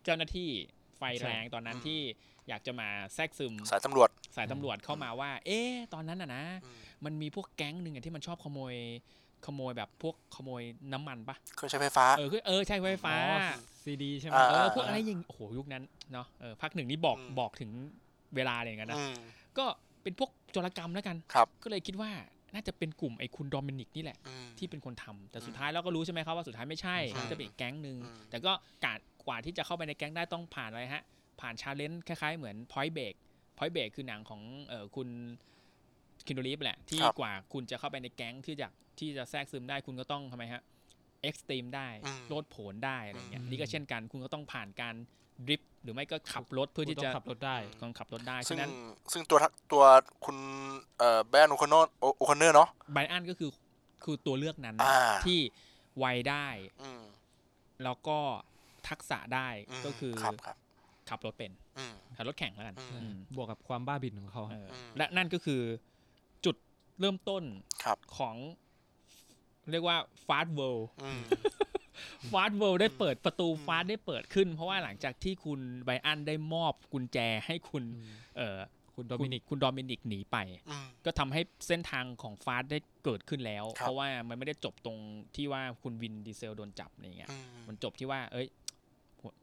Speaker 1: เจ้าหน้าที่ไฟแรงตอนนั้น
Speaker 5: อืม
Speaker 1: ที่อยากจะมาแทรกซึม
Speaker 5: สายตำรวจ
Speaker 1: สายตำรวจเข้ามาว่า เอ๊ะตอนนั้นน่ะนะ
Speaker 5: อืม
Speaker 1: มันมีพวกแก๊งหนึ่งอะที่มันชอบขโมยขโมยแบบพวกขโมยน้ำมันปะ
Speaker 5: เครื่องใช้ไฟฟ้า
Speaker 1: เออคือเออใช่ไฟฟ้า
Speaker 3: อ๋อซีดีใช่ไหม
Speaker 5: อ่า
Speaker 1: เออพวกอะไรอยิงโอ้โหยุคนั้นเนาะเออพักหนึ่งนี่บอก
Speaker 5: อืม
Speaker 1: บอกถึงเวลาเลยเหมือนกันนะ
Speaker 5: อืม
Speaker 1: ก็เป็นพวกโจรกรรมแล้วกัน
Speaker 5: ครับ
Speaker 1: ก็เลยคิดว่าน่าจะเป็นกลุ่มไอ้คุณโดมินิกนี่แหละ
Speaker 5: อืม
Speaker 1: ที่เป็นคนทำแต่สุดท้ายเราก็รู้ใช่ไหมครับว่าสุดท้ายไม่ใช่
Speaker 5: ไม่ใช่
Speaker 1: จะเป็นอีกแก๊งหนึ่ง
Speaker 5: อืม
Speaker 1: แต่ก็การกว่าที่จะเข้าไปในแก๊งได้ต้องผ่านอะไรฮะ ผ่านชาเลนจ์คล้ายๆเหมือน Point Break Point Break คือหนังของเออคุณคินโดรีฟแหละ ที่กว่าคุณจะเข้าไปในแก๊งที่จะที่จะแทรกซึมได้คุณก็ต้องทำไมฮะเอ็กซ์ตรีมได้
Speaker 5: อืม
Speaker 1: โลดโผนได้อะไรอย่างเงี้ยนี่ก็เช่นกันคุณก็ต้องผ่านการดริฟต์หรือไม่ก็ขับรถเพื่อ
Speaker 3: คุณ
Speaker 1: ที่
Speaker 3: ต้อ
Speaker 1: จะ
Speaker 3: งขับรถได้
Speaker 1: ต้องขับรถได้
Speaker 5: ซึ่ง
Speaker 1: ฉะนั้น
Speaker 5: ซึ่งตัวทักตัวคุณเอ่อแบรนด์โอคอนโอคอนเนอร์เนาะ
Speaker 1: ไบรอันก็คือคือตัวเลือกนั้น
Speaker 5: อ่า
Speaker 1: ที่ไวได้
Speaker 5: อืม
Speaker 1: แล้วก็ทักษะได้
Speaker 5: ม
Speaker 1: ก็คือ
Speaker 5: ครับครับ
Speaker 1: ขับรถเป็น
Speaker 5: อืม
Speaker 1: ขับรถแข่งแล้วกัน
Speaker 5: อืม
Speaker 1: อืม
Speaker 3: บวกกับความบ้าบินของเขา
Speaker 1: เอออ
Speaker 5: ม
Speaker 1: และนั่นก็คือจุดเริ่มต้น
Speaker 5: ครับ
Speaker 1: ของ เรียกว่าฟาสเวิ ล
Speaker 5: อืม
Speaker 1: ฟาสเวิลได้เปิดประตู
Speaker 5: อืม
Speaker 1: ฟาสได้เปิดขึ้น เพราะว่าหลังจากที่คุณไบรอันได้มอบกุญแจให้คุณ
Speaker 3: อืม
Speaker 1: เอ่อ
Speaker 3: คุณโดมินิก
Speaker 1: คุณดอมินิกหนีไป
Speaker 5: อืม
Speaker 1: ก็ทำให้เส้นทางของฟาสได้เกิดขึ้นแล้ว
Speaker 5: ครับ
Speaker 1: เพราะว่ามันไม่ได้จบตรงที่ว่าคุณวินดีเซลโดนจับอะไรเงี้ย
Speaker 5: อืม
Speaker 1: มันจบที่ว่า เอ้ย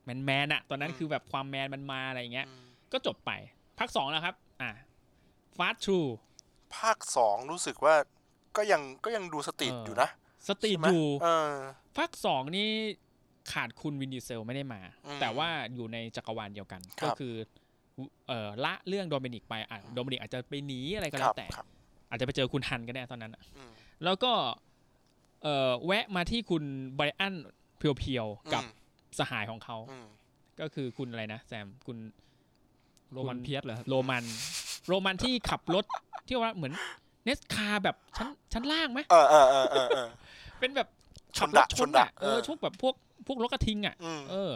Speaker 1: แมนแมนๆอะตอนนั้น
Speaker 5: อืม
Speaker 1: คือแบบความแมนมันมาอะไรเงี้ย
Speaker 5: อืม
Speaker 1: ก็จบไปภาคสองแล้วครับ อ่ะฟาสทรู
Speaker 5: ภาคสองรู้สึกว่าก็ยังก็ยังดูสตรีทอยู่นะ
Speaker 1: สตรีท
Speaker 5: ใช่ไหม
Speaker 1: ดู
Speaker 5: เออ
Speaker 1: ภาคสองนี่ขาดคุณวินดีเซลไม่ได้มา
Speaker 5: อืม
Speaker 1: แต่ว่าอยู่ในจักรวาลเดียวกัน
Speaker 5: ครับ
Speaker 1: ก็คือเอ่อละเรื่องโดมินิกไปอ่ะโดมินิกอาจจะไปหนีอะไรก็
Speaker 5: ค
Speaker 1: แล้
Speaker 5: รั
Speaker 1: วแต่
Speaker 5: ครับ
Speaker 1: อาจจะไปเจอคุณฮันก็ได้ตอนนั้นอะ
Speaker 5: อืม
Speaker 1: แล้วก็เอ่อแวะมาที่คุณไบรอันเพียวๆ กับ
Speaker 5: อืม
Speaker 1: สหายของเขา
Speaker 5: อืม
Speaker 1: ก็คือคุณอะไรนะแซมคุณ
Speaker 3: โรมันเพียสเหรอครับ
Speaker 1: โรมันโรมันที่ขับรถ ที่ว่าเหมือนเนสคาแบบชั้นชั้นล่างไหม
Speaker 5: เออเออเออเออเออ
Speaker 1: เป็นแบบ
Speaker 5: ช
Speaker 1: ขั
Speaker 5: น
Speaker 1: บร
Speaker 5: ดะ
Speaker 1: ถชนอะ
Speaker 5: ชนดะ
Speaker 1: เออ
Speaker 5: เออ
Speaker 1: ชกแบบพวกพวกรถกระทิงอ่ะ
Speaker 5: อืม
Speaker 1: เออ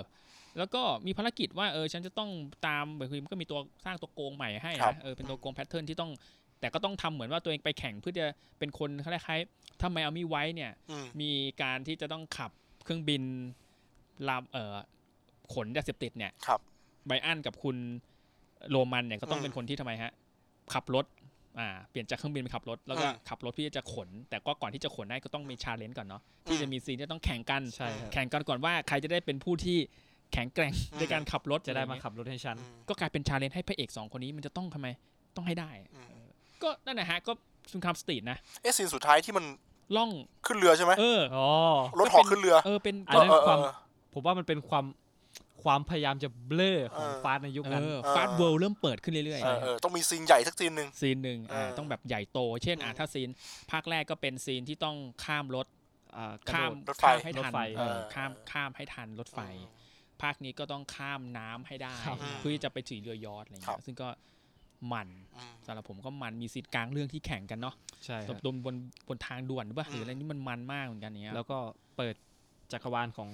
Speaker 1: แล้วก็มีภารกิจว่าเออฉันจะต้องตามเหมือนคือมันก็มีตัวสร้างตัวโกงใหม่ให้
Speaker 5: ครับ
Speaker 1: นะเออเป็นตัวโกงแพทเทิร์นที่ต้อง แต่ก็ต้องทำเหมือนว่าตัวเองไปแข่งเพื่อจะเป็นคนคล้ายๆถ้าไมอามีไว้เนี่ย
Speaker 5: อืม
Speaker 1: มีการที่จะต้องขับเครื่องบินลำเอ่อขนยาเสพติดเนี่ย
Speaker 5: ครับ
Speaker 1: ไบรอันกับคุณโรมันเนี่ยก็ต้อง
Speaker 5: อืม
Speaker 1: เป็นคนที่ทำไมฮะ ขับรถอ่าเปลี่ยนจากเครื่องบินไปขับรถ แล้วก็
Speaker 5: อืม
Speaker 1: ขับรถที่จะขน แต่ก็ก่อนที่จะขนได้ก็ต้องมีชาเลนจ์ก่อนเนาะที่
Speaker 5: อืม
Speaker 1: จะมีซีนที่ต้องแข่งกัน
Speaker 3: ใช่ครับ
Speaker 1: แข่งกันก่อนว่าใครจะได้เป็นผู้ที่แข็งแกร่ง
Speaker 5: อืม
Speaker 1: ในการขับรถ
Speaker 3: จะได้
Speaker 1: อร
Speaker 3: มา
Speaker 1: เงี้ย
Speaker 3: ขับรถให้ฉัน
Speaker 5: อืม
Speaker 1: ก็กลายเป็นชาเลนจ์ให้พระเอกสองคนนี้มันจะต้องทำไมต้องให้ได้
Speaker 5: อืม
Speaker 1: เออก็นั่นนะฮะก็สุนทรสตรีทนะ
Speaker 5: เอ๊ะซีนสุดท้ายที่มัน
Speaker 1: ล่อง
Speaker 5: ขึ้นเรือใช่ไหม
Speaker 1: เออ
Speaker 3: อ๋อ
Speaker 5: รถเหอขึ้นเรือ
Speaker 1: เออเป็น
Speaker 3: อันนั้น
Speaker 5: เออเออ
Speaker 3: ความ
Speaker 5: เออ
Speaker 3: ผมว่ามันเป็นความความพยายามจะเบลอของ
Speaker 5: เออ
Speaker 3: ฟาสต์ในยุคนั้น
Speaker 1: เออ
Speaker 5: เออ
Speaker 1: ฟาสเวิลด์เริ่มเปิดขึ้นเรื่อย
Speaker 5: เออเออต้องมีซีนใหญ่สักซีนหนึ่ง
Speaker 1: ๆ ซีนหนึ่งอ่า
Speaker 5: เออ
Speaker 1: ต้องแบบใหญ่โต เช่นอ่า
Speaker 5: อืม
Speaker 1: ถ้าซีนภาคแรกก็เป็นซีนที่ต้องข้ามรถ
Speaker 3: อ่ากระ
Speaker 1: ข้า
Speaker 3: โด
Speaker 1: ม
Speaker 3: ด
Speaker 5: รถไฟ
Speaker 1: ข้ามให้ทัน
Speaker 3: รถไฟ
Speaker 1: เออ
Speaker 5: เออ
Speaker 1: ข้ามข้ามให้ทันรถไฟ ภาคนี้ก็ต้องข้ามน้ำให้ได้
Speaker 3: ครับ
Speaker 1: เพื่อที่จะไปถึงเรือยอทอะไรอย่าง
Speaker 5: ครั
Speaker 1: เงี้
Speaker 5: บ
Speaker 1: ยซึ่งก็มัน
Speaker 5: อืม
Speaker 1: สำหรับผมก็มันมีซีนกลางเรื่องที่แข่งกันเนาะ
Speaker 3: ใช่ครับ
Speaker 1: บนบนบนทางด่วนหรือว่า
Speaker 5: อืม
Speaker 1: หรืออะไรนี่มันมันมากเหมือนกันอย่างเนี้ย
Speaker 3: แล้วก็เปิดจักรวาลของ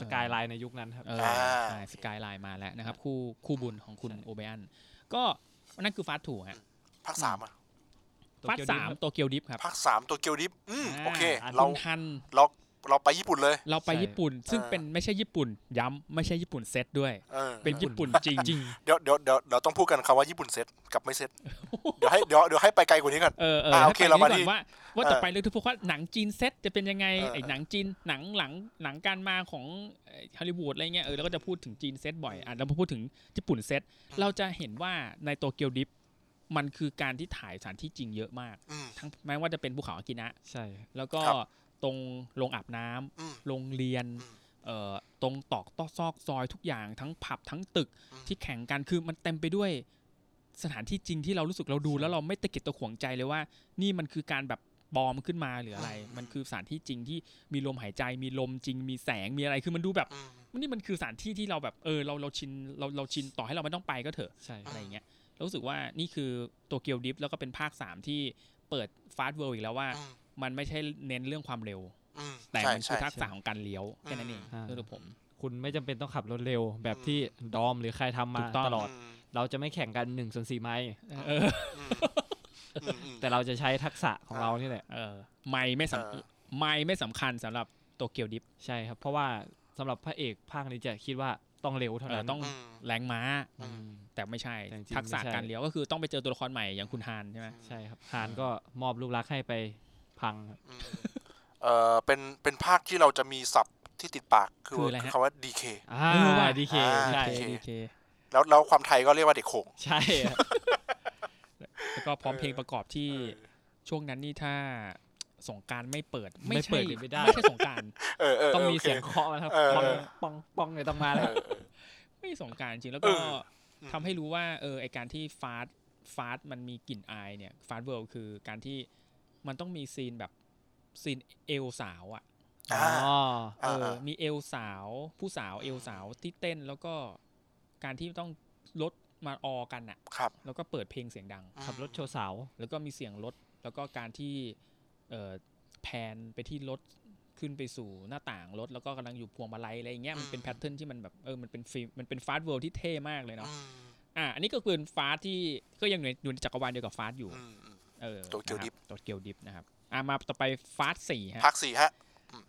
Speaker 3: สกายไลน์ในยุคนั้นครับ
Speaker 1: เออ
Speaker 5: อ่า
Speaker 1: ใช่สกายไลน์มาแล้วนะครับคู่คู่บุญของคุณ
Speaker 3: ใช่
Speaker 1: โอเบอันก็นั่นคือฟาสถูกฮะ
Speaker 5: ภาคสามอ่ะ
Speaker 1: ฟาสสามโตเกียวดิฟครับ
Speaker 5: ภาคสามตัวเกียวดิฟอืมโอเค
Speaker 1: อ่
Speaker 5: เรา
Speaker 1: คุณทัน
Speaker 5: เรา เราไปญี่ปุ่นเลย
Speaker 1: เราไป
Speaker 3: ใช่
Speaker 1: ญี่ปุ่น ซึ่ง
Speaker 5: อ่า
Speaker 1: เป็นไม่ใช่ญี่ปุ่นย้ำไม่ใช่ญี่ปุ่นเซตด้วย
Speaker 5: เออ
Speaker 1: เป็นญี่ปุ่นจริง
Speaker 3: จริง
Speaker 5: เดี๋ยวเดี๋ยวเดี๋ยวเราต้องพูดกันคำว่าญี่ปุ่นเซ็ตกับไม่เซ็ต เดี๋ยวให้เดี๋ยวเดี๋ยวให้ไปไกลกว่านี้ก่อน
Speaker 1: เออเอ
Speaker 5: อ่า
Speaker 1: อ
Speaker 5: โอเค
Speaker 1: ให้
Speaker 5: เรามา
Speaker 1: ไป
Speaker 5: ที่
Speaker 1: ก่อนว่าว่า
Speaker 5: เออ
Speaker 1: ต่อไปเรื่องที่พวกว่าหนังจีนเซตจะเป็นยังไง
Speaker 5: เออ
Speaker 1: ไอ้หนังจีนหนังหลังหนังการมาของเอ่อฮอลลีวูดอะไรเงี้ยเออแล้วก็จะพูดถึงจีนเซตบ่อยอ่ะแล้วพอพูดถึงญี่ปุ่นเซตเราจะเห็นว่าในโตเกียวดิฟมันคือการที่ถ่ายสถานที่จริงเยอะมาก
Speaker 5: อืม
Speaker 1: ทั้งแม้ว่าจะเป็นภูเขาอากินะ
Speaker 3: ใช่
Speaker 1: แล้วก็
Speaker 5: ครับ
Speaker 1: ตรงโรงอาบน้ำ
Speaker 5: อืม
Speaker 1: โรงเรียน
Speaker 5: อืม
Speaker 1: เอ่อตรงตอกตอกซอกซอยทุกอย่างทั้งผับทั้งตึก
Speaker 5: อืม
Speaker 1: ที่แข่งกันคือมันเต็มไปด้วยสถานที่จริงที่เรารู้สึกเราดูแล้วเราไม่ตะเกิดตะขวงใจเลยว่า นี่มันคือการแบบปลอมขึ้นมาหรืออะไร มันคือสถานที่จริงที่มีลมหายใจ มีลมจริง มีแสงมีอะไรคือมันดูแบบ
Speaker 5: อืม
Speaker 1: นี่มันคือสถานที่ที่เราแบบเออเราเราชินเราเราชินต่อให้เราไม่ต้องไปก็เถอะ
Speaker 3: ใช่
Speaker 1: อะไรอย่างเงี้ยเรารู้สึกว่านี่คือโตเกียวดิฟแล้วก็เป็นภาค 3 ที่เปิดฟาสต์เวิร์อีกแล้วว่า
Speaker 5: อืม
Speaker 1: มันไม่ใช่เน้นเรื่องความเร็ว
Speaker 5: อืม
Speaker 1: แต่
Speaker 5: ใช่
Speaker 1: มันคื
Speaker 5: ใช่
Speaker 1: อทักษะของการเลี้ยวแค่นั้นเอง
Speaker 3: อ่า
Speaker 1: คือผม
Speaker 3: คุณไม่จำเป็นต้องขับรถเร็ว แบบที่ดอมหรือใครทำ
Speaker 1: ถู
Speaker 3: มาก
Speaker 1: ต้อง
Speaker 3: ตลอด
Speaker 5: อืม
Speaker 3: เราจะไม่แข่งกัน1นส่วนสี่ไม้
Speaker 1: เออ
Speaker 5: อืมอืม
Speaker 3: แต่เราจะใช้ทักษะของเรานี่แหละ
Speaker 1: เออไม่ไม่
Speaker 5: เออ
Speaker 1: สำไม่ไม่สำคัญสำหรับโตเกียวดิฟ
Speaker 3: ใช่ครับ เพราะว่าสำหรับพระเอกภาคนี้จะคิดว่าต้องเร็วเท่า
Speaker 1: เออ
Speaker 3: นั้น
Speaker 1: ต้อง
Speaker 5: อืม
Speaker 1: แรงม้า
Speaker 3: อืม
Speaker 1: แต่ไม่ใช่
Speaker 3: แต่จริงๆ
Speaker 1: ทักษะ
Speaker 3: ไม่ใช่
Speaker 1: การเลี้ยวก็คือต้องไปเจอตัวละครใหม่อย่างคุณฮานใช่ไหม
Speaker 3: ใช่ครับฮานก็มอบลูกรักให้ไปพังครับ
Speaker 5: อืมเออเป็นเป็นภาคที่เราจะมีศัพท์ที่ติดปากคือ
Speaker 1: คืออะไรฮะ
Speaker 5: คำว่า DK
Speaker 3: อ่าดีเค
Speaker 5: อ่า
Speaker 3: ใช่
Speaker 5: DK
Speaker 1: ดีเค
Speaker 5: แล้วแล้วความไทยก็เรียกว่าเด็กโขง
Speaker 3: ใช่ครับ
Speaker 1: แล้วก็พร้อม
Speaker 5: เออ
Speaker 1: เพลงประกอบที่ช่วงนั้นนี่ถ้าสงกรารไม่เปิด
Speaker 3: ไม่
Speaker 1: ใช่
Speaker 3: เปิดหรือไม่ได้
Speaker 1: ไม่ใช่สงกราร
Speaker 5: เออเออ
Speaker 3: ต้อง
Speaker 5: โอ
Speaker 3: มี
Speaker 5: เค
Speaker 3: เสียงเคาะนะครับ
Speaker 5: เออ
Speaker 3: ปองปองปองเนี่ยต้องมา
Speaker 5: เอ
Speaker 3: แล้ว
Speaker 5: อ
Speaker 1: ไม่สงกรารจริงแล้ว
Speaker 5: เอ
Speaker 1: ก็
Speaker 5: ออืม
Speaker 1: ทำให้รู้ว่าเออไอการที่ฟาสต์ฟาสต์มันมีกลิ่นอายเนี่ยฟาสต์เวิร์คือการที่มันต้องมีซีนแบบซีนเอลสาวอะ
Speaker 5: อ่า
Speaker 3: อ๋อ
Speaker 1: เอ
Speaker 5: อ่า
Speaker 1: อ
Speaker 5: อ่ามี
Speaker 1: มีเอลสาว ผู้สาวเอลสาวที่เต้นแล้วก็การที่ต้องรถมาออกันอะ
Speaker 5: ครับ
Speaker 1: แล้วก็เปิดเพลงเสียงดัง
Speaker 3: ขับรถโชว์สาว
Speaker 1: แล้วก็มีเสียงรถ แล้วก็การที่เออแพนไปที่รถขึ้นไปสู่หน้าต่างรถ แล้วก็กำลังอยู่พวงมาลัยอะไรอย่างเงี้ยมันเป็นแพทเทิร์นที่มันแบบเออมันเป็นฟิล์มมันเป็นฟาสต์เวิร์ที่เท่มากเลยเนาะ
Speaker 5: อืม
Speaker 1: อ่ะอันนี้ก็คือฟาสที่ก็ยังอยู่ในจักรวาลเดียวกับฟาสอยู่
Speaker 5: อืมอืม
Speaker 1: เออ
Speaker 5: โตเกียวดิฟ
Speaker 1: นะครับโตเกียวดิฟนะครับอ่ะมาต่อไปฟาสสี่ฮะ
Speaker 5: ภาคสี่ฮะ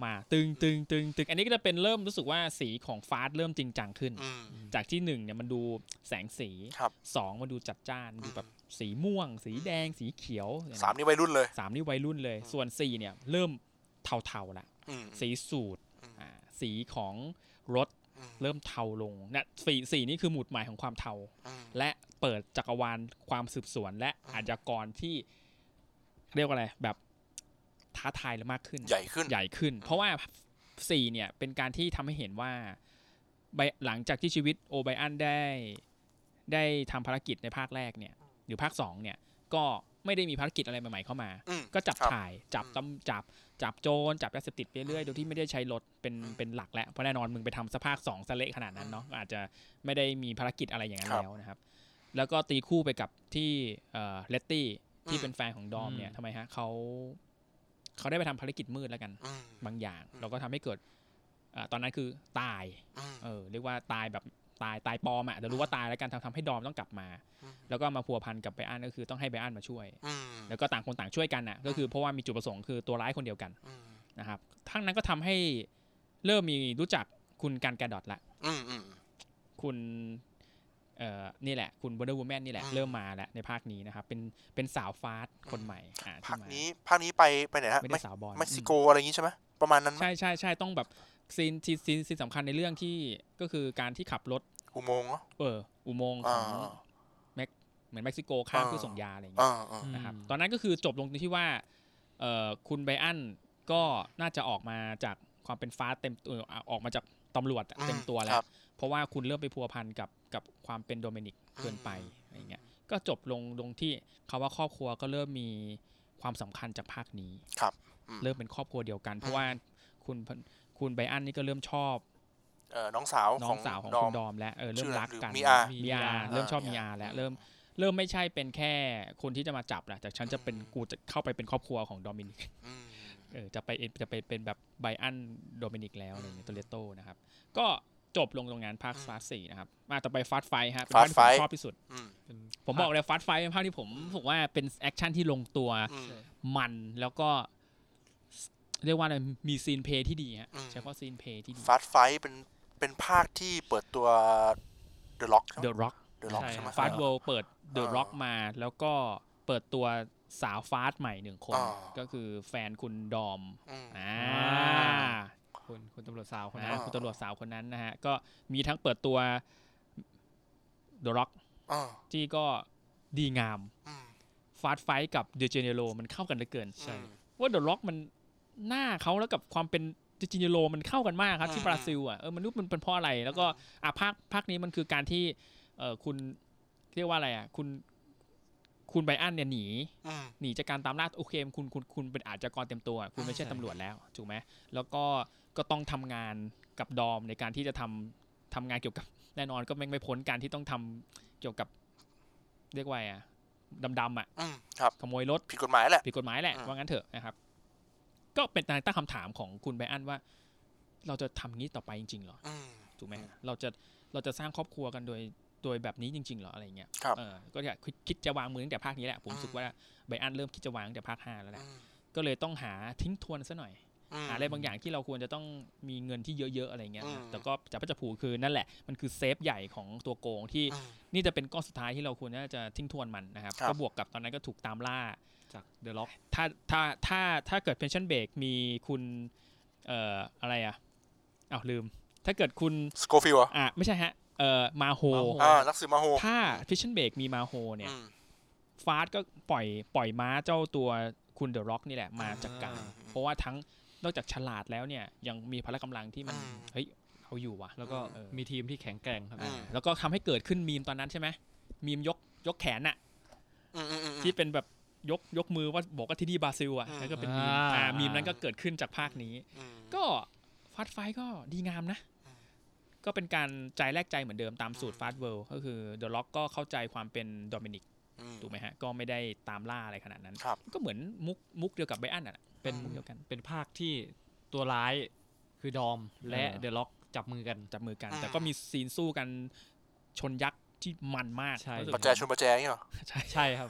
Speaker 1: มาตึงตึงตึงตึงอันนี้ก็จะเป็นเริ่มรู้สึกว่าสีของฟาสเริ่มจริงจังขึ้น
Speaker 5: อืม
Speaker 1: จากที่หนึ่งเนี่ยมันดูแสงสี
Speaker 5: ครับ
Speaker 1: สองมันดูจัดจ้านดูแบบสีม่วง สีแดง สีเขียวเนี่ยนะ
Speaker 5: สามนี่วัยรุ่นเลย
Speaker 1: สามนี่วัยรุ่นเลย ส่วนสี่เนี่ยเริ่มเทาๆละ
Speaker 5: อืม
Speaker 1: สีสูตรอ่าสีของรถ
Speaker 5: อืม
Speaker 1: เริ่มเทาลงนะสีสีนี่คือหมุดหมายของความเทา
Speaker 5: อืม
Speaker 1: และเปิดจักรวาลความสืบสวนและอาชญากรที่เรียกว่าอะไรแบบท้าทายมากขึ้น
Speaker 5: ใหญ่ขึ้น
Speaker 1: ใหญ่ขึ้น เพราะว่าสี่เนี่ยเป็นการที่ทำให้เห็นว่าไบหลังจากที่ชีวิตโอไบอันได้ ได้ทำภารกิจในภาคแรกเนี่ย หรือภาคสองเนี่ย ก็ไม่ได้มีภารกิจอะไรใหม่ๆเข้ามา
Speaker 5: อืม
Speaker 1: ก็จับ
Speaker 5: ครับ
Speaker 1: ถ่ายจับตำจับจับโจรจับยาเสพติดไปเรื่อยโดยที่ไม่ได้ใช้รถเป็นเป็นหลักแล้วเพราะแน่นอนมึงไปทำสภาคสองสเละขนาดนั้นเนาะอาจจะไม่ได้มีภารกิจอะไรอย่างนั้น
Speaker 5: ครับ
Speaker 1: แล้วนะครับ แล้วก็ตีคู่ไปกับที่เอ่อเลตตี้ที่
Speaker 5: อืม
Speaker 1: เป็นแฟนของดอมเนี่ย
Speaker 3: อืม
Speaker 1: ทำไมฮะเขาเขาได้ไปทำภารกิจมืดแล้วกัน
Speaker 5: อืม
Speaker 1: บางอย่างเราก็ทำให้เกิดอ่าตอนนั้นคือตาย
Speaker 5: อืม
Speaker 1: เออเรียกว่าตายแบบตายตายปลอมอะ่ะแต่รู้ว่าตายแล้วกันทำทำให้ดอมต้องกลับมา
Speaker 5: อืม
Speaker 1: แล้วก็มาพัวพันกับไบอันก็คือต้องให้ไบอันมาช่วย
Speaker 5: อืม
Speaker 1: แล้วก็ต่างคนต่างช่วยกันอ่ะ ก็คือเพราะว่ามีจุดประสงค์คือตัวร้ายคนเดียวกัน
Speaker 5: อืม
Speaker 1: นะครับทั้งนั้นก็ทำให้เริ่มมีรู้จักคุณการแกาดอทละ
Speaker 5: อืมอืม
Speaker 1: คุณเอ่อนี่แหละ คุณบ o เดอร์วูแมนนี่แหละ
Speaker 5: อืม
Speaker 1: เริ่มมาแล้วในภาคนี้นะครับเป็นเป็นสาวฟาสต์คนใหม่อ่าที่
Speaker 5: ภาค
Speaker 1: ม
Speaker 5: นี้ภาคนี้ไปไปไหนฮะ
Speaker 1: ไม่
Speaker 5: เม็
Speaker 1: ได้
Speaker 5: ก
Speaker 1: สาวบอล
Speaker 5: เม็กซิโกอะไรอย่างงี้ใช่ไหมประมาณนั้นไหม
Speaker 1: ใช่ใช่ใช่ต้องแบบซีนซีนซีนซีนสำคัญในเรื่องที่ก็คือการที่ขับรถ
Speaker 5: อุโมงค์เหรอ
Speaker 1: เอออุโมงค์ของ
Speaker 5: อ่า
Speaker 1: เม็กเหมือนเม็กซิโกข้าม
Speaker 5: อ่า
Speaker 1: เพื่อส่งยาอะไรอย่างเงี้ย
Speaker 5: อ่าอ่า
Speaker 1: นะครับ
Speaker 3: อืม
Speaker 1: ตอนนั้นก็คือจบลงตรงที่ว่าเอ่อคุณไบอันก็น่าจะออกมาจากความเป็นฟ้าเต็มเออออกมาจากตำรวจอะเต็มตัว
Speaker 5: ค
Speaker 1: แล้
Speaker 5: รั
Speaker 1: ว
Speaker 5: บ
Speaker 1: เพราะว่าคุณเริ่มไปพัวพันกับกับความเป็นโดเมนิกเกินไป
Speaker 5: อืม
Speaker 1: อะไรเงี้ยก็จบลงตรงที่คาว่าครอบครัวก็เริ่มมีความสำคัญจากภาคนี้
Speaker 5: อืม
Speaker 1: เริ่มเป็นครอบครัวเดียวกัน เพ
Speaker 5: อื
Speaker 1: ราะ
Speaker 5: ม
Speaker 1: ว่าคุณคุณไบอันนี่ก็เริ่มชอบ
Speaker 5: เออน้องสาว
Speaker 1: น้
Speaker 5: ข
Speaker 1: อ
Speaker 5: อง
Speaker 1: งสาวของ
Speaker 5: ดอ
Speaker 1: คุ
Speaker 5: ม
Speaker 1: ณดอมแล้วเออเริ่
Speaker 5: ชื่
Speaker 1: ม
Speaker 5: ออะไร
Speaker 1: รักกัน
Speaker 5: หรือมีอา
Speaker 1: มีอา
Speaker 3: มีอา
Speaker 1: เริ่มชอบ
Speaker 5: อ่ามี
Speaker 1: มีอา
Speaker 5: อา
Speaker 1: แล้ว
Speaker 5: อืม
Speaker 1: เริ่มเริ่มไม่ใช่เป็นแค่คนที่จะมาจับแหละแต่ฉันจะเป็น
Speaker 5: อืม
Speaker 1: กูจะเข้าไปเป็นครอบครัวของโดมินิก
Speaker 5: อืม
Speaker 1: เออจะไปจะไปเป็นแบบไบอันโดมินิกแล้วอะไรอย่างเงี้ยโตเลโตนะครับ ก็จบลงตรงงานภาค
Speaker 5: อืม
Speaker 1: ฟาสสี่นะครับมาต่อไปฟาสไฟฮะเป็น
Speaker 5: Fast
Speaker 1: ภา
Speaker 5: Five
Speaker 1: คที่ผมชอบที่สุด
Speaker 5: อืม
Speaker 3: เป็น
Speaker 1: ผมบอกเลยฟาสไฟเป็นภาคที่ผมผมว่าเป็นแอคชั่นที่ลงตัว
Speaker 5: อืม
Speaker 1: มันแล้วก็ เรียกว่าอะไรมีซีนเพลย์ที่ดีฮะ
Speaker 5: อืม
Speaker 1: ใช้คำว่าซีนเพลย์ที่ดี
Speaker 5: ฟาสไฟเป็นเป็นภาคที่เปิดตัวเดอะล็อกใช่ไหม
Speaker 1: The Rock
Speaker 5: The Rock
Speaker 1: ใช่
Speaker 5: ใช่ไหม
Speaker 1: ฟาสเวลเปิด The
Speaker 5: อ่า
Speaker 1: Rock มา แล้วก็เปิดตัวสาวฟาสใหม่หนึ่งคน
Speaker 5: อ่า
Speaker 1: ก็คือแฟนคุณดอม
Speaker 5: อืม
Speaker 1: อ่า
Speaker 3: คุณคุณตำรวจสาวคน
Speaker 1: นะ
Speaker 3: นั้น
Speaker 5: อ่า
Speaker 1: คุณตำรวจสาวคนนั้นนะฮะ ก็มีทั้งเปิดตัว The Rock
Speaker 5: อ่า
Speaker 1: ที่ก็ดีงาม
Speaker 5: อืม
Speaker 1: ฟาสไฟกับเดเจเนโรมันเข้ากันเหลือเกิน
Speaker 5: อืม
Speaker 1: ว่าเดอะล็อกมันหน้าเขาแล้วกับความเป็นจิจินโรมันเข้ากันมากครับ
Speaker 5: อื
Speaker 1: ที่
Speaker 5: ม
Speaker 1: บราซิลอ่ะเออมันรู้มันเป็นเพราะอะไร แล้วก็อ่ะภาคภาคนี้มันคือการที่เออคุณเรียกว่าอะไรอ่ะคุณคุณไบอันเนี่ยหนี
Speaker 5: อืม
Speaker 1: หนีจากการตามล่าโอเคคุณคุณคุณเป็นอาชญากรเต็มตัว คุณไม่ใช่
Speaker 5: ใช่
Speaker 1: ตำรวจแล้วถูกไหมแล้วก็ก็ต้องทำงานกับดอมในการที่จะทำทำงานเกี่ยวกับแน่นอนก็ไม่ไม่พ้นการที่ต้องทำเกี่ยวกับเรียกว่าไงอ่ะดำๆอ่ะ
Speaker 5: อืมครับ
Speaker 1: ขโมยรถ
Speaker 5: ผิดกฎหมายแหละ
Speaker 1: ผิดกฎหมายแหละ
Speaker 5: อ่า
Speaker 1: ว่างั้นเถอะนะครับ ก็เป็นการตั้งคำถามของคุณไบรอันว่า เราจะทำงี้ต่อไปจริงๆเหรอ
Speaker 5: อืม
Speaker 1: ถูกไหม
Speaker 5: อืม
Speaker 1: เราจะเราจะสร้างครอบครัวกันโดยโดยแบบนี้จริงๆเหรออะไรเงี้ย
Speaker 5: ครับ
Speaker 1: เออก็อยากคิดคิดจะวางมือตั้งแต่ภาคนี้แหละ ผม
Speaker 5: อืม
Speaker 1: รู้สึกว่าไบรอันเริ่มคิดจะวางตั้งแต่ภาคห้าแล้วแหละ
Speaker 5: อืม
Speaker 1: ก็เลยต้องหาทิ้งทวนซะหน่อย
Speaker 5: อืม
Speaker 1: หาอะไรบางอย่างที่เราควรจะต้องมีเงินที่เยอะๆอะไรเงี้ย
Speaker 5: อืม
Speaker 1: นะแต่ก็จับพระจับผลูคือนั่นแหละ มันคือเซฟใหญ่ของตัวโกงที่
Speaker 5: อืม
Speaker 1: นี่จะเป็นก้อนสุดท้ายที่เราควรน่าจะทิ้งทวนมันนะครับ
Speaker 5: ครับ
Speaker 1: ก็บวกกับตอนนั้นก็ถูกตามล่า
Speaker 3: จากเดอะล็อก
Speaker 1: ถ้าถ้าถ้าถ้าเกิดเพนชั่นเบรกมีคุณเอ่ออะไรอ่ะอ้าวลืม ถ้าเกิดคุณ
Speaker 5: สโกฟิลเหรอ
Speaker 1: อ่ะไม่ใช่ฮะเอ่อมาโฮ
Speaker 5: อ่านักสืบมาโฮ
Speaker 1: ถ้าเพนชั่นเบรกมีมาโฮเนี่ย
Speaker 5: อืม
Speaker 1: ฟาสก็ปล่อยปล่อยม้าเจ้าตัวคุณเดอะร็อกนี่แหละมาจัดการ เพราะว่าทั้งนอกจากฉลาดแล้วเนี่ยยังมีพละกำลังที่มันเฮ้ยเอาอยู่ว่ะ
Speaker 3: แล้วก็
Speaker 1: เออ
Speaker 3: มีทีมที่แข็งแกร่งครับ
Speaker 5: อืม
Speaker 1: แล้วก็ทำให้เกิดขึ้นมีมตอนนั้นใช่ไหมมีมยกยกแขนน่ะ
Speaker 5: อืมอืมอืม
Speaker 1: ที่เป็นแบบยกยกมือว่าบอกว่าที่นี่บราซิลอ่ะ
Speaker 5: อืม
Speaker 1: แล้วก็เป็นมีม
Speaker 3: อ่า
Speaker 1: อ่ามีมนั้นก็เกิดขึ้นจากภาคนี้
Speaker 5: อืม
Speaker 1: ก็ฟาสต์ไฟว์ก็ดีงามนะ
Speaker 5: อืม
Speaker 1: ก็เป็นการใจแลกใจเหมือนเดิมตามสูตร
Speaker 5: อืม
Speaker 1: ฟาสต์เวิลด์ก็คือเดอะล็อกก็เข้าใจความเป็นโดมินิก
Speaker 5: อืม
Speaker 1: ถูกไหมฮะ ก็ไม่ได้ตามล่าอะไรขนาดนั้น
Speaker 5: ครับ
Speaker 1: ก็เหมือนมุกมุกเดียวกับไบอันอ่ะ
Speaker 3: เป็น
Speaker 1: มุกเดียวกัน
Speaker 3: เป็นภาคที่ตัวร้ายคือดอมและ
Speaker 1: เออ
Speaker 3: เดอะล็อกจับมือกัน
Speaker 1: จับมือกัน
Speaker 5: อืม
Speaker 1: แต่ก็มีซีนสู้กันชนยักษ์ที่มันมาก
Speaker 3: ใช่
Speaker 1: รู้สึก
Speaker 5: ปัจจัยชนปัจจัยนี่เหรอ
Speaker 1: ใช่
Speaker 3: ใช่ครับ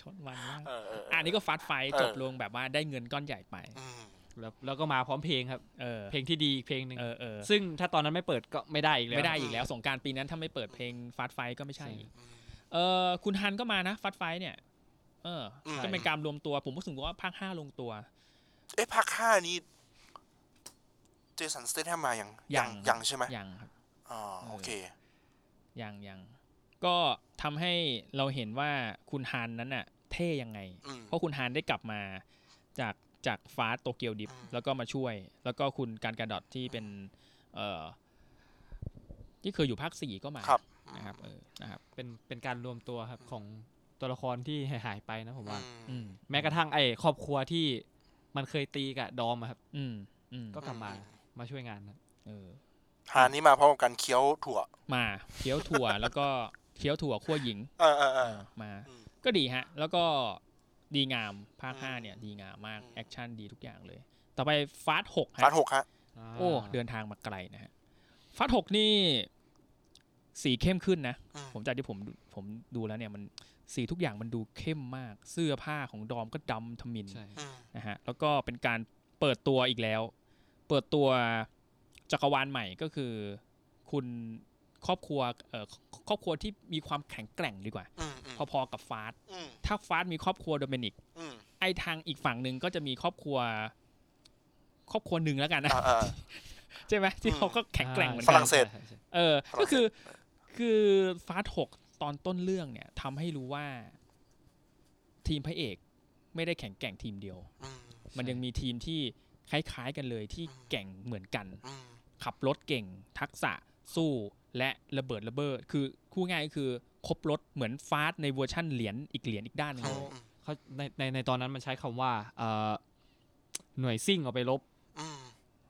Speaker 1: ชนมันมาก
Speaker 5: เออเออเอออ
Speaker 1: อันนี้ก็ฟาสต์ไฟว์
Speaker 5: เออ
Speaker 1: จบลงแบบว่าได้เงินก้อนใหญ่ไป
Speaker 5: อืม
Speaker 3: แล้วแล้วก็มาพร้อมเพลงครับ
Speaker 1: เออ
Speaker 3: เพลงที่ดีอีกเพลงหนึ่ง
Speaker 1: เออเออ
Speaker 3: ซึ่งถ้าตอนนั้นไม่เปิดก็ไม่ได้อีกแล้ว
Speaker 1: ไม่ได้อีกแล้วสงกรารปีนั้นถ้าไม่เปิดเพลงฟาสต์ไฟว์ก็ไม่ใช่
Speaker 3: ใช่
Speaker 1: อีก เออคุณฮันก็มานะฟัดไฟท์เนี่ย เออ
Speaker 5: อืม
Speaker 1: ก็เป็นการรวมตัว ผมรู้สึกว่าภาคห้าลงตัว
Speaker 5: เอ๊ะภาคห้านี้เจสันสเตทแฮมมายัง
Speaker 1: ยัง
Speaker 5: ยังใช่ไหม
Speaker 1: ยังครับ
Speaker 5: อ๋อโอเค
Speaker 1: ยังยังก็ทำให้เราเห็นว่าคุณฮันนั้นน่ะ เท่ยังไง
Speaker 5: อืม
Speaker 1: เพราะคุณฮันได้กลับมาจากจากฟาสโตเกียวดิฟ
Speaker 5: อืม
Speaker 1: แล้วก็มาช่วย แล้วก็คุณการการดอทที่เป็น เออที่เคยอยู่ภาคสี่ก็มา
Speaker 5: ครับ
Speaker 1: นะครับ เออนะครับ
Speaker 3: เป็นเป็นการรวมตัวครับของตัวละครที่หายหายไปนะผมว่า
Speaker 5: อื
Speaker 1: อื
Speaker 5: ม
Speaker 1: ม
Speaker 3: แม้กระทั่งไอ้ครอบครัวที่มันเคยตีกับดอมอะครับ
Speaker 1: อืมอืม
Speaker 3: ก็กลับมา
Speaker 5: อืม
Speaker 3: มาช่วยงานครับ
Speaker 1: เออ
Speaker 5: ฮานี้มาพร้อมกับการเคี้ยวถั่ว
Speaker 1: มาเคี้ยวถั่ว แล้วก็เคี้ยวถั่วขั้วหญิง
Speaker 5: เออเออเออ
Speaker 1: มา
Speaker 5: อืม
Speaker 1: ก็ดีฮะ แล้วก็ดีงามภาค
Speaker 5: อืม
Speaker 1: ห้าเนี่ย ดีงามมาก
Speaker 5: อืม
Speaker 1: แอคชั่นดีทุกอย่างเลย ต่อไปฟาสหกฮะ
Speaker 5: ฟาสหกฮะ
Speaker 1: โอ้ เดินทางมาไกลนะฮะฟาสหกนี่ สีเข้มขึ้นนะ
Speaker 5: อืม
Speaker 1: ผมจากที่ผมผมดูแล้วเนี่ยมันสีทุกอย่างมันดูเข้มมาก เสื้อผ้าของดอมก็ดำทมิน
Speaker 3: ใช่
Speaker 5: อืม
Speaker 1: นะฮะ แล้วก็เป็นการเปิดตัวอีกแล้ว เปิดตัวจักรวาลใหม่ก็คือ คุณครอบครัวเอ่อครอบครัวที่มีความแข็งแกร่งดีกว่า
Speaker 5: อืมอืม
Speaker 1: พอๆกับฟาส
Speaker 5: อืม
Speaker 1: ถ้าฟาสต์มีครอบครัวโดเมนิก
Speaker 5: อืม
Speaker 1: ไอทางอีกฝั่งหนึ่งก็จะมีครอบครัว ครอบครัวหนึ่งแล้วกันนะ
Speaker 5: อ่าอ่า
Speaker 1: ใช่ไหมที่
Speaker 5: อืม
Speaker 1: เขาก็แข็งแกร่งเหมือน
Speaker 5: ฝ
Speaker 1: กั
Speaker 5: รั่
Speaker 1: น
Speaker 5: งเศส
Speaker 3: ใช่ใช่
Speaker 1: เออ
Speaker 5: ฝรั่งเศส
Speaker 1: ก็คือคือฟาสต์หกตอนต้นเรื่องเนี่ยทำให้รู้ว่า ทีมพระเอกไม่ได้แข็งแกร่งทีมเดียว
Speaker 5: อืม
Speaker 1: มันยังมีทีมที่คล้ายๆกันเลยที่
Speaker 5: อืม
Speaker 1: แกร่งเหมือนกัน
Speaker 5: อืม
Speaker 1: ขับรถเก่ง ทักษะสู้และระเบิดระเบิด คือคู่ง่ายก็คือครบรถเหมือนฟาสต์ในเวอร์ชั่นเหรียญอีกเหรียญอีกด้านหนึง
Speaker 5: อื
Speaker 1: เลย
Speaker 5: ม
Speaker 3: เขาในในในตอนนั้นมันใช้คำว่าเอ่อหน่วยซิ่งออกไปลบ
Speaker 5: อืม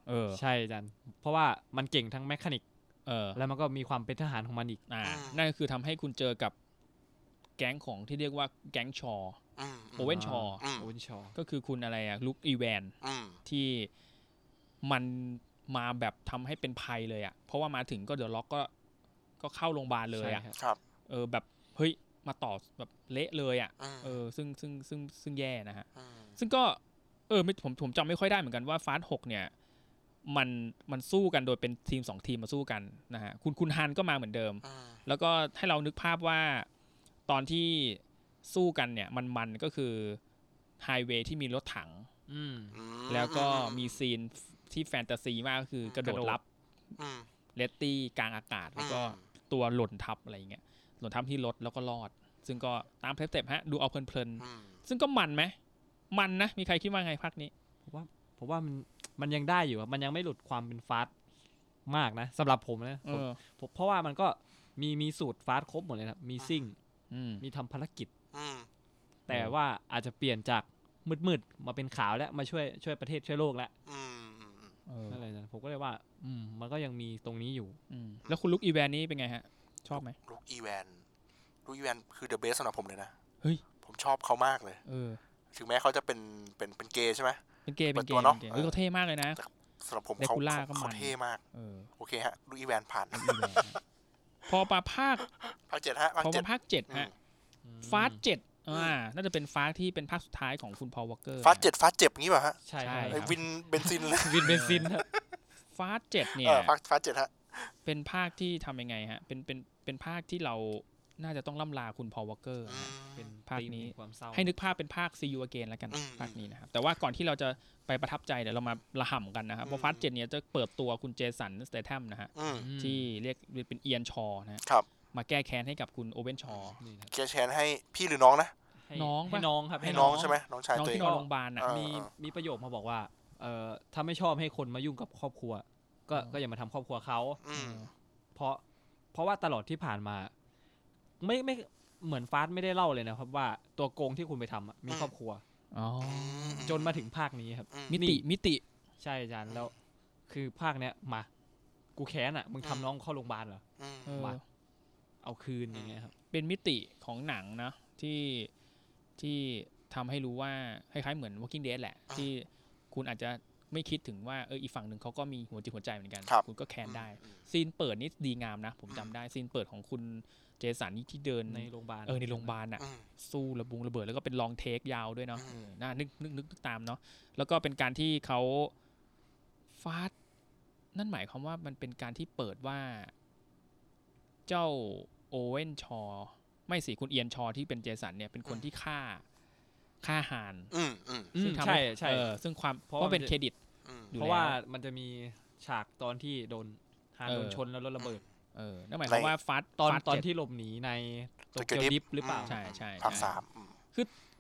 Speaker 1: เออ
Speaker 3: ใช่อาจันเพราะว่ามันเก่งทั้งแมคานิก
Speaker 1: เออ
Speaker 3: แล้วมันก็มีความเป็นทหารของมันอีก
Speaker 1: อ่า
Speaker 5: อืม
Speaker 1: นั่นก็คือทำให้คุณเจอกับแก๊งของที่เรียกว่าแก๊งชอ
Speaker 5: อืม
Speaker 1: โอเว่นชอ
Speaker 5: อืม
Speaker 3: โอเวนชอร์
Speaker 1: ก็คือคุณอะไรอะลุคอีแวน
Speaker 5: อืม
Speaker 1: ที่มันมาแบบทำให้เป็นภัยเลยอะเพราะว่ามาถึงก็เดี๋ยวล็อกก็ก็เข้าโรงพยาบาลเลย
Speaker 3: ใช่
Speaker 1: อะ
Speaker 3: ครับ
Speaker 1: เออแบบเฮ้ยมาต่อแบบเละเลยอะ
Speaker 5: อืม
Speaker 1: เออซึ่งซึ่งซึ่งซึ่งแย่นะฮะ
Speaker 5: อืม
Speaker 1: ซึ่งก็ เออไม่ผมผมจำไม่ค่อยได้เหมือนกันว่าฟาสหกเนี่ย มันมันสู้กันโดยเป็นทีมสองทีมมาสู้กันนะฮะคุณคุณฮันก็มาเหมือนเดิม
Speaker 5: อืม
Speaker 1: แล้วก็ให้เรานึกภาพว่าตอนที่สู้กันเนี่ย มันมันก็คือไฮเวย์ที่มีรถถัง
Speaker 3: อืม
Speaker 5: อื
Speaker 1: แล้วก็มีซีนที่แฟนตาซีมากก็คือกระโดด
Speaker 3: กระโดด
Speaker 1: รับ
Speaker 5: อืม
Speaker 1: เลตตี้กลางอากาศ แล้วก็
Speaker 5: อืม
Speaker 1: ตัวหล่นทับอะไรอย่างเงี้ยหล่นทับที่รถแล้วก็รอด ซึ่งก็ตามเพลสเต็ปฮะดูเอาเพลิน
Speaker 5: อืม
Speaker 1: ๆซึ่งก็มันไหมมันนะ มีใครคิดว่าไงภาคนี้
Speaker 3: ผมว่ามันมันยังได้อยู่ครับมันยังไม่หลุดความเป็นฟาสต์มากนะสำหรับผมนะ
Speaker 1: เอ
Speaker 3: ผม
Speaker 1: อ
Speaker 3: ผมเพราะว่ามันก็มีมีสูตรฟาสต์ครบหมดเลยนะครับมีซิ่ง
Speaker 1: อืม
Speaker 3: มีทำภารกิจ
Speaker 5: อืม
Speaker 3: แต่ว่าอาจจะเปลี่ยนจากมืดๆมาเป็นขาวแล้วมาช่วยช่วยประเทศช่วยโลกแล้ว
Speaker 5: อืมอืม
Speaker 1: เออ
Speaker 3: นั่นเลยนะผมก็เลยว่า อืมมันก็ยังมีตรงนี้อยู่
Speaker 1: อืมแล้วคุณลุกอีแวนนี่เป็นไงฮะ ชอบไหม
Speaker 5: ลูกอีแวนลูกอีแวนคือเดอะเบสสำหรับผมเลยนะ
Speaker 1: เฮ้ย
Speaker 5: ผมชอบเขามากเลย
Speaker 1: เออ
Speaker 5: ถึงแม้เขาจะเป็นเป็นเป็นเกย์ใช่ไหม
Speaker 1: เป็นเกย์เป็นเก
Speaker 5: เปิดตัว
Speaker 1: ย์
Speaker 5: เนอะ
Speaker 1: เป็นเกย์เฮ้ย
Speaker 5: เออ
Speaker 1: เขาเท่มากเลยนะ
Speaker 5: สำหรับผมเขา
Speaker 1: Dracula
Speaker 5: เขา
Speaker 1: ก็มัน
Speaker 5: เขาเท่มาก
Speaker 1: เออ
Speaker 5: โอเคฮะลูกอีแวนผ่าน
Speaker 1: อีแวนนะพอปาภาค
Speaker 5: ภาคเจ็ดฮะภาค
Speaker 1: พอ
Speaker 5: เจ็
Speaker 1: มา
Speaker 5: ด
Speaker 1: ภาคเจ็ด
Speaker 5: อืม
Speaker 1: ฮะฟาสเจ็ดอ่าน่าจะเป็นฟาสที่เป็นภาคสุดท้ายของคุณพอวอเกอร์
Speaker 5: ฟาสเจ็ดฟาสเจ็บงี้ป่ะฮะ
Speaker 3: ใช่
Speaker 1: ใช่
Speaker 5: ไอ้
Speaker 1: ครับ
Speaker 5: วินเบนซินเลย
Speaker 3: วินเบนซินครับ
Speaker 1: ฟาสเจ็ดเนี่
Speaker 5: เอย อฟาสฟาสเจ็ดฮะ
Speaker 1: เป็นภาคที่ทำยังไงฮะ เป็น เป็น เป็นภาคที่เรา น่าจะต้องล่ำลาคุณพอวอเกอร์ฮะ
Speaker 3: เป็น
Speaker 1: ภาคนี้
Speaker 3: ธีมแห่งความเศร้า
Speaker 1: ให้นึกภาพเป็นภาคซีอูอเกนแล้วกัน
Speaker 5: อืม
Speaker 1: ภาคนี้นะครับ แต่ว่าก่อนที่เราจะไปประทับใจเดี๋ยวเรามาระห่ำกันนะครับ เพ
Speaker 5: อื
Speaker 1: ราะ
Speaker 5: ม
Speaker 1: ฟาสเจ็ดเนี่ยจะเปิดตัวคุณเจสันสเตทัมนะฮะ
Speaker 5: อืม
Speaker 3: อืม
Speaker 1: ที่เรียกเรียกเป็นเอียนชอนะฮะ
Speaker 5: ครับ
Speaker 1: มาแก้แค้นให้กับคุณโอเวนชอ
Speaker 3: นี่นะครับ
Speaker 5: เกียร์แชนให้พี่หรือน้องนะ
Speaker 3: ให้
Speaker 1: น้องปะ
Speaker 3: ให้น้องครับ
Speaker 5: ให้
Speaker 3: ให้
Speaker 5: น้
Speaker 3: น้
Speaker 5: อ
Speaker 3: อง ง
Speaker 5: ใช่ไหมน้องชาย
Speaker 1: น้อง
Speaker 5: ตัวเอ
Speaker 1: ที่
Speaker 5: ง
Speaker 1: นอนโรงพยาบาลน่ะ
Speaker 5: อ่า
Speaker 3: มีมีประโยคมาบอกว่า เอ่อถ้าไม่ชอบให้คนมายุ่งกับครอบครัว ก็
Speaker 1: อืม
Speaker 3: ก็อย่ามาทำครอบครัวเขา
Speaker 5: อืม
Speaker 3: เพราะเพราะว่าตลอดที่ผ่านมา ไม่ไม่เหมือนฟาสไม่ได้เล่าเลยนะครับ ว่าตัวโกงที่คุณไปทำอะมีครอบครัว
Speaker 1: อ๋อ
Speaker 5: อืม
Speaker 3: จนมาถึงภาคนี้ครับ
Speaker 5: อืม
Speaker 1: มิติมิติ
Speaker 3: ใช่อาจารย์แล้วคือภาคเนี้ยมา กูแค้นอ่ะ มึงทำ
Speaker 5: อืม
Speaker 3: น้องเข้าโรงพยาบาลเหรอ
Speaker 5: อืม
Speaker 1: เออ
Speaker 3: มา เอาคืนอย่างเงี้ยครับ
Speaker 1: เป็นมิติของหนังนะที่ที่ทำให้รู้ว่าคล้ายๆเหมือน Walking Dead แหละ
Speaker 5: อ่า
Speaker 1: ที่คุณอาจจะไม่คิดถึงว่าเอออีกฝั่งหนึ่งเขาก็มีหัวจิตหัวใจเหมือนกัน
Speaker 5: ครับ
Speaker 1: คุณก็แคนได้ ซีนเปิดนี่ดีงามนะ ผมจำได้ ซีนเปิดของคุณเจสันนี่ที่เดิน
Speaker 3: ในโรงพยาบาล
Speaker 1: เออในโรงพยาบาลน่ะ
Speaker 5: อืม
Speaker 1: สู้ระบุงระเบิดแล้วก็เป็นลองเทคยาวด้วยเนาะ
Speaker 5: อืม
Speaker 1: เออน่านึกนึกนึกนึกตามเนาะแล้วก็เป็นการที่เขาฟาดนั่นหมายความว่ามันเป็นการที่เปิดว่า เจ้าโอเวนชอว์ไม่สิคุณเอียนชอว์ที่เป็นเจสันเนี่ยเป็นคนที่ฆ่าฆ่าฮาน
Speaker 5: อืมอืม
Speaker 3: อืม
Speaker 1: ซึ่งทำ
Speaker 3: ใช่
Speaker 1: ห้
Speaker 3: ใช่
Speaker 1: เออซึ่งความเพ
Speaker 3: เพราะ
Speaker 1: ราะว่าเป็น
Speaker 3: มันจะ
Speaker 1: เครดิต
Speaker 5: อืม
Speaker 1: อยู่
Speaker 3: เพราะว่า
Speaker 1: แล้ว
Speaker 3: มันจะมีฉากตอนที่โดนหาน
Speaker 1: เออ
Speaker 3: โดนชนแล้วรถระเบิด
Speaker 1: เออนั่นหมายความว่าฟาด
Speaker 3: ตอน
Speaker 1: ฟาด
Speaker 3: ตอน
Speaker 1: เจ็ด
Speaker 3: ที่หลบหนีในโต
Speaker 5: โตเกี
Speaker 3: เกี
Speaker 5: ย
Speaker 3: ยวว
Speaker 5: ดริ
Speaker 3: ดิ
Speaker 5: ฟ
Speaker 3: ฟ
Speaker 5: ต์
Speaker 3: หรือเปล่า
Speaker 1: ใช่ใช่
Speaker 5: ภาคสามอืม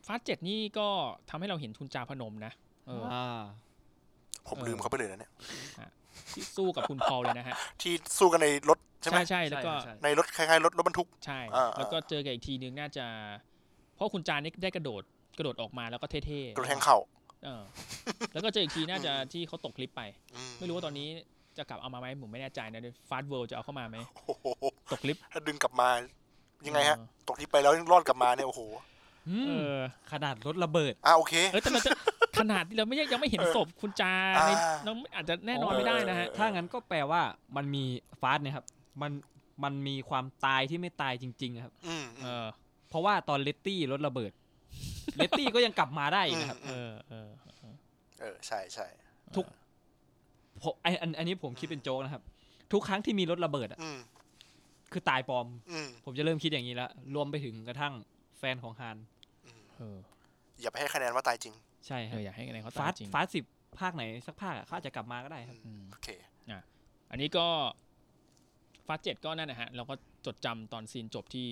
Speaker 1: ฟาดเจ็ดนี่ก็ทำให้เราเห็นทุนจาพนมนะเออ
Speaker 3: อ่า
Speaker 5: ผม
Speaker 1: เออ
Speaker 5: ลืมเขาไปเลยนะเนี่ย
Speaker 1: ที่สู้กับคุณพอลเลยนะฮะ
Speaker 5: ที่สู้กันในรถใช่ไหม
Speaker 1: ใช่ใช่แล้วก็
Speaker 3: ใช่ใช่
Speaker 5: ในรถคล้ายๆรถรถบรรทุก
Speaker 1: ใช่
Speaker 5: อ่า
Speaker 1: แล้วก็เจอกันอีกทีนึงน่าจะ เพราะคุณจานนี่ได้กระโดดกระโดดออกมาแล้วก็เท่ๆ
Speaker 5: กระแทงเข่า
Speaker 1: เออแล้วก็เจออีกทีน่าจะที่เขาตกคลิปไป
Speaker 5: อื
Speaker 1: ไม่รู้ว่าตอนนี้จะกลับเอามาไหมผมไม่แน่ใจนะฟาสเวิลจะเอาเข้ามาไหม
Speaker 5: โอ้โห
Speaker 1: ตกคลิป
Speaker 5: ถ้าดึงกลับมายังไงฮะ
Speaker 1: เออ
Speaker 5: ตกที่ไปแล้วยังรอดกลับมาเนี่ย โอ้โห
Speaker 3: อืม
Speaker 1: เออ
Speaker 3: ขนาดรถระเบิด
Speaker 5: อ่ะโอเค
Speaker 1: เอยแต่เราจะ ขนาดที่เราไม่ยังไม่เห็นศพคุณจา
Speaker 5: อ่า
Speaker 1: ในเราอาจจะแน่นอนไม่ได้นะฮะ
Speaker 3: ถ้างั้นก็แปลว่ามันมีฟาสต์เนี่ยครับ มันมันมีความตายที่ไม่ตายจริงๆอะครับ
Speaker 5: อืม
Speaker 1: เออ
Speaker 3: เพราะว่าตอนเลตตี้รถระเบิด เลตตี้ก็ยังกลับมาได้อีก นะครับ
Speaker 1: เออเออ
Speaker 5: เออ ใช่ใช่
Speaker 3: ผมไออันอันนี้ผมคิดเป็นโจ๊กนะครับ ทุกครั้งที่มีรถระเบิดอะ
Speaker 5: อืม
Speaker 3: คือตายปลอม
Speaker 5: อืม
Speaker 3: ผมจะเริ่มคิดอย่างนี้แล้ว รวมไปถึงกระทั่งแฟนของฮาน
Speaker 1: เออ
Speaker 5: อย่าไปให้คะแนนว่าตายจริง
Speaker 3: ใช่ค
Speaker 1: เอ
Speaker 3: รับ
Speaker 1: ออยากให้ในเขา
Speaker 3: ฟา
Speaker 1: ตาม
Speaker 3: สต์
Speaker 1: จริง
Speaker 3: ฟาสต์สิบภาคไหนสักภาคอะเขาอาจจะกลับมาก็ได้ครับ
Speaker 5: อื
Speaker 1: อื
Speaker 5: ม
Speaker 1: ม
Speaker 5: โอเค
Speaker 1: อันนี้ก็ฟาสเจ็ดก็นั่นนะฮะเราก็จดจำตอนซีนจบที่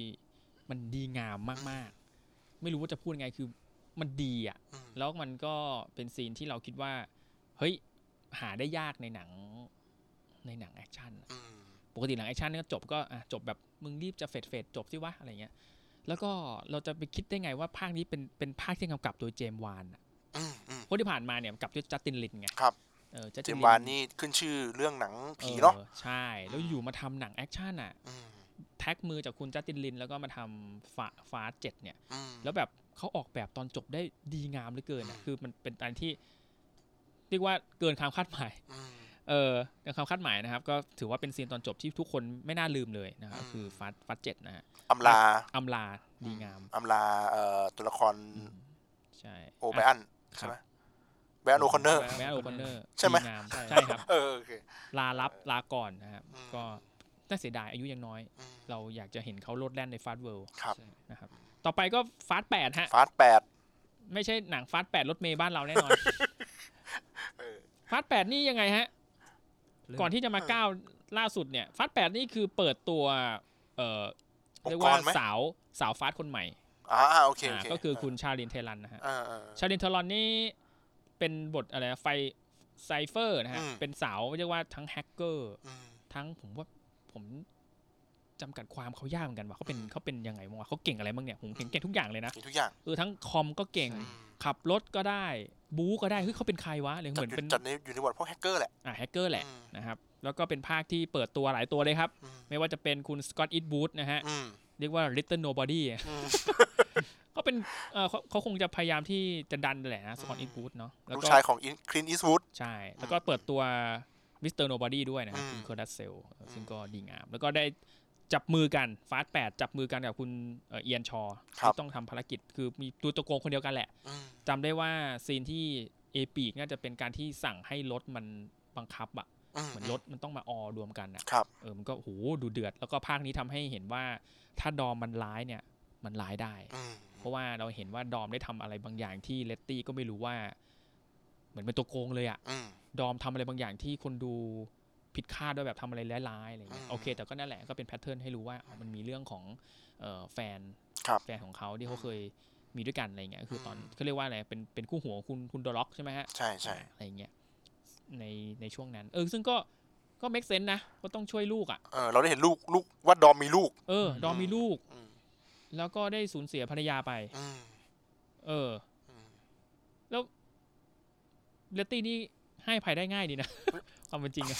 Speaker 1: มันดีงามมากๆ ไม่รู้ว่าจะพูดยังไงคือมันดีอ่ะ
Speaker 5: อืม
Speaker 1: แล้วมันก็เป็นซีนที่เราคิดว่า เฮ้ย หาได้ยากในหนังในหนังแอคชั่นอะ
Speaker 5: อืม
Speaker 1: ปกติหนังแอคชั่นเนี่ยก็จบก็อ่ะจบแบบมึงรีบจะเฟดเฟดจบสิวะอะไรเงี้ย แล้วก็เราจะไปคิดได้ไงว่าภาคนี้เป็นเป็นภาคที่กำกับโดยเจมส์วานอะ
Speaker 5: อืมอืม
Speaker 1: คนที่ผ่านมาเนี่ยกำกับด้วยจัสตินลินไง
Speaker 5: ครับ
Speaker 1: เออจัส
Speaker 5: เจ
Speaker 1: ติน
Speaker 5: ม
Speaker 1: ลิ
Speaker 5: ส์วานนี่ขึ้นชื่อเรื่องหนังผีเนาะ
Speaker 1: ออใช่ แล้วอยู่มาทำหนังแอคชั่นอ่ะ
Speaker 5: อืม
Speaker 1: แท็กมือจากคุณจัสตินลิน แล้วก็มาทำฟาฟาสเจ็ดเนี่ย
Speaker 5: อืม
Speaker 1: แล้วแบบเขาออกแบบตอนจบได้ดีงามเหลือเกินอะ
Speaker 5: อืม
Speaker 1: คือมันเป็นการที่เรียกว่าเกินความคาดหมาย
Speaker 5: อืม
Speaker 1: เออเกินความคาดหมายนะครับ ก็ถือว่าเป็นซีนตอนจบที่ทุกคนไม่น่าลืมเลยนะครับ
Speaker 5: อืม
Speaker 1: คือฟาสฟาสเจ็ดนะฮะ
Speaker 5: อำลา
Speaker 1: อำลาดีงาม
Speaker 5: อำลาเอ่อตัวละคร
Speaker 1: อืมใช่
Speaker 5: โอไบร
Speaker 1: ะ
Speaker 5: อัน
Speaker 1: ครับ
Speaker 5: ใช่ไหม
Speaker 2: แวนโอคอนเนอร์
Speaker 1: แมนโอคอนเนอร์
Speaker 2: ใช่ไหม
Speaker 1: ใช่ครับ
Speaker 2: เออโอเค
Speaker 1: ลารับลาก่อนนะครับ
Speaker 2: อืม
Speaker 1: ก็น่าเสียดายอายุยังน้อย
Speaker 2: อืม
Speaker 1: เราอยากจะเห็นเขาโลดแล่นในฟาสต์เวิลด์
Speaker 2: ครับ
Speaker 1: นะครับต่อไปก็ฟาสแปดฮะ
Speaker 2: ฟาสแปด
Speaker 1: ไม่ใช่หนังฟาสแปดรถเมย์บ้านเราแน่ นอน
Speaker 2: เออ
Speaker 1: ฟาสแปดนี่ยังไงฮะ ก่อนที่จะมาก้าวล่าสุดเนี่ยฟาสแปดนี่คือเปิดตัว เอ่อ
Speaker 2: องค์กร
Speaker 1: เรียกว่า
Speaker 2: ไหม
Speaker 1: สาวสาวฟาสคนใหม่
Speaker 2: อ่าโอเคโอ
Speaker 1: อ่า
Speaker 2: เค
Speaker 1: ก็คือคุณชาลินเทลันนะฮะ
Speaker 2: อ่าอ่า
Speaker 1: ชาลินเทลอนนี่เป็นบทอะไรนะไฟไซเฟอร์นะฮะ
Speaker 2: อืม
Speaker 1: เป็นสาวเรียกว่าทั้งแฮกเกอร์
Speaker 2: อืม
Speaker 1: ทั้งผมว่าผมจำกัดความเขายากเหมือนกันว่าเขาเป็นเขาเป็นยังไงบ้างวะเขาเก่งอะไรบ้างเนี่ยผมเก่งเก่งทุกอย่างเลยนะ
Speaker 2: มีทุกอย่าง
Speaker 1: เออทั้งคอมก็เก่ง
Speaker 2: อืม
Speaker 1: ขับรถก็ได้ บู๊ก็ได้เฮ้ยเขาเป็นใครวะเลยเหมือนเป็น
Speaker 2: จัดในอยู่ในบทพวกแฮกเกอร์แหละ
Speaker 1: อ่าแฮกเกอร์แหละ
Speaker 2: อืม
Speaker 1: นะครับ แล้วก็เป็นภาคที่เปิดตัวหลายตัวเลยครับ
Speaker 2: อืม
Speaker 1: ไม่ว่าจะเป็นคุณสกอตต์อิทบูธนะฮะ
Speaker 2: อืม
Speaker 1: เรียกว่า Little Nobody
Speaker 2: อืม
Speaker 1: ก็เป็นเอ่อเขาเขาคงจะพยายามที่จะดันแหละนะสกอตต์อิทบูธเนาะแล้ว
Speaker 2: ลูก
Speaker 1: ก็
Speaker 2: ชายของคลินอีสวูด
Speaker 1: ใช่ แล้วก็เปิดตัวมิสเตอร์โนบอดี้ด้วยนะครับ
Speaker 2: อืม
Speaker 1: คุณเคอร์ดัสเซล ซึ่ง
Speaker 2: อืม
Speaker 1: ก็ดีงาม แล้วก็ได้จับมือกันฟาสแปดจับมือกันกับคุณเอ่อเอียนชอว์
Speaker 2: ครับ
Speaker 1: ที่ต้องทำภารกิจคือมีตัวตะโกงคนเดียวกันแหละจำได้ว่าซีนที่เอปีกน่าจะเป็นการที่สั่งให้รถมันบังคับอะเหมือนรถมันต้องมาออรวมกันอะ
Speaker 2: ครับ
Speaker 1: เออมันก็โหดูเดือด แล้วก็ภาคนี้ทำให้เห็นว่าถ้าดอมมันร้ายเนี่ยมันร้ายได้
Speaker 2: อืม
Speaker 1: เพราะว่าเราเห็นว่าดอมได้ทำอะไรบางอย่างที่เลตตี้ก็ไม่รู้ว่า เหมือนเป็นตัวโกงเลยอะ
Speaker 2: อืม
Speaker 1: ดอมทำอะไรบางอย่างที่คนดูผิดคาดด้วยแบบทำอะไรร้ายๆอะไรเงี้ย
Speaker 2: อืม
Speaker 1: โอเค แต่ก็นั่นแหละก็เป็นแพทเทิร์นให้รู้ว่าอ๋อมันมีเรื่องของเอ่อแฟน
Speaker 2: ครับ
Speaker 1: แฟนของเขาที่เขาเคยมีด้วยกันอะไรเงี้ยก็คือตอน
Speaker 2: อืม
Speaker 1: เขาเรียกว่าอะไรเป็นเป็นคู่หัวของคุณคุณดอล็อกใช่ไหมฮะ
Speaker 2: ใช่ใช่
Speaker 1: อะไรเงี้ยในในช่วงนั้น เออซึ่งก็ก็เมคเซนนะก็ต้องช่วยลูกอ่ะ
Speaker 2: เออเราได้เห็นลูกลูกว่าดอมมีลูก
Speaker 1: เอออ
Speaker 3: ม
Speaker 1: ดอมมีลูก
Speaker 2: อืม
Speaker 1: แล้วก็ได้สูญเสียภรรยาไป
Speaker 2: อืม
Speaker 1: เออ
Speaker 2: อืม
Speaker 1: เลตตี้นี่ให้อภัยได้ง่ายดีนะ ความเป็นจริงอะ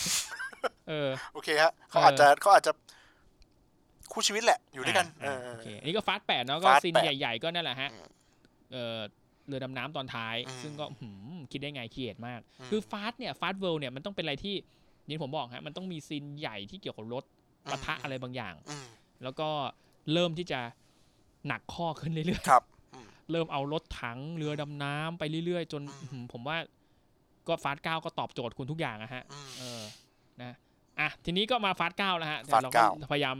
Speaker 1: เออ
Speaker 2: โอเคฮะเขาอาจจะเขาอาจจะคู่ชีวิตแหละอยู่ด้วยกันเอ
Speaker 1: อ่า
Speaker 2: อเอ
Speaker 1: โอ
Speaker 2: อ
Speaker 1: เคอันนี้ก็ฟาสแปดเนาะก็
Speaker 2: Fast
Speaker 1: ซีน
Speaker 2: 8
Speaker 1: ใหญ่ ๆ ก็นั่นแหละฮะ
Speaker 2: อืม
Speaker 1: เออเรือดำน้ำตอนท้าย
Speaker 2: อืม
Speaker 1: ซึ่งก็หืมคิดได้ไงเคียดมาก
Speaker 2: อืม
Speaker 1: คือฟาสเนี่ยฟาสเวิลเนี่ยมันต้องเป็นอะไรที่อยินผมบอกฮะมันต้องมีซีนใหญ่ที่เกี่ยวกับรถ
Speaker 2: อืม
Speaker 1: ปะทะอะไรบางอย่าง
Speaker 2: อืม
Speaker 1: แล้วก็เริ่มที่จะหนักข้อขึ้นเรื่อย
Speaker 2: ครับอืม
Speaker 1: ๆ เริ่มเอารถถังเรือดำน้ำไปเรื่อยๆ จน
Speaker 2: อืม
Speaker 1: หืมผมว่าก็ฟาสเก้าก็ตอบโจทย์คุณทุกอย่างอะฮะ
Speaker 2: อืม
Speaker 1: เออ นะ อ่ะ ทีนี้ก็มาฟาสเก้าแล้วฮะ
Speaker 2: ฟาสต์เก้า
Speaker 1: ดี๋ยวรพยายาม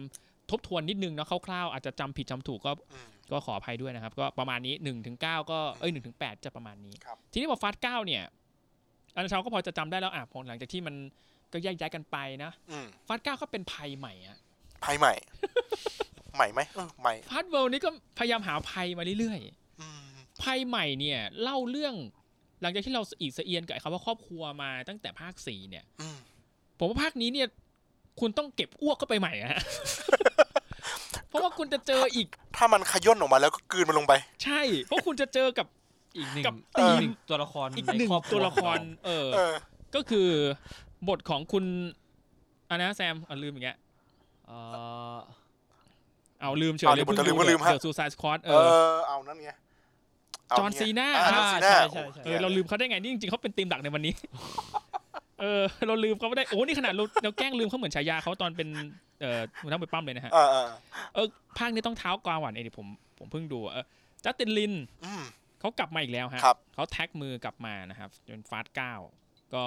Speaker 1: ทบทวนนิดนึงเนาะคร่าวๆ อาจจะจำผิดจำถูกก็
Speaker 2: อืม
Speaker 1: ก็ขออภัยด้วยนะครับ ก็ประมาณนี้1นถึงเก็ เอ้ย1นถึงแจะประมาณนี้
Speaker 2: ครับ
Speaker 1: ทีนี้พอฟาสเก้าเนี่ย อันเชาก็พอจะจำได้แล้วอ่ะพอหลังจากที่มันก็แยกย้ายกันไปนะ
Speaker 2: อืม
Speaker 1: ฟาสเก้าก็เป็นภัยใหม่อะ
Speaker 2: ภั ยใหม่ ใหม่ไหมเออใหม่
Speaker 1: ฟาสเวิลด์นี่ก็พยายามหาภัยมาเรื่อยๆ
Speaker 2: อืม
Speaker 1: ภัยใหม่เนี่ยเล่าเรื่องหลังจากที่เราสะอีกสะเอียนกับไอ้คำว่าครอบครัวมาตั้งแต่ภาคสี่เนี่ย
Speaker 2: อืม
Speaker 1: ผมว่าภาคนี้เนี่ย คุณต้องเก็บอ้วกเข้าไปใหม่อะ ฮะ เพราะว่าคุณจะเจออีก
Speaker 2: ถ้ามันขย่นออกมาแล้วก็กลืนมันลงไป
Speaker 1: ใช่ เพราะคุณจะเจอกับ
Speaker 3: อีกหนึ่ง
Speaker 1: กับ
Speaker 3: เออ
Speaker 1: ธีม
Speaker 3: อีกหนึ่งตัวละคร
Speaker 1: อีกหนึ่ง
Speaker 3: ใครอบรั
Speaker 1: ตัวละคร เออ
Speaker 2: เออ
Speaker 1: ก็คือบทของคุณอันนะแซมเอาลืมอีกแล้ว
Speaker 3: เอ่อ
Speaker 1: เอาลืมเฉย
Speaker 2: เอา
Speaker 1: เลย
Speaker 2: เดี๋ยวผมจะลืม
Speaker 1: เพิ่ง
Speaker 2: ก็ลืมฮะ
Speaker 1: เดอะซูซายสควอต
Speaker 2: เอ
Speaker 1: เออ
Speaker 2: อ เอานั่นไงเา
Speaker 1: จอห์น
Speaker 2: เย
Speaker 1: ซีน่า
Speaker 2: อ่จอห์ซีน่า
Speaker 3: ใช่ใช่ใช่
Speaker 1: เออเราลืมเขาได้ไงนี่จริงๆเขาเป็นทีมหลักในวันนี้ เออ เราลืมเขาไม่ได้โอ้นี่ขนาดเราเราแกล้งลืมเขาเหมือนฉายาเขาตอนเป็นเอ่อหัวหน้าหน่วยปั้มเลยนะฮะ
Speaker 2: เออเออ
Speaker 1: เออภาคนี้ต้องเท้ากวาหวานเองดิผมผมเพิ่งดูเออจัสตินลิน
Speaker 2: อืม
Speaker 1: เขากลับมาอีกแล้วฮะ
Speaker 2: ครับ
Speaker 1: เขาแท็กมือกลับมานะครับเป็นฟาสเก้าก็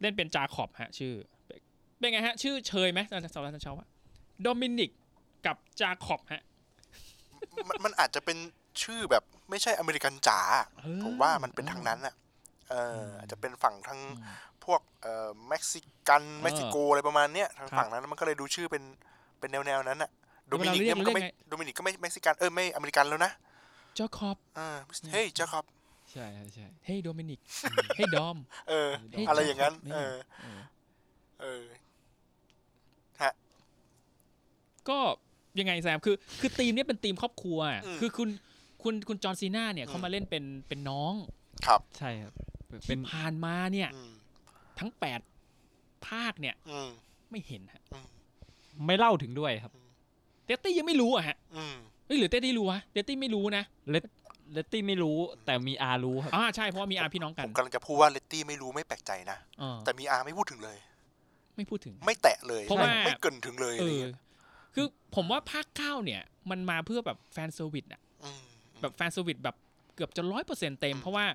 Speaker 1: เล่นเป็นจาขอบฮะ ชื่อ เป็นไงฮะ ชื่อเชยไหมท่านสาวท่านชาวะโดมินิกกับจาขอบฮะ
Speaker 2: มันมันอาจจะเป็นชื่อแบบไม่ใช่อเมริกันจ๋า
Speaker 1: เออ
Speaker 2: ผมว่ามันเป็นทางนั้นอ่ะ เออ
Speaker 1: ม
Speaker 2: อาจจะเป็นฝั่งทาง
Speaker 1: อืม
Speaker 2: พวกเอ่อเม็กซิกันเม็กซิโกอะไรประมาณเนี้ยทา
Speaker 1: ค
Speaker 2: ง
Speaker 1: รับ
Speaker 2: ฝั่งนั้นมันก็เลยดูชื่อเป็นเป็นแนวแนวๆนั้นอ่ะ
Speaker 1: เดี๋
Speaker 2: โด
Speaker 1: ยว
Speaker 2: มินิก
Speaker 1: เวลาเรีย
Speaker 2: เนี่
Speaker 1: ก
Speaker 2: ยมันก็
Speaker 1: เรียก
Speaker 2: ไม่
Speaker 1: ไง
Speaker 2: โดมินิกก็ไม่เม็กซิกันเออไม่อเมริกันแล้วนะ
Speaker 1: จาขอบ
Speaker 2: เออเฮ้ยเจ้าครับ
Speaker 3: ใช่ใช่ใช่
Speaker 1: เฮ้ยโดมินิกเฮ้ยดอม
Speaker 2: เออ
Speaker 1: เฮ้ย
Speaker 2: อะไรอย่างนั้น
Speaker 1: เจ้าค
Speaker 2: เอ
Speaker 1: รับนี่ เอ
Speaker 2: อ
Speaker 1: อ
Speaker 2: เออ
Speaker 1: ก็ยังไงแซมคือคือทีมเนี้ยเป็นทีมครอบครัวอะ
Speaker 2: อืม
Speaker 1: คือคุณคุณคุณจอห์นซีน่าเนี่ย
Speaker 2: อืม
Speaker 1: เขามาเล่นเป็นเป็นน้อง
Speaker 2: ครับ
Speaker 3: ใช่ครับ เป็
Speaker 1: เป็น นผ่านมาเนี่ย
Speaker 2: อืม
Speaker 1: ทั้งแปดภาคเนี่ย
Speaker 2: อืม
Speaker 1: ไม่เห็นฮะ
Speaker 3: ไม่เล่าถึงด้วยครับ
Speaker 1: เตตตี้ยังไม่รู้อะฮะ
Speaker 2: อืม
Speaker 1: เอ้ยหรือเตตตี้รู้วะเตตตี้ไม่รู้นะ
Speaker 3: เลตตี้ไม่รู้แต่มีอารู้ครับ
Speaker 1: อ่าใช่เพราะว่ามีอาพี่น้องกั
Speaker 2: ผ
Speaker 1: น
Speaker 2: มกำลังจะพูดว่าเลตตี้ไม่รู้ไม่แปลกใจนะ
Speaker 1: เออ
Speaker 2: แต่มีอาไม่พูดถึงเลย
Speaker 1: ไม่พูดถึง
Speaker 2: ไม่แตะเลย
Speaker 1: เพราะว่า
Speaker 2: ไม่เกรินถึงเลย
Speaker 1: เอ
Speaker 2: อะไร
Speaker 1: อ
Speaker 2: เงี้ย
Speaker 1: คือผมว่าภาคเก้าเนี่ย มันมาเพื่อแบบแฟนเซอร์วิสอะ
Speaker 2: อืม
Speaker 1: แบบแฟนเซอร์วิสแบบเกือบจะร้อยเปอร์เซ็นต์เต็ม
Speaker 2: อืม
Speaker 1: เพราะว่า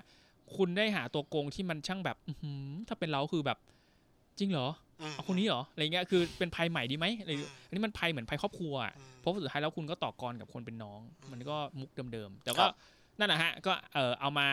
Speaker 1: คุณได้หาตัวโกงที่มันช่างแบบอื้อหือถ้าเป็นเราคือแบบจริงเหรอ
Speaker 2: อืม
Speaker 1: เอาคนนี้เหรออะไรเงี้ยคือเป็นภัยใหม่ดีไหมอะไรอย่างเงี้ย
Speaker 2: อืม
Speaker 1: อันนี้มันภัยเหมือนภัยครอบครัวอะ
Speaker 2: อืม
Speaker 1: เพราะสุดท้ายแล้วคุณก็ต่อกรกับคนเป็นน้อง
Speaker 2: อืม
Speaker 1: มันก็มุกเดิมๆ แต่
Speaker 2: ครั
Speaker 1: ก็
Speaker 2: บ
Speaker 1: นั่นแหละฮะ ก็เออเอามา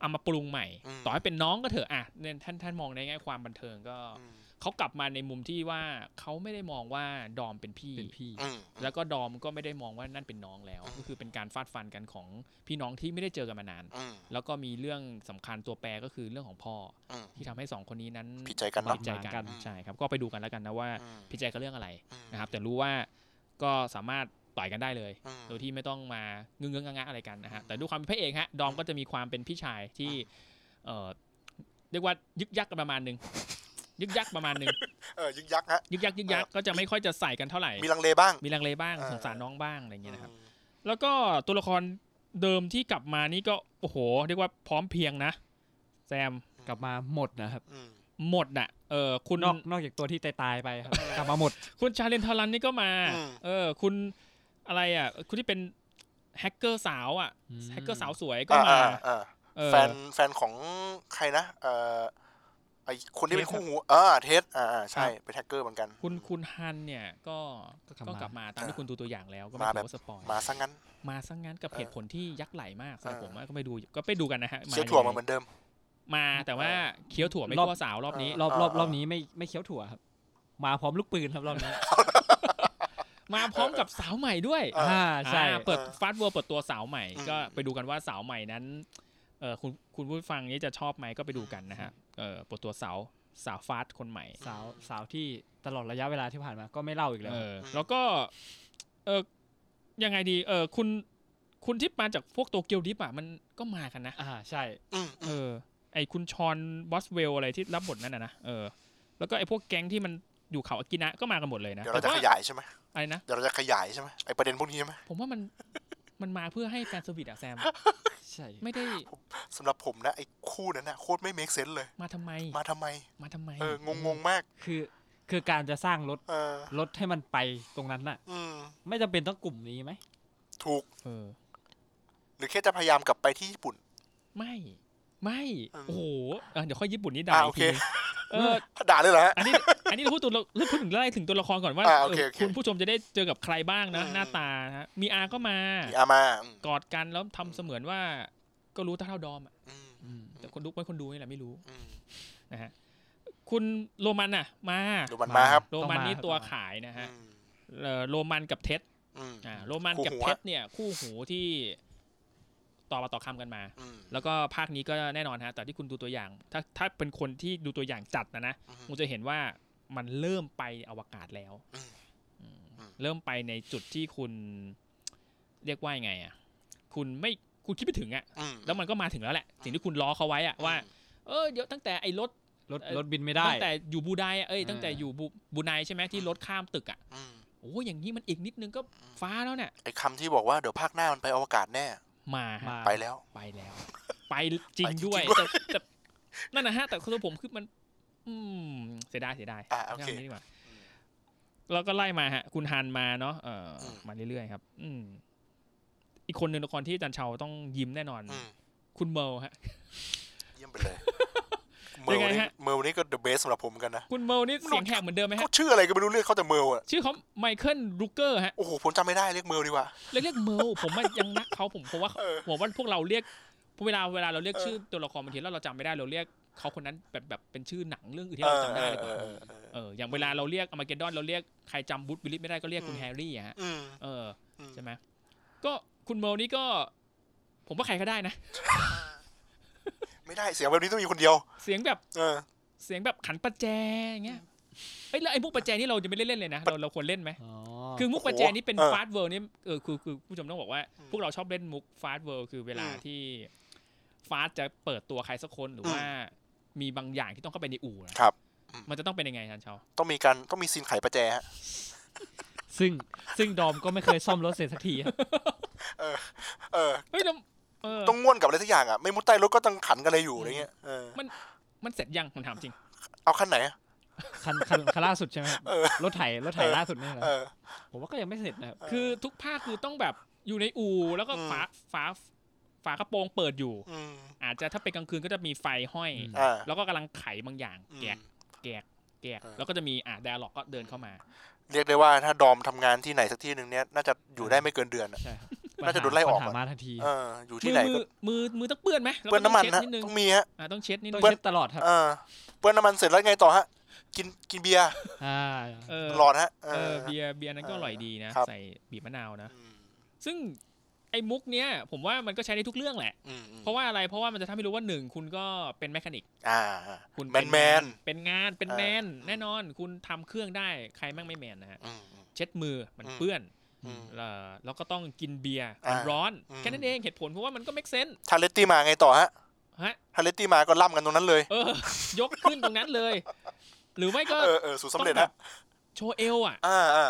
Speaker 1: เอามาปรุงใหม่
Speaker 2: อืม
Speaker 1: ต่อให้เป็นน้องก็เถอะอ่ะเนี่ยท่านท่านมองในแง่ความบันเทิงก็
Speaker 2: อืม
Speaker 1: เขากลับมาในมุมที่ว่าเขาไม่ได้มองว่าดอมเป็นพี่
Speaker 3: เป็นพี่
Speaker 2: อืม
Speaker 1: แล้วก็ดอมก็ไม่ได้มองว่านั่นเป็นน้องแล้ว
Speaker 2: อืม
Speaker 1: ก็คือเป็นการฟาดฟันกันของพี่น้องที่ไม่ได้เจอกันมานาน
Speaker 2: อืม
Speaker 1: แล้วก็มีเรื่องสำคัญตัวแปรก็คือเรื่องของพ่ออ
Speaker 2: ม
Speaker 1: ที่ทำให้สองคนนี้นั้น
Speaker 2: ผิดใจกันเนอะ
Speaker 1: ผิดใจ
Speaker 3: ผิดใจกั
Speaker 1: กัน นใช่ครับก็ไปดูกันแล้วกันนะว่า
Speaker 2: อืม
Speaker 1: ผิดใจกันเรื่องอะไร
Speaker 2: อืม
Speaker 1: นะครับแต่รู้ว่าก็สามารถต่อยกันได้เลย
Speaker 2: อืม
Speaker 1: โดยที่ไม่ต้องมางึ้งเงงะงะอะไรกันนะฮะ
Speaker 2: อืม
Speaker 1: แต่ด้วยความเป็นพระเอกฮะดอมก็จะมีความเป็นพี่ชายที่เอ่อเรียกว่ายึกยักกันประมาณหนึ่งยึกยักประมาณหนึ่ง
Speaker 2: เออยึกยักฮะ
Speaker 1: ยึกยักยึกยักก็จะไม่ค่อยจะใส่กันเท่าไหร่
Speaker 2: มีลังเลบ้าง
Speaker 1: มีลังเลบ้าง
Speaker 2: เออ
Speaker 1: สงสารน้องบ้างอะไรอย่างเงี้ยนะครับ
Speaker 2: อืม
Speaker 1: แล้วก็ตัวละครเดิมที่กลับมานี่ก็โอ้โห เรียกว่าพร้อมเพรียงนะแซม
Speaker 3: กลับมาหมดนะครับ
Speaker 2: อืม
Speaker 1: หมดอ่ะเออคุณ
Speaker 3: นอกนอกจากตัวที่ตายตายๆไปครับ กลับมาหมด
Speaker 1: คุณชาเลนทารันนี่ก็มา
Speaker 2: อืม
Speaker 1: เออ คุณอะไรอ่ะ คุณที่เป็นแฮกเกอร์สาวอ่ะ
Speaker 3: อืม
Speaker 1: แฮกเกอร์สาวสวยก็มา
Speaker 2: อ่อ่อ่า
Speaker 1: เออ
Speaker 2: แฟนแฟนของใครนะเอ่อไอคนที่เป็น
Speaker 1: เทส
Speaker 2: คู่หูเออเทสอ่าอ่าใช่เป็นแฮกเกอร์เหมือนกัน
Speaker 1: คุณคุณฮันเนี่ยก็
Speaker 3: ก็ก
Speaker 1: ก็ก
Speaker 3: ลับมา
Speaker 1: ลับมาตามที่คุณดูตัวอย่างแล้วก็ไม่
Speaker 2: มา
Speaker 1: ถือบ
Speaker 2: แบ
Speaker 1: ว่าสปอย
Speaker 2: มาซะงั้น
Speaker 1: มาซะงั้นกับ
Speaker 2: เออ
Speaker 1: เหตุผลที่ยักษ์ไหลมากสำหรับ
Speaker 2: เออ
Speaker 1: ผมอะก็ไปดูก็ไปดูกันนะฮะ
Speaker 2: เคี้ยวถั่วมา
Speaker 1: ยัง
Speaker 2: เห
Speaker 1: ไง
Speaker 2: มือนเดิม
Speaker 1: มาแต่ว่าเคี้ยวถั่วไม่
Speaker 3: รอบ
Speaker 1: กลัวสาวรอบนี้
Speaker 3: รอบรอบ
Speaker 2: อ่าร
Speaker 3: อบนี้ไม่ไม่เคี้ยวถั่วครับ มาพร้อมลูกปืนครับรอบนี้
Speaker 1: มาพร้อมกับสาวใหม่ด้วย
Speaker 2: เอออ่
Speaker 3: อ่าใช่
Speaker 1: อ่าเปิด
Speaker 2: เออ
Speaker 1: ฟาสต์เวิร์เปิดตัวสาวใหม่
Speaker 2: อืม
Speaker 1: ก็ไปดูกันว่าสาวใหม่นั้นเออคุณคุณผู้ฟังนี้จะชอบไหมก็ไปดูกันนะฮะเออเปิดตัวสาวสาวฟาสต์คนใหม่
Speaker 3: สาวสาวที่ตลอดระยะเวลาที่ผ่านมาก็ไม่เล่าอีกแล้ว
Speaker 1: เออแล้วก็เออยังไงดีเออคุณคุณที่มาจากพวกโตเกียวดิฟอ่ะมันก็มากันนะ
Speaker 3: อ่าใช่
Speaker 2: อืมอื
Speaker 1: เอ
Speaker 2: ม
Speaker 1: อ ไอคุณชอนบอสเวลอะไรที่รับบทนั่นน่ะนะเออแล้วก็ไอพวกแก๊งที่มันอยู่เขาอากินะก็มากันหมดเลยนะ
Speaker 2: เดี๋ยวเราจะ
Speaker 1: แต่ว่
Speaker 2: ขยายใช่ไหม
Speaker 1: อะไรนะ
Speaker 2: เดี๋ยวเราจะขยายใช่ไหมไอประเด็นพวกนี้ใช่ไหม
Speaker 1: ผมว่ามันมันมาเพื่อให้แฟนสวิต อะแซม
Speaker 3: ใช่
Speaker 1: ไม่ได้
Speaker 2: สำหรับผมนะไอคู่นั้นนะโคตรไม่เมคเซนส์เลย
Speaker 1: มาทำไม
Speaker 2: มาทำไม
Speaker 1: มาทำไม
Speaker 2: เอองงงๆมาก
Speaker 3: คือคือการจะสร้างรถ
Speaker 2: เออ
Speaker 3: รถให้มันไปตรงนั้นน่ะ
Speaker 2: อืม
Speaker 3: ไม่จำเป็นต้องกลุ่มนี้ไหม
Speaker 2: ถูก
Speaker 1: เออ
Speaker 2: หรือแค่จะพยายามกลับไปที่ญี่ปุ่น
Speaker 1: ไม่ไม่
Speaker 2: เออ
Speaker 1: โอ้โหเออเดี๋ยวค่อยญี่ปุ่นนี่ด่า
Speaker 2: อ่ะ
Speaker 1: อีกที
Speaker 2: โอเค
Speaker 1: นึงเออ
Speaker 2: ด่าเลยเหรอฮะ
Speaker 1: อันนี้อันนี้เราพูดตัวเราเราพูดถึงไล่ถึงตัวละครก่อนว่า
Speaker 2: อ่าโอเค
Speaker 1: เออ
Speaker 2: โอเค
Speaker 1: คุณผู้ชมจะได้เจอกับใครบ้างนะ
Speaker 2: อืม
Speaker 1: หน้าตานะฮะมีอาก็มา
Speaker 2: มีอามาอืม
Speaker 1: กอดกันแล้วทำเสมือนว่าก็รู้เท่าเท่าดอมอะ
Speaker 2: อืม
Speaker 3: อืม
Speaker 1: แต่คนดูไม่คนดูนี่แหละไม่รู้
Speaker 2: อืม
Speaker 1: นะฮะคุณโรมันน่ะมา
Speaker 2: ดูมันมาครับ
Speaker 1: โรมันนี่ตัวขายนะฮะ
Speaker 2: อืม
Speaker 1: เอ่อโรมันกับเท็ด
Speaker 2: อืม
Speaker 1: อ่าโรมันกับ
Speaker 2: คู่หูอะ
Speaker 1: เท็ดเนี่ย คู่หูที่ต่อมาต่อคำกันมา
Speaker 2: อืม
Speaker 1: แล้วก็ภาคนี้ก็แน่นอนฮะแต่ที่คุณดูตัวอย่าง ถ้าถ้าเป็นคนที่ดูตัวอย่างจัดนะนะ
Speaker 2: อืม
Speaker 1: คุณจะเห็นว่ามันเริ่มไปอวกาศแล้ว
Speaker 2: อืม
Speaker 1: อืม
Speaker 2: อืม
Speaker 1: เริ่มไปในจุดที่คุณเรียกว่ายังไงอ่ะ คุณไม่คุณคิดไม่ถึงอ่ะ
Speaker 2: อืม
Speaker 1: แล้วมันก็มาถึงแล้วแหละ สิ่งที่คุณรอเขาไว้อ่ะว่า เออเดี๋ยวตั้งแต่ไอ้รถ
Speaker 3: รถ
Speaker 1: เอ่อ
Speaker 3: รถบินไม่ได้
Speaker 1: ตั้งแต่อยู่บูไดอ่ะเอ้ย
Speaker 3: อืม
Speaker 1: ตั้งแต่อยู่บูบูไนใช่ไหมที่รถข้ามตึกอ่ะ
Speaker 2: อืม
Speaker 1: โอ้ยอย่างนี้มันอีกนิดนึงก็ฟ้าแล้วเนี่ย
Speaker 2: ไอคำที่บอกว่าเดี๋ยวภาคหน้ามันไปอวกาศแน่
Speaker 1: มาฮะ
Speaker 3: มา
Speaker 2: ไปแล้ว
Speaker 1: ไปแล้ว ไปจริงด้วย
Speaker 2: ไปจริงด้วย
Speaker 1: แต่แต่นั่นนะฮะ แต่คือผมคือมัน อืมเสียดายเสียดาย
Speaker 2: อ่ะโอเค
Speaker 1: าย่างนี้ดีกว่าแล้วก็ไล่มาฮะ คุณฮันมาเนาะเอออ
Speaker 2: ม
Speaker 1: มาเรื่อยๆครับ อืม อีกคนหนึ่งละครที่อาจันเชาต้องยิ้มแน่นอน
Speaker 2: อืม
Speaker 1: คุณเมลฮะ
Speaker 2: เยี่ยมไป เลย เมอร์
Speaker 1: ยังไง
Speaker 2: นี่
Speaker 1: ฮะ
Speaker 2: เมอร์นี่ก็เดอะเบสสำหรับผมเหมือนกันนะ
Speaker 1: คุณเมลนี่เสียงแหบเหมือนเดิมไหม
Speaker 2: เขา
Speaker 1: ฮะ
Speaker 2: ชื่ออะไรก็ไม่รู้เรียกเขาแต่เมอร์อะ
Speaker 1: ชื่อเขาไมเคิลรูเกอร์ฮะ
Speaker 2: โอ้โหผมจำไม่ได้เรียกเมอร์ดีกว่า
Speaker 1: เรียกเรียกเมลผมมันยังรักเขาผมเพราะว่า
Speaker 2: เออ
Speaker 1: ผมว่าพวกเราเรียกเวลาเวลาเราเรียกชื่อตัวละครบางทีแล้วเราจำไม่ได้เราเรียกเขาคนนั้นแบบแบบเป็นชื่อหนังเรื่องอื่นที่เราจำไม่ได้เลย
Speaker 2: เอ
Speaker 1: ก่อน
Speaker 2: อเออเออเออ
Speaker 1: เอออย่างเวลาเราเรียกอมาเกดอนเราเรียกใครจำบูธวิลลิสไม่ได้ก็เรียกคุณ
Speaker 2: อืม
Speaker 1: แฮร์รี่อะฮะ
Speaker 2: อืม
Speaker 1: เออ
Speaker 2: อืม
Speaker 1: ใช่ไหมก็คุณเมลนี่ก็ ผมว่าใครก็ได้นะ
Speaker 2: ไม่ได้เสียงแบบนี้ต้องมีคนเดียว
Speaker 1: เสียงแบบ
Speaker 2: เออ
Speaker 1: เสียงแบบขันประแจอย่างเงี้ยเอ้ยแล้วไอ้มุกประแจนี่เราจะไม่เล่นเล่นเลยนะเราเราควรเล่นไหม
Speaker 3: อ๋อ
Speaker 1: คือมุกประแจนี่เป็น
Speaker 2: เออ
Speaker 1: ฟาสต์เวิร์นี่เออคือคือผู้ชมต้องบอกว่า
Speaker 2: อืม
Speaker 1: พวกเราชอบเล่นมุกฟาสต์เวิร์คือเวลา
Speaker 2: อืม
Speaker 1: ที่ฟาสต์จะเปิดตัวใครสักคนหรือว่า มีบางอย่างที่ต้องเข้าไปในอู่นะครับ มันจะต้องเป็นยังไงทันเชา
Speaker 2: ต้องมีการต้องมีซีนไขประแจฮะ
Speaker 3: ซึ่งซึ่งดอมก็ไม่เคยซ่อมรถเสร็จสักทีครับ
Speaker 2: เออ
Speaker 1: เฮ้ยเราเออ
Speaker 2: ต้องง่วนกับอะไรสักอย่างอ่ะไม่มุดใต้รถก็ต้องขันกันเลยอยู่อะไรเงี้ยเออ
Speaker 1: มันเสร็จยังผมถามจริง
Speaker 2: เอาขั้นไหนอะ
Speaker 3: คันคันคันล่าสุดใช่ไหมครับ
Speaker 2: เออ
Speaker 3: รถไถรถไถล่าสุดนี่แหละ
Speaker 2: เออ
Speaker 3: ผมว่าก็ยังไม่เสร็จนะครับ
Speaker 1: คือทุกภาคคือต้องแบบอยู่ในอู่แล้วก็
Speaker 2: อืม
Speaker 1: ฝาฝา ฝากระโปรงเปิดอยู่
Speaker 2: อืม
Speaker 1: อาจจะถ้าเป็นกลางคืนก็จะมีไฟห้อย
Speaker 3: อืม
Speaker 2: อ่า
Speaker 1: แล้วก็กำลังไขบางอย่าง
Speaker 2: อื
Speaker 1: แกก
Speaker 2: ม
Speaker 1: แกกแกก
Speaker 2: เออ
Speaker 1: แล้วก็จะมีอ่าดร์ล็อกก็เดินเข้ามา
Speaker 2: เรียกได้ว่าถ้าดอมทำงานที่ไหนสักที่หนึ่งเนี้ยน่าจะอยู่ได้ไม่เกินเดือนอะ
Speaker 3: ใช่ครับ
Speaker 2: น่าจะโดนไล่ออกอะ
Speaker 3: ปัญหามาทันที
Speaker 2: เอออยู่ที่ไหน
Speaker 1: มื
Speaker 2: ก็
Speaker 1: อมือมือต้องเปื้อนไหมรา
Speaker 2: เปื้อนน้ำมัน
Speaker 1: ก็
Speaker 2: ฮะ
Speaker 1: ต้องเช็ดนิดนึง
Speaker 2: ต้องมีฮะ
Speaker 1: อ่าต้องเช็ดนิด
Speaker 3: ต้
Speaker 1: นึ
Speaker 3: อง
Speaker 1: ง
Speaker 3: เช็ดตลอดครับ
Speaker 2: เออเปื้อนน้ำมันเสร็จแล้วไงต่อฮะ กินกินเบียร์
Speaker 3: ่า
Speaker 1: เออ
Speaker 2: หลอดฮะเอ
Speaker 1: เออ
Speaker 2: อ
Speaker 1: เบียร์เบียร์นั้นก็อร่อยดีนะ
Speaker 2: ครับ
Speaker 1: ใส่บีบมะนาวนะ
Speaker 2: อืม
Speaker 1: ซึ่งไอ้มุกเนี้ยผมว่ามันก็ใช้ในทุกเรื่องแหละ
Speaker 2: อืมอืม
Speaker 1: เพราะว่าอะไรเพราะว่ามันจะทำให้รู้ว่าหนึ่งคุณก็เป็นแมคานิก
Speaker 2: อ่า
Speaker 1: คุณ
Speaker 2: แมน
Speaker 1: เป็
Speaker 2: แมน
Speaker 1: เป็นงานเป็น
Speaker 2: เออ
Speaker 1: แมน
Speaker 2: อืม
Speaker 1: แน่นอนคุณทำเครื่องได้ใครแม่งไม่แมนนะฮะ
Speaker 2: อืมอืม
Speaker 1: เช็ดมือมัน
Speaker 2: อืม
Speaker 1: เปื้อน
Speaker 2: อืม
Speaker 1: เอ่อแล้วก็ต้องกินเบียร์มัน
Speaker 2: อ่า
Speaker 1: ร้อน
Speaker 2: อืม
Speaker 1: แค่นั้นเองเหตุผลเพราะว่ามันก็ make sense
Speaker 2: ทาเลตตี้มาไงต่อฮะ
Speaker 1: ฮะ
Speaker 2: ทาเลตตี้มาก็ล่ำกันตรงนั้นเลย
Speaker 1: เอ อ ยกขึ้นตรงนั้นเลย หรือไม่ก็
Speaker 2: เออเออสูตรสำเร็จฮะ
Speaker 1: โชว์เอวอ่ะ
Speaker 2: อ่าอ่า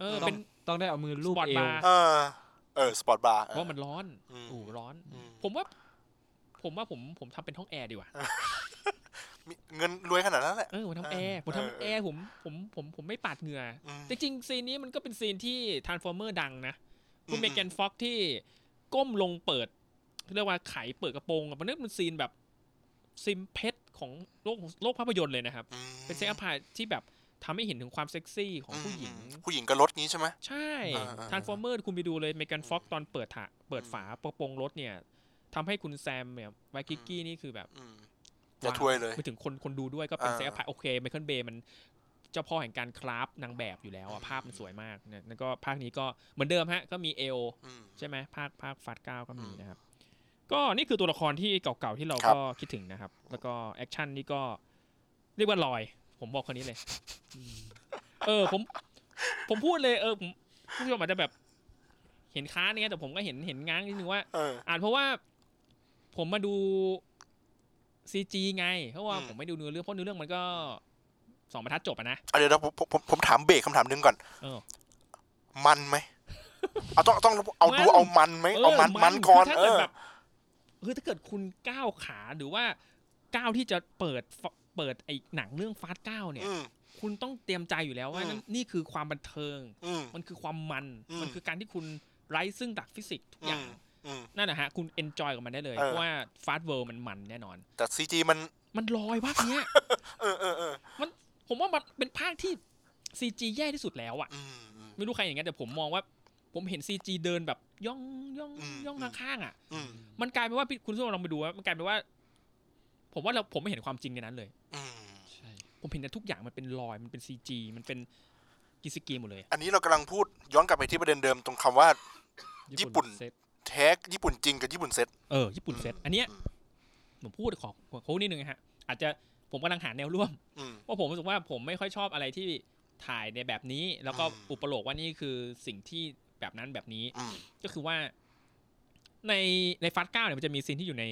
Speaker 1: เออ
Speaker 3: ต้
Speaker 1: เป็
Speaker 3: อง
Speaker 1: น
Speaker 3: ต้องได้เอามือลูบ
Speaker 1: สปอร์ต
Speaker 3: เอว
Speaker 1: บาร์
Speaker 2: เออเออสปอร์ตบาร์
Speaker 1: เพราะมันร้อน
Speaker 2: อืม
Speaker 1: อู้ร้อน
Speaker 2: อืม
Speaker 1: ผมว่า ผมว่าผมผมทำเป็นห้องแอร์ดีกว่า
Speaker 2: มีเงินรวยขนาดนั้นแหละ
Speaker 1: เออผมทำแอร์ผม
Speaker 2: เออ
Speaker 1: ทำแอร์ผมผมผมผมไม่ปาดเหงื่อ
Speaker 2: อืม
Speaker 1: แต่จริงๆซีนนี้มันก็เป็นซีนที่ทาร์ฟอร์เมอร์ดังนะ คุณเมแกนฟ็อกซ์ที่ก้มลงเปิดเรียกว่าไขเปิดกระโปรงอะมันนี่มันซีนแบบซิมเพชของโลกโลกภาพยนตร์เลยนะครับ
Speaker 2: อืม
Speaker 1: เป็นเซ็กอัพายที่แบบทำให้เห็นถึงความเซ็กซี่ของผู้หญิง
Speaker 2: อืมผู้หญิงก็ลดงี้ใช่ไหม
Speaker 1: ใช่
Speaker 2: อ่าอ่าอ่า
Speaker 1: ทาร์ฟอร์เมอร์คุณไปดูเลยเมแกนฟ็อกซ์ตอนเปิดถะเปิด
Speaker 2: อืม
Speaker 1: ฝาโปรงรถเนี่ยทำให้คุณแซมเนี่ยไวกิกกี้นี่คือแบบ
Speaker 2: อืมอย่าถวยเลย
Speaker 1: ไปถึง คนคนดูด้วยก็เป็น
Speaker 2: อ่า
Speaker 1: เซ็กอัพายโอเคไมเคิลเบย์มันเจ้าพ่อแห่งการคราฟนางแบบอยู่แล้วอะภาพมันสวยมากเนี่ยแล้วก็ภาคนี้ก็เหมือนเดิมฮะก็มีเอล
Speaker 2: อืม
Speaker 1: ใช่ไหมภาคภาคฟาดเก้าก็มี
Speaker 2: อืม
Speaker 1: นะครับ ก็นี่คือตัวละครที่เก่าๆ ที่เรา
Speaker 2: ครับ
Speaker 1: ก็คิดถึงนะครับ แล้วก็แอคชั่นนี่ก็ เรียกว่าลอย ผมบอกคนนี้เลย เออ ผม ผมพูดเลยเออผมผู้ชมอาจจะแบบ เห็นค้านเนี่ยแต่ผมก็เห็นเห็นง้างนิดนึงว่า
Speaker 2: เออ
Speaker 1: อ่านเพราะว่า ผมมาดูซีจีไง เพราะว่า
Speaker 2: อืม
Speaker 1: ผมไม่ดูเนื้อเรื่องเพราะเนื้อเรื่องมันก็สองบรรทัดจบอะนะ
Speaker 2: อ่ะเดี๋ยวนะผมผมผมผมถามเบรกคำถามหนึงก่อน
Speaker 1: เออ
Speaker 2: มันไหม เอาต้องต้องเอาดู
Speaker 1: มัน
Speaker 2: เอามันไหมเอามันมันก่อน
Speaker 1: คื
Speaker 2: เอ
Speaker 1: ถ้าเกิด
Speaker 2: อ
Speaker 1: แบบคือถ้าเกิดคุณก้าวขาหรือว่าก้าวที่จะเปิดฟเปิดไอ้หนังเรื่องฟาสเก้าเนี่ย
Speaker 2: อืม
Speaker 1: คุณต้องเตรียมใจอยู่แล้วว่า
Speaker 2: อืม
Speaker 1: นั่นนี่คือความบันเทิง
Speaker 2: อืม
Speaker 1: มันคือความมัน
Speaker 2: อืม
Speaker 1: มันคือการที่คุณไร้ซึ่งหลักฟิสิกส์ทุกอย่าง
Speaker 2: อืม
Speaker 1: นั่นนะฮะ คุณเอนจอยกับมันได้เลย
Speaker 2: เออ
Speaker 1: เพราะว่าฟาสเวิร์มันมันแน่นอน
Speaker 2: แต่ซีจีมัน
Speaker 1: มันลอยภาคเนี้ย
Speaker 2: เออเออเออ
Speaker 1: ผมว่ามันเป็นภาคที่ซีจีแย่ที่สุดแล้วอ่ะ
Speaker 2: อืมอืม
Speaker 1: ไม่รู้ใครอย่างนั้นแต่ผมมองว่า ผมเห็นซีจีเดินแบบย่องย่อง
Speaker 2: อืม
Speaker 1: ย่องข้างๆอ่ะ
Speaker 2: อืม
Speaker 1: มันกลายเป็นว่าพี่คุณส้มลองไปดูว่ามันกลายเป็นว่า ผมว่าเราผมไม่เห็นความจริงในนั้นเลย
Speaker 2: อืม
Speaker 1: ผมเห็นแต่ทุกอย่างมันเป็นรอยมันเป็นซีจีมันเป็นกิสกีหมดเลย
Speaker 2: อันนี้เรากำลังพูดย้อนกลับไปที่ประเด็นเดิมตรงคำว่า ญี่ปุ่น
Speaker 1: เซต
Speaker 2: แท็กญี่ปุ่นจริงกับญี่ปุ่นเซ็ต
Speaker 1: เออญี่ปุ่นเซตอันเนี้ยผมพูดขอขอเขานิดนึงนะฮะ อาจจะผมกำลังหาแนวร่วม
Speaker 2: อืม
Speaker 1: ว่าะผมรู้สึกว่าผมไม่ค่อยชอบอะไรที่ถ่ายในแบบนี้ แล้วก็
Speaker 2: อืม
Speaker 1: อุปโลกว่านี่คือสิ่งที่แบบนั้นแบบนี้
Speaker 2: อืม
Speaker 1: ก็คือว่า ในในฟาสเก้าเนี่ยมันจะมีซีนที่อยู่ใน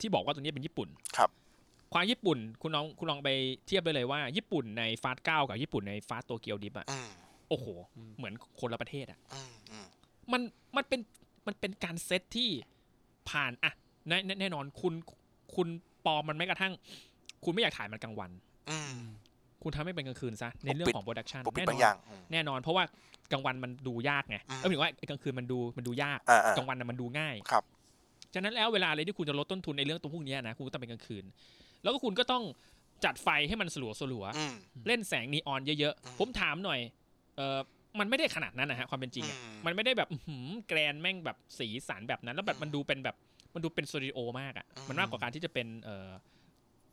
Speaker 1: ที่บอกว่าตัวนี้เป็นญี่ปุ่น
Speaker 2: ครับ
Speaker 1: ความญี่ปุ่นคุณลองคุณลองไปเทียบได้เลยว่า ญี่ปุ่นในฟาสเก้ากับญี่ปุ่นในฟาสโตเกียวดิฟอะ
Speaker 2: อืม
Speaker 1: โอ้โห
Speaker 3: อืม
Speaker 1: เหมือนคนละประเทศอะ
Speaker 2: อืมอืม
Speaker 1: มันมันเป็นมันเป็นการเซตที่ผ่านอะแน่แน่แน่นอนคุณคุณปลอมมันแม้กระทั่ง คุณไม่อยากถ่ายมันกลางวัน
Speaker 2: อืม
Speaker 1: คุณทำให้เป็นกลางคืนซะใน
Speaker 2: ปกปิด
Speaker 1: เรื่องของโปรดักชัน
Speaker 2: ปกปิด
Speaker 1: แน่น
Speaker 2: บาง
Speaker 1: อ
Speaker 2: อน ย่างอืม
Speaker 1: แน่นอน เพราะว่ากลางวันมันดูยากไง
Speaker 2: อืม
Speaker 1: เออหมายถึงว่าไอ้กลางคืนมันดูมันดูยาก
Speaker 2: อ่าอ่า
Speaker 1: กลางวันน่ะมันดูง่าย
Speaker 2: ครับ
Speaker 1: ฉะนั้นแล้วเวลาอะไรที่คุณจะลดต้นทุนในเรื่องตัวพวกเนี้ยนะคุณก็ต้องเป็นกลางคืน แล้วก็คุณก็ต้องจัดไฟให้มันสลัวสลัวๆ
Speaker 2: อืม
Speaker 1: เล่นแสงนีออนเยอะ
Speaker 2: อืม
Speaker 1: ๆ ผมถามหน่อยเออมันไม่ได้ขนาดนั้นนะฮะความเป็นจริงอะ
Speaker 2: อืม
Speaker 1: มันไม่ได้แบบอื้อหือแกรนแม่งแบบสีสันแบบนั้น แล้วแบบมันดูเป็นแบบมันดูเป็นสตูดิโอมากอะ
Speaker 2: อืม
Speaker 1: มันมากกว่าการที่จะเป็นเออ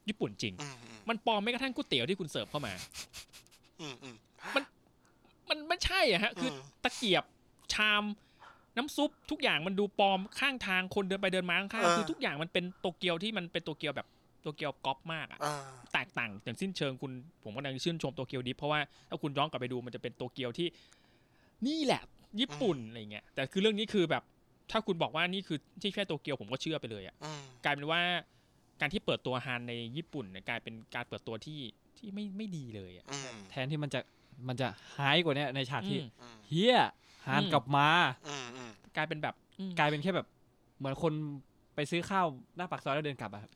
Speaker 1: ญี่ปุ่นจริง
Speaker 2: อืมอืม
Speaker 1: มันปลอมแม้กระทั่งก๋วยเตี๋ยวที่คุณเสิร์ฟเข้ามา
Speaker 2: อืมอืม
Speaker 1: มันไม่ใช่อะฮะคืออ
Speaker 2: ม
Speaker 1: ตะเกียบชามน้ำซุปทุกอย่างมันดูปลอมข้างทางคนเดินไปเดินมาข้างๆคือทุกอย่างมันเป็นโตเกียวที่มันเป็นโตเกียวแบบโตเกียวก๊อปมากอะ
Speaker 2: อ่า
Speaker 1: แตกต่างอย่างสิ้นเชิงคุณผมกำลังชื่นชมโตเกียวดิฟเพราะว่าถ้าคุณย้อนกลับไปดูมันจะเป็นโตเกียวที่ นี่แหละ ญี่ปุ่นอะไรเงี้ยแต่คือเรื่องนี้คือแบบ ถ้าคุณบอกว่านี่คือที่แค่โตเกียวผมก็เชื่อไปเลยอะ
Speaker 2: อืม
Speaker 1: กลายเป็นว่าการที่เปิดตัวฮานในญี่ปุ่นเนี่ยกลายเป็นการเปิดตัวที่ที่ไม่ไม่ดีเลยอะ
Speaker 2: อืม
Speaker 3: แทนที่มันจะมันจะหายกว่าเนี้ยในฉากที่
Speaker 1: อืม
Speaker 2: อืม
Speaker 3: เฮียหาน
Speaker 1: อืม
Speaker 3: กลับมา
Speaker 2: อืมอืม
Speaker 1: กลายเป็นแบบอืม
Speaker 3: กลายเป็นแค่แบบเหมือนคนไปซื้อข้าวหน้าปากซอยแล้วเดินกลับอะครับ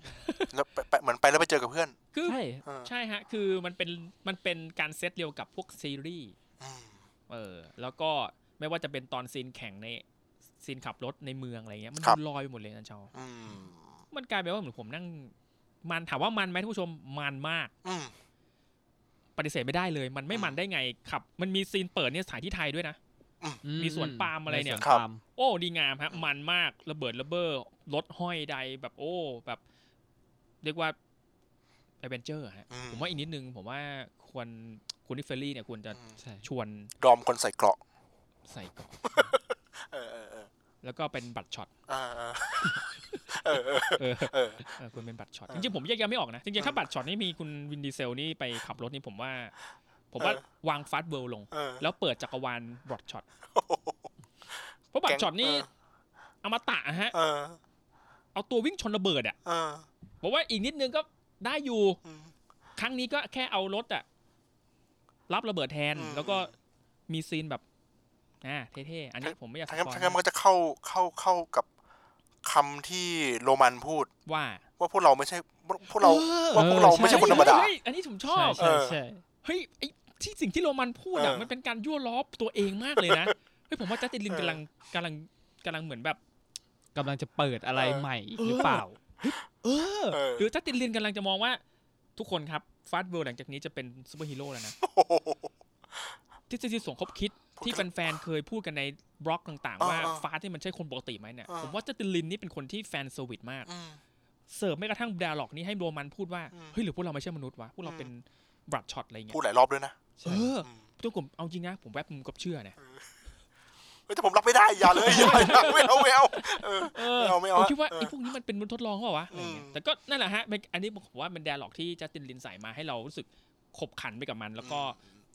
Speaker 2: แล้วไปไปเหมือนไปแล้วไปเจอกับเพื่อน
Speaker 1: คือ
Speaker 3: ใช่
Speaker 2: อ่า
Speaker 1: ใช่ฮะ คือมันเป็นมันเป็นการเซตเดียวกับพวกซีรีส์
Speaker 2: อืม
Speaker 1: เออ แล้วก็ไม่ว่าจะเป็นตอนซีนแข่งใน ซีนขับรถในเมืองอะไรเงี้ยมัน
Speaker 5: ครับ
Speaker 1: ดูลอยไปหมดเลยนะชาว
Speaker 5: อืม
Speaker 1: มันกลายเป็นว่าเหมือนผมนั่ง มันถามว่ามันไหมท่านผู้ชมมันมาก
Speaker 5: อืม
Speaker 1: ปฏิเสธไม่ได้เลย มันไม่มันได้ไงขับ มันมีซีนเปิดเนี่ยสถานที่ไทยด้วยนะ มีสวนปาล์มอะไรเนี่ย
Speaker 3: สว
Speaker 5: ครับ
Speaker 3: ปาล์ม
Speaker 1: โอ้ดีงามฮะมันมากระเบิดระเบ้อรถห้อยใดแบบโอ้แบบ เรียกว่าแอเวนเจอร์ฮะ
Speaker 5: อืม
Speaker 1: ผมว่าอีกนิดนึง ผมว่าควรคุณนิกเฟอรี่เนี่ยควรจะ
Speaker 3: ใช่
Speaker 1: ชวน
Speaker 5: ดอมคนใส่เกราะ
Speaker 1: ใส่เกราะ
Speaker 5: เออเออเออ
Speaker 1: แล้วก็เป็นบัตร ช็อต
Speaker 5: อ่าอ่าเออเออ
Speaker 1: เออ
Speaker 5: เออ
Speaker 1: เออควรเป็นบัตรช็อต
Speaker 5: เออ
Speaker 1: จริงๆผมแยกแยะไม่ออกนะจริงๆถ้า
Speaker 5: เออ
Speaker 1: บัตรช็อตนี่มีคุณวินดีเซลนี่ไปขับรถนี่ผมว่า ผมว่า
Speaker 5: เออ
Speaker 1: วางฟาสต์เวิลด์ลง
Speaker 5: เออ
Speaker 1: แล้วเปิดจักรวาลบัตรช็ อตเพราะบัตรช็อตนี่
Speaker 5: แก๊ง
Speaker 1: อมตะฮะ
Speaker 5: เออ
Speaker 1: เอาตัววิ่งชนระเบิดอ่ะ
Speaker 5: เออ
Speaker 1: บอกว่าอีกนิดนึงก็ได้อยู่
Speaker 5: อืม
Speaker 1: ครั้งนี้ก็แค่เอารถอะรับระเบิดแทน
Speaker 5: อืม
Speaker 1: แล้วก็มีซีนแบบอ่าเท่ๆ อันนี้ผมไม่อยากส
Speaker 5: ทั้งนั้น
Speaker 1: ปอย
Speaker 5: ทั้งนั้นมันก็จะเข้าเข้าเข้ากับคำที่โรมันพูด
Speaker 1: ว่า
Speaker 5: ว่าพวกเราไม่ใช่พวกเรา ว่าพวกเราไม่ใช่คนธรรมดา
Speaker 1: เฮ้ยอันนี้ผมชอบ
Speaker 3: ใช่ใช่ใช่
Speaker 1: เฮ้ยไอ้ที่สิ่งที่โรมันพูดอะ
Speaker 5: เออ
Speaker 1: มันเป็นการยั่วล้อตัวเองมากเลยนะ เฮ้ยผมว่าจัสตินลินกำลังกำลังกำลังเหมือนแบบ
Speaker 3: กำลังจะเปิดอะไรใหม่อีกหรือเปล่า
Speaker 1: เออ
Speaker 5: เออ
Speaker 1: หรือจัสตินลินกำลังจะมองว่า ทุกคนครับฟาสต์เวิลด์หลังจากนี้จะเป็นซูเปอร์ฮีโร่ แล้วนะ
Speaker 5: โอ้โห
Speaker 1: ที่ทฤษฎีสมคบคิดที่แฟนๆเคยพูดกันในบล็อกต่าง ๆ ว่า
Speaker 5: อ่าๆ
Speaker 1: ฟ้าที่มันใช่คนปกติไหมเนี่ย
Speaker 5: อ่า
Speaker 1: ผมว่าจัสตินลินนี่เป็นคนที่แฟนเซอร์วิสมาก
Speaker 5: อืม
Speaker 1: เสิร์ฟแม้กระทั่งดาล็อกนี้ให้โรมันพูดว่า
Speaker 5: อืม
Speaker 1: เฮ้ยหรือพวกเราไม่ใช่มนุษย์วะพวกเรา
Speaker 5: อืม
Speaker 1: เป็นบลัดช็อตอะไรเงี้
Speaker 5: พูด
Speaker 1: ย
Speaker 5: หลายรอบด้วยนะ
Speaker 1: เออ
Speaker 5: ม
Speaker 1: ทุกคนเอาจริงนะผมแวบมึงก็เชื่อนะ
Speaker 5: เฮ้ยแต่ผมรับไม่ได้อย่าเลย อย่าอย่าไม่เอาไม่เอาเออ
Speaker 1: เออ
Speaker 5: ไม่เอาไม่เอา
Speaker 1: ผมคิดว่า
Speaker 5: เออ
Speaker 1: ไอ้พวกนี้มันเป็นมนุษย์ทดลองเปล่าวะอะไรเงี้ย
Speaker 5: อืม
Speaker 1: แต่ก็นั่นแหละฮะเป็นอันนี้ผมว่าเป็นดาล็อกที่จัสตินลินใส่มาให้เรารู้สึกขบขันไปกับมัน แล้วก็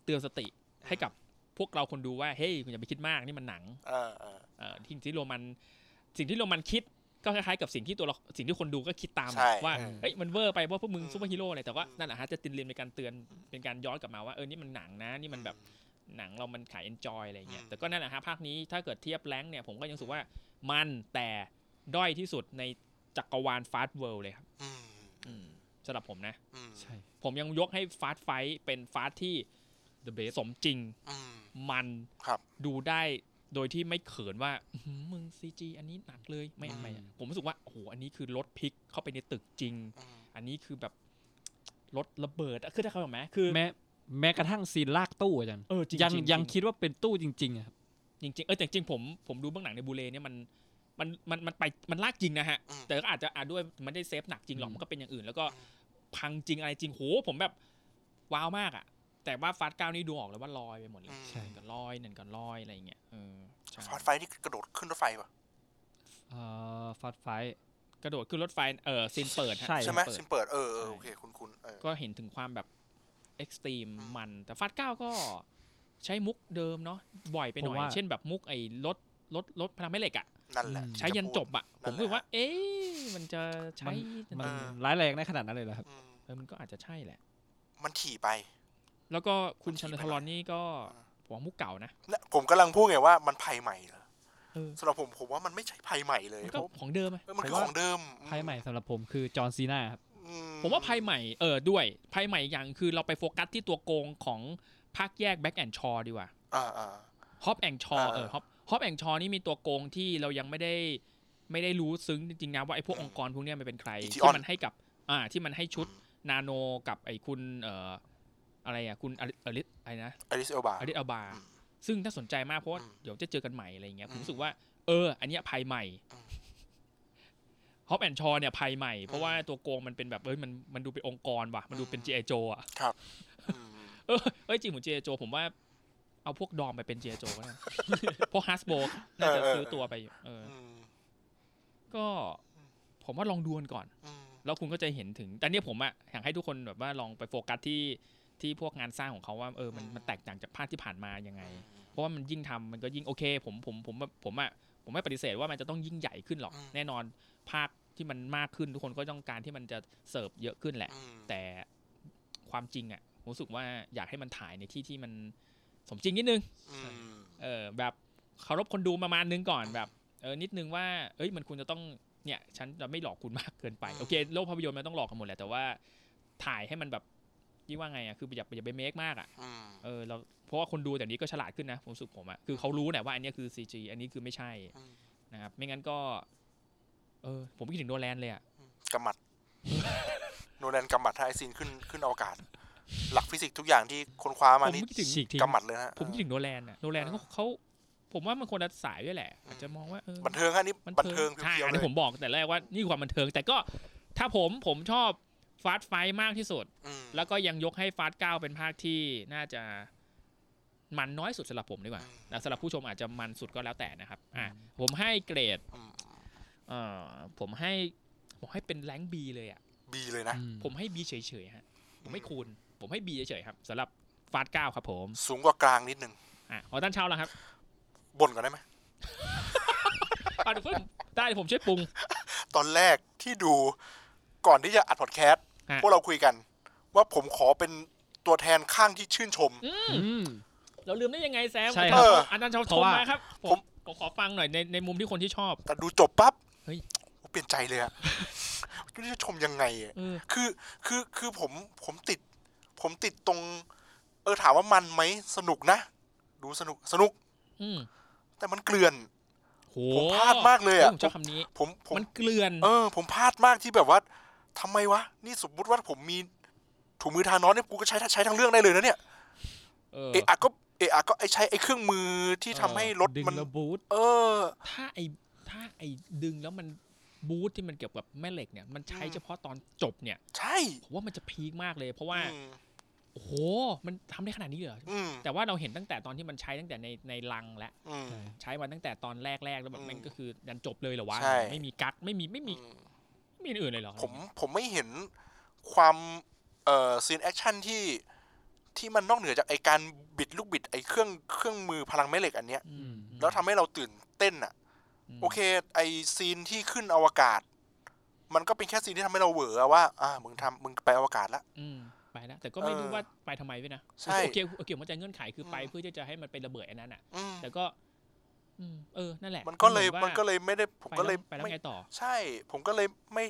Speaker 1: เตือนสติ
Speaker 5: อืม
Speaker 1: ให้กับพวกเราคนดูว่าเฮ้ยคุณอย่าไปคิดมากนี่มันหนัง
Speaker 5: เออเออ
Speaker 1: เอ่อสิ่งที่โรมันสิ่งที่โรมันคิดก็คล้ายๆกับสิ่งที่ตัวเราสิ่งที่คนดูก็คิดตาม
Speaker 5: ใช่
Speaker 1: ว่า
Speaker 5: เออ
Speaker 1: เฮ้ยมันเวอร์ไปเพราะพวกมึง
Speaker 5: อืม
Speaker 1: ซูเปอร์ฮีโร่อะไรแต่ว่า
Speaker 5: อืม
Speaker 1: นั่นแหละฮะจะตินเรียนเป็นการเตือนเป็นการย้อนกลับมาว่าเออนี่มันหนังนะนี่มันแบบหนังเรามันขายเอนจอยอะไรเงี้ย
Speaker 5: อืม
Speaker 1: แต่ก็นั่นแหละฮะภาคนี้ถ้าเกิดเทียบแรงค์เนี่ยผมก็ยังรู้สึกว่ามันแต่ด้อยที่สุดในจักรวาลฟาสต์เวิลด์เลยครับ
Speaker 5: อืม
Speaker 1: อืมสำหรับผมนะ
Speaker 5: อืม
Speaker 3: ใช่
Speaker 1: ผมยังยกให้ฟาสต์ไฟท์เป็นฟาสต์ที่สมจริง
Speaker 5: อืม
Speaker 1: มัน
Speaker 5: ครับ
Speaker 1: ดูได้โดยที่ไม่เขินว่าอื้อหือมึงซีจีอันนี้หนักเลยไม่
Speaker 5: อืม
Speaker 1: ไม่อะผมรู้สึกว่าโอ้โหอันนี้คือรถพลิกเข้าไปในตึกจริง
Speaker 5: อืม
Speaker 1: อันนี้คือแบบรถระเบิดอะคือถ้าเขาบอกไหมคือ
Speaker 3: แม้แม้กระทั่งซีนลากตู้อาจารย์
Speaker 1: เออจริง
Speaker 3: ยัง
Speaker 1: จริ
Speaker 3: ยัง
Speaker 1: จริ
Speaker 3: คิดว่าเป็นตู้จริงๆอะครับ
Speaker 1: จริงจริงเออแต่จริงผมผมดูเบื้องหลังในบูเลเนี่ยมันมันมันมันไปมันลากจริงนะฮะ
Speaker 5: อืม
Speaker 1: แต่ก็อาจจะอาจด้วยมันได้เซฟหนักจริงหรอก
Speaker 3: อืม
Speaker 1: มันก็เป็นอย่างอื่น แล้วก็
Speaker 5: อืม
Speaker 1: พังจริงอะไรจริงโหผมแบบว้าวมากอะแต่ว่าฟาสต์เก้านี่ดูออกเลยว่าลอยไปหมดเลย
Speaker 5: อืม
Speaker 3: ใช่
Speaker 1: หนึ่งก็ลอยหนึ่งก็ลอยอะไรอย่างเงี้ยเออใช่
Speaker 5: ฟาดไฟนี่กระโดดขึ้นรถไฟป่ะ
Speaker 3: เอ่อฟาดไฟ
Speaker 1: กระโดดขึ้นรถไฟ เออซีนเปิดฮะ
Speaker 3: ใช่
Speaker 5: ใช่ไหม
Speaker 1: เปิด
Speaker 5: ซิมเปิดเออเออโอเคคุณคุณเออ
Speaker 1: ก็เห็นถึงความแบบเอ็กซ์ตรีม
Speaker 5: อืม
Speaker 1: มัน แต่ฟาดเก้าก็ใช้มุกเดิมเนาะบ่อยไปหน่อ
Speaker 3: ผม
Speaker 1: ย
Speaker 3: ว่า
Speaker 1: เช่นแบบมุกไอ้รถรถรถพลังแม่เหล็กอะ
Speaker 5: นั่นแหละ
Speaker 3: อืม
Speaker 1: ใช้ยันจบอะ
Speaker 5: จะ
Speaker 1: ผม
Speaker 5: พูด
Speaker 1: รู้สึกว่า เอ๊ะมันจะใช้
Speaker 3: มัน
Speaker 1: เออ
Speaker 3: ร้ายแรงได้ขนาดนั้นเลยเหรอครับ
Speaker 5: อืม
Speaker 1: เออมันก็อาจจะใช่แหละ
Speaker 5: มันถี่ไป
Speaker 1: แล้วก็คุณ
Speaker 5: มันขี่
Speaker 1: ชัน
Speaker 5: ไป
Speaker 1: ทรอนนี่ก็ผมว่ามุกเก่านะ
Speaker 5: ะผมกำลังพูดไงว่ามันภัยใหม่เหรอ
Speaker 1: เออ
Speaker 5: สำหรับผมผมว่ามันไม่ใช่ภัยใหม่เลย
Speaker 1: มัน
Speaker 5: เพ
Speaker 1: ก็
Speaker 5: ราะ
Speaker 1: ของเดิมอะ
Speaker 5: เออมันคือข
Speaker 3: ผมว่า
Speaker 5: องเดิม
Speaker 3: ภายใหม่สำหรับผมคือจอห์นซีนาครับ
Speaker 5: อื
Speaker 1: ผมว่าภัยใหม่เออด้วยภัยใหม่อย่างคือเราไปโฟกัสที่ตัวโกงของภาคแยกแบ็กแอนชอดีกว่า
Speaker 5: อ่าอ่า
Speaker 1: ฮอปแองชอ
Speaker 5: อ่า
Speaker 1: เออฮอปฮอปแองชอนี่มีตัวโกงที่เรายังไม่ได้ไม่ได้รู้ซึ้งจริงๆนะว่าไอ้พวก
Speaker 5: อืม
Speaker 1: องค์กรพวกเนี้ยมันเป็นใคร
Speaker 5: Ichion
Speaker 1: ที่มันให้กับอ่าที่มันให้ชุด
Speaker 5: อืม
Speaker 1: นาโนกับไอ้คุณเอ่ออะไรอ่ะคุณอลิอลิสอะไรนะ
Speaker 5: อลิสเอลบา
Speaker 1: อลิสอาบา
Speaker 5: อืม
Speaker 1: ซึ่งน่าสนใจมากเพราะว่า
Speaker 5: อืม
Speaker 1: เดี๋ยวจะเจอกันใหม่อะไรอย่างเงี้ย
Speaker 5: อื
Speaker 1: ผม มรู้สึกว่า เออ อันเนี้ยภัยใหม่
Speaker 5: อืม
Speaker 1: ฮอปแอนชอเนี่ยภัยใหม่ เพราะ
Speaker 5: อืม
Speaker 1: ว่าตัวโกงมันเป็นแบบเอ้ยมันมันดูเป็นองค์กรว่ะมันดูเป็น
Speaker 5: อืม
Speaker 1: G.I. Joe อ่ะ
Speaker 5: อืม
Speaker 1: เออเอ้ยจริงผม G.I. Joe ผมว่าเอาพวกดอมไปเป็น G.I. Joe ก็ได้ เพราะฮั สโบน่าจะซื้อตัวไปอยู่เออ
Speaker 5: อืม
Speaker 1: ก็ผมว่าลองดวนก่อน
Speaker 5: อืม
Speaker 1: แล้วคุณก็จะเห็นถึง แต่เนี่ยผมอะอยากให้ทุกคนแบบว่าลองไปโฟกัสที่ที่พวกงานสร้างของเขาว่าเออมัน
Speaker 5: อืม
Speaker 1: มันแตกต่างจากภาคที่ผ่านมายังไง เพราะว่ามันยิ่งทำมันก็ยิ่งโอเค ผมผมผมผมอะผมไม่ปฏิเสธว่ามันจะต้องยิ่งใหญ่ขึ้นหรอก
Speaker 5: อืม
Speaker 1: แน่นอนภาคที่มันมากขึ้นทุกคนก็ต้องการที่มันจะเสิร์ฟเยอะขึ้นแหละ
Speaker 5: อืม
Speaker 1: แต่ความจริงอะผมรู้สึกว่าอยากให้มันถ่ายในที่ที่มันสมจริงนิดนึง
Speaker 5: อืม
Speaker 1: เออแบบเคารพคนดูประมาณนึงก่อนแบบเออนิดนึงว่า เอ้ยมันคุณจะต้องเนี่ยฉันจะไม่หลอกคุณมากเกินไป
Speaker 5: อืม
Speaker 1: โอเคโลกภาพยนตร์มันต้องหลอกกันหมดแหละแต่ว่าถ่ายให้มันแบบยี่ว่าไงอะคืออย่าอย่าไปเมคมากอะ
Speaker 5: อืม
Speaker 1: เออเราเพราะว่าคนดูแต่นี้ก็ฉลาดขึ้นนะผมรู้สึกผมอะคือเขารู้แหละว่าอันเนี้ยคือ CG อันนี้คือไม่ใช่
Speaker 5: อืม
Speaker 1: นะครับ ไม่งั้นก็ เออ ผมคิดถึงโนแลนเลยอะ
Speaker 2: กำมัด โนแลนกำมัดถ้าไอซีนขึ้นขึ้นอวกาศ หลักฟิสิกส์ทุกอย่างที่ค้นค
Speaker 1: ผม
Speaker 2: ว้าาม นี่
Speaker 1: คิดถึง
Speaker 3: ฉีกทิ้ง
Speaker 2: กำมัดเลยนะฮะ
Speaker 1: ผมคิดถึงโนแลนอะโนแลนเขาเขา ผมว่ามันคนละสายด้วยแหละ อาจจะมองว่าเออ
Speaker 2: บันเทิงฮะอันนี้บันเทิง
Speaker 1: ใช่
Speaker 2: เพียว
Speaker 1: อัน
Speaker 2: ๆเล
Speaker 1: นี้
Speaker 2: ย
Speaker 1: ผมบอกแต่แรกว่านี่คือความบันเทิง แต่ก็ถ้าผมผมชอบฟาสต์ไฟมากที่สุด
Speaker 2: อืม
Speaker 1: แล้วก็ยังยกให้ฟาสต์เก้าเป็นภาคที่น่าจะมันน้อยสุดสำหรับผมดีกว่าแต่สำหรับผู้ชมอาจจะมันสุดก็แล้วแต่นะครับอ่ะผมให้เกรด
Speaker 2: อืม
Speaker 1: เอ่อผมให้ผมให้เป็นแรงบีเลยอ่ะ
Speaker 2: บีเลยนะ
Speaker 3: อืม
Speaker 1: ผมให้บีเฉยๆฮะผมไม่คูณ ผมให้บีเฉยๆครับสำหรับฟาสต์เก้าครับผม
Speaker 2: สูงกว่ากลางนิดนึง
Speaker 1: อ่ะออต้านเช้าแล้วครับ
Speaker 2: บ่นก่อนได้ไหม
Speaker 1: อ่ะเดี๋ยวผมได้ผมช่วยปรุง
Speaker 2: ตอนแรกที่ดูก่อนที่จะอัดพอดแคสต์
Speaker 1: ฮะ
Speaker 2: พวกเราคุยกัน ว่าผมขอเป็นตัวแทนข้างที่ชื่นชม
Speaker 3: อืม
Speaker 1: เราลืมได้ยังไงแซม
Speaker 3: ใช่ครับ
Speaker 1: เอออาจารย์ชาวช
Speaker 3: เพราะ
Speaker 1: ม
Speaker 3: ว่า
Speaker 1: มาครับ ผ
Speaker 2: ผม ม
Speaker 1: ผมขอฟังหน่อยในในมุมที่คนที่ชอบ
Speaker 2: แต่ดูจบปั๊บ
Speaker 1: เฮ้ย
Speaker 2: ผมเปลี่ยนใจ เลยอะ ไม่รู้จะชมยังไงอะ
Speaker 1: เออ
Speaker 2: คือคือคือผมผมติด ผมติดตรง เออถามว่ามันไหมสนุกนะ ดูสนุกสนุก
Speaker 1: อืม
Speaker 2: แต่มันเกลื่อน
Speaker 1: โห
Speaker 2: ผมพลาดมากเลยอะ
Speaker 1: ผมชอบคำนี้
Speaker 2: ผมผม
Speaker 1: มันเกลื่อน
Speaker 2: เออผมพลาดมากที่แบบว่าทำไมวะ นี่สมมติว่าผมมีถุงมือทานอสเนี่ยกูก็ใช้ใช้ทั้งเรื่องได้เลยนะเนี่ย
Speaker 1: เออ
Speaker 2: เอะอะก็เอะอะก็ไอใช้ไอเครื่องมือที่ทำให้รถ
Speaker 3: ดึง
Speaker 2: มัน
Speaker 3: ระบูท
Speaker 2: เออ
Speaker 1: ถ้าไอถ้าไอดึงแล้วมันบูทที่มันเกี่ยวกับแม่เหล็กเนี่ย มันใช้
Speaker 2: อืม
Speaker 1: เฉพาะตอนจบเนี่ย
Speaker 2: ใช่
Speaker 1: ผมว่ามันจะพีคมากเลย เพราะว่า
Speaker 2: อืม
Speaker 1: โอ้โห มันทำได้ขนาดนี้เหรอ
Speaker 2: อืม
Speaker 1: แต่ว่าเราเห็นตั้งแต่ตอนที่มันใช้ตั้งแต่ในในลังและ
Speaker 2: อืม
Speaker 1: ใช้มาตั้งแต่ตอนแรกๆ แล้วแบบ
Speaker 2: อืม
Speaker 1: มันก็คือยันจบเลยเหรอวะ
Speaker 2: ใช่
Speaker 1: ไม่มีกักไม่มีไม่มีไม่มีอันอื่นเลยเหรอ
Speaker 2: ผมผมไม่เห็นความเอ่อซีนแอคชั่นที่ที่มันนอกเหนือจากไอการบิดลูกบิดไอเครื่องเครื่องมือพลังแม่เหล็กอันเนี้ย
Speaker 1: อืมอืม
Speaker 2: แล้วทำให้เราตื่นเต้นอ่ะ
Speaker 1: ม
Speaker 2: โอเค ไอซีนที่ขึ้นอวกาศ มันก็เป็นแค่ซีนที่ทำให้เราเหวออะว่าอ่ามึงทำมึงไปอวกาศละ
Speaker 1: อืมไปแล้วแต่ก็ไม่รู้
Speaker 2: เออ
Speaker 1: ว่าไปทำไมด้วยนะ
Speaker 2: ใช่
Speaker 1: โอเคโอเคผมเข้าใจเงื่อนไขคือไป
Speaker 2: อืม
Speaker 1: เพื่อที่จะให้มันเป็นระเบิดอันนั้นอ่ะ
Speaker 2: อืม
Speaker 1: แต่ก็ อืมเออนั่นแหละ
Speaker 2: มันก็เลย
Speaker 1: หอว่า
Speaker 2: มันก็เลยไม่ได้ผมก็เลย
Speaker 1: ไปแล้ว
Speaker 2: ไม่
Speaker 1: ไงต่อ
Speaker 2: ใช่ ผมก็เลยไม่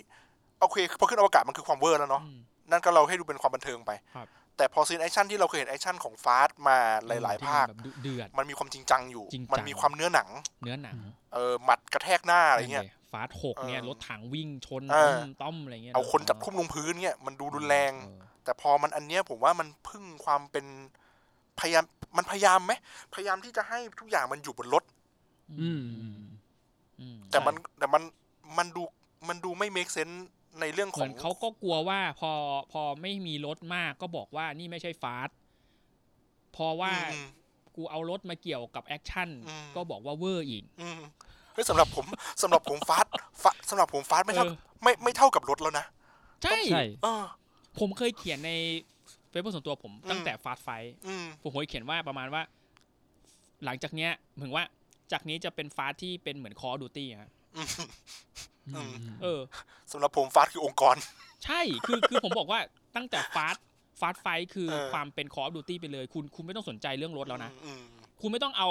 Speaker 2: โอเคพอขึ้นอวกาศมันคือความเวอร์แล้วเนาะ
Speaker 1: อืม
Speaker 2: นั่นก็เราให้ดูเป็นความบันเทิงไป
Speaker 1: ครับ
Speaker 2: แต่พอซีนแอคชั่นที่เราเคยเห็นแอคชั่นของฟาสต์มาหลาย ๆ ภาค
Speaker 1: แบบดุเดือด
Speaker 2: มันมีความจริงจังอยู่
Speaker 1: จริงจัง
Speaker 2: มันมีความเนื้อหนัง
Speaker 1: เนื้อหนัง
Speaker 2: เออหมัดกระแทกหน้าอะไรเงี้ย
Speaker 1: นั่นลฟาสหกเนี่ย
Speaker 2: เออ
Speaker 1: รถถังวิ่งชน
Speaker 2: เอ
Speaker 1: ต้
Speaker 2: อ
Speaker 1: มต้อมอะไรเงี้ย
Speaker 2: เอาคนจับทุ่มลงพื้นเงี้ย มันดูรุนแรง
Speaker 1: เออ
Speaker 2: แต่พอมันอันเนี้ยผมว่ามันพึ่งความเป็นพยายาม มันพยายามไหม พยายามที่จะให้ทุกอย่างมันอยู่บนรถ
Speaker 3: อืม
Speaker 1: อืม
Speaker 2: แต่มัน
Speaker 1: ใช่
Speaker 2: แต่มันมันดูมันดูไม่เมคเซนส์ในเรื่อง
Speaker 1: เห
Speaker 2: ข
Speaker 1: มื
Speaker 2: อ
Speaker 1: อง นเขาก็กลัวว่าพอพอไม่มีรถมากก็บอกว่านี่ไม่ใช่ฟาสพอว่า
Speaker 2: อืม
Speaker 1: กูเอารถมาเกี่ยวกับแอคชั่น
Speaker 2: อืม
Speaker 1: ก็บอกว่าเวอร์อีก
Speaker 2: อืมเฮ้ยสำหรับผมสำหรับผมฟาสต์ฟาสำหรับผมฟาสต์ไม่เท่า
Speaker 1: เออ
Speaker 2: ไม่ไม่เท่ากับรถแล้วนะ
Speaker 1: ใช่
Speaker 3: ใช่
Speaker 2: เออ
Speaker 1: ผมเคยเขียนในเฟซบุ๊กส่วนตัวผม
Speaker 2: อืม
Speaker 1: ตั้งแต่ฟาสไฟ
Speaker 2: อืม
Speaker 1: ผมเคยเขียนว่าประมาณว่า หลังจากเนี้ยเหมือนว่าจากนี้จะเป็นฟาสที่เป็นเหมือนคอดูตี้ฮะ
Speaker 2: อืม
Speaker 1: เออ
Speaker 2: สำหรับผมฟาสต์คือองค์กร
Speaker 1: ใช่คือคือผมบอกว่าตั้งแต่ฟาสฟาสไฟคือ
Speaker 2: เออ
Speaker 1: ความเป็นคอดูตี้ไปเลย คุณคุณไม่ต้องสนใจเรื่องรถแล้วนะ
Speaker 2: อืม
Speaker 1: คุณไม่ต้องเอา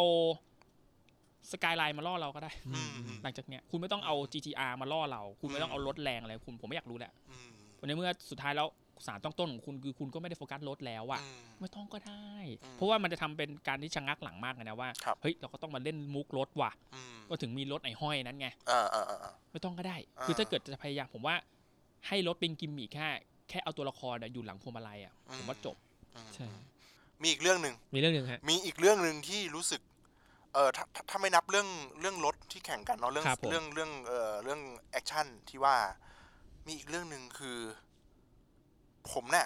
Speaker 1: สกายไลน์มาล่อเราก็ได้
Speaker 2: อืม
Speaker 1: หลังจากเนี้ยคุณไม่ต้องเอา GTR มาล่อเรา คุณไม่ต้องเอารถแรงอะไรคุณผมไม่อยากรู้แหละ
Speaker 2: อืม
Speaker 1: ในเมื่อสุดท้ายแล้วสารต้องต้นของคุณคือคุณก็ไม่ได้โฟกัสรถแล้วอะ
Speaker 2: อืม
Speaker 1: ไม่ต้องก็ได้
Speaker 2: อืม
Speaker 1: เพราะว่ามันจะทำเป็นการที่ชะงักหลังมากเลยนะว่า
Speaker 2: ครับ
Speaker 1: เฮ้ย เราก็ต้องมาเล่นมุกรถว่ะ
Speaker 2: อืม
Speaker 1: ก็ถึงมีรถไอ้ห้อยนั้นไง
Speaker 2: อ่าอ่าอ่า
Speaker 1: ไม่ต้องก็ได้
Speaker 2: อ่า
Speaker 1: คือถ้าเกิดจะพยายามผมว่า ให้รถเป็นกิมมิคแค่แค่เอาตัวละครน่ะอยู่หลังพวงมาลัยอ่ะ ผมว่าจบ
Speaker 3: ใช่
Speaker 2: มีอีกเรื่องหนึ่ง
Speaker 1: มีเรื่องหนึ่งฮะ
Speaker 2: มีอีกเรื่องหนึ่งที่รู้สึก เออถ้าถ้าถ้าไม่นับเรื่องเรื่องรถที่แข่งกันเนาะเรื่อง
Speaker 1: ครับผม
Speaker 2: เรื่องเรื่องเออเรื่องแอคชั่นที่ว่า มีอีกเรื่องหนึ่งคือ ผมเนี่ย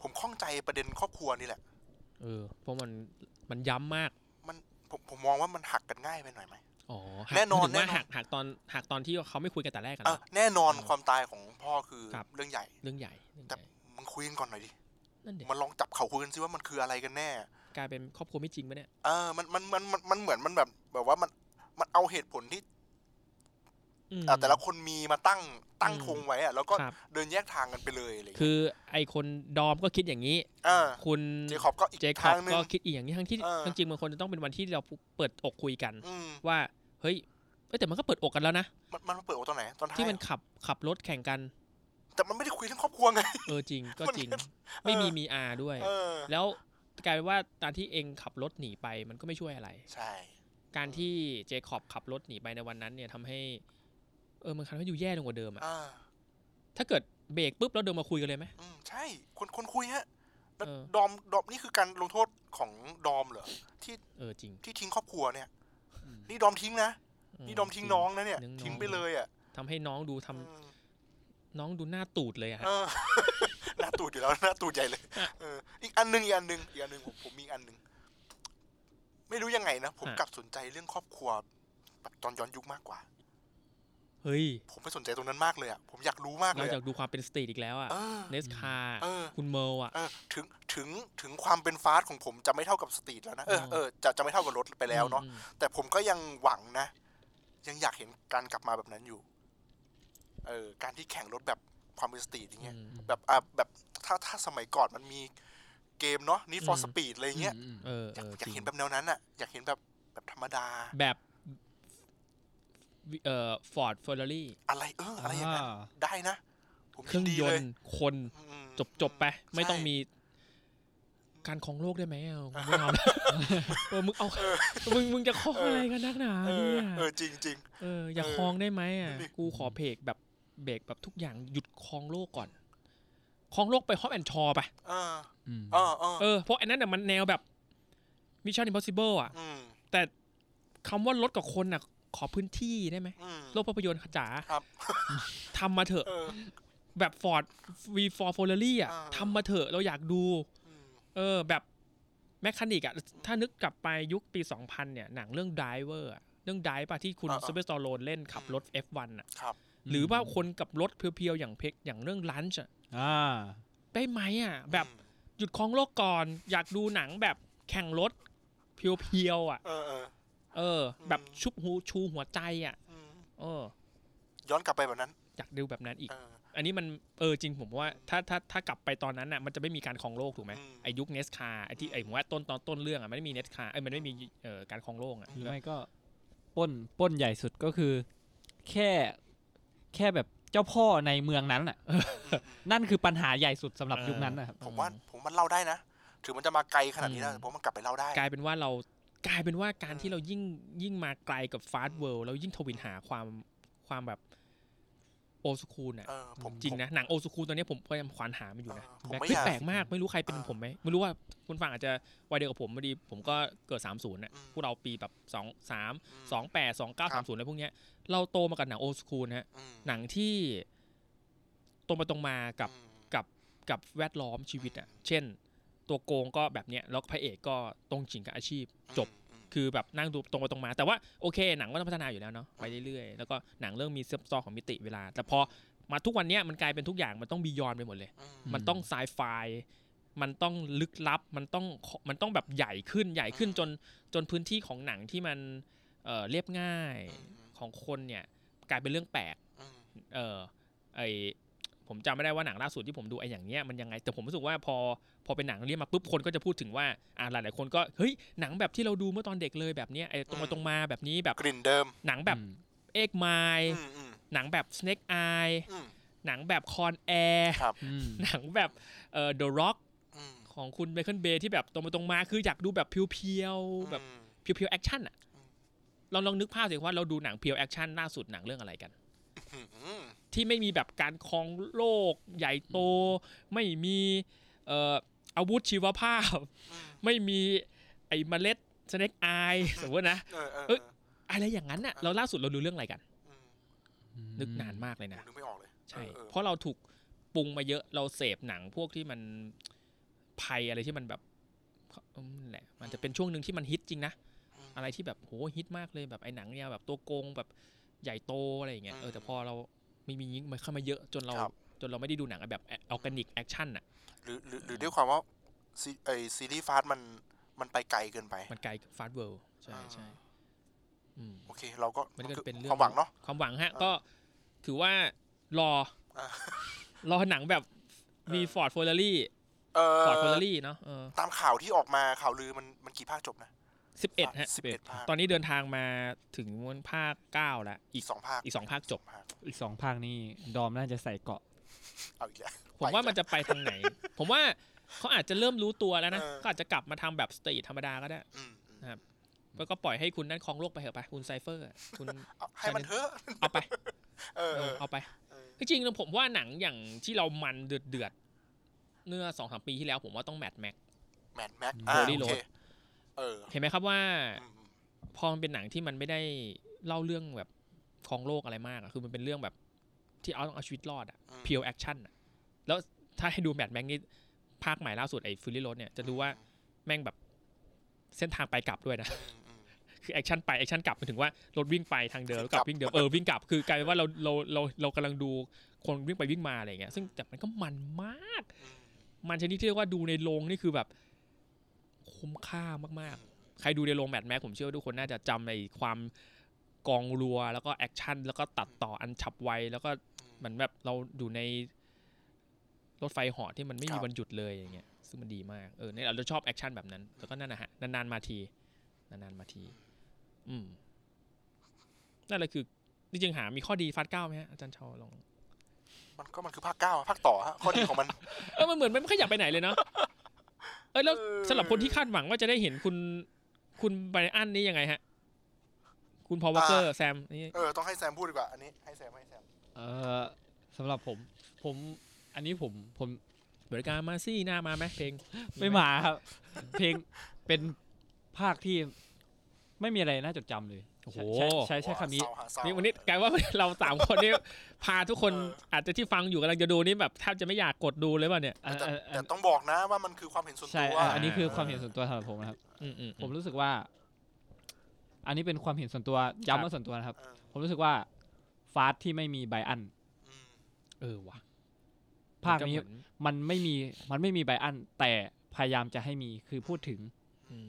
Speaker 2: ผมข้องใจประเด็นครอบครัวนี่แหละ
Speaker 1: เออ เพราะมันมันย้ำมาก
Speaker 2: มันผมผมมองว่ามันหักกันง่ายไปหน่อยไหม
Speaker 1: อ๋อ
Speaker 2: แน่นอน
Speaker 1: ถึง
Speaker 2: แน่
Speaker 1: ว่าน
Speaker 2: อน
Speaker 1: หักหักตอนหักตอนที่เขาไม่คุยกันแต่แรกกัน
Speaker 2: เออแน่นอน
Speaker 1: เออ
Speaker 2: ความตายของพ่อคือ
Speaker 1: ครับ
Speaker 2: เรื่องใหญ่
Speaker 1: เรื่องใหญ่เรื่อง
Speaker 2: แต่
Speaker 1: ใหญ่
Speaker 2: มึงคุยกันก่อนหน่อยดิ
Speaker 1: นั่นเด็ก
Speaker 2: มันลองจับเขาคุยกันซิว่ามันคืออะไรกันแน่
Speaker 1: กลายเป็นครอบครัวไม่จริงปะเนี่ย
Speaker 2: เออ มันมันมันมันมันเหมือนมันแบบแบบว่ามันมันเอาเหตุผลที่
Speaker 1: อืม
Speaker 2: อ่ะแต่ละคนมีมาตั้งตั้ง
Speaker 1: อืม
Speaker 2: ธงไว้อะแล้วก็
Speaker 1: ครับ
Speaker 2: เดินแยกทางกันไปเลยอะไรอย่าง
Speaker 1: คื
Speaker 2: เงี้ย
Speaker 1: อไอคนดอมก็คิดอย่างนี้
Speaker 2: เออ
Speaker 1: คุณ
Speaker 2: เจคอบก็อีก
Speaker 1: เจคอ
Speaker 2: ทา
Speaker 1: บ
Speaker 2: งหนึ่ง
Speaker 1: ก็คิดอีกอย่างนี้ทั้งที่
Speaker 2: เออ
Speaker 1: ทั้งจริงมันควรจะต้องเป็นวันที่เราเปิดอกคุยกัน
Speaker 2: อืม
Speaker 1: ว่าเฮ้ยเอ้ยแต่มันก็เปิดอกกันแล้วนะ
Speaker 2: มันมันเปิดโอตอนไหนตอนท้าย
Speaker 1: ที่มันขับขับรถแข่งกัน
Speaker 2: แต่มันไม่ได้คุยเรื่องครอบครัวไง
Speaker 1: เออจ ริงก็
Speaker 2: มัน
Speaker 1: จริง
Speaker 2: เออ
Speaker 1: ไม่มีมีอาด้วย
Speaker 2: เออ
Speaker 1: แล้วกลายเป็นว่าตอนที่เองขับรถหนีไปมันก็ไม่ช่วยอะไร
Speaker 2: ใช่
Speaker 1: การที่เจคอบขับรถหนีไปในวันนั้นเนี่ยทำให้ เออมันทำให้อยู่แย่ลงกว่าเดิมอะ
Speaker 2: อ่า
Speaker 1: ถ้าเกิดเบรกปุ๊บแล้วเดินมาคุยกันเลยไหม
Speaker 2: อืมใช่คนคนคุยฮะแล้ว
Speaker 1: เออ
Speaker 2: ดอมดอมนี่คือการลงโทษของดอมเหรอที่
Speaker 1: เออจริง
Speaker 2: ที่ทิ้งครอบครัวเนี่ย นี่ดอมทิ้งนะ
Speaker 1: เ
Speaker 2: นี่ดอมทิ้งน้องนะเนี่ย
Speaker 1: ทิ้งน้อง
Speaker 2: ทิ้งไปเลยอ่ะ
Speaker 1: ทำให้น้องดูทำ
Speaker 2: อืม
Speaker 1: น้องดูหน้าตูดเลยอะฮะ
Speaker 2: เอ อ หน้าตูดอยู่แล้วหน้าตูดใหญ่เลยเอออีกอันหนึงอีกอันหนึงอีกอันหนึงผมผมมีอีกอันหนึงไม่รู้ยังไงนะผมกลับสนใจเรื่องครอบครัวแบบตอนย้อนยุคมากกว่า
Speaker 1: เฮ้ย
Speaker 2: ผมไปสนใจตรงนั้นมากเลยอ่ะผมอยากรู้มากเล
Speaker 1: เราอ
Speaker 2: ย
Speaker 1: ยา
Speaker 2: อะ
Speaker 1: กดูความเป็นสตรีทอีกแล้วอะ
Speaker 2: เออ
Speaker 1: เนสคา
Speaker 2: เออ
Speaker 1: คุณเมอร์อะ
Speaker 2: เออถึงถึงถึงความเป็นฟาสต์ของผมจะไม่เท่ากับสตรีทแล้วนะเออ
Speaker 1: อ่า
Speaker 2: เออจะจะไม่เท่ากับรถไปแล้วเนาะ
Speaker 1: อืม
Speaker 2: แต่ผมก็ยังหวังนะ ยังอยากเห็นการกลับมาแบบนั้นอยู่ เออการที่แข่งรถแบบความเป็นสตรีทอย่างเงี้ย
Speaker 1: อืม
Speaker 2: แบบอ่ะแบบถ้าถ้าสมัยก่อนมันมีเกมเนาะนี่ for
Speaker 1: อืม
Speaker 2: speed อะไรเงี้ย
Speaker 3: อืม
Speaker 1: เออเอย
Speaker 2: อาก
Speaker 1: อ
Speaker 2: อยาก
Speaker 1: จริง
Speaker 2: เห็นแบบแนวนั้นอะอยากเห็นแบบแบบธรรมดา
Speaker 1: แบบเอ่อฟอร์ดเฟอร์รารี่
Speaker 2: อะไรเออ อะไรอย่างเงี้ย
Speaker 3: อ่า
Speaker 2: ได้นะ ผม
Speaker 1: เครื่อง
Speaker 2: ดี
Speaker 1: ย
Speaker 2: เล
Speaker 1: นต์คน
Speaker 2: อืม
Speaker 1: จบจบไป ไม่ต้อง
Speaker 2: ใช่
Speaker 1: มีการของโลกได้ไหมอ่ะผมไม่ท ำ เออมึงเอามึงมึงจะคล้องอะไรกันนักหนา
Speaker 2: เออ
Speaker 1: เนี่ย
Speaker 2: เออจริงจริง
Speaker 1: เอออย่า
Speaker 2: เออ
Speaker 1: คล้องได้ไหมอ่ะ
Speaker 2: ดูดิ
Speaker 1: กูขอเพกแบบเบรกแบบทุกอย่างหยุดคล้องโลกก่อนคล้องโลกไปฮอปแอนชอไป
Speaker 2: ๆเออ
Speaker 3: อืม
Speaker 2: เออเออ
Speaker 1: เออเพราะอันนั้นน่ะมันแนวแบบมิชชั่นอิมพอสิเบิลอ่ะ
Speaker 2: อืม
Speaker 1: คำว่ารถกับคนอ่ะ ขอพื้นที่ได้ไหม
Speaker 2: อืม
Speaker 1: โลกภาพยนตร์จ๋า
Speaker 2: ครับ
Speaker 1: ทำมาเถอะ
Speaker 2: เออ
Speaker 1: แบบฟอร์ดวีฟอร์ฟอร์รี่อ่ะ
Speaker 2: อ่า
Speaker 1: ทำมาเถอะเราอยากดู
Speaker 2: อืม
Speaker 1: เออแบบแมคคานิกอะถ้านึกกลับไปยุคปี 2000 เนี่ย หนังเรื่อง Driver อะเรื่อง Drive ปะที่คุณ
Speaker 2: อ่าๆ
Speaker 1: ซ y เ e r s t สตอ l โลนเล่นขับรถ F1 อะ
Speaker 2: ครับ
Speaker 1: หรือว่าคนกับรถเพียวๆ อย่างเพกอย่างเรื่องลันช์อะ
Speaker 3: อ่า
Speaker 1: ได้ไหมอะแบบ
Speaker 2: อืม
Speaker 1: หยุดคลองโลกก่อน อยากดูหนังแบบแข่งรถเพียวๆอะ
Speaker 2: เออเออ
Speaker 1: เออ
Speaker 2: อืม
Speaker 1: แบบชุบหูชูหัวใจอะ
Speaker 2: อืม
Speaker 1: เออ
Speaker 2: ย้อนกลับไปแบบนั้น
Speaker 1: อยากดูแบบนั้นอีก
Speaker 2: เออ
Speaker 1: อันนี้มันเออจริงผมว่าถ้าถ้าถ้ากลับไปตอนนั้นน่ะมันจะไม่มีการครองโลกถูกไหม
Speaker 2: อืม
Speaker 1: ไอยุคเนสคาไอที่ไอผมว่าต้นตอนต้นเรื่องอ่ะมันไม่มีเนสคาไอยมันไม่มีเอ่อการครองโลกอ่ะ
Speaker 3: หรือไม่ก็ปล้นปล้นใหญ่สุดก็คือ แค่แค่แบบเจ้าพ่อในเมืองนั้นน่ะ นั่นคือปัญหาใหญ่สุดสำหรับ
Speaker 1: เออ
Speaker 3: ยุคนั้นนะครับ
Speaker 2: ผมว่าผมมันเล่าได้นะ ถึงมันจะมาไกลขนาดนี้
Speaker 3: อื
Speaker 2: นะ
Speaker 3: ม
Speaker 2: แต่ผมว่ามันกลับไปเล่าได้
Speaker 1: กลายเป็นว่าเรากลายเป็นว่าการที่เรายิ่งยิ่งมาไกลกับฟาสต์เวิลด์แล้วยิ่งทวินหาความความแบบโอ o ูคูลอ่ะ
Speaker 2: เออ ผม
Speaker 1: จริงนะหนังโอ o ูคูลตอนนี้ผมพยายามควานหามันอยู่
Speaker 2: เออ
Speaker 1: นะ
Speaker 2: ผม
Speaker 1: แบบ
Speaker 2: ไม่
Speaker 1: เฮ้ย
Speaker 2: อยาก
Speaker 1: แปลกมากไม่รู้ใครเป็น
Speaker 2: เออ
Speaker 1: ผมไหมไม่รู้ว่าคุณฟังอาจจะวัยเดียวกับผมพอดีผมก็เกิด 30น่ะ
Speaker 2: อืม
Speaker 1: พวกเราปีแบบสองสาม
Speaker 2: ม
Speaker 1: สองแปดสองเก้า
Speaker 2: ครั
Speaker 1: สา
Speaker 2: บ
Speaker 1: มศูนย์อะไรพวกเนี้ยเราโตมากับหนังโอ o คูลนะฮะ
Speaker 2: อืม
Speaker 1: หนังที่ตรงไปตรงมากับ
Speaker 2: อืม
Speaker 1: กับแวดล้อมชีวิตอ่ะ
Speaker 2: อืม
Speaker 1: เช่น ตัวโกงก็แบบเนี้ยแล้วพระเอกก็ตรงจริงกับอาชีพ จบ
Speaker 2: อืม
Speaker 1: คือแบบนั่งดูตรงไปตรงมา แต่ว่าโอเค หนังก็ต้องพัฒนาอยู่แล้วเนาะไปเรื่อยๆ แล้วก็หนังเรื่องมีซับซ้อนของมิติเวลา แต่พอมาทุกวันเนี้ยมันกลายเป็นทุกอย่างมันต้องบียอนไปหมดเลย
Speaker 2: อืม
Speaker 1: มันต้องไซไฟ มันต้องลึกลับ มันต้อง มันต้องแบบใหญ่ขึ้น ใหญ่ขึ้น
Speaker 2: อืม
Speaker 1: จน จนพื้นที่ของหนังที่มันเอ่อเรียบง่าย
Speaker 2: อืม
Speaker 1: ของคนเนี่ยกลายเป็นเรื่องแปลก
Speaker 2: อืม
Speaker 1: เออไอผมจำไม่ได้ว่าหนังล่าสุดที่ผมดูไออย่างเนี้ยมันยังไง แต่ผมรู้สึกว่าพอ พอเป็นหนังเรียกมาปุ๊บคนก็จะพูดถึงว่า อ่าหลายๆคนก็ เฮ้ย หนังแบบที่เราดูเมื่อตอนเด็กเลยแบบเนี้ย ไอตรงมา
Speaker 2: อืม
Speaker 1: ตรงมาแบบนี้แบบ
Speaker 2: กลิ่นเดิม
Speaker 1: หนังแบบ
Speaker 3: อืม
Speaker 1: เอกไมล์
Speaker 2: อืมอืม
Speaker 1: หนังแบบ Snake Eye
Speaker 2: อืม
Speaker 1: หนังแบบคอนแอร์
Speaker 2: ครับ
Speaker 3: อืม
Speaker 1: หนังแบบเอ่อ The Rock
Speaker 2: อืม
Speaker 1: ของคุณไมเคิลเบย์ที่แบบตรงไปตรงมาคืออยากดูแบบเพียวๆแบบเพียวๆแอคชั่นอะลองลองนึกภาพสิว่าเราดูหนังเพียวแอคชั่นล่าสุดหนังเรื่องอะไรกัน
Speaker 2: อืมอืม
Speaker 1: ที่ไม่มีแบบการครองโลกใหญ่โต ไม่มีเอ่ออาวุธชีวภาพ ไม่มีไอ้เมล็ดสเน็กอายสมมตินะ
Speaker 2: เออเออ
Speaker 1: เอ้
Speaker 2: เอย อ
Speaker 1: อะไรอย่างนั้นน่ะเราล่าสุดเราดูเรื่องอะไรกัน
Speaker 2: อืม
Speaker 1: นึกนานมากเลยนะ
Speaker 2: ผมนึกไม่ออกเลย
Speaker 1: ใช่
Speaker 2: เออ
Speaker 1: เพราะเราถูกปรุงมาเยอะ เราเสพหนังพวกที่มันภัยอะไรที่มันแบบอืมนั่นแหละ มันจะเป็นช่วงหนึ่งที่มันฮิตจริงนะ
Speaker 2: เออ
Speaker 1: อะไรที่แบบโหฮิตมากเลยแบบไอ้หนังเนี่ยแบบตัวโกงแบบใหญ่โตอะไรอย่างเงี้ย เออ
Speaker 2: อืม
Speaker 1: แต่พอเรามีมียิ่งมันเข้ามาเยอะจนเรา
Speaker 2: ครับ
Speaker 1: จนเราไม่ได้ดูหนังแบบออร์แกนิกแอคชั่นอ่ะ
Speaker 2: หรือหรือหรือด้วยความว่าซีไอซีรีส์ฟาสต์มันมันไปไกลเกินไป
Speaker 1: มันไกลฟาสต์เวิลด์ใช่ใช่
Speaker 2: อ่า
Speaker 1: อืม
Speaker 2: โอเค เราก็
Speaker 1: มันก็เป็นเรื่อง
Speaker 2: ความหวังเนาะ
Speaker 1: ความหวังฮะ
Speaker 2: อ่า
Speaker 1: ก็ถือว่า รอ
Speaker 2: อ่าร
Speaker 1: อหนังแบบ
Speaker 2: ออ
Speaker 1: มีฟอร์ดฟอร์รี่
Speaker 2: เออ
Speaker 1: ฟอร์ดฟอร์รี่เนาะเออ
Speaker 2: ตามข่าวที่ออกมาข่าวลือมันมันกี่ภาคจบนะ
Speaker 1: สิบเอ็ดฮะ
Speaker 2: สิบเอ็ดภาค
Speaker 1: ตอนนี้เดินทางมาถึงวันภาคเก้าแล้วอีก
Speaker 2: สองภาค
Speaker 1: อีกสองภาคจบ
Speaker 2: ภาค
Speaker 3: อีกสองภาคนี่ดอมน่าจะใส่เกาะ
Speaker 2: เอาอีกแล้ว
Speaker 1: ผมว่ามันจะไปทางไหน ผมว่าเขาอาจจะเริ่มรู้ตัวแล้วนะ
Speaker 2: เออ
Speaker 1: ก็อาจจะกลับมาทำแบบสตรีทธรรมดาก็ได้
Speaker 2: อืมอืม
Speaker 1: ก็ก็ปล่อยให้คุณนั่นครองโลกไปเถอะไปคุณไซเฟอร์อะคุณ
Speaker 5: เอาให้มันเถอะ
Speaker 1: เอาไป
Speaker 5: เออ
Speaker 1: เอ
Speaker 5: เอ
Speaker 1: อ
Speaker 5: อ
Speaker 1: เอาไป
Speaker 5: เออ
Speaker 1: จริงๆแล้วผมว่าหนังอย่างที่เรามันเดือดเดือดๆเมื่อสองสามปีที่แล้วผมว่าต้องแมทแม็ก
Speaker 5: แมทแม็กอ่า
Speaker 1: Holy
Speaker 5: โอเค
Speaker 1: Road
Speaker 5: เออ
Speaker 1: เห็นไหมครับว่า
Speaker 5: อืม
Speaker 1: พอมันเป็นหนังที่มันไม่ได้เล่าเรื่องแบบครองโลกอะไรมากอะคือมันเป็นเรื่องแบบที่เอาต้องเอาชีวิตรอดอะ
Speaker 5: อืม
Speaker 1: เพียวแอคชั่นอะแล้วถ้าให้ดูแมทแม็กนี่ภาคใหม่ล่าสุดไอ้ฟิลลี่รถเนี่ยจะดูว่าแม่งแบบเส้นทางไปกลับด้วยนะ
Speaker 5: อืมอืม
Speaker 1: คือแอคชั่นไปแอคชั่นกลับหมายถึงว่ารถวิ่งไปทางเดิมแล้วกลับ
Speaker 5: วิ่
Speaker 1: วิ่
Speaker 5: ง
Speaker 1: ง
Speaker 5: กลับ
Speaker 1: เดิมเออวิ่งกลับคือกลายเป็นว่าเราเราเราเรากำลังดูคนวิ่งไปวิ่งมาอะไรอย่างเงี้ยซึ่งแต่มันก็มันมาก
Speaker 5: อืม
Speaker 1: มันชนิดที่เรียกว่าดูในโรงนี่คือแบบคุ้มค่ามากๆ ใครดูในโรงแมทแม็กผมเชื่อว่าทุกคนน่าจะจำในความกองรัว แล้วก็แอคชั่น แล้วก็ตัดต่ออันฉับไว แล้วก็เหมือนแบบเราอยู่ในรถไฟเหอที่มันไม่
Speaker 5: ค
Speaker 1: มี
Speaker 5: รับ
Speaker 1: วันหยุดเลยอย่างเงี้ยซึ่งมันดีมากเออเนี่ยเราชอบแอคชั่นแบบนั้น แล้วก็นั่นนะฮะนานๆมาทีนานๆมาที อืมนั่นแหละคือจริงๆหา มีข้อดีฟาดเก้าไหมฮะอาจารย์ชาวลอง
Speaker 5: มันก็มันคือภาคเก้าอะภาคต่อฮะข้อดีของมัน
Speaker 1: เออ มันเหมือนมันไม่ขยับไปไหนเลยเนาะ เออแล้ว
Speaker 5: เออ
Speaker 1: สำหรับคนที่คาดหวังว่าจะได้เห็นคุณ คุณไบรอันนี่ยังไงฮะ คุณพอว w เกอร์แซมนี่
Speaker 5: เออต้องให้แซมพูดดีกว่าอันนี้ให้แซมให้แซม
Speaker 3: เออสำหรับผม ผม อันนี้ผมผม
Speaker 1: บริการมาซี่หน้ามาไหมเพลง
Speaker 3: ไม่มาครับ เพลงเป็นภาคที่ไม่มีอะไรน่าจดจำเลย
Speaker 1: โอ้โห
Speaker 3: ใช้ใช้ใช้คำนี้
Speaker 5: เศร้าหาเศร้า
Speaker 1: นี่วันนี้กลายว่า เราสาม คนนี่พาทุกคน
Speaker 5: เอออ
Speaker 1: อาจจะที่ฟังอยู่กำลังจะดูนี่แบบแทบจะไม่อยากกดดูเลยป่ะเนี่ย
Speaker 3: อัน
Speaker 5: แต่
Speaker 3: อัน
Speaker 5: แต่ต้องบอกนะว่ามันคือความเห็นส่วน
Speaker 3: ใช่
Speaker 5: ตัว
Speaker 3: อันอันนี้คือ
Speaker 1: เออ
Speaker 3: ความเห็นส่วนตัวสำหรับผมนะครับ
Speaker 1: อืมอืม
Speaker 3: ผมรู้สึกว่า อันนี้เป็นความเห็นส่วนตัวย้ำว่าส่วนตัวนะครับ
Speaker 5: เออ
Speaker 3: ผมรู้สึกว่าฟาสที่ไม่มีไบอัน
Speaker 5: อืม
Speaker 1: เออว่ะ
Speaker 3: ภาค
Speaker 1: มัก็
Speaker 3: นี้
Speaker 1: เหมือ
Speaker 3: มันไม่มีมันไม่มีไบอัน แต่พยายามจะให้มีคือพูดถึง
Speaker 1: อืม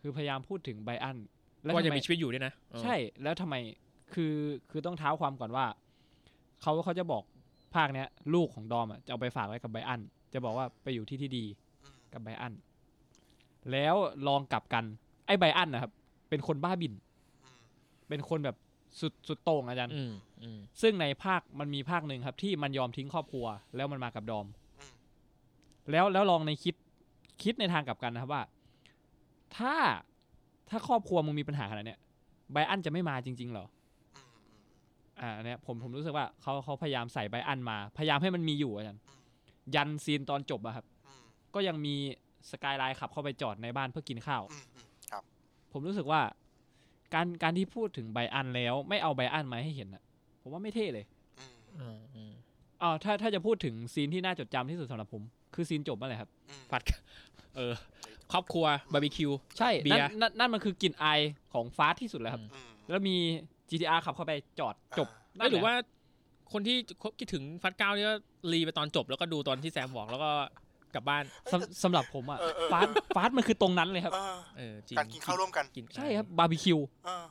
Speaker 3: คือพยายามพูดถึงไบอันแล้ว
Speaker 1: ว่า
Speaker 3: ทำ
Speaker 1: จะ
Speaker 3: ไม
Speaker 1: มีชีวิตอยู่ด้วยนะเออ
Speaker 3: ใช่แล้วทำไมคือคือต้องเท้าความก่อนว่าเขาเขาจะบอกภาคเนี้ย ลูกของดอมอะจะเอาไปฝากไว้กับไบอัน จะบอกว่าไปอยู่ที่ที่ดี
Speaker 5: อืม
Speaker 3: กับไบอัน แล้วลองกลับกันไอ้ไบอันนะครับ เป็นคนบ้าบิน
Speaker 5: อืม
Speaker 3: เป็นคนแบบสุดสุดโต่งอาจารย์
Speaker 1: อืมอืม
Speaker 3: ซึ่งในภาคมันมีภาคหนึ่งครับ ที่มันยอมทิ้งครอบครัว แล้วมันมากับดอม
Speaker 5: อืม
Speaker 3: แล้วแล้วลองในคิดคิดในทางกลับกันนะครับว่า ถ้าถ้าครอบครัวมึงมีปัญหาขนาดเนี้ยไบอันจะไม่มาจริง ๆ เหรอ
Speaker 5: อืมอืม
Speaker 3: อ่าอันเนี่ยผมผมรู้สึกว่าเขาเขาพยายามใส่ไบอันมา พยายามให้มันมีอยู่อาจารย์ยันซีนตอนจบอะครับ
Speaker 5: อืม
Speaker 3: ก็ยังมีสกายไลน์ขับเข้าไปจอดในบ้านเพื่อกินข้าว
Speaker 5: อืมอืมครับ
Speaker 3: ผมรู้สึกว่า การการที่พูดถึงไบอันแล้ว ไม่เอาไบอันมาให้เห็นอะผมว่าไม่เท่เลย
Speaker 5: อืม
Speaker 1: อืมอืม
Speaker 3: อ๋อถ้าถ้าจะพูดถึงซีนที่น่าจดจำที่สุดสำหรับผม คือซีนจบนั่นแหละครับ
Speaker 5: อืม
Speaker 1: ผัดเออ ครอบครัวบาร์บีคิว
Speaker 3: ใช่
Speaker 1: เบียร์
Speaker 3: นั่นนั่นนั่นมันคือกลิ่นอายของฟาสที่สุดแล้วครับ
Speaker 5: อืม
Speaker 3: แล้วมี GTR ขับเข้าไปจอดจบนั่น
Speaker 1: ไม่หรือ
Speaker 3: และ
Speaker 1: ว่าคนที่คิดถึงฟัดเก้านี่ก็รีไปตอนจบแล้วก็ดูตอนที่แซมบอกแล้วก็กลับบ้าน
Speaker 3: สำสำหรับผมอ่ะ
Speaker 5: เออเออ
Speaker 3: ฟาสฟาสมันคือตรงนั้นเลยครับ
Speaker 5: เออ
Speaker 1: เออจริง
Speaker 5: การกินข้าวร่วมกัน
Speaker 1: กิน
Speaker 3: ใช่ครับบาร์บีคิว
Speaker 5: เออ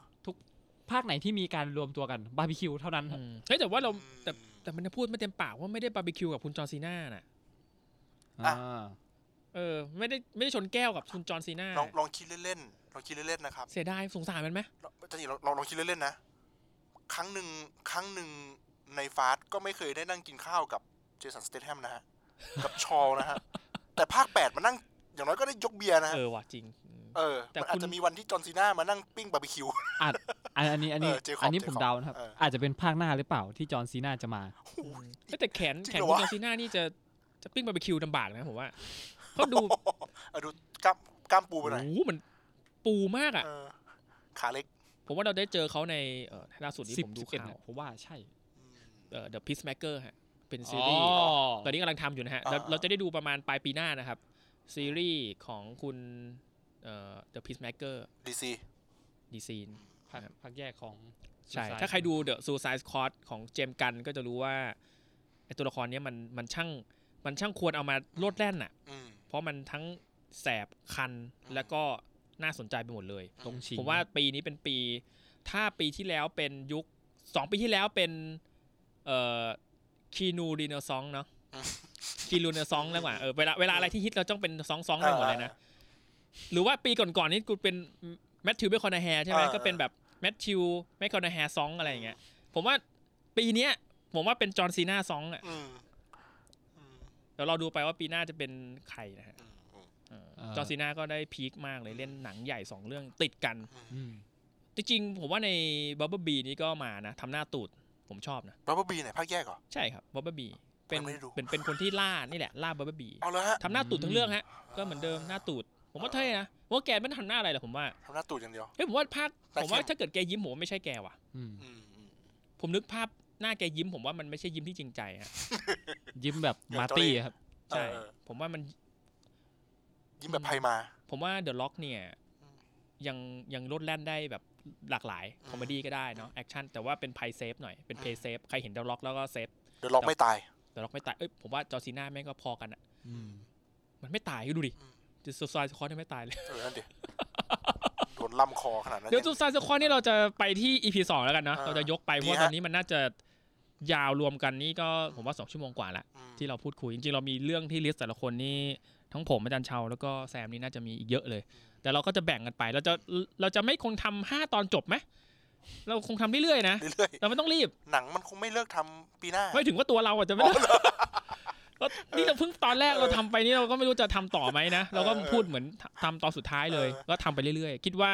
Speaker 3: ภาคไหนที่มีการรวมตัวกันบาร์บีคิวเท่านั้นครับ
Speaker 1: อืมเฮ้ยแต่ว่าเรา
Speaker 5: อืม
Speaker 1: แต่แต่มันจะพูดไม่เต็มปากว่าไม่ได้บาร์บีคิวกับคุณจอร์นซีน่าน่ะ
Speaker 5: อ่ะ
Speaker 3: อ่า
Speaker 1: เออไม่ได้ไม่ได้ชนแก้วกับคุณจอร์นซีน่า
Speaker 5: ลองลองคิดเล่นๆลองคิดเล่นๆนะครับ
Speaker 1: เสียดายสงสารมันไหม
Speaker 5: จริงๆเราเราลองคิดเล่นๆนะ ครั้งหนึ่งครั้งหนึ่งในฟาสก็ไม่เคยได้นั่งกินข้าวกับเจสันสเตทแฮมนะฮะ กับชอลนะฮะ แต่ภาคแปดมานั่ง อย่างน้อยก็ได้ยกเบียร์นะฮะ
Speaker 1: เออว่ะจริงอืม
Speaker 5: เออ
Speaker 1: แต่
Speaker 5: มันอาจ
Speaker 1: คุณ
Speaker 5: จะมีวันที่จอห์นซีน่ามานั่งปิ้งบาร์บีคิว
Speaker 3: อาจอันอันนี้อันนี้
Speaker 5: เออ Jacob
Speaker 3: อันนี้ผม
Speaker 5: Jacob
Speaker 3: เดานะครับ
Speaker 5: เอออ
Speaker 3: อาจจะเป็นภาคหน้าหรือเปล่าที่จอห์นซีน่าจะมา
Speaker 1: เฮ้ยแต่แขน
Speaker 5: จริง
Speaker 1: แข
Speaker 5: เหร
Speaker 1: น
Speaker 5: อ
Speaker 1: คุณ
Speaker 5: วะ
Speaker 1: จอร์นซีน่านี่จะจะปิ้งบาร์บีคิวลำบากนะผมว่าเพราะดู
Speaker 5: เออดูกล้ามกล้ามปูไป
Speaker 1: โอ้
Speaker 5: หน่อย
Speaker 1: โหมันปูมากอ่ะ
Speaker 5: เออขาเล็ก
Speaker 1: ผมว่าเราได้เจอเขาในเออล่าสุดที่
Speaker 3: สิบ
Speaker 1: ผมดู
Speaker 3: สิบเอ็ด
Speaker 1: ข่าว
Speaker 3: เนี่ยผมว่าใช่
Speaker 5: อืม
Speaker 1: เอ่อ The Peacemaker ฮะเป็นซีรีส์ ตอนนี้กำลังทำอยู่นะฮะเรา
Speaker 5: อ่า
Speaker 1: เราจะได้ดูประมาณปลายปีหน้านะครับ ซีรีส์ของคุณเอ่อ The Peacemaker
Speaker 5: ดีซี
Speaker 1: DC
Speaker 3: ภาคภาคแยกของ
Speaker 1: ใช่
Speaker 3: Suicide
Speaker 1: ถ้าใครดู The Suicide Squad ของเจมส์กันก็จะรู้ว่าไอตัวละครเนี้ยมันมันช่างมันช่างควรเอามาโลดแล่นน่ะ
Speaker 5: อืม
Speaker 1: เพราะมันทั้งแสบคัน
Speaker 5: อืม
Speaker 1: แล้วก็น่าสนใจไปหมดเลย
Speaker 3: ตรงชิง
Speaker 1: ผมว่าปีนี้เป็นปี ถ้าปีที่แล้วเป็นยุคสองปีที่แล้วเป็นเอ่อคีนูดีเนซองเนาะ
Speaker 5: อ่ะ
Speaker 1: คีนูเนซองแล้วกว่าเออเวลาเวลาอะไรที่ฮิตเราต้องเป็นซองซองๆได้หมดเลยนะ
Speaker 5: อ่า
Speaker 1: หรือว่าปีก่อนๆนี่กูเป็นแมทธิวเบคอนแฮร์ใช่ไหม
Speaker 5: อ่า
Speaker 1: ก็เป็นแบบแมทธิวแมคคอนแฮร์ซองอะไรอย่างเงี้ยผมว่าปีเนี้ยผมว่าเป็นจอห์นซีน่าซองอ่ะ
Speaker 5: อืมอืม
Speaker 1: เดี๋ยวเราดูไปว่าปีหน้าจะเป็นใครนะฮะ
Speaker 5: อืมอืม
Speaker 3: เอ่อ
Speaker 1: จอร์ซีนาก็ได้พีคมากเลยเล่นหนังใหญ่สองเรื่องติดกัน
Speaker 3: อืม
Speaker 1: จริงๆผมว่าในบับเบิลบีนี่ก็มานะทำหน้าตูดผมชอบนะ
Speaker 5: บับเบิลบีไหนภาคแยกเหรอ
Speaker 1: ใช่ครับบับเบิลบีเป็น
Speaker 5: ไม่ได้ดู
Speaker 1: เป็นเป็นคนที่ล่านี่แหละล่าบับเบิลบี
Speaker 5: เอาเลยฮะ
Speaker 1: ทำหน้าตูดทั้งเรื่องฮะก็เหมือนเดิมหน้าตูด ผมว่าเท่นะผมว่าแกไม่ทำหน้าอะไรหรอกผมว่า
Speaker 5: ทำหน้าตูดอย่างเดียว
Speaker 1: เฮ้ยผมว่าภาค
Speaker 5: ตา
Speaker 1: ผม
Speaker 5: เข้ม
Speaker 1: ว่าถ้าเกิดแกยิ้มผมว่าไม่ใช่แกว่ะ
Speaker 3: อืม
Speaker 5: อืมอืม
Speaker 1: ผมนึกภาพหน้าแกยิ้มผมว่ามันไม่ใช่ยิ้มที่จริงใจฮะ
Speaker 3: ยิ้มแบบ
Speaker 5: อย่าง
Speaker 3: มาร์
Speaker 5: เจ้า
Speaker 3: ตี้
Speaker 5: เล่ห์
Speaker 3: อะครับ
Speaker 1: ใช่
Speaker 5: เออ
Speaker 1: ผมว่ามัน
Speaker 5: ยิ้มแบบไพมา
Speaker 1: ผมว่าเดอะล็อกเนี่ย
Speaker 5: อืม
Speaker 1: ยังยังโลดแล่นได้แบบหลากหลาย
Speaker 5: อืม
Speaker 1: คอมเมดี้ก็ได้เนาะแอคชั่นแต่ว่าเป็นไพเซฟหน่อยเป็นเพย์เซฟใครเห็นเดอะล็อกแล้วก็เซฟ
Speaker 5: เดี๋ยวล็อกไม่ตาย
Speaker 1: เดอะล็อกไม่ตายเอ้ยผมว่าจอร์ซีน่าแม่งก็พอกันอะ
Speaker 3: อืม
Speaker 1: มันไม่ตายดูดิ
Speaker 5: อืม
Speaker 1: ซูซายสควอตไม่ตายเลย
Speaker 5: เออนั่นดิโดนล่ำคอขนาดนั้น
Speaker 1: เดี๋ยวซู
Speaker 5: นี่
Speaker 1: ซายสควอตนี่เราจะไปที่อีพีสองแล้วกันเนาะ
Speaker 5: อ่า
Speaker 1: เราจะยกไปเพ
Speaker 5: ดี
Speaker 1: ราะว่า
Speaker 5: ฮะ
Speaker 1: ตอนนี้มันน่าจะยาวรวมกันนี่ก็ผมว่าสองชั่วโมงกว่าละ
Speaker 5: อืม
Speaker 1: ที่เราพูดคุยจริงๆเรามีเรื่องที่ลิสต์แต่ละคนนี่ทั้งผมอาจารย์เชาแล้วก็แซมนี่น่าจะมีอีกเยอะเลย แต่เราก็จะแบ่งกันไปเราจะเราจะไม่คงทำห้าตอนจบไหมเราคงทำเรื่อยๆนะ
Speaker 5: เรื่อย
Speaker 1: เราไม่ต้องรีบ
Speaker 5: ๆหนังมันคงไม่เลิกทำปีหน้า
Speaker 1: ไม่ถึงว่าตัวเราอ่ะจะไม่ได้แล้วนี่เราเพิ่งตอนแรกเราทำไปนี่เราก็ไม่รู้จะทำต่อไหมนะ เราก็
Speaker 5: เออ
Speaker 1: พูดเหมือนททำตอนสุดท้ายเลย
Speaker 5: เออ
Speaker 1: ก็ทำไปเรื่อยๆ คิดว่า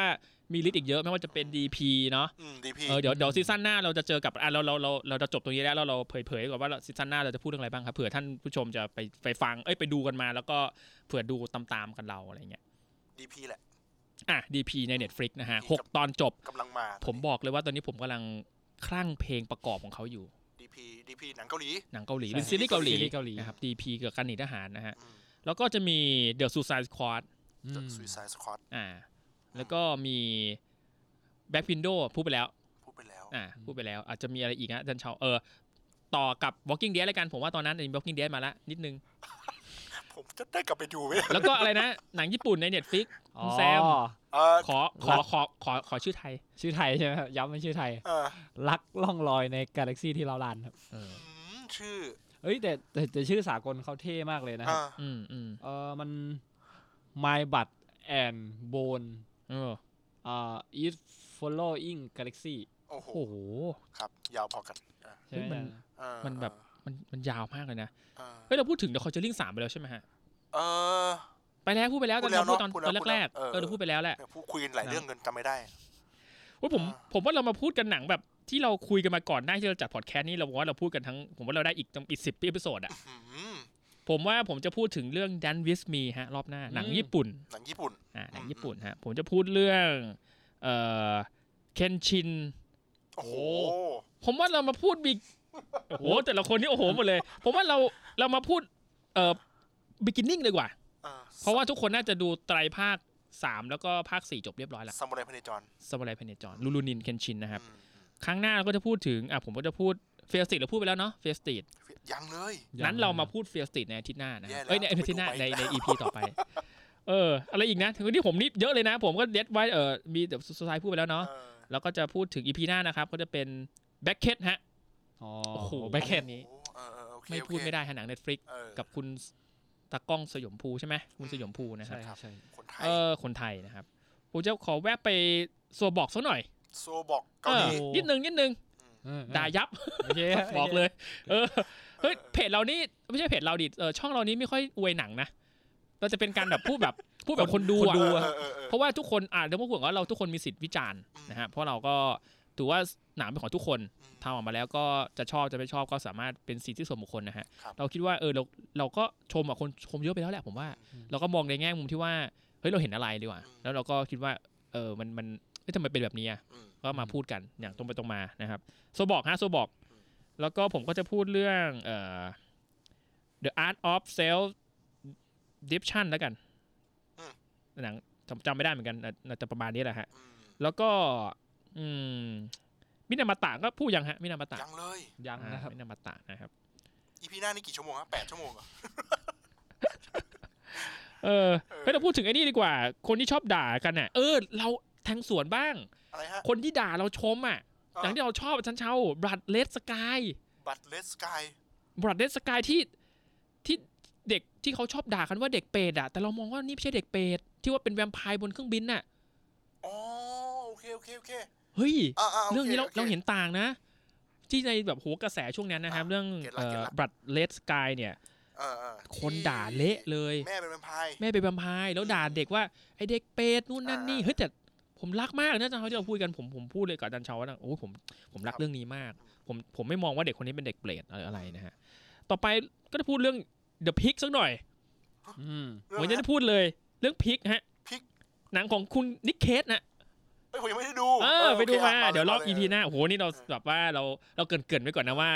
Speaker 1: มีลิสต์อีกเยอะไม่ว่าจะเป็น DP เนาะ
Speaker 5: อืมดีพี่
Speaker 1: เออเดี๋ยวเดี๋ยวซีซั่นหน้าเราจะเจอกับอ่ะเราเราเราเราจะจบตรงนี้แล้วเราเราเผยๆก่อนว่าเราซีซั่นหน้าเราจะพูดเรื่องอะไรบ้างครับเผื่อท่านผู้ชมจะไปไปฟังเอ้ยไปดูกันมา แล้วก็เผื่อดูตามๆกันเราอะไรเงี้ย
Speaker 5: ดีพี่แหละ
Speaker 1: อ่ะ DP ใน Netflix นะฮะหกตอนจบ
Speaker 5: กำลังมา
Speaker 1: ผมบอกเลยว่าตอนนี้ผมกำลังคลั่งเพลงประกอบของเขาอยู่
Speaker 5: ดีพีดีพีหนังเกาหลี
Speaker 1: หนังเกาหลี
Speaker 3: ใช่
Speaker 1: เป็นซีรีส์เกาหลี
Speaker 3: ซีรีส์เกาหลี
Speaker 1: นะครับ DP เกี่ยวกับการหนีทหารนะฮะ
Speaker 5: อืม
Speaker 1: แล้วก็จะมี The Suicide Squad
Speaker 3: อืม
Speaker 5: The Suicide Squad
Speaker 1: อ่า แล้วก็มี Black Window พูดไปแล้ว
Speaker 5: พูดไปแล้ว
Speaker 1: อ่า พูดไปแล้ว อาจจะมีอะไรอีกนะอาจันเชาเออ ต่อกับ Walking Dead แล้วกัน ผมว่าตอนนั้นมี Walking Dead มาละนิดนึง
Speaker 5: ผมจะได้กลับไปดูไหม
Speaker 1: แล้วก็ อะไรนะ หนังญี่ปุ่นใน Netflix คุณแซม
Speaker 3: อ๋อ
Speaker 5: เออ
Speaker 1: ขอขอขอขอขอชื่อไทย
Speaker 3: ชื่อไทยใช่ไหมครับย้ำเป็นชื่อไทย
Speaker 5: เออ
Speaker 3: รักล่องลอยในกาแล็กซีที่เราลานครับ
Speaker 1: เออ
Speaker 5: อืมชื่อ
Speaker 3: เอ้ยแต่แต่แต่ชื่อสากลเขาเท่มากเลยนะครับ
Speaker 5: อ่า
Speaker 1: อืมอืม
Speaker 3: เออมัน My b u t and Bone
Speaker 1: เออ
Speaker 3: อ่า is following galaxy
Speaker 5: โอ้โห
Speaker 1: โอ้โห
Speaker 5: ครับ ยาวพอกันอ่ะ
Speaker 3: ใช่ไห
Speaker 1: เฮ้ยมั
Speaker 3: ม
Speaker 1: น
Speaker 5: เออ
Speaker 1: มันแบบ มันมันยาวมากเลยนะ
Speaker 5: เออ
Speaker 1: เฮ้ย เราพูดถึง The Conjuring 3ไปแล้วใช่ไหมฮะ
Speaker 5: เออ
Speaker 1: ไปแล้วพูดไปแล้ว
Speaker 5: พู
Speaker 1: ตอน
Speaker 5: ดแล้ว
Speaker 1: เราพูดตอน
Speaker 5: เนอะพูด
Speaker 1: ตอน
Speaker 5: แล้ว
Speaker 1: แรกๆ
Speaker 5: พูดแล้วเออ
Speaker 1: เออเราพูดไปแล้วแหละ
Speaker 5: เนี่ยผู้คุยกันหลาย
Speaker 1: นะ
Speaker 5: เรื่องเงินจำไม่ได้
Speaker 1: ว่าผม
Speaker 5: อ่า
Speaker 1: ผมว่าเรามาพูดกันหนังแบบที่เราคุยกันมาก่อนหน้าที่เราจัดพอดแคสต์นี่เราว่าเราพูดกันทั้งผมว่าเราได้อีกตั้งอีกสิบเอพิโซดอะ
Speaker 5: อืม
Speaker 1: ผมว่าผมจะพูดถึงเรื่อง Dan with me ฮะรอบหน้าหนังญี่ปุ่น
Speaker 5: หนังญี่ปุ่น
Speaker 1: อ่าหนัง
Speaker 5: อืม
Speaker 1: ญี่ปุ่นฮะผมจะพูดเรื่องเอ่อเคนชิน
Speaker 5: โอ้โห
Speaker 1: โอ้ ผมว่าเรามาพูดบิ๊กโอ้โหแต่ละคนนี่โอ้โหหมดเลย ผมว่าเราเรามาพูดเอ่อ beginning ดีกว่า
Speaker 5: เออ
Speaker 1: เพราะว่าทุกคนน่าจะดูไตรภาคสามแล้วก็ภาคสี่จบเรียบร้อยละ
Speaker 5: ซามูไรพเนจร
Speaker 1: สมุไรเพเนจอนลูลูนินเคนชินนะครับ
Speaker 5: อืม
Speaker 1: ครั้งหน้าเราก็จะพูดถึง อ่ะผมก็จะพูดเฟียสติดเราพูดไปแล้วเนาะเฟียสติด
Speaker 5: ยังเลย
Speaker 1: นั้นเรามาพูดเฟียสติดในอาทิตย์หน้านะ
Speaker 5: แย่แล้ว
Speaker 1: เอ้ยในอาทิตย์หน้า
Speaker 5: ไปดู
Speaker 1: ใน
Speaker 5: ใหม่
Speaker 1: ในอีพีต่อไป เออ อะไรอีกนะถึงที่ผมนี่เยอะเลยนะ ผมก็เด็ดไว้เออมีเดี๋ยวสุดท้ายพูดไปแล้วเนาะ
Speaker 5: เออ
Speaker 1: แล้วก็จะพูดถึงอีพีหน้านะครับก็จะเป็นแบ็คเคทฮะ
Speaker 3: อ๋อ
Speaker 1: โอ้โห
Speaker 3: แบ็คเคน
Speaker 1: นี้
Speaker 5: โอ้เออเออโอเค
Speaker 1: ไม่
Speaker 5: โอเค
Speaker 1: พูดไม่ได้ฮะหนังเน็ตฟลิก
Speaker 5: เออ
Speaker 1: กับคุณตากล้องสยมภูใช่ไหมคุณสยมภูนะครั
Speaker 3: ใช่
Speaker 1: บ
Speaker 3: ครับใช่
Speaker 5: คนไทย
Speaker 1: เออคนไทยนะครับผมจะขอแวะไปสัวบอกสักหน่อย
Speaker 5: โซบอก
Speaker 1: เอ
Speaker 5: เกาห
Speaker 1: อ
Speaker 5: ลี
Speaker 3: โอ้
Speaker 1: นิดนึงนิดนึง
Speaker 3: เออเออ
Speaker 1: ด่ายับ
Speaker 3: โอเค
Speaker 1: บอกเลย เออ เฮ้ย
Speaker 5: ออ
Speaker 1: เพจเรานี่ไม่ใช่เพจเราดิเออช่องเรานี้ไม่ค่อยอวยหนังนะ เราจะเป็นการแบบพูดแบบ พูดแบบคนดูอะ
Speaker 5: เออเออเออ
Speaker 1: เพราะว่าทุกคนอ่านแล้วพวกผมว่าเราทุกคนมีสิทธิวิจารณ์นะฮะ เพราะเราก็ถือว่าหนังเป็นของทุกคน
Speaker 5: อืม
Speaker 1: ทำออกมาแล้วก็จะชอบจะไม่ชอบก็สามารถเป็นสิทธิส่วนบุคคลนะฮะ
Speaker 5: ครับ
Speaker 1: เราคิดว่าเออเราเราก็ชมอะคนชมเยอะไปแล้วแหละผมว่า เราก็มองในแง่มุมที่ว่า เฮ้ยเราเห็นอะไรดีกว่า แล้วเราก็คิดว่า เออ มัน มันเอ้ยทำไมเป็นแบบนี้อะ
Speaker 5: อืม
Speaker 1: ก็มาพูดกันอย่างตรงไปตรงมานะครับโซบอกฮะโซบอก แล้วก็ผมก็จะพูดเรื่องเอ่อ The Art of Self Deception แล้วกัน
Speaker 5: อืม
Speaker 1: หนังจำจำไม่ได้เหมือนกันน่าจะประมาณนี้แหละฮะ
Speaker 5: อืม
Speaker 1: แล้วก็อืมมินามาตะก็พูดยังฮะมินามาตะ
Speaker 5: ยังเลย
Speaker 3: ยังนะครับ
Speaker 1: อ่ามินามาตะนะครับ
Speaker 5: อีพีหน้านี่กี่ชั่วโมงฮะแปดชั่วโมงเหรอ
Speaker 1: เอ
Speaker 5: เอ
Speaker 1: อ
Speaker 5: อ
Speaker 1: เฮ้ยเราพูดถึงไอ้นี่ดีกว่า คนที่ชอบด่ากันน่ะเออ เราแทงสวนบ้าง
Speaker 5: อะไรฮะ
Speaker 1: คนที่ด่าเราชมอ่ะ
Speaker 5: อ่า
Speaker 1: อย่างที่เราชอบอะฉันเช่าบรัดเลสสกาย
Speaker 5: บัตเลสกาย
Speaker 1: บรอดเดสกายที่ที่เด็กที่เขาชอบด่ากันว่าเด็กเปรตอะแต่เรามองว่านี่ไม่ใช่เด็กเปรตที่ว่าเป็นแวมไพร์บนเครื่องบินน่ะ
Speaker 5: อ๋อโอเคโอเคโอเค
Speaker 1: เฮ้ย
Speaker 5: อ่าอ่าโค
Speaker 1: เรื่องนี้เรา
Speaker 5: โค
Speaker 1: เราเห็นต่างนะ ที่ในแบบโหกระแสช่วงนั้นนะครับ
Speaker 5: อ่ะ
Speaker 1: เรื่อง
Speaker 5: เก็ตละเก็ตละ
Speaker 1: บรัดเลสกายเนี่ย
Speaker 2: เออเออ
Speaker 1: คนด่าเละเลย
Speaker 2: แม่เป็นแวมไพร์
Speaker 1: แม่เป็นแวมไพร์แล้วด่าเด็กว่าไอเด็กเปรตนู่นนั่นนี่
Speaker 6: อ่า
Speaker 1: เฮ้ยแต่ผมรักมากนะอาจารย์เขาที่เราพูดกันผมผมพูดเลยกับอาจารย์เชาว่านะโอ้ยผมผมรักเรื่องนี้มาก ผมผมไม่มองว่าเด็กคนนี้เป็นเด็กเปรตอะไรอะไรนะฮะต่อไปก็จะพูดเรื่อง The Pig สักหน่อย
Speaker 3: อืม
Speaker 2: เรื่อ
Speaker 1: ผ
Speaker 2: ง
Speaker 1: ม
Speaker 2: อะไร
Speaker 1: จะได้พูดเลย เรื่อง Pig ฮะ
Speaker 2: พิก
Speaker 1: หนังของคุณนิกเคสนะ
Speaker 2: เฮ้ยผมยังไม่ได้ดู
Speaker 1: เออไปดูมา
Speaker 2: โคะล
Speaker 1: เดี๋ยวรอบ
Speaker 2: มาล
Speaker 1: EP หน้าโอ้โหนี่เราแบบว่าเราเราเกรินเกินๆไว้ก่อนนะว่า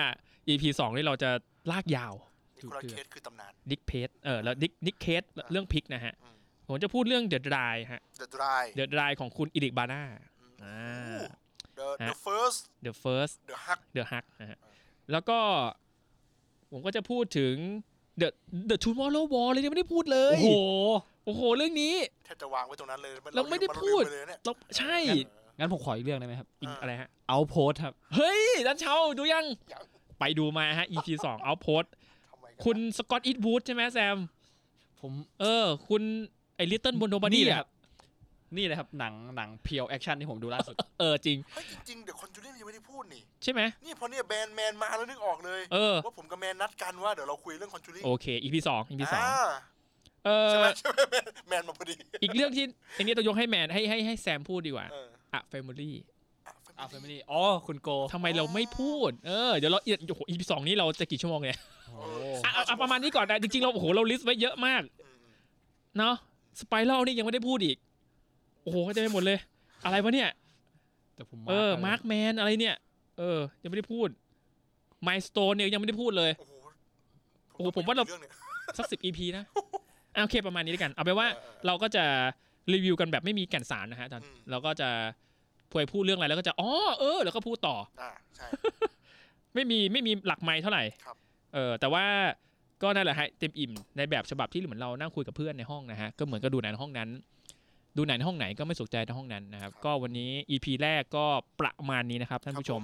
Speaker 1: EP สองนี่เราจะลากยาว
Speaker 2: นิโคลัสเคสคือตำนาน
Speaker 1: ดิกเพสเออแล้วดิกนิกเคสเรื่องพิกนะฮะ
Speaker 2: อืม
Speaker 1: ผมจะพูดเรื่องเดอะดรายฮะ
Speaker 2: The Dry
Speaker 1: เดอะดรายของคุณอิริกบาน่าอ่า
Speaker 2: The
Speaker 1: ฮะ
Speaker 2: The First
Speaker 1: The First
Speaker 2: The Hug
Speaker 1: The Hug นะฮะ แล้วก็ผมก็จะพูดถึง The The Tomorrow War เลยยังไม่ได้พูดเลย
Speaker 3: โอ้โห
Speaker 1: โอ้โห เรื่องนี้
Speaker 2: แทบจะวางไว้ตรงนั้นเลยน
Speaker 1: เราไม่ได้
Speaker 2: น
Speaker 1: พู
Speaker 2: ลื
Speaker 1: ด
Speaker 2: ปเลยเนี่ย
Speaker 1: เราใช่
Speaker 2: เออ
Speaker 3: งั้นผมขออีกเรื่องได้ไหมครับ
Speaker 1: อีก
Speaker 2: อ่า
Speaker 1: อะไรฮะ
Speaker 3: เอาโพสครับ
Speaker 1: เฮ้ยดันเชาดูยัง
Speaker 2: ยัง
Speaker 1: ไปดูมาฮะ EP 2 Outpost
Speaker 2: ทำไมกัน
Speaker 1: คุณสกอตอิ w วูดใช่ไหมแซม
Speaker 3: ผม
Speaker 1: เออ คุณไอลิตเติ้ลบนโนบานี่
Speaker 3: แหละ
Speaker 1: อ่ะ
Speaker 3: ครับนี่แหละครับหนังหนังเพียวแอคชั่นที่ผมดูล่าสุด
Speaker 1: เออ จริง
Speaker 2: เฮ้ยจริงๆเดี๋ยวคอนจูเลียนยังไม่ได้พูดนี่
Speaker 1: ใช่ไหม
Speaker 2: นี่พอเนี่ยแบนแมนมาแล้วนึกออกเลย
Speaker 1: เออ
Speaker 2: ว่าผมกับแมนนัดกันว่าเดี๋ยวเราคุยเรื่องคอนจูเลียน
Speaker 1: โอเค EP สอง EP สอง
Speaker 2: อ่า
Speaker 1: เอ
Speaker 2: ใช่ไห
Speaker 1: อ
Speaker 2: มใช่ไหมแมนแมนมาพอดี
Speaker 1: อีกเรื่องที่อันนี้ต้องยกให้แมนให้ให้ให้แซมพูดดีกว่า
Speaker 2: เออ
Speaker 1: อะแฟมิลี่
Speaker 2: อ่ะ
Speaker 3: อ่ะเฟมินี่อ๋อ คุณโก
Speaker 1: ทำไมเราไม่พูด เออ เดี๋ยวเราโอ้โห EP สองนี้เราจะกี่ชั่วโมงเนี่ย
Speaker 3: โอ้โห
Speaker 1: อ่ะเอาเอาประมาณนี้ก่อนนะจริงๆเราโอ้โหเราลิสต์ไว้เยอะมาก เนาะสไปรัลนี่ยังไม่ได้พูดอีก โอ้โหเต็มไปหมดเลย อะไรวะเนี่ย
Speaker 3: แต่ผม
Speaker 1: เออ มา
Speaker 3: มา
Speaker 1: ร์
Speaker 3: ร์
Speaker 1: คแมนอะไรเนี่ย เออ ยังไม่ได้พูด m ม l e s t o n e เนี่ยยังไม่ได้พูดเลย
Speaker 2: โอ้โห
Speaker 1: โอ้โหผมว่าเรา
Speaker 2: องนี่ย
Speaker 1: สักสิบ EP นะอ่ะโอเคประมาณนี้ด้วยกัน เอาไปนว่า
Speaker 2: เออเออ
Speaker 1: เราก็จะรีวิวกันแบบไม่มีแก่นสารนะฮะอาจารย์
Speaker 2: อืม
Speaker 1: เราก็จะพวยพูดเรื่องอะไรแล้วก็จะอ๋อเออ แล้วก็พูดต่อ
Speaker 2: อ่าใช่
Speaker 1: ไม่มีไม่มีหลักไม้เท่าไหร่
Speaker 2: ครับ
Speaker 1: เออแต่ว่าก็นั่นแหละฮะเต็มอิ่มในแบบฉบับที่เหมือนเรานั่งคุยกับเพื่อนในห้องนะฮะก็เหมือนก็ดูหนังในห้องนั้น ดูหนังในห้องไหนก็ไม่สนใจในห้องนั้นนะครับ ก็วันนี้ EP แรกก็ประมาณนี้นะครับท่านผู้ชม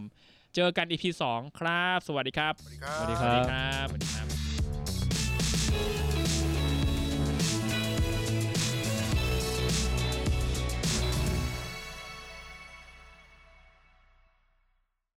Speaker 1: เจอกัน EP สองครับ สวัสดีครับ
Speaker 2: สวัสดีค
Speaker 1: ส
Speaker 2: รับ
Speaker 1: วัสดีครับสวัสดีครับ